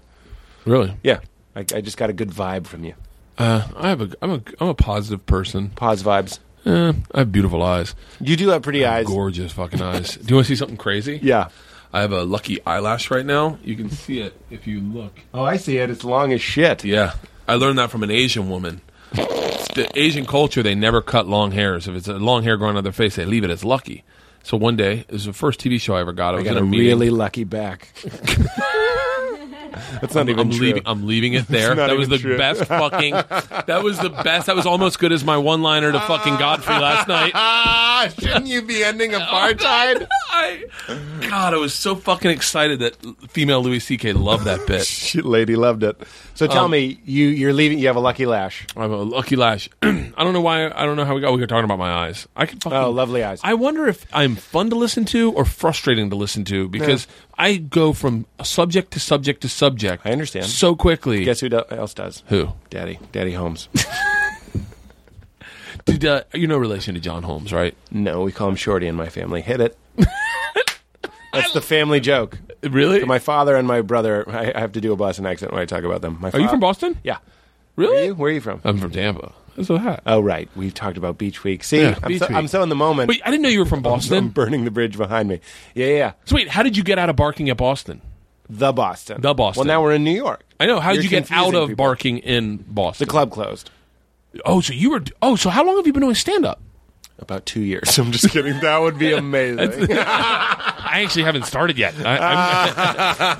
[SPEAKER 5] Really?
[SPEAKER 2] yeah." I, I just got a good vibe from you.
[SPEAKER 5] Uh, I have a, I'm a, I'm a positive person.
[SPEAKER 2] Pause vibes.
[SPEAKER 5] Eh, I have beautiful eyes.
[SPEAKER 2] You do have pretty eyes.
[SPEAKER 5] Gorgeous fucking eyes. Do you want to see something crazy?
[SPEAKER 2] Yeah.
[SPEAKER 5] I have a lucky eyelash right now. You can see it if you look.
[SPEAKER 2] Oh, I see it. It's long as shit.
[SPEAKER 5] Yeah, I learned that from an Asian woman. It's the Asian culture, they never cut long hairs. If it's a long hair growing out of their face, they leave it as lucky. So one day, it was the first TV show I ever got. I,
[SPEAKER 2] I
[SPEAKER 5] was
[SPEAKER 2] got
[SPEAKER 5] in
[SPEAKER 2] a
[SPEAKER 5] meeting.
[SPEAKER 2] really lucky back. That's not even
[SPEAKER 5] I'm
[SPEAKER 2] true.
[SPEAKER 5] leaving. I'm leaving it there.
[SPEAKER 2] not
[SPEAKER 5] That was the
[SPEAKER 2] even true.
[SPEAKER 5] best fucking. That was the best. That was almost good as my one-liner to fucking Godfrey last night. Oh,
[SPEAKER 2] ah, shouldn't you be ending apartheid?
[SPEAKER 5] I, God, I was so fucking excited that female Louis C.K. loved that bit.
[SPEAKER 2] Shit, lady loved it. So
[SPEAKER 5] Um,
[SPEAKER 2] tell me, you you're leaving. You have a lucky lash.
[SPEAKER 5] I have a lucky lash. I don't know why. I don't know how we got. We were talking about my eyes. I could fucking.
[SPEAKER 2] Oh, lovely eyes.
[SPEAKER 5] I wonder if I'm fun to listen to or frustrating to listen to because I go from subject to subject to subject.
[SPEAKER 2] I understand.
[SPEAKER 5] so quickly.
[SPEAKER 2] Guess who do- else does?
[SPEAKER 5] who?
[SPEAKER 2] Daddy, Daddy Holmes.
[SPEAKER 5] Did, uh, you're no relation to John Holmes, right?
[SPEAKER 2] no, we call him Shorty in my family. Hit it. That's the family joke.
[SPEAKER 5] Really?
[SPEAKER 2] My father and my brother. I, I have to do a Boston accent when I talk about them. My
[SPEAKER 5] Are you from Boston?
[SPEAKER 2] uh, Yeah.
[SPEAKER 5] Really? Oh.
[SPEAKER 2] Where are you, Where are you from?
[SPEAKER 5] I'm from Tampa. That's so hot.
[SPEAKER 2] Oh, right. We talked about Beach Week. See,
[SPEAKER 5] Yeah,
[SPEAKER 2] I'm,
[SPEAKER 5] Beach
[SPEAKER 2] so,
[SPEAKER 5] Week.
[SPEAKER 2] I'm so in the moment.
[SPEAKER 5] Wait, I didn't know you were from
[SPEAKER 2] I'm
[SPEAKER 5] Boston.
[SPEAKER 2] burning the bridge behind me. Yeah, yeah.
[SPEAKER 5] So wait, how did you get out of barking at Boston?
[SPEAKER 2] The Boston.
[SPEAKER 5] The Boston.
[SPEAKER 2] Well, now we're in New York.
[SPEAKER 5] I know. How did
[SPEAKER 2] You're
[SPEAKER 5] you get out
[SPEAKER 2] confusing
[SPEAKER 5] of
[SPEAKER 2] people.
[SPEAKER 5] barking in Boston?
[SPEAKER 2] The club closed.
[SPEAKER 5] Oh, so you were. Oh, so how long have you been doing stand up?
[SPEAKER 2] About two years. I'm just kidding. That would be amazing.
[SPEAKER 5] I actually haven't started yet. I,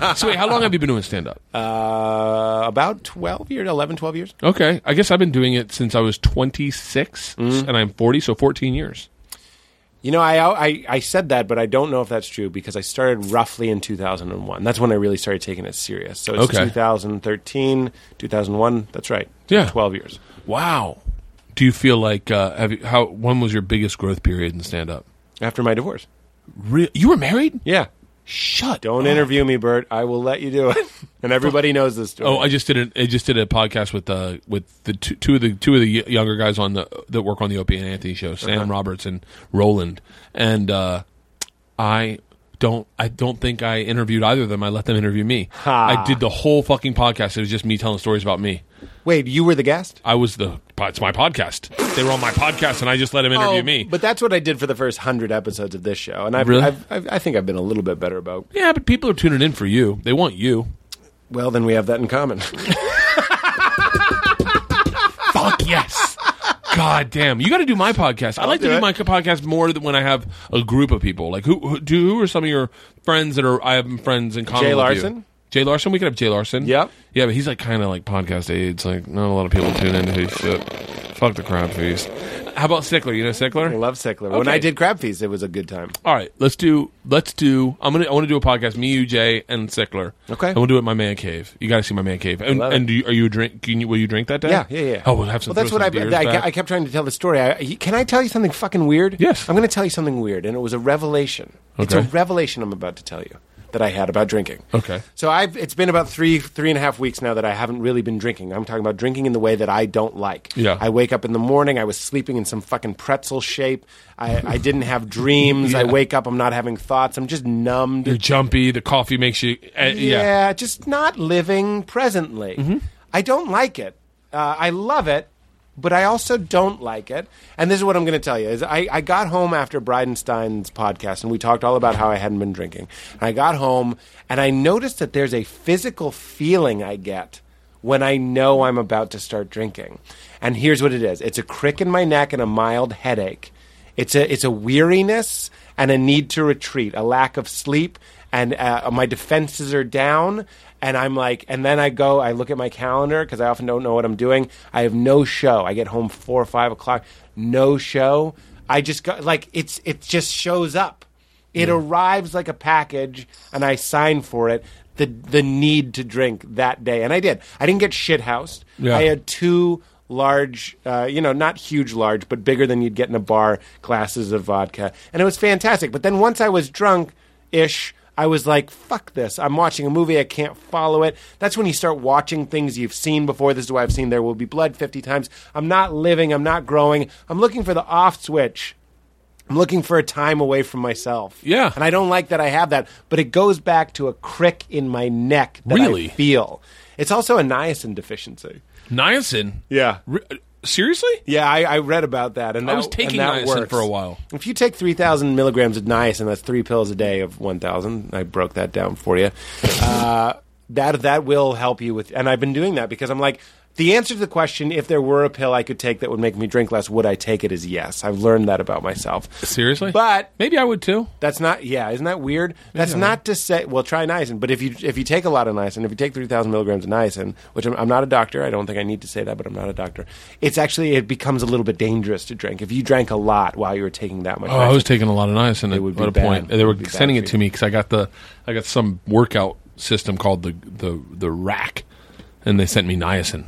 [SPEAKER 5] I'm- so wait, how long have you been doing stand up?
[SPEAKER 2] uh, about 12 years, 11, 12 years.
[SPEAKER 5] Okay, I guess I've been doing it since I was 26,
[SPEAKER 2] Mm-hmm.
[SPEAKER 5] and I'm 40, so 14 years.
[SPEAKER 2] You know, I, I I said that, but I don't know if that's true because I started roughly in 2001. That's when I really started taking it serious. So it's
[SPEAKER 5] Okay.
[SPEAKER 2] 2013, 2001. That's right.
[SPEAKER 5] Yeah.
[SPEAKER 2] 12 years.
[SPEAKER 5] Wow. Do you feel like uh, have you, how? When was your biggest growth period in stand up?
[SPEAKER 2] After my divorce.
[SPEAKER 5] Re- you were married?
[SPEAKER 2] Yeah.
[SPEAKER 5] Shut.
[SPEAKER 2] Don't interview me, Bert. I will let you do it. And everybody knows this story.
[SPEAKER 5] Oh, I just did a, I just did a podcast with uh, with the two, two of the two of the y- younger guys on the that work on the Opie and Anthony show, Sam Roberts and Roland, and uh, I don't I don't think I interviewed either of them. I let them interview me. I did the whole fucking podcast. It was just me telling stories about me.
[SPEAKER 2] Wait, you were the guest?
[SPEAKER 5] I was the it's my podcast. They were on my podcast, and I just let them interview
[SPEAKER 2] Oh,
[SPEAKER 5] me.
[SPEAKER 2] But that's what I did for the first 100 episodes of this show. And I've,
[SPEAKER 5] Really?
[SPEAKER 2] I've, I've, I think I've been a little bit better about,
[SPEAKER 5] yeah, but people are tuning in for you. They want you.
[SPEAKER 2] well, then we have that in common.
[SPEAKER 5] Fuck yes. God damn, you got to do my podcast. i like to
[SPEAKER 2] do
[SPEAKER 5] do
[SPEAKER 2] it.
[SPEAKER 5] my podcast more than when I have a group of people. Like who, who do who are some of your friends that are I have friends in common
[SPEAKER 2] Jay
[SPEAKER 5] with you?
[SPEAKER 2] Larson?
[SPEAKER 5] Jay Larson, we could have Jay Larson.
[SPEAKER 2] Yep.
[SPEAKER 5] Yeah, but he's like kind of like podcast aids. Like not a lot of people tune into his shit. Fuck the crowd feast. How about Sickler? You know Sickler?
[SPEAKER 2] I love Sickler. When
[SPEAKER 5] Okay.
[SPEAKER 2] I did Crab Feast, it was a good time.
[SPEAKER 5] All right, let's do. Let's do. I'm gonna. I want to do a podcast. Me, you, Jay, and Sickler.
[SPEAKER 2] Okay.
[SPEAKER 5] And we'll do it in my man cave. You got to see my man cave. And,
[SPEAKER 2] love it.
[SPEAKER 5] and do you, are you a drink? Can you, will you drink that day?
[SPEAKER 2] Yeah, yeah, yeah.
[SPEAKER 5] Oh, we'll have some.
[SPEAKER 2] Well, that's
[SPEAKER 5] throw
[SPEAKER 2] what I,
[SPEAKER 5] some beers
[SPEAKER 2] I,
[SPEAKER 5] back.
[SPEAKER 2] I kept trying to tell the story. I, he- can I tell you something fucking weird?
[SPEAKER 5] Yes.
[SPEAKER 2] I'm going to tell you something weird, and it was a revelation. It's a
[SPEAKER 5] Okay.
[SPEAKER 2] revelation I'm about to tell you that I had about drinking.
[SPEAKER 5] Okay.
[SPEAKER 2] So I've it's been about three three and a half weeks now that I haven't really been drinking. I'm talking about drinking in the way that I don't like.
[SPEAKER 5] Yeah.
[SPEAKER 2] I wake up in the morning. I was sleeping in some fucking pretzel shape. I, I didn't have dreams. I
[SPEAKER 5] Yeah.
[SPEAKER 2] wake up. I'm not having thoughts. I'm just numbed.
[SPEAKER 5] You're jumpy. The coffee makes you. Uh, yeah.
[SPEAKER 2] Yeah, just not living presently. I don't like it. Uh, I love it, but I also don't like it. And this is what I'm going to tell you: is I, I got home after Bridenstine's podcast, and we talked all about how I hadn't been drinking. And I got home, and I noticed that there's a physical feeling I get when I know I'm about to start drinking. And here's what it is: it's a crick in my neck and a mild headache. It's a it's a weariness and a need to retreat, a lack of sleep, and uh, my defenses are down. And I'm like, and then I go, I look at my calendar because I often don't know what I'm doing. I have no show. I get home four or five o'clock, no show. I just go like it's it just shows up. It arrives like a package, and I sign for it. The the need to drink that day, and I did. I didn't get shit housed.
[SPEAKER 5] Yeah.
[SPEAKER 2] I had two large, uh, you know, not huge, large, but bigger than you'd get in a bar, glasses of vodka, and it was fantastic. But then once I was drunk, ish. I was like, fuck this. I'm watching a movie. I can't follow it. That's when you start watching things you've seen before. This is why I've seen There Will Be Blood 50 times. I'm not living. I'm not growing. I'm looking for the off switch. I'm looking for a time away from myself.
[SPEAKER 5] Yeah.
[SPEAKER 2] And I don't like that I have that, but it goes back to a crick in my neck that I
[SPEAKER 5] Really?
[SPEAKER 2] feel. It's also a niacin deficiency.
[SPEAKER 5] Niacin.
[SPEAKER 2] Yeah.
[SPEAKER 5] Re- uh, Seriously?
[SPEAKER 2] Yeah, I, I read about that, and
[SPEAKER 5] I
[SPEAKER 2] that-
[SPEAKER 5] was
[SPEAKER 2] and
[SPEAKER 5] taking
[SPEAKER 2] that
[SPEAKER 5] niacin
[SPEAKER 2] works.
[SPEAKER 5] for a while.
[SPEAKER 2] If you take three thousand milligrams of niacin, that's three pills a day of one thousand. I broke that down for you. uh, that that will help you with, and I've been doing that because I'm like. The answer to the question, if there were a pill I could take that would make me drink less, would I take it? Is yes. I've learned that about myself.
[SPEAKER 5] Seriously?
[SPEAKER 2] But
[SPEAKER 5] Maybe I would too.
[SPEAKER 2] that's not yeah, isn't that weird? That's not to say well, try niacin, but if you if you take a lot of niacin, if you take three thousand milligrams of niacin, which I'm, I'm not a doctor, I don't think I need to say that, but I'm not a doctor. It's actually it becomes a little bit dangerous to drink if you drank a lot while you were taking that much.
[SPEAKER 5] Oh, I was
[SPEAKER 2] niacin.
[SPEAKER 5] taking a lot of niacin at,
[SPEAKER 2] would be
[SPEAKER 5] at a
[SPEAKER 2] bad.
[SPEAKER 5] point.
[SPEAKER 2] It
[SPEAKER 5] They
[SPEAKER 2] would
[SPEAKER 5] were
[SPEAKER 2] be bad
[SPEAKER 5] sending it
[SPEAKER 2] for
[SPEAKER 5] to
[SPEAKER 2] you.
[SPEAKER 5] me because I got the I got some workout system called the the the rack, and they sent me niacin.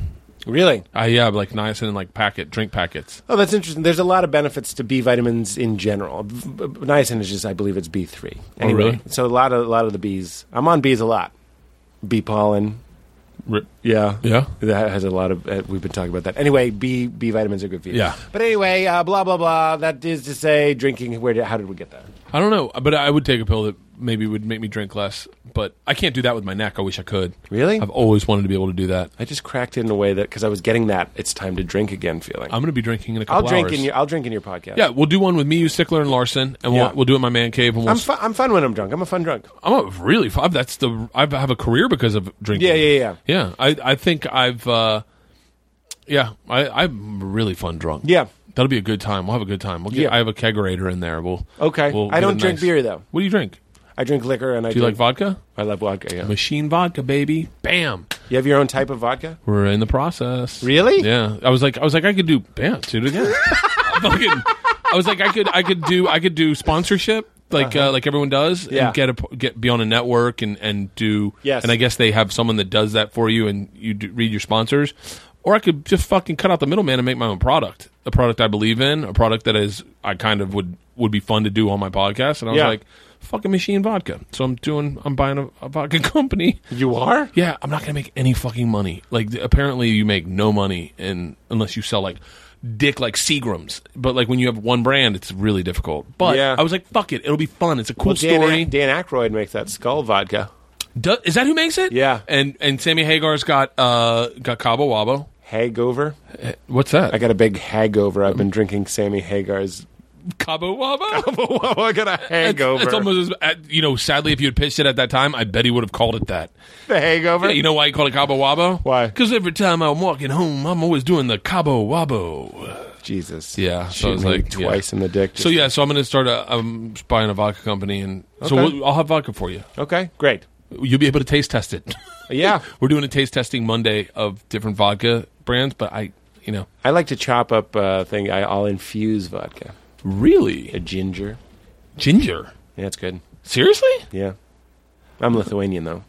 [SPEAKER 2] really.
[SPEAKER 5] I yeah, like niacin in like packet drink packets.
[SPEAKER 2] Oh, that's interesting. There's a lot of benefits to B vitamins in general. V- v- Niacin is just, I believe, it's B three.
[SPEAKER 5] Oh, really?
[SPEAKER 2] So a lot of a lot of the bees. I'm on bees a lot. Bee pollen.
[SPEAKER 5] Ri-
[SPEAKER 2] Yeah.
[SPEAKER 5] Yeah?
[SPEAKER 2] That has a lot of. Uh, we've been talking about that. Anyway, B B vitamins are good for you.
[SPEAKER 5] Yeah.
[SPEAKER 2] But anyway, uh, blah blah blah. That is to say, drinking. Where? Did, how did we get there?
[SPEAKER 5] I don't know, but I would take a pill that maybe would make me drink less. But I can't do that with my neck. I wish I could.
[SPEAKER 2] Really?
[SPEAKER 5] I've always wanted to be able to do that.
[SPEAKER 2] I just cracked it in a way that because I was getting that it's time to drink again feeling.
[SPEAKER 5] I'm going to be drinking in a
[SPEAKER 2] I'll
[SPEAKER 5] couple
[SPEAKER 2] drink
[SPEAKER 5] hours.
[SPEAKER 2] in your. I'll drink in your podcast.
[SPEAKER 5] yeah, we'll do one with me, you, Stickler, and Larson, and
[SPEAKER 2] Yeah.
[SPEAKER 5] we'll, we'll do it in my man cave. And we'll
[SPEAKER 2] I'm fu- I'm fun when I'm drunk. I'm a fun drunk.
[SPEAKER 5] I'm a really. I've, that's the. I have a career because of drinking.
[SPEAKER 2] Yeah, yeah, yeah.
[SPEAKER 5] Yeah, I, I think I've. Uh, yeah, I, I'm really fun drunk.
[SPEAKER 2] Yeah.
[SPEAKER 5] that'll be a good time. We'll have a good time. We'll get,
[SPEAKER 2] Yeah.
[SPEAKER 5] I have a kegerator in there. We'll.
[SPEAKER 2] Okay.
[SPEAKER 5] we'll
[SPEAKER 2] I
[SPEAKER 5] get
[SPEAKER 2] don't
[SPEAKER 5] a
[SPEAKER 2] drink beer, though.
[SPEAKER 5] What do you drink?
[SPEAKER 2] I drink liquor and I
[SPEAKER 5] Do you like vodka?
[SPEAKER 2] I love vodka. Yeah.
[SPEAKER 5] Machine vodka, baby. Bam.
[SPEAKER 2] You have your own type of vodka.
[SPEAKER 5] We're in the process.
[SPEAKER 2] Really?
[SPEAKER 5] Yeah. I was like, I was like, I could do. Bam. Do it again. Fucking. I was like, I could, I could do, I could do sponsorship. Like uh like everyone does,
[SPEAKER 2] Uh-huh. Yeah.
[SPEAKER 5] and get a p- get be on a network and and do
[SPEAKER 2] Yes.
[SPEAKER 5] and I guess they have someone that does that for you, and you do, read your sponsors, or I could just fucking cut out the middleman and make my own product, a product I believe in, a product that is I kind of would would be fun to do on my podcast, and I was
[SPEAKER 2] Yeah.
[SPEAKER 5] like, fucking machine vodka. So I'm doing, I'm buying a, a vodka company,
[SPEAKER 2] You are.
[SPEAKER 5] yeah, I'm not gonna make any fucking money. Like th- apparently you make no money in unless you sell like dick like Seagrams. But like when you have one brand, it's really difficult. But
[SPEAKER 2] Yeah.
[SPEAKER 5] I was like, fuck it, it'll be fun. It's a cool
[SPEAKER 2] Well, Dan,
[SPEAKER 5] story.
[SPEAKER 2] Dan Aykroyd makes that skull vodka.
[SPEAKER 5] Do- is that who makes it?
[SPEAKER 2] Yeah.
[SPEAKER 5] And and Sammy Hagar's got uh got Cabo Wabo.
[SPEAKER 2] Hagover.
[SPEAKER 5] What's that?
[SPEAKER 2] I got a big hagover. I've been drinking Sammy Hagar's.
[SPEAKER 5] Cabo Wabo.
[SPEAKER 2] I got a
[SPEAKER 5] It's, it's almost as, uh, you know. Sadly, if you had pitched it at that time, I bet he would have called it that.
[SPEAKER 2] the hagover.
[SPEAKER 5] Yeah, you know why he called it Cabo Wabo?
[SPEAKER 2] Why?
[SPEAKER 5] Because every time I'm walking home, I'm always doing the Cabo Wabo.
[SPEAKER 2] Jesus.
[SPEAKER 5] Yeah, so I was
[SPEAKER 2] Shooting me
[SPEAKER 5] like yeah.
[SPEAKER 2] twice in the dick.
[SPEAKER 5] So
[SPEAKER 2] Just-
[SPEAKER 5] yeah, so I'm gonna start a I'm buying a vodka company, and so
[SPEAKER 2] Okay.
[SPEAKER 5] we'll, I'll have vodka for you.
[SPEAKER 2] Okay. Great.
[SPEAKER 5] You'll be able to taste test it.
[SPEAKER 2] Yeah.
[SPEAKER 5] We're doing a taste testing Monday of different vodka brands, but I, you know,
[SPEAKER 2] I like to chop up uh, thing. I, I'll infuse vodka. A
[SPEAKER 5] really
[SPEAKER 2] ginger.
[SPEAKER 5] ginger.
[SPEAKER 2] Yeah, it's good.
[SPEAKER 5] Seriously,
[SPEAKER 2] Yeah. I'm Lithuanian though.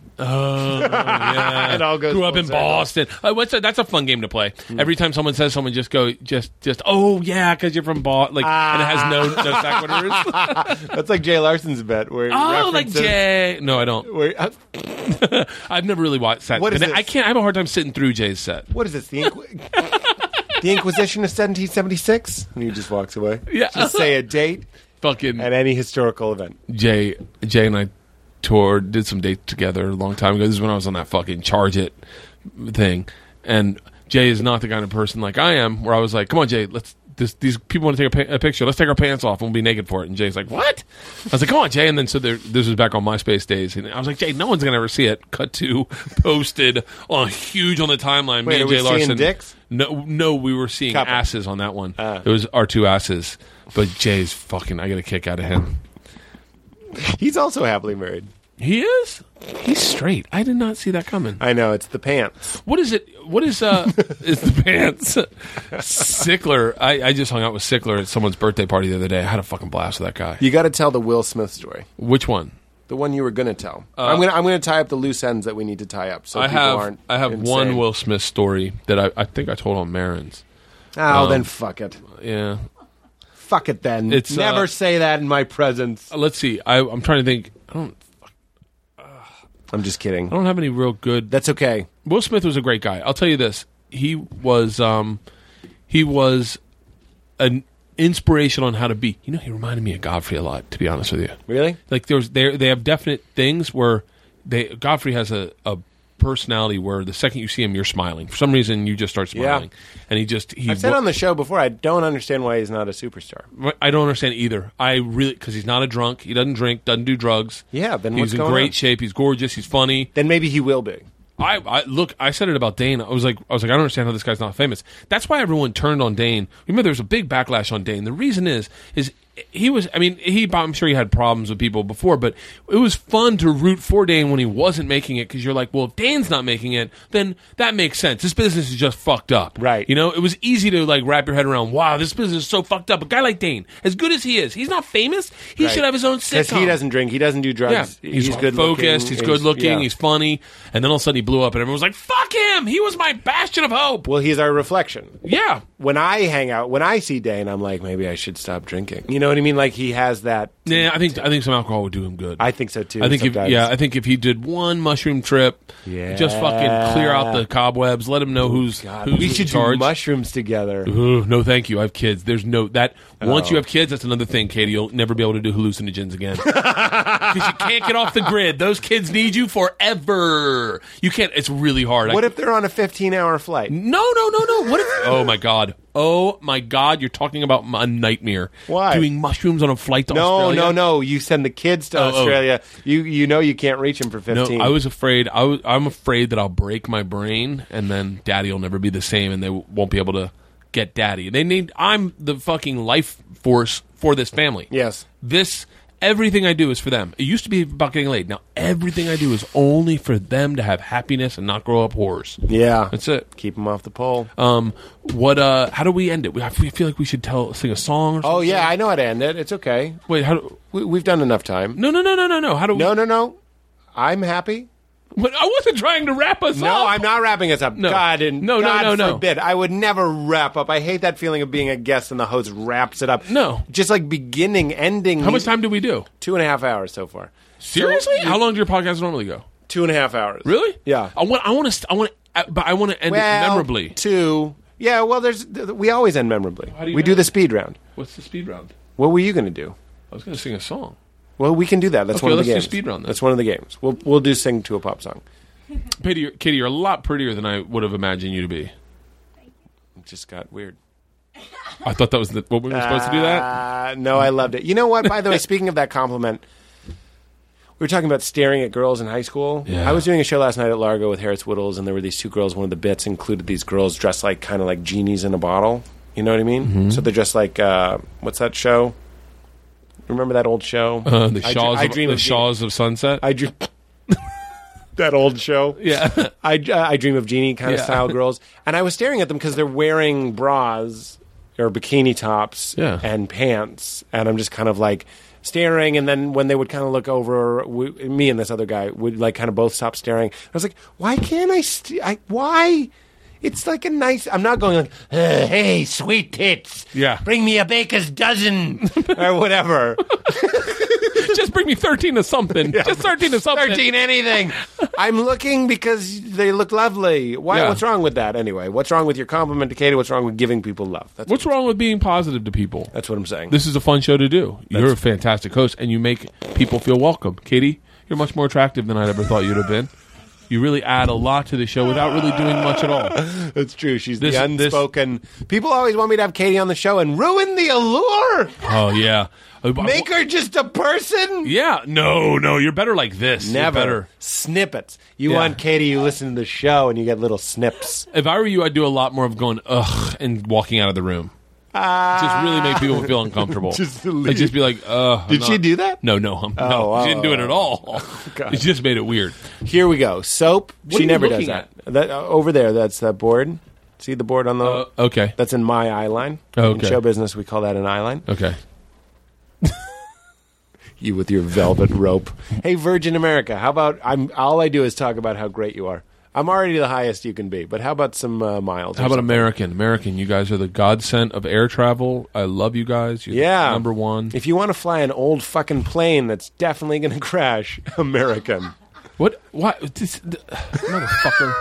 [SPEAKER 5] it
[SPEAKER 2] all goes
[SPEAKER 5] Grew up
[SPEAKER 2] full
[SPEAKER 5] in
[SPEAKER 2] circle.
[SPEAKER 5] Boston. Uh, what's a, that's a fun game to play. Every time someone says someone, just go, just, just, oh yeah, because you're from Boston, like, and it has no no sequiturs.
[SPEAKER 2] That's like Jay Larson's bet where he
[SPEAKER 5] oh, like
[SPEAKER 2] references-
[SPEAKER 5] Jay. No, I don't.
[SPEAKER 2] Where, uh,
[SPEAKER 5] I've never really watched that.
[SPEAKER 2] What is
[SPEAKER 5] I
[SPEAKER 2] this?
[SPEAKER 5] can't. I have a hard time sitting through Jay's set.
[SPEAKER 2] what is this? The, Inqui- the Inquisition of 1776? And he just walks away.
[SPEAKER 5] Yeah.
[SPEAKER 2] Just say a date
[SPEAKER 5] Fucking
[SPEAKER 2] at any historical event.
[SPEAKER 5] Jay Jay and I toured, did some dates together a long time ago. This is when I was on that fucking charge it thing. And Jay is not the kind of person like I am, where I was like, "Come on, Jay, let's." This, these people want to take a, pa- a picture. Let's take our pants off and we'll be naked for it. And Jay's like, "What?" I was like, "Come on, Jay." And then so there, this was back on MySpace days, and I was like, "Jay, no one's gonna ever see it." Cut to posted on huge on the timeline.
[SPEAKER 2] Wait,
[SPEAKER 5] me and
[SPEAKER 2] are we
[SPEAKER 5] Jay
[SPEAKER 2] seeing
[SPEAKER 5] Larson.
[SPEAKER 2] dicks?
[SPEAKER 5] No, no, we were seeing
[SPEAKER 2] Couple. Ah.
[SPEAKER 5] asses on that one. it was our two asses, but Jay's fucking. I get a kick out of him.
[SPEAKER 2] He's also happily married.
[SPEAKER 5] He is. He's straight. I did not see that coming.
[SPEAKER 2] I know, it's the pants.
[SPEAKER 5] What is it? What is uh? is the pants? Sickler. I, I just hung out with Sickler at someone's birthday party the other day. I had a fucking blast with that guy.
[SPEAKER 2] You got to tell the Will Smith story.
[SPEAKER 5] Which one?
[SPEAKER 2] The one you were going to tell. I'm going to I'm going to tie up the loose ends that we need to tie up so
[SPEAKER 5] Uh, I
[SPEAKER 2] people
[SPEAKER 5] have
[SPEAKER 2] aren't
[SPEAKER 5] I have
[SPEAKER 2] insane.
[SPEAKER 5] one Will Smith story that I, I think I told on Marin's.
[SPEAKER 2] Oh,
[SPEAKER 5] Um,
[SPEAKER 2] then fuck it.
[SPEAKER 5] Yeah.
[SPEAKER 2] Fuck it then.
[SPEAKER 5] It's,
[SPEAKER 2] Never
[SPEAKER 5] uh,
[SPEAKER 2] say that in my presence.
[SPEAKER 5] Uh, Let's see. I, I'm trying to think. I don't.
[SPEAKER 2] I'm just
[SPEAKER 5] I
[SPEAKER 2] kidding.
[SPEAKER 5] don't have any real good.
[SPEAKER 2] That's okay.
[SPEAKER 5] Will Smith was a great guy. I'll tell you this. He was um he was an inspiration on how to be. You know, he reminded me of Godfrey a lot, to be honest with you.
[SPEAKER 2] Really?
[SPEAKER 5] Like there's there they have definite things where they Godfrey has a, a personality where the second you see him, you're smiling. For some reason, you just start smiling, and he just he.
[SPEAKER 2] I've said
[SPEAKER 5] wo-
[SPEAKER 2] on the show before, I don't understand why he's not a superstar.
[SPEAKER 5] Right, I don't understand either. I really because he's not a drunk. He doesn't drink. Doesn't do drugs.
[SPEAKER 2] Yeah, then
[SPEAKER 5] he's
[SPEAKER 2] what's
[SPEAKER 5] in
[SPEAKER 2] going
[SPEAKER 5] great
[SPEAKER 2] on?
[SPEAKER 5] shape. He's gorgeous. He's funny.
[SPEAKER 2] Then maybe he will be.
[SPEAKER 5] I, I look. I said it about Dane. I was like, I was like, I don't understand how this guy's not famous. That's why everyone turned on Dane. Remember, there was a big backlash on Dane. The reason is, is he was. I mean, he. I'm sure he had problems with people before, but it was fun to root for Dane when he wasn't making it because you're like, well, if Dane's not making it, then that makes sense. This business is just fucked up,
[SPEAKER 2] Right.
[SPEAKER 5] You know, know, it was easy to like wrap your head around. Wow, this business is so fucked up. A guy like Dane, as good as he is, he's not famous. He should have his own sitcom.
[SPEAKER 2] Because he doesn't drink, he doesn't do
[SPEAKER 5] Yeah,
[SPEAKER 2] drugs.
[SPEAKER 5] he's, good focused. He's good looking.
[SPEAKER 2] yeah.
[SPEAKER 5] He's funny. And then all of a sudden he blew up, and everyone was like, "Fuck him! He was my bastion of hope."
[SPEAKER 2] well, he's our reflection.
[SPEAKER 5] Yeah,
[SPEAKER 2] When I hang out, when I see Dane, I'm like, maybe I should stop drinking. You know what I mean? Like he has that.
[SPEAKER 5] yeah. I think I think some alcohol would do him good.
[SPEAKER 2] I think so too.
[SPEAKER 5] I think if,
[SPEAKER 2] sometimes.
[SPEAKER 5] yeah, I think if he did one mushroom trip,
[SPEAKER 2] Yeah.
[SPEAKER 5] just fucking clear out the cobwebs, let him know who's
[SPEAKER 2] God,
[SPEAKER 5] who's
[SPEAKER 2] we
[SPEAKER 5] in
[SPEAKER 2] should
[SPEAKER 5] charge.
[SPEAKER 2] do mushrooms together.
[SPEAKER 5] Ugh, no, thank you. I have kids. There's no that. Once
[SPEAKER 2] Oh.
[SPEAKER 5] you have kids, that's another thing, Katie. You'll never be able to do hallucinogens again because you can't get off the grid. Those kids need you forever. You can't. It's really hard.
[SPEAKER 2] What
[SPEAKER 5] I-
[SPEAKER 2] if they're on a 15 hour flight?
[SPEAKER 5] no, no, no, no. What if? Oh my god. Oh my god. You're talking about a nightmare.
[SPEAKER 2] Why?
[SPEAKER 5] doing mushrooms on a flight to
[SPEAKER 2] No,
[SPEAKER 5] Australia?
[SPEAKER 2] no, no. You send the kids to
[SPEAKER 5] Oh, oh.
[SPEAKER 2] Australia. You you know you can't reach them for 15.
[SPEAKER 5] No, I was afraid. I was, I'm afraid that I'll break my brain, and then Daddy will never be the same, and they won't be able to get Daddy. They need. I'm the fucking life force for this family.
[SPEAKER 2] Yes.
[SPEAKER 5] This everything I do is for them. It used to be about getting laid. Now everything I do is only for them to have happiness and not grow up whores.
[SPEAKER 2] Yeah.
[SPEAKER 5] That's it.
[SPEAKER 2] Keep them off the pole.
[SPEAKER 5] Um, what? Uh, how do we end it? We, I feel like we should tell sing a song. or something.
[SPEAKER 2] oh, yeah. I know how to end it. It's okay.
[SPEAKER 5] Wait. How? Do,
[SPEAKER 2] We, we've done enough time.
[SPEAKER 5] no, no, no, no, no, no. How do?
[SPEAKER 2] Oh. No,
[SPEAKER 5] we,
[SPEAKER 2] no, no. I'm happy.
[SPEAKER 5] But I wasn't trying to wrap us up.
[SPEAKER 2] No, I'm not wrapping us up.
[SPEAKER 5] No.
[SPEAKER 2] God and
[SPEAKER 5] No, no,
[SPEAKER 2] God
[SPEAKER 5] no, no.
[SPEAKER 2] forbid. I would never wrap up. I hate that feeling of being a guest and the host wraps it up.
[SPEAKER 5] No.
[SPEAKER 2] Just like beginning, ending.
[SPEAKER 5] How much time do we do?
[SPEAKER 2] Two and a half hours so far.
[SPEAKER 5] Seriously? How long do your podcasts normally go?
[SPEAKER 2] Two and a half hours.
[SPEAKER 5] Really?
[SPEAKER 2] Yeah.
[SPEAKER 5] I want. I want to. I want. uh, But I want to end it
[SPEAKER 2] Well,
[SPEAKER 5] memorably.
[SPEAKER 2] Two. Yeah, well, there's. th- We always end memorably.
[SPEAKER 5] do you
[SPEAKER 2] we do
[SPEAKER 5] know?
[SPEAKER 2] the speed round.
[SPEAKER 5] What's the speed round?
[SPEAKER 2] What were you going to do?
[SPEAKER 5] I was going to sing a song.
[SPEAKER 2] Well, we can do that. That's
[SPEAKER 5] Okay,
[SPEAKER 2] one of
[SPEAKER 5] let's
[SPEAKER 2] the
[SPEAKER 5] do
[SPEAKER 2] games.
[SPEAKER 5] speed round then.
[SPEAKER 2] That's one of the games. We'll we'll do sing to a pop song.
[SPEAKER 5] Katie, you're, Katie, you're a lot prettier than I would have imagined you to be.
[SPEAKER 2] It just got weird.
[SPEAKER 5] I thought that was the, what we were supposed to do. That
[SPEAKER 2] Uh, no, I loved it. You know what? By the way, speaking of that compliment, we were talking about staring at girls in high school.
[SPEAKER 5] Yeah.
[SPEAKER 2] I was doing a show last night at Largo with Harris Whittles, and there were these two girls. One of the bits included these girls dressed like kind of like genies in a bottle. You know what I mean?
[SPEAKER 5] Mm-hmm.
[SPEAKER 2] So they're dressed like uh, what's that show? Remember that old show?
[SPEAKER 5] uh, the
[SPEAKER 2] I dr-
[SPEAKER 5] Shaws,
[SPEAKER 2] I
[SPEAKER 5] of,
[SPEAKER 2] dream
[SPEAKER 5] the
[SPEAKER 2] of Jeannie.
[SPEAKER 5] Shaws of Sunset.
[SPEAKER 2] I dream that old show.
[SPEAKER 5] yeah,
[SPEAKER 2] I, uh, I dream of Jeannie kind
[SPEAKER 5] Yeah.
[SPEAKER 2] of style girls. And I was staring at them because they're wearing bras or bikini tops
[SPEAKER 5] Yeah.
[SPEAKER 2] and pants. And I'm just kind of like staring. And then when they would kind of look over, we, me and this other guy would like kind of both stop staring. I was like, why can't I, st- I why? It's like a nice. I'm not going like, "Uh, hey, sweet tits.
[SPEAKER 5] Yeah.
[SPEAKER 2] Bring me a baker's dozen or whatever.
[SPEAKER 5] just bring me thirteen to something. Just thirteen to something.
[SPEAKER 2] 13 anything. I'm looking because they look lovely. Why?
[SPEAKER 5] Yeah.
[SPEAKER 2] What's wrong with that anyway? What's wrong with your compliment to Katie? What's wrong with giving people love? That's
[SPEAKER 5] What's wrong with being positive to people?
[SPEAKER 2] That's what I'm saying.
[SPEAKER 5] This is a fun show to do. You're a fantastic host, and you make people feel welcome. Katie, you're much more attractive than I'd ever thought you'd have been. You really add a lot to the show without really doing much at all.
[SPEAKER 2] That's true. She's
[SPEAKER 5] This-
[SPEAKER 2] the
[SPEAKER 5] this-
[SPEAKER 2] unspoken. people always want me to have Katie on the show and ruin the allure.
[SPEAKER 5] Oh yeah, Uh, but-
[SPEAKER 2] Make her just a person.
[SPEAKER 5] Yeah, no, no, you're better like this. You're
[SPEAKER 2] Never
[SPEAKER 5] better.
[SPEAKER 2] snippets. You
[SPEAKER 5] Yeah.
[SPEAKER 2] want Katie? You listen to the show and you get little snips.
[SPEAKER 5] If I were you, I'd do a lot more of going ugh and walking out of the room. just really make people feel uncomfortable.
[SPEAKER 2] Ah. Just to
[SPEAKER 5] like, just be like, ugh.
[SPEAKER 2] Did she do that?
[SPEAKER 5] No, no, I'm, no.
[SPEAKER 2] Oh,
[SPEAKER 5] she didn't do it
[SPEAKER 2] oh,
[SPEAKER 5] at all.
[SPEAKER 2] God.
[SPEAKER 5] It just made it weird.
[SPEAKER 2] Here we go. Soap.
[SPEAKER 5] are
[SPEAKER 2] she
[SPEAKER 5] you
[SPEAKER 2] never does
[SPEAKER 5] looking
[SPEAKER 2] that. that uh, over there. That's that board. See the board on the.
[SPEAKER 5] Uh, okay,
[SPEAKER 2] That's in my eye line.
[SPEAKER 5] Oh, okay.
[SPEAKER 2] In show business, we call that an eye line.
[SPEAKER 5] okay.
[SPEAKER 2] You with your velvet rope. Hey, Virgin America, how about I'm? All I do is talk about how great you are. I'm already the highest you can be, but how about some uh, miles? or
[SPEAKER 5] How about
[SPEAKER 2] something?
[SPEAKER 5] American? American, you guys are the godsend of air travel. I love you guys. You're the
[SPEAKER 2] Yeah,
[SPEAKER 5] number one.
[SPEAKER 2] If you want to fly an old fucking plane that's definitely going to crash, American.
[SPEAKER 5] What? Why? This, th- motherfucker.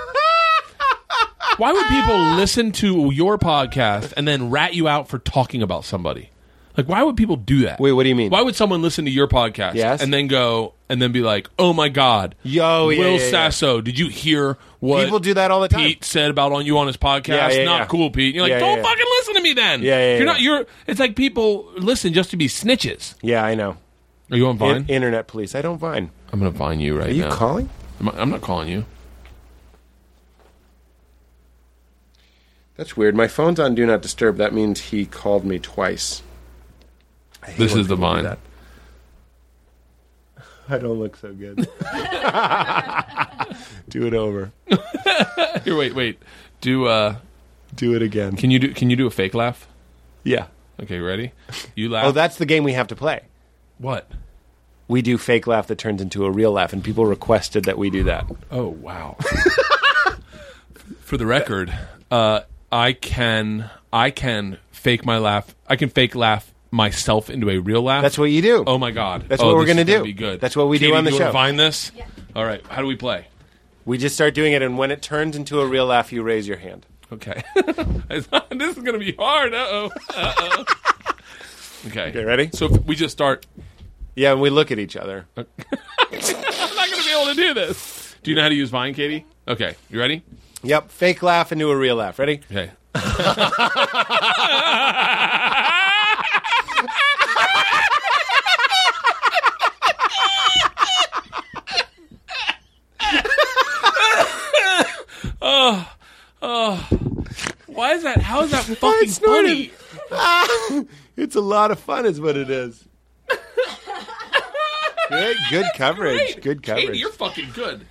[SPEAKER 5] Why would people listen to your podcast and then rat you out for talking about somebody? Like, why would people do that?
[SPEAKER 2] Wait, what do you mean?
[SPEAKER 5] Why would someone listen to your podcast
[SPEAKER 2] Yes.
[SPEAKER 5] and then go and then be like, "Oh my God,
[SPEAKER 2] Yo, Oh, yeah,
[SPEAKER 5] Will
[SPEAKER 2] yeah, yeah.
[SPEAKER 5] Sasso, did you hear what
[SPEAKER 2] People do that all the time.
[SPEAKER 5] Pete said about on you on his podcast?
[SPEAKER 2] Yeah, yeah,
[SPEAKER 5] Not
[SPEAKER 2] yeah.
[SPEAKER 5] cool, Pete. And you're like,
[SPEAKER 2] Yeah, yeah,
[SPEAKER 5] don't
[SPEAKER 2] yeah.
[SPEAKER 5] fucking listen to me then.
[SPEAKER 2] Yeah, yeah,
[SPEAKER 5] You're
[SPEAKER 2] yeah.
[SPEAKER 5] not. You're. It's like people listen just to be snitches.
[SPEAKER 2] Yeah, I know.
[SPEAKER 5] Are you on Vine?
[SPEAKER 2] In- internet police. I don't vine.
[SPEAKER 5] I'm gonna Vine you right
[SPEAKER 2] Are you
[SPEAKER 5] now.
[SPEAKER 2] calling?
[SPEAKER 5] I'm- I'm not calling you.
[SPEAKER 2] That's weird. My phone's on Do Not Disturb. That means he called me twice. I hate
[SPEAKER 5] This
[SPEAKER 2] when
[SPEAKER 5] is the
[SPEAKER 2] people do
[SPEAKER 5] Vine.
[SPEAKER 2] that. I don't look so good. do it over.
[SPEAKER 5] Here, wait, wait. Do uh,
[SPEAKER 2] Do it again.
[SPEAKER 5] can you do can you do a fake laugh?
[SPEAKER 2] yeah.
[SPEAKER 5] Okay, ready? You laugh.
[SPEAKER 2] Oh, that's the game we have to play.
[SPEAKER 5] what?
[SPEAKER 2] We do fake laugh that turns into a real laugh, and people requested that we do that.
[SPEAKER 5] Oh wow. For the record, uh, I can I can fake my laugh. I can fake laugh myself into a real laugh.
[SPEAKER 2] That's what you do.
[SPEAKER 5] Oh my god.
[SPEAKER 2] That's
[SPEAKER 5] Oh,
[SPEAKER 2] what we're
[SPEAKER 5] this is
[SPEAKER 2] gonna do.
[SPEAKER 5] Be good.
[SPEAKER 2] That's what we do
[SPEAKER 5] Katie,
[SPEAKER 2] on the
[SPEAKER 5] you wanna
[SPEAKER 2] show.
[SPEAKER 5] Find this. All right. How do we play?
[SPEAKER 2] We just start doing it, and when it turns into a real laugh, you raise your hand.
[SPEAKER 5] Okay. this is gonna be hard. Uh oh. Uh oh. Okay.
[SPEAKER 2] Okay, ready?
[SPEAKER 5] So if we just start.
[SPEAKER 2] Yeah, and we look at each other.
[SPEAKER 5] I'm not gonna be able to do this. Do you know how to use Vine, Katie? Okay. You ready?
[SPEAKER 2] Yep, fake laugh into a real laugh. Ready?
[SPEAKER 5] Okay. Oh, Why is that? How is that fucking funny?
[SPEAKER 2] It's a lot of fun, is what it is. good, good coverage. Good coverage.
[SPEAKER 5] Katie, you're fucking good.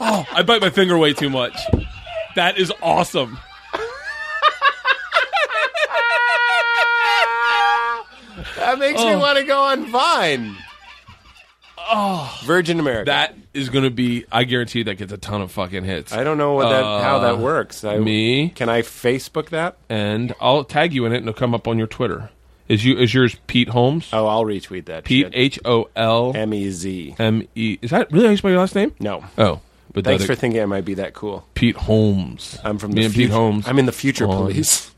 [SPEAKER 5] oh, I bite my finger way too much. That is awesome.
[SPEAKER 2] that makes
[SPEAKER 5] Oh.
[SPEAKER 2] me want to go on Vine. Oh, Virgin America.
[SPEAKER 5] That is going to be. I guarantee that gets a ton of fucking hits.
[SPEAKER 2] I don't know what that, how
[SPEAKER 5] Uh,
[SPEAKER 2] that works. I,
[SPEAKER 5] me?
[SPEAKER 2] Can I Facebook that?
[SPEAKER 5] and I'll tag you in it, and it'll come up on your Twitter. Is you is yours Pete Holmes?
[SPEAKER 2] Oh, I'll retweet that.
[SPEAKER 5] Pete
[SPEAKER 2] shit.
[SPEAKER 5] H O L
[SPEAKER 2] M E Z.
[SPEAKER 5] M E. Is that really how you spell your last name?
[SPEAKER 2] No.
[SPEAKER 5] Oh, but
[SPEAKER 2] Thanks
[SPEAKER 5] that-
[SPEAKER 2] for thinking I might be that cool.
[SPEAKER 5] Pete Holmes.
[SPEAKER 2] I'm from
[SPEAKER 5] Me
[SPEAKER 2] the
[SPEAKER 5] and
[SPEAKER 2] future.
[SPEAKER 5] Pete Holmes.
[SPEAKER 2] I'm in the future
[SPEAKER 5] on-
[SPEAKER 2] police.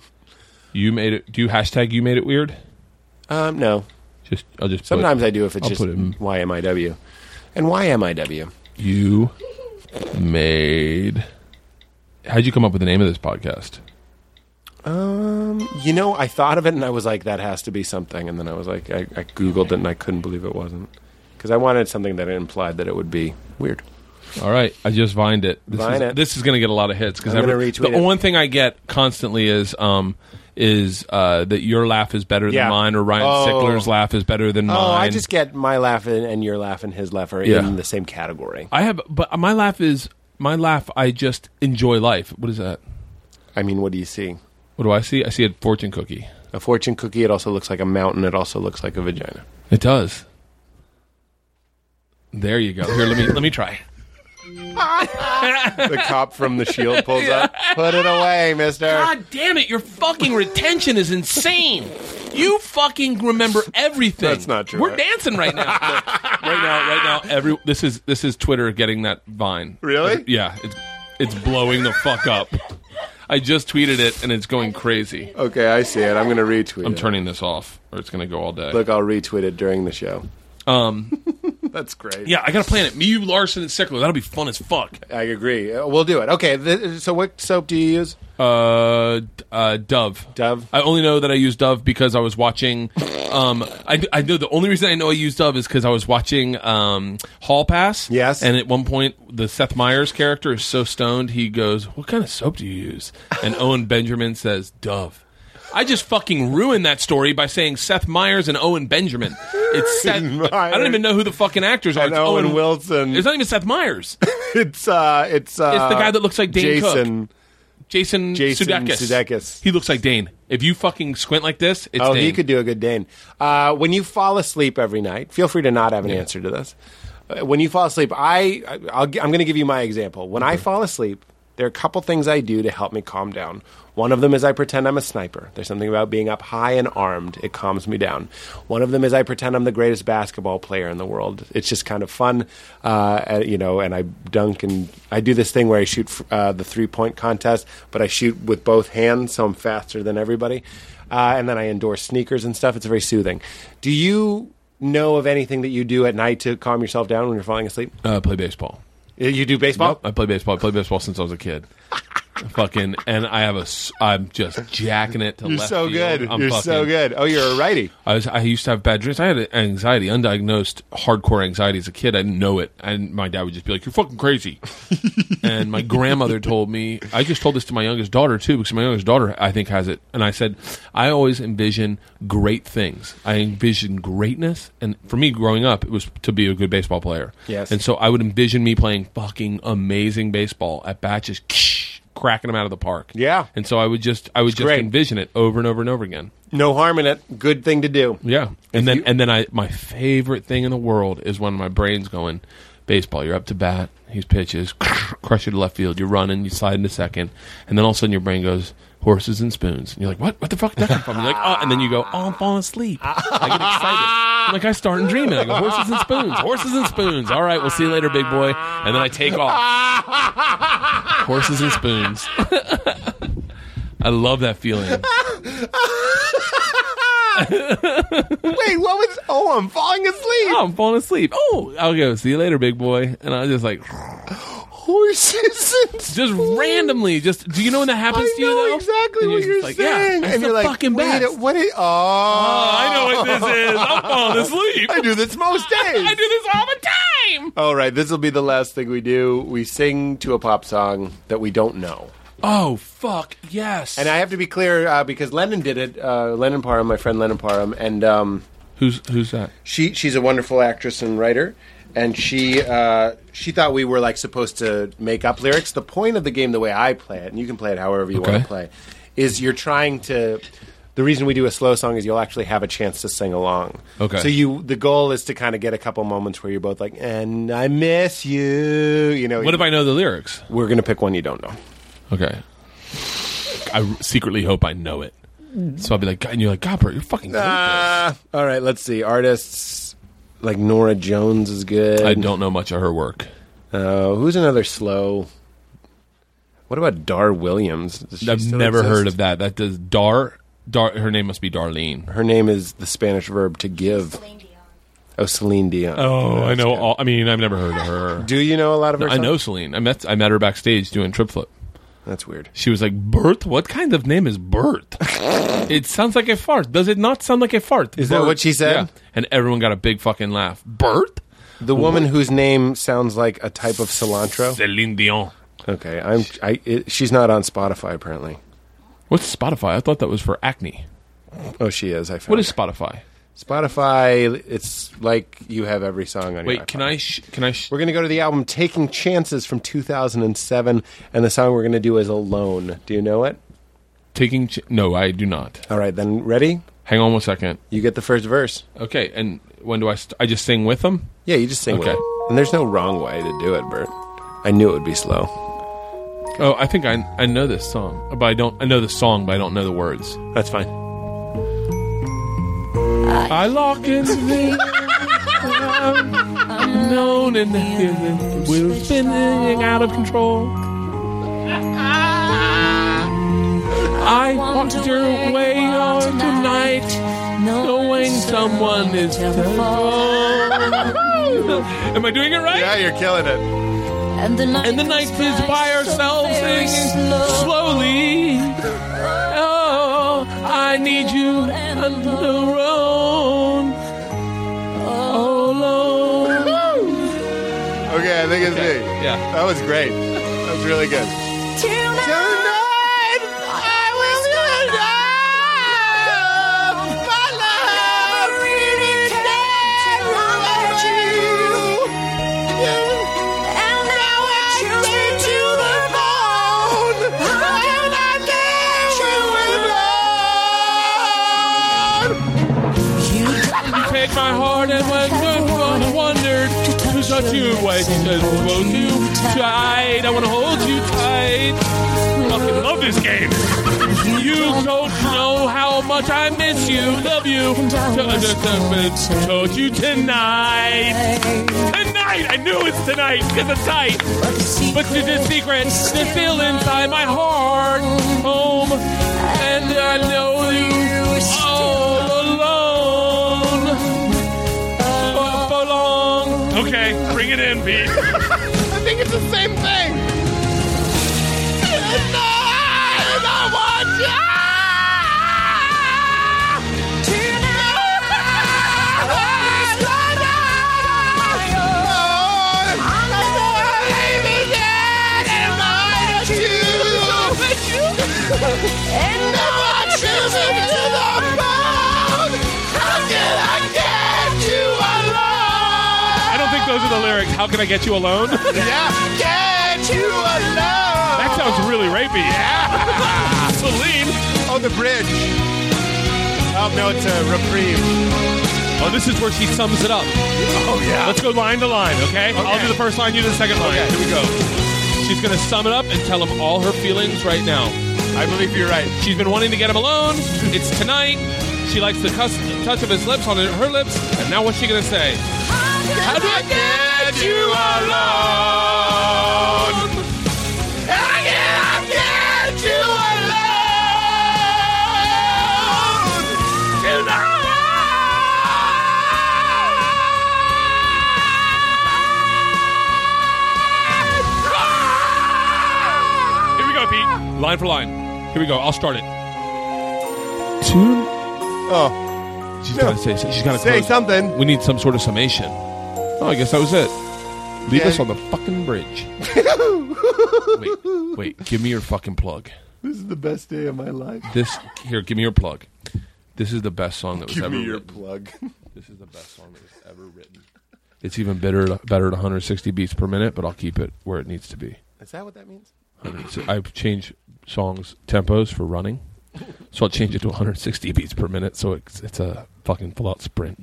[SPEAKER 5] You made it. Do you hashtag you made it weird?
[SPEAKER 2] Um, no.
[SPEAKER 5] Just I'll just put
[SPEAKER 2] Sometimes I do if it's
[SPEAKER 5] I'll
[SPEAKER 2] just
[SPEAKER 5] put it in.
[SPEAKER 2] YMIW. And YMIW.
[SPEAKER 5] you made. How'd you come up with the name of this podcast?
[SPEAKER 2] You know, I thought of it and I was like, that has to be something. And then I was like, I, I Googled it and I couldn't believe it wasn't. Because I wanted something that implied that it would be weird.
[SPEAKER 5] All right, I just vined it. This
[SPEAKER 2] Vine
[SPEAKER 5] is,
[SPEAKER 2] it.
[SPEAKER 5] This is going to get a lot of hits because
[SPEAKER 2] I'm gonna
[SPEAKER 5] the
[SPEAKER 2] retweet it.
[SPEAKER 5] one thing I get constantly is um is uh, that your laugh is better than
[SPEAKER 2] Yeah.
[SPEAKER 5] mine or Ryan
[SPEAKER 2] Oh.
[SPEAKER 5] Sickler's laugh is better than mine.
[SPEAKER 2] Oh, I just get my laugh and, and your laugh and his laugh are
[SPEAKER 5] Yeah.
[SPEAKER 2] in the same category.
[SPEAKER 5] I have, but my laugh is my laugh. I just enjoy life. What is that?
[SPEAKER 2] I mean, what do you see?
[SPEAKER 5] What do I see? I see a fortune cookie.
[SPEAKER 2] A fortune cookie, it also looks like a mountain, it also looks like a vagina.
[SPEAKER 5] It does. There you go. Here, let me let me try.
[SPEAKER 2] The cop from the shield pulls up. Put it away, mister.
[SPEAKER 5] God damn it! Your fucking retention is insane. You fucking remember everything.
[SPEAKER 2] That's not true.
[SPEAKER 5] We're dancing right now. right now, right now. Every this is this is Twitter getting that Vine.
[SPEAKER 2] Really?
[SPEAKER 5] Yeah. It's it's blowing the fuck up. I just tweeted it and it's going crazy.
[SPEAKER 2] Okay, I see it. I'm going to retweet
[SPEAKER 5] I'm
[SPEAKER 2] it.
[SPEAKER 5] turning this off or it's gonna go all day.
[SPEAKER 2] Look, I'll retweet it during the show.
[SPEAKER 5] Um.
[SPEAKER 2] That's great.
[SPEAKER 5] Yeah, I gotta plan it. Me, you, Larson, and Sickler. That'll be fun as fuck.
[SPEAKER 2] I agree. Uh, We'll do it. Okay, th- so what soap do you use?
[SPEAKER 5] Uh, d- uh, Dove.
[SPEAKER 2] Dove?
[SPEAKER 5] I only know that I use Dove because I was watching. Um, I, I know the only reason I know I use Dove is because I was watching um, Hall Pass.
[SPEAKER 2] Yes.
[SPEAKER 5] And at one point, the Seth Meyers character is so stoned, he goes, "What kind of soap do you use?" And Owen Benjamin says, "Dove." I just fucking ruined that story by saying Seth Meyers and Owen Benjamin. It's Seth. I don't even know who the fucking actors are.
[SPEAKER 2] And
[SPEAKER 5] It's
[SPEAKER 2] Owen Wilson.
[SPEAKER 5] It's not even Seth Meyers.
[SPEAKER 2] It's uh, it's uh,
[SPEAKER 5] It's the guy that looks like Dane Cook.
[SPEAKER 2] Jason.
[SPEAKER 5] Jason,
[SPEAKER 2] Jason
[SPEAKER 5] Sudeikis.
[SPEAKER 2] Sudeikis.
[SPEAKER 5] He looks like Dane. If you fucking squint like this, it's
[SPEAKER 2] Oh,
[SPEAKER 5] Dane.
[SPEAKER 2] he could do a good Dane. Uh, when you fall asleep every night, feel free to not have an answer to this. Uh, When you fall asleep, I, I- I'll, gi- I'm going to give you my example. When I fall asleep, There are a couple things I do to help me calm down. One of them is I pretend I'm a sniper. There's something about being up high and armed. It calms me down. One of them is I pretend I'm the greatest basketball player in the world. It's just kind of fun, uh, and, you know, and I dunk and I do this thing where I shoot f- uh, the three point contest, but I shoot with both hands, so I'm faster than everybody. Uh, and then I endorse sneakers and stuff. It's very soothing. Do you know of anything that you do at night to calm yourself down when you're falling asleep?
[SPEAKER 5] Uh, play baseball.
[SPEAKER 2] You do baseball?
[SPEAKER 5] Nope, I play baseball. I played baseball since I was a kid. fucking and I have a. s- I'm just jacking it to
[SPEAKER 2] You're
[SPEAKER 5] left
[SPEAKER 2] so
[SPEAKER 5] field.
[SPEAKER 2] good.
[SPEAKER 5] I'm
[SPEAKER 2] You're
[SPEAKER 5] fucking-
[SPEAKER 2] so good. Oh, you're a righty.
[SPEAKER 5] I was. I used to have bad dreams. I had anxiety, undiagnosed, hardcore anxiety as a kid. I didn't know it, and my dad would just be like, "You're fucking crazy." and my grandmother told me. I just told this to my youngest daughter too, because my youngest daughter I think has it. And I said, I always envision great things. I envision greatness, and for me, growing up, it was to be a good baseball player.
[SPEAKER 2] Yes.
[SPEAKER 5] And so I would envision me playing fucking amazing baseball at batches. Cracking them out of the park,
[SPEAKER 2] Yeah.
[SPEAKER 5] and so I would just, I would just
[SPEAKER 2] great.
[SPEAKER 5] envision it over and over and over again.
[SPEAKER 2] No harm in it. Good thing to do.
[SPEAKER 5] Yeah, and then and then I my favorite thing in the world is when my brain's going baseball. You're up to bat. He's pitches, crush you to left field. You're running. You slide into second, and then all of a sudden your brain goes horses and spoons. And you're like, what? What the fuck? Did that come from? And you're like, oh, and then you go, oh, I'm falling asleep. I get excited. I'm like I start and dreaming. I go horses and spoons, horses and spoons. All right, we'll see you later, big boy. And then I take off. Horses and spoons. I love that feeling.
[SPEAKER 2] Wait, what was? Oh, I'm falling asleep.
[SPEAKER 5] Oh, I'm falling asleep. Oh, I'll go. See you later, big boy. And I was just like,
[SPEAKER 2] Horses and
[SPEAKER 5] just randomly, just do you know when that happens
[SPEAKER 2] I
[SPEAKER 5] to you?
[SPEAKER 2] know
[SPEAKER 5] though?
[SPEAKER 2] exactly
[SPEAKER 5] And
[SPEAKER 2] what you're
[SPEAKER 5] just like,
[SPEAKER 2] saying,
[SPEAKER 5] Yeah, it's
[SPEAKER 2] and
[SPEAKER 5] the
[SPEAKER 2] you're like,
[SPEAKER 5] fucking
[SPEAKER 2] wait,
[SPEAKER 5] best.
[SPEAKER 2] what? Is, oh,
[SPEAKER 5] I know what this is. I'm falling asleep.
[SPEAKER 2] I do this most days.
[SPEAKER 5] I do this all the time.
[SPEAKER 2] All right, this will be the last thing we do. We sing to a pop song that we don't know.
[SPEAKER 5] Oh fuck yes.
[SPEAKER 2] And I have to be clear uh, because Lennon did it. Uh, Lennon Parham, my friend Lennon Parham, and um,
[SPEAKER 5] who's who's that?
[SPEAKER 2] she she's a wonderful actress and writer, and she uh, she thought we were like supposed to make up lyrics. The point of the game, the way I play it, and you can play it however you want
[SPEAKER 5] Okay.
[SPEAKER 2] to play, is you're trying to. The reason we do a slow song is you'll actually have a chance to sing along.
[SPEAKER 5] Okay.
[SPEAKER 2] So you, the goal is to kind of get a couple moments where you're both like, "And I miss you," you know.
[SPEAKER 5] What if I know the lyrics?
[SPEAKER 2] We're gonna pick one you don't know.
[SPEAKER 5] Okay. I r- secretly hope I know it. So I'll be like, and you're like, God, bro, you're fucking. good at
[SPEAKER 2] Uh, all right, let's see. Artists like Nora Jones is good.
[SPEAKER 5] this. I don't know much of her work.
[SPEAKER 2] Uh, who's another slow? What about Dar Williams? Does she
[SPEAKER 5] I've
[SPEAKER 2] still
[SPEAKER 5] never
[SPEAKER 2] exist?
[SPEAKER 5] heard of that. That does Dar. Dar. Her name must be Darlene.
[SPEAKER 2] Her name is the Spanish verb to give. Oh, Celine Dion.
[SPEAKER 5] Oh, I know. All, I mean, I've never heard of her.
[SPEAKER 2] Do you know a lot of her?
[SPEAKER 5] I know
[SPEAKER 2] songs?
[SPEAKER 5] Celine. I met I met her backstage doing Trip Flip.
[SPEAKER 2] That's weird.
[SPEAKER 5] She was like, "Bert, what kind of name is Bert? it sounds like a fart. Does it not sound like a fart?
[SPEAKER 2] Is that
[SPEAKER 5] Bert."
[SPEAKER 2] what she said?
[SPEAKER 5] And everyone got a big fucking laugh. Bert,
[SPEAKER 2] The woman whose name sounds like a type of cilantro.
[SPEAKER 5] Celine Dion.
[SPEAKER 2] Okay, I'm. I. It, she's not on Spotify apparently.
[SPEAKER 5] What's Spotify? I thought that was for acne.
[SPEAKER 2] Oh, she is. I found.
[SPEAKER 5] What is Spotify?
[SPEAKER 2] Spotify? It's like you have every song on. your
[SPEAKER 5] Wait, can
[SPEAKER 2] iPod.
[SPEAKER 5] I? Sh- can I? Sh-
[SPEAKER 2] We're going to go to the album Taking Chances from 2007, and the song we're going to do is Alone. Do you know it?
[SPEAKER 5] taking? Ch- no, I do not.
[SPEAKER 2] All right, then, ready?
[SPEAKER 5] Hang on one second.
[SPEAKER 2] You get the first verse.
[SPEAKER 5] Okay, and when do I? St- I just sing with them.
[SPEAKER 2] Yeah, you just sing with
[SPEAKER 5] Okay.
[SPEAKER 2] it. And there's no wrong way to do it, Bert. I knew it would be slow.
[SPEAKER 5] Oh, I think I I know this song, but I don't. I know the song, but I don't know the words.
[SPEAKER 2] That's fine.
[SPEAKER 5] I lock in the unknown and the we're spinning out of control. I walked your way on tonight, knowing someone is terrible. Am I doing it right?
[SPEAKER 2] you're killing it.
[SPEAKER 1] And the night,
[SPEAKER 5] And the night is by ourselves singing slowly. Oh, I need you on the road. All alone.
[SPEAKER 2] Okay, I think it's me.
[SPEAKER 5] Yeah.
[SPEAKER 2] That was great. That was really good. Tonight, I will stand up. My love really can't let you. And now I choose me to the bone. And I dare you alone.
[SPEAKER 5] Take my heart and went good for wondered. Cause touch you. Why did I hold you tight? I want to hold you tight. Fucking love this game. You don't know how much I miss you. Love you. Told you tonight. Tonight. I knew it's tonight because it's tight. But to the secret that feel inside my heart, home, and I know you all alone for, for long. Okay, bring it in, Pete.
[SPEAKER 2] I think it's the same thing.
[SPEAKER 5] I don't think those are the lyrics. How can I get you alone?
[SPEAKER 2] Yeah, get you alone.
[SPEAKER 5] That sounds really rapey. Yeah. Celine.
[SPEAKER 2] Oh, the bridge. Oh no, it's a reprieve.
[SPEAKER 5] Oh, this is where she sums it up.
[SPEAKER 2] Oh yeah.
[SPEAKER 5] Let's go line to line, okay? I'll do the first line, you do the second line. Here we go. She's gonna sum it up and tell him all her feelings right now.
[SPEAKER 2] I believe you're right.
[SPEAKER 5] She's been wanting to get him alone. It's tonight. She likes the cus- touch of his lips on her lips. And now what's she gonna say? How do I get you alone? Here we go, Pete. Line for line. Here we go. I'll start it. Tune.
[SPEAKER 2] Oh,
[SPEAKER 5] She's
[SPEAKER 2] No.
[SPEAKER 5] gotta say. She's gotta
[SPEAKER 2] say
[SPEAKER 5] close.
[SPEAKER 2] something.
[SPEAKER 5] We need some sort of summation. Oh, I guess that was it. Leave
[SPEAKER 2] Yeah.
[SPEAKER 5] us on the fucking bridge. wait, wait. Give me your fucking plug.
[SPEAKER 2] This is the best day of my life.
[SPEAKER 5] This here. Give me your plug. This is the best song that was
[SPEAKER 2] Give
[SPEAKER 5] ever
[SPEAKER 2] me your
[SPEAKER 5] written.
[SPEAKER 2] plug.
[SPEAKER 5] This is the best song that was ever written. It's even better better at 160 beats per minute, but I'll keep it where it needs to be.
[SPEAKER 2] Is that what that means?
[SPEAKER 5] So I've changed songs tempos for running, so I'll change it to 160 beats per minute. So it's it's a fucking full out sprint.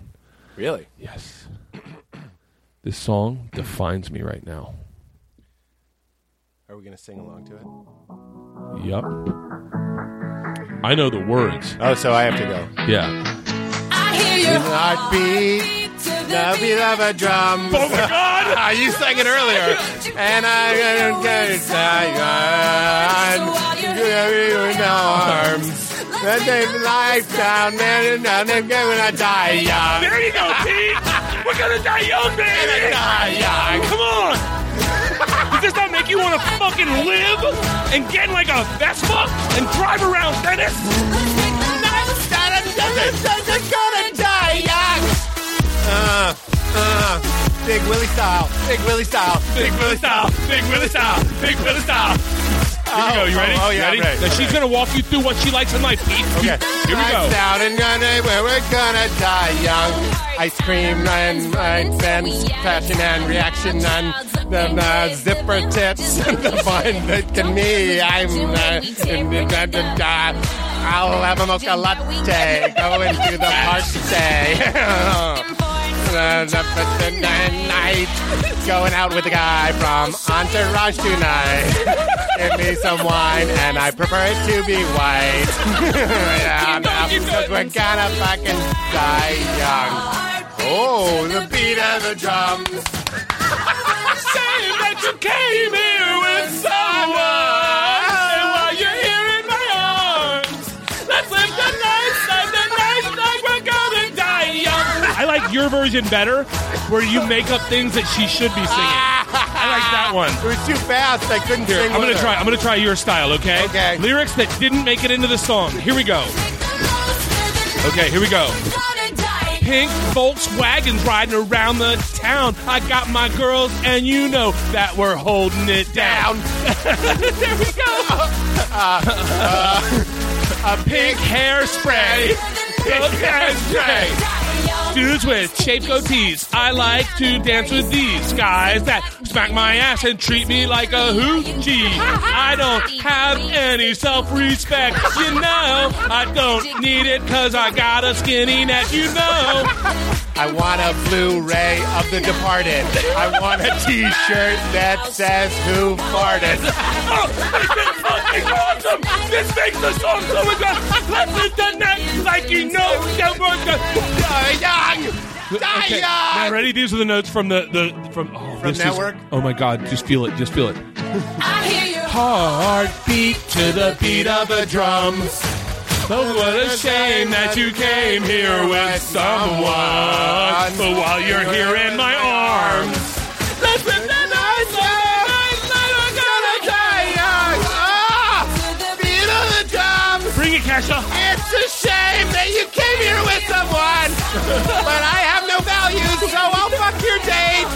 [SPEAKER 2] Really?
[SPEAKER 5] Yes, this song defines me right now.
[SPEAKER 2] Are we gonna sing along to it?
[SPEAKER 5] Yup. I know the words.
[SPEAKER 2] Oh, so I have to go.
[SPEAKER 5] Yeah.
[SPEAKER 2] Heartbeat, the beat of a drum.
[SPEAKER 5] Oh my god!
[SPEAKER 2] Ah, you sang it earlier, and I'm gonna get it done. You have you in the arms. Let them life down, and now they're gonna die young.
[SPEAKER 5] There you go, Pete. We're gonna die young, baby.
[SPEAKER 2] Die young.
[SPEAKER 5] Come on! Does this not make you want to fucking live and get in like a Vespa and drive around Venice?
[SPEAKER 2] They're gonna die young. Uh, uh, Big Willie style, Big Willie style.
[SPEAKER 5] Big Willie style, Big Willie style, Big Willie style. Here we go. You ready?
[SPEAKER 2] oh, oh, yeah,
[SPEAKER 5] You ready?
[SPEAKER 2] I'm ready.
[SPEAKER 5] Now she's gonna walk you through what she likes in life, Pete.
[SPEAKER 2] Okay.
[SPEAKER 5] Here we go.
[SPEAKER 2] Lights out and gonna where we're gonna die young. Ice cream and and fence, fashion and reaction and the uh, zipper tips and the fun that can me. I'm uh, in the da, da, da. I'll have a mocha latte. Go into the party. And up at the night, going out with a guy from Entourage tonight. Give me some wine, and I prefer it to be white. yeah, because we're gonna fucking die young. Oh, the beat of the drums. Saying that you came here with someone, and while you're here in my arms, let's live the night, live the night like we're gonna die young.
[SPEAKER 5] I like your version better, where you make up things that she should be singing. I like that one.
[SPEAKER 2] It was too fast. I couldn't
[SPEAKER 5] Here,
[SPEAKER 2] sing.
[SPEAKER 5] I'm gonna
[SPEAKER 2] with her.
[SPEAKER 5] try. I'm gonna try your style, okay?
[SPEAKER 2] Okay.
[SPEAKER 5] Lyrics that didn't make it into the song. Here we go. Okay, here we go. Pink Volkswagens riding around the town. I got my girls, and you know that we're holding it down. there we go.
[SPEAKER 2] A pink
[SPEAKER 5] Hairspray.
[SPEAKER 2] Pink hairspray.
[SPEAKER 5] Dudes with shape goatees. I like to dance with these guys that smack my ass and treat me like a hoochie. I don't have any self respect. You know, I don't need it because I got a skinny neck. You know,
[SPEAKER 2] I want a Blu-ray of The Departed. I want a T-shirt that says "Who farted."
[SPEAKER 5] fucking awesome. This makes the song so much better. Let's hit the neck like you know. Don't work the-
[SPEAKER 2] Young,
[SPEAKER 5] Okay, now ready? These are the notes from the, the from oh, from
[SPEAKER 2] Network?
[SPEAKER 5] oh my God! Just feel it. Just feel it. Heartbeat to the beat of a drum. Oh, what a shame that you came here with someone. But while you're here in my arms, let's live the night, life, life, I'm gonna die young. Ah,
[SPEAKER 2] beat of the drum.
[SPEAKER 5] Bring it, Kesha.
[SPEAKER 2] It's a shame that you came here with someone, but I have no values, so I'll Oh, fuck your date.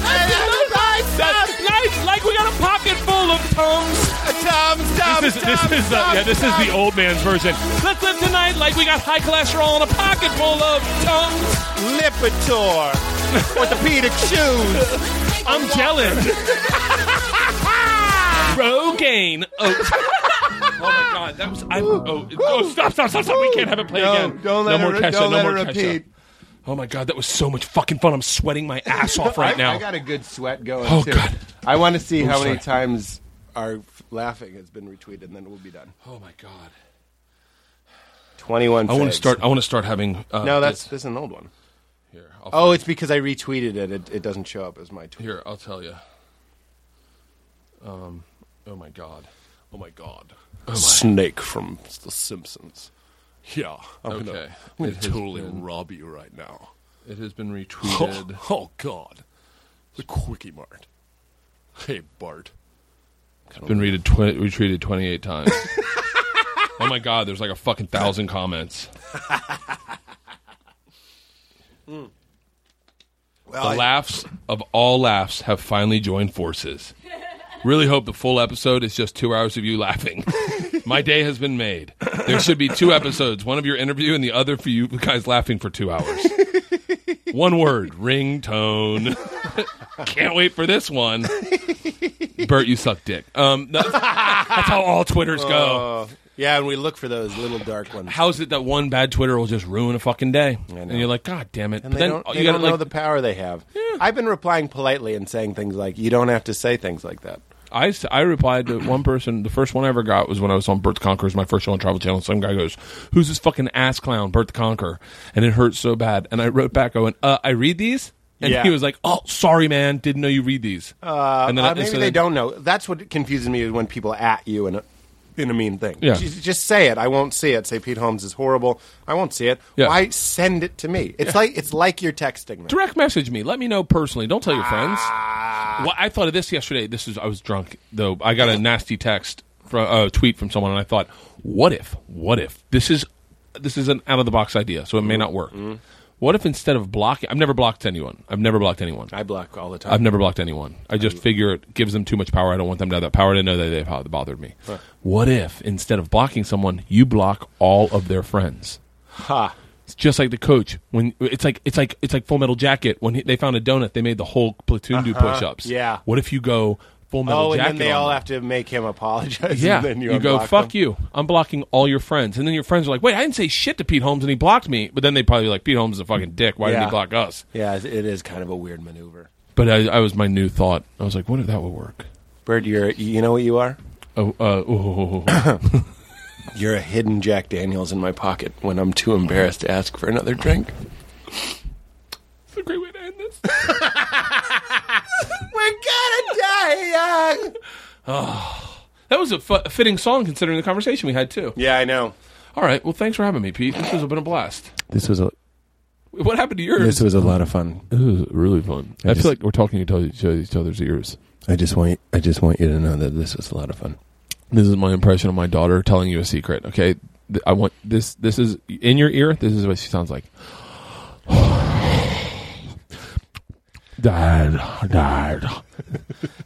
[SPEAKER 2] And I'm a right
[SPEAKER 5] That's nice. Like we got a pocket full of tongues.
[SPEAKER 2] Dum, dum,
[SPEAKER 5] This is this
[SPEAKER 2] dum,
[SPEAKER 5] is the
[SPEAKER 2] dum,
[SPEAKER 5] yeah, this is the
[SPEAKER 2] dum.
[SPEAKER 5] old man's version. Let's live tonight like we got high cholesterol and a pocket full of tongues.
[SPEAKER 2] Lipitor, orthopedic shoes.
[SPEAKER 5] I'm jealous. Rogaine. Oh. oh my god, that was I. Oh, oh, stop, stop, stop, stop. We can't have it play again. no more Kesha, no more Kesha. Oh my god, that was so much fucking fun. I'm sweating my ass off right now.
[SPEAKER 2] I got a good sweat going.
[SPEAKER 5] Oh,
[SPEAKER 2] too.
[SPEAKER 5] God.
[SPEAKER 2] I want to see how
[SPEAKER 5] sorry.
[SPEAKER 2] many times our f- laughing has been retweeted, and then we'll be done.
[SPEAKER 5] oh my god.
[SPEAKER 2] Twenty-one.
[SPEAKER 5] I want
[SPEAKER 2] faves.
[SPEAKER 5] to start. I want to start having. Uh,
[SPEAKER 2] No, that's
[SPEAKER 5] this.
[SPEAKER 2] this is an old one.
[SPEAKER 5] here. I'll
[SPEAKER 2] Oh, it's because I retweeted it. It, it doesn't show up as my tweet.
[SPEAKER 5] Here, I'll tell you. Um, oh my god. Oh my god.
[SPEAKER 2] Snake from The Simpsons. Yeah, I'm
[SPEAKER 5] Okay. It has been-
[SPEAKER 2] rob you right now.
[SPEAKER 5] It has been retweeted.
[SPEAKER 2] oh God, the quickie mart. Hey Bart.
[SPEAKER 5] been readed tw- retweeted 28 times. oh my god, there's like a fucking thousand comments. the laughs of all laughs have finally joined forces. Really hope the full episode is just two hours of you laughing. My day has been made. There should be two episodes one of your interview and the other for you guys laughing for two hours. One word ringtone. Can't wait for this one. Bert, you suck dick. Um, no- that's how all Twitters
[SPEAKER 2] Oh.
[SPEAKER 5] go.
[SPEAKER 2] Yeah, and we look for those little dark ones.
[SPEAKER 5] How is it that one bad Twitter will just ruin a fucking day? And
[SPEAKER 2] know.
[SPEAKER 5] you're like, God damn it!
[SPEAKER 2] And they don't, they don't know the power they have. I've been replying politely and saying things like, "You don't have to say things like that."
[SPEAKER 5] I, s- I replied to one person. The first one I ever got was when I was on Bert the Conqueror's, my first show on Travel Channel. Some guy goes, "Who's this fucking ass clown, Bert the Conqueror?" And it hurt so bad. And I wrote back, I went, uh, "I read these." And
[SPEAKER 2] Yeah.
[SPEAKER 5] he was like, "Oh, sorry, man, didn't know you read these." Uh, and
[SPEAKER 2] Uh,
[SPEAKER 5] and
[SPEAKER 2] maybe
[SPEAKER 5] so
[SPEAKER 2] they
[SPEAKER 5] then-
[SPEAKER 2] don't know. That's what confuses me is when people at you in a in a mean thing.
[SPEAKER 5] Yeah.
[SPEAKER 2] Just, just say it. I won't see it. Say Pete Holmes is horrible. I won't see it.
[SPEAKER 5] Yeah.
[SPEAKER 2] Why send it to me? It's like it's like you're texting me.
[SPEAKER 5] direct message me. Let me know personally. Don't tell your friends. Well, I thought of this yesterday. This is I was drunk though. I got a nasty text from a tweet from someone, and I thought, what if? What if this is this is an out of the box idea? So it may not work. What if instead of blocking, I've never blocked anyone. I've never blocked anyone.
[SPEAKER 2] I block all the time.
[SPEAKER 5] I've never blocked anyone. I just figure it gives them too much power. I don't want them to have that power to know that they've bo- bothered me. What if instead of blocking someone, you block all of their friends?
[SPEAKER 2] ha.
[SPEAKER 5] It's just like the coach when it's like it's like it's like Full Metal Jacket when he, they found a donut, they made the whole platoon do push-ups.
[SPEAKER 2] Uh-huh. Yeah.
[SPEAKER 5] What if you go Full Metal
[SPEAKER 2] Oh, and then
[SPEAKER 5] Jacket?
[SPEAKER 2] they
[SPEAKER 5] on
[SPEAKER 2] all
[SPEAKER 5] them?
[SPEAKER 2] have to make him apologize.
[SPEAKER 5] Yeah.
[SPEAKER 2] and then you,
[SPEAKER 5] you go
[SPEAKER 2] unblock
[SPEAKER 5] fuck
[SPEAKER 2] them.
[SPEAKER 5] you. I'm blocking all your friends, and then your friends are like, wait, I didn't say shit to Pete Holmes, and he blocked me. But then they probably like Pete Holmes is a fucking dick. Why did
[SPEAKER 2] Yeah.
[SPEAKER 5] he block us?
[SPEAKER 2] Yeah, it is kind of a weird maneuver.
[SPEAKER 5] But I, I was my new thought. I was like, what if that would work?
[SPEAKER 2] Bird, you're you know what you are?
[SPEAKER 5] Oh, uh, oh.
[SPEAKER 2] You're a hidden Jack Daniels in my pocket when I'm too embarrassed to ask for another drink.
[SPEAKER 5] it's a great way to end this.
[SPEAKER 2] We're gonna die young.
[SPEAKER 5] That was a fu- fitting song considering the conversation we had too.
[SPEAKER 2] Yeah, I know.
[SPEAKER 5] All right, well, thanks for having me, Pete. This has been a blast.
[SPEAKER 3] This was a
[SPEAKER 5] What happened to yours?
[SPEAKER 3] this was a lot of fun.
[SPEAKER 5] This is really fun. I,
[SPEAKER 3] just-
[SPEAKER 5] feel like we're talking to each other- each other's ears.
[SPEAKER 3] I just want I just want you to know that this was a lot of fun.
[SPEAKER 5] This is my impression of my daughter telling you a secret. Okay, Th- I want this. This is in your ear. This is what she sounds like. died, died.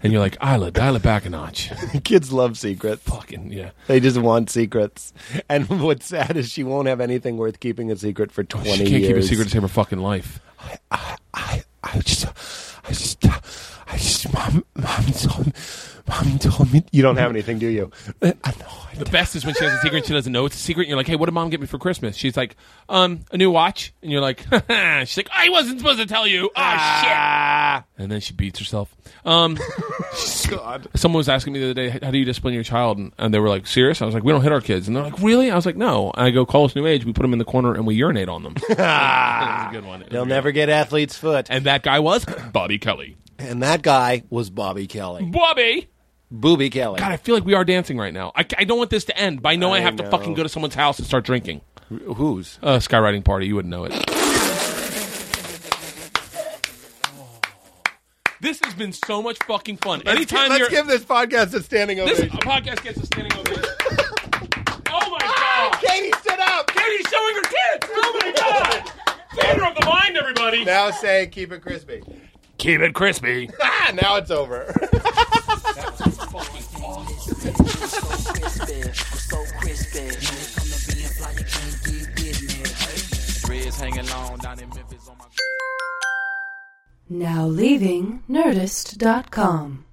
[SPEAKER 5] and you're like, Isla, dial it back a notch.
[SPEAKER 3] Kids love secrets.
[SPEAKER 5] Fucking, yeah.
[SPEAKER 3] They just want secrets. And what's sad is she won't have anything worth keeping a secret for 20
[SPEAKER 5] She can't
[SPEAKER 3] years.
[SPEAKER 5] keep a secret to save her fucking life.
[SPEAKER 3] I, I just, I just, I just, mom, mom told me, mom told me. You don't have anything, do you? I know. I
[SPEAKER 5] The best is when she has a secret and she doesn't know it's a secret. And you're like, hey, what did mom get me for Christmas? She's like, um, a new watch. And you're like, she's like, I wasn't supposed to tell you. Oh,
[SPEAKER 3] Ah.
[SPEAKER 5] shit. And then she beats herself. Um,
[SPEAKER 3] God.
[SPEAKER 5] someone was asking me the other day, how do you discipline your child? And, and they were like, serious? I was like, we don't hit our kids. And they're like, really? I was like, no. And I go, call us new age. We put them in the corner and we urinate on them. It was a good one. It was a
[SPEAKER 3] They'll
[SPEAKER 5] good
[SPEAKER 3] never get athlete's foot.
[SPEAKER 5] And that guy was Bobby Kelly.
[SPEAKER 3] And that guy was Bobby Kelly.
[SPEAKER 5] Bobby!
[SPEAKER 3] Booby Kelly.
[SPEAKER 5] God, I feel like we are dancing right now. I, I don't want this to end, but I know I,
[SPEAKER 3] I
[SPEAKER 5] have to
[SPEAKER 3] know.
[SPEAKER 5] fucking go to someone's house and start drinking.
[SPEAKER 3] Who's?
[SPEAKER 5] Uh, skywriting party, you wouldn't know it. this has been so much fucking fun. Anytime
[SPEAKER 3] Let's
[SPEAKER 5] you're.
[SPEAKER 3] give this podcast a standing
[SPEAKER 5] this
[SPEAKER 3] ovation.
[SPEAKER 5] podcast gets a standing ovation. oh my god!
[SPEAKER 3] Katie, sit up!
[SPEAKER 5] Katie's showing her tits! Oh my god! Theater of the mind, everybody!
[SPEAKER 3] Now say, keep it crispy.
[SPEAKER 5] Keep it crispy.
[SPEAKER 3] Ah, now it's over.
[SPEAKER 1] Now leaving Nerdist.com.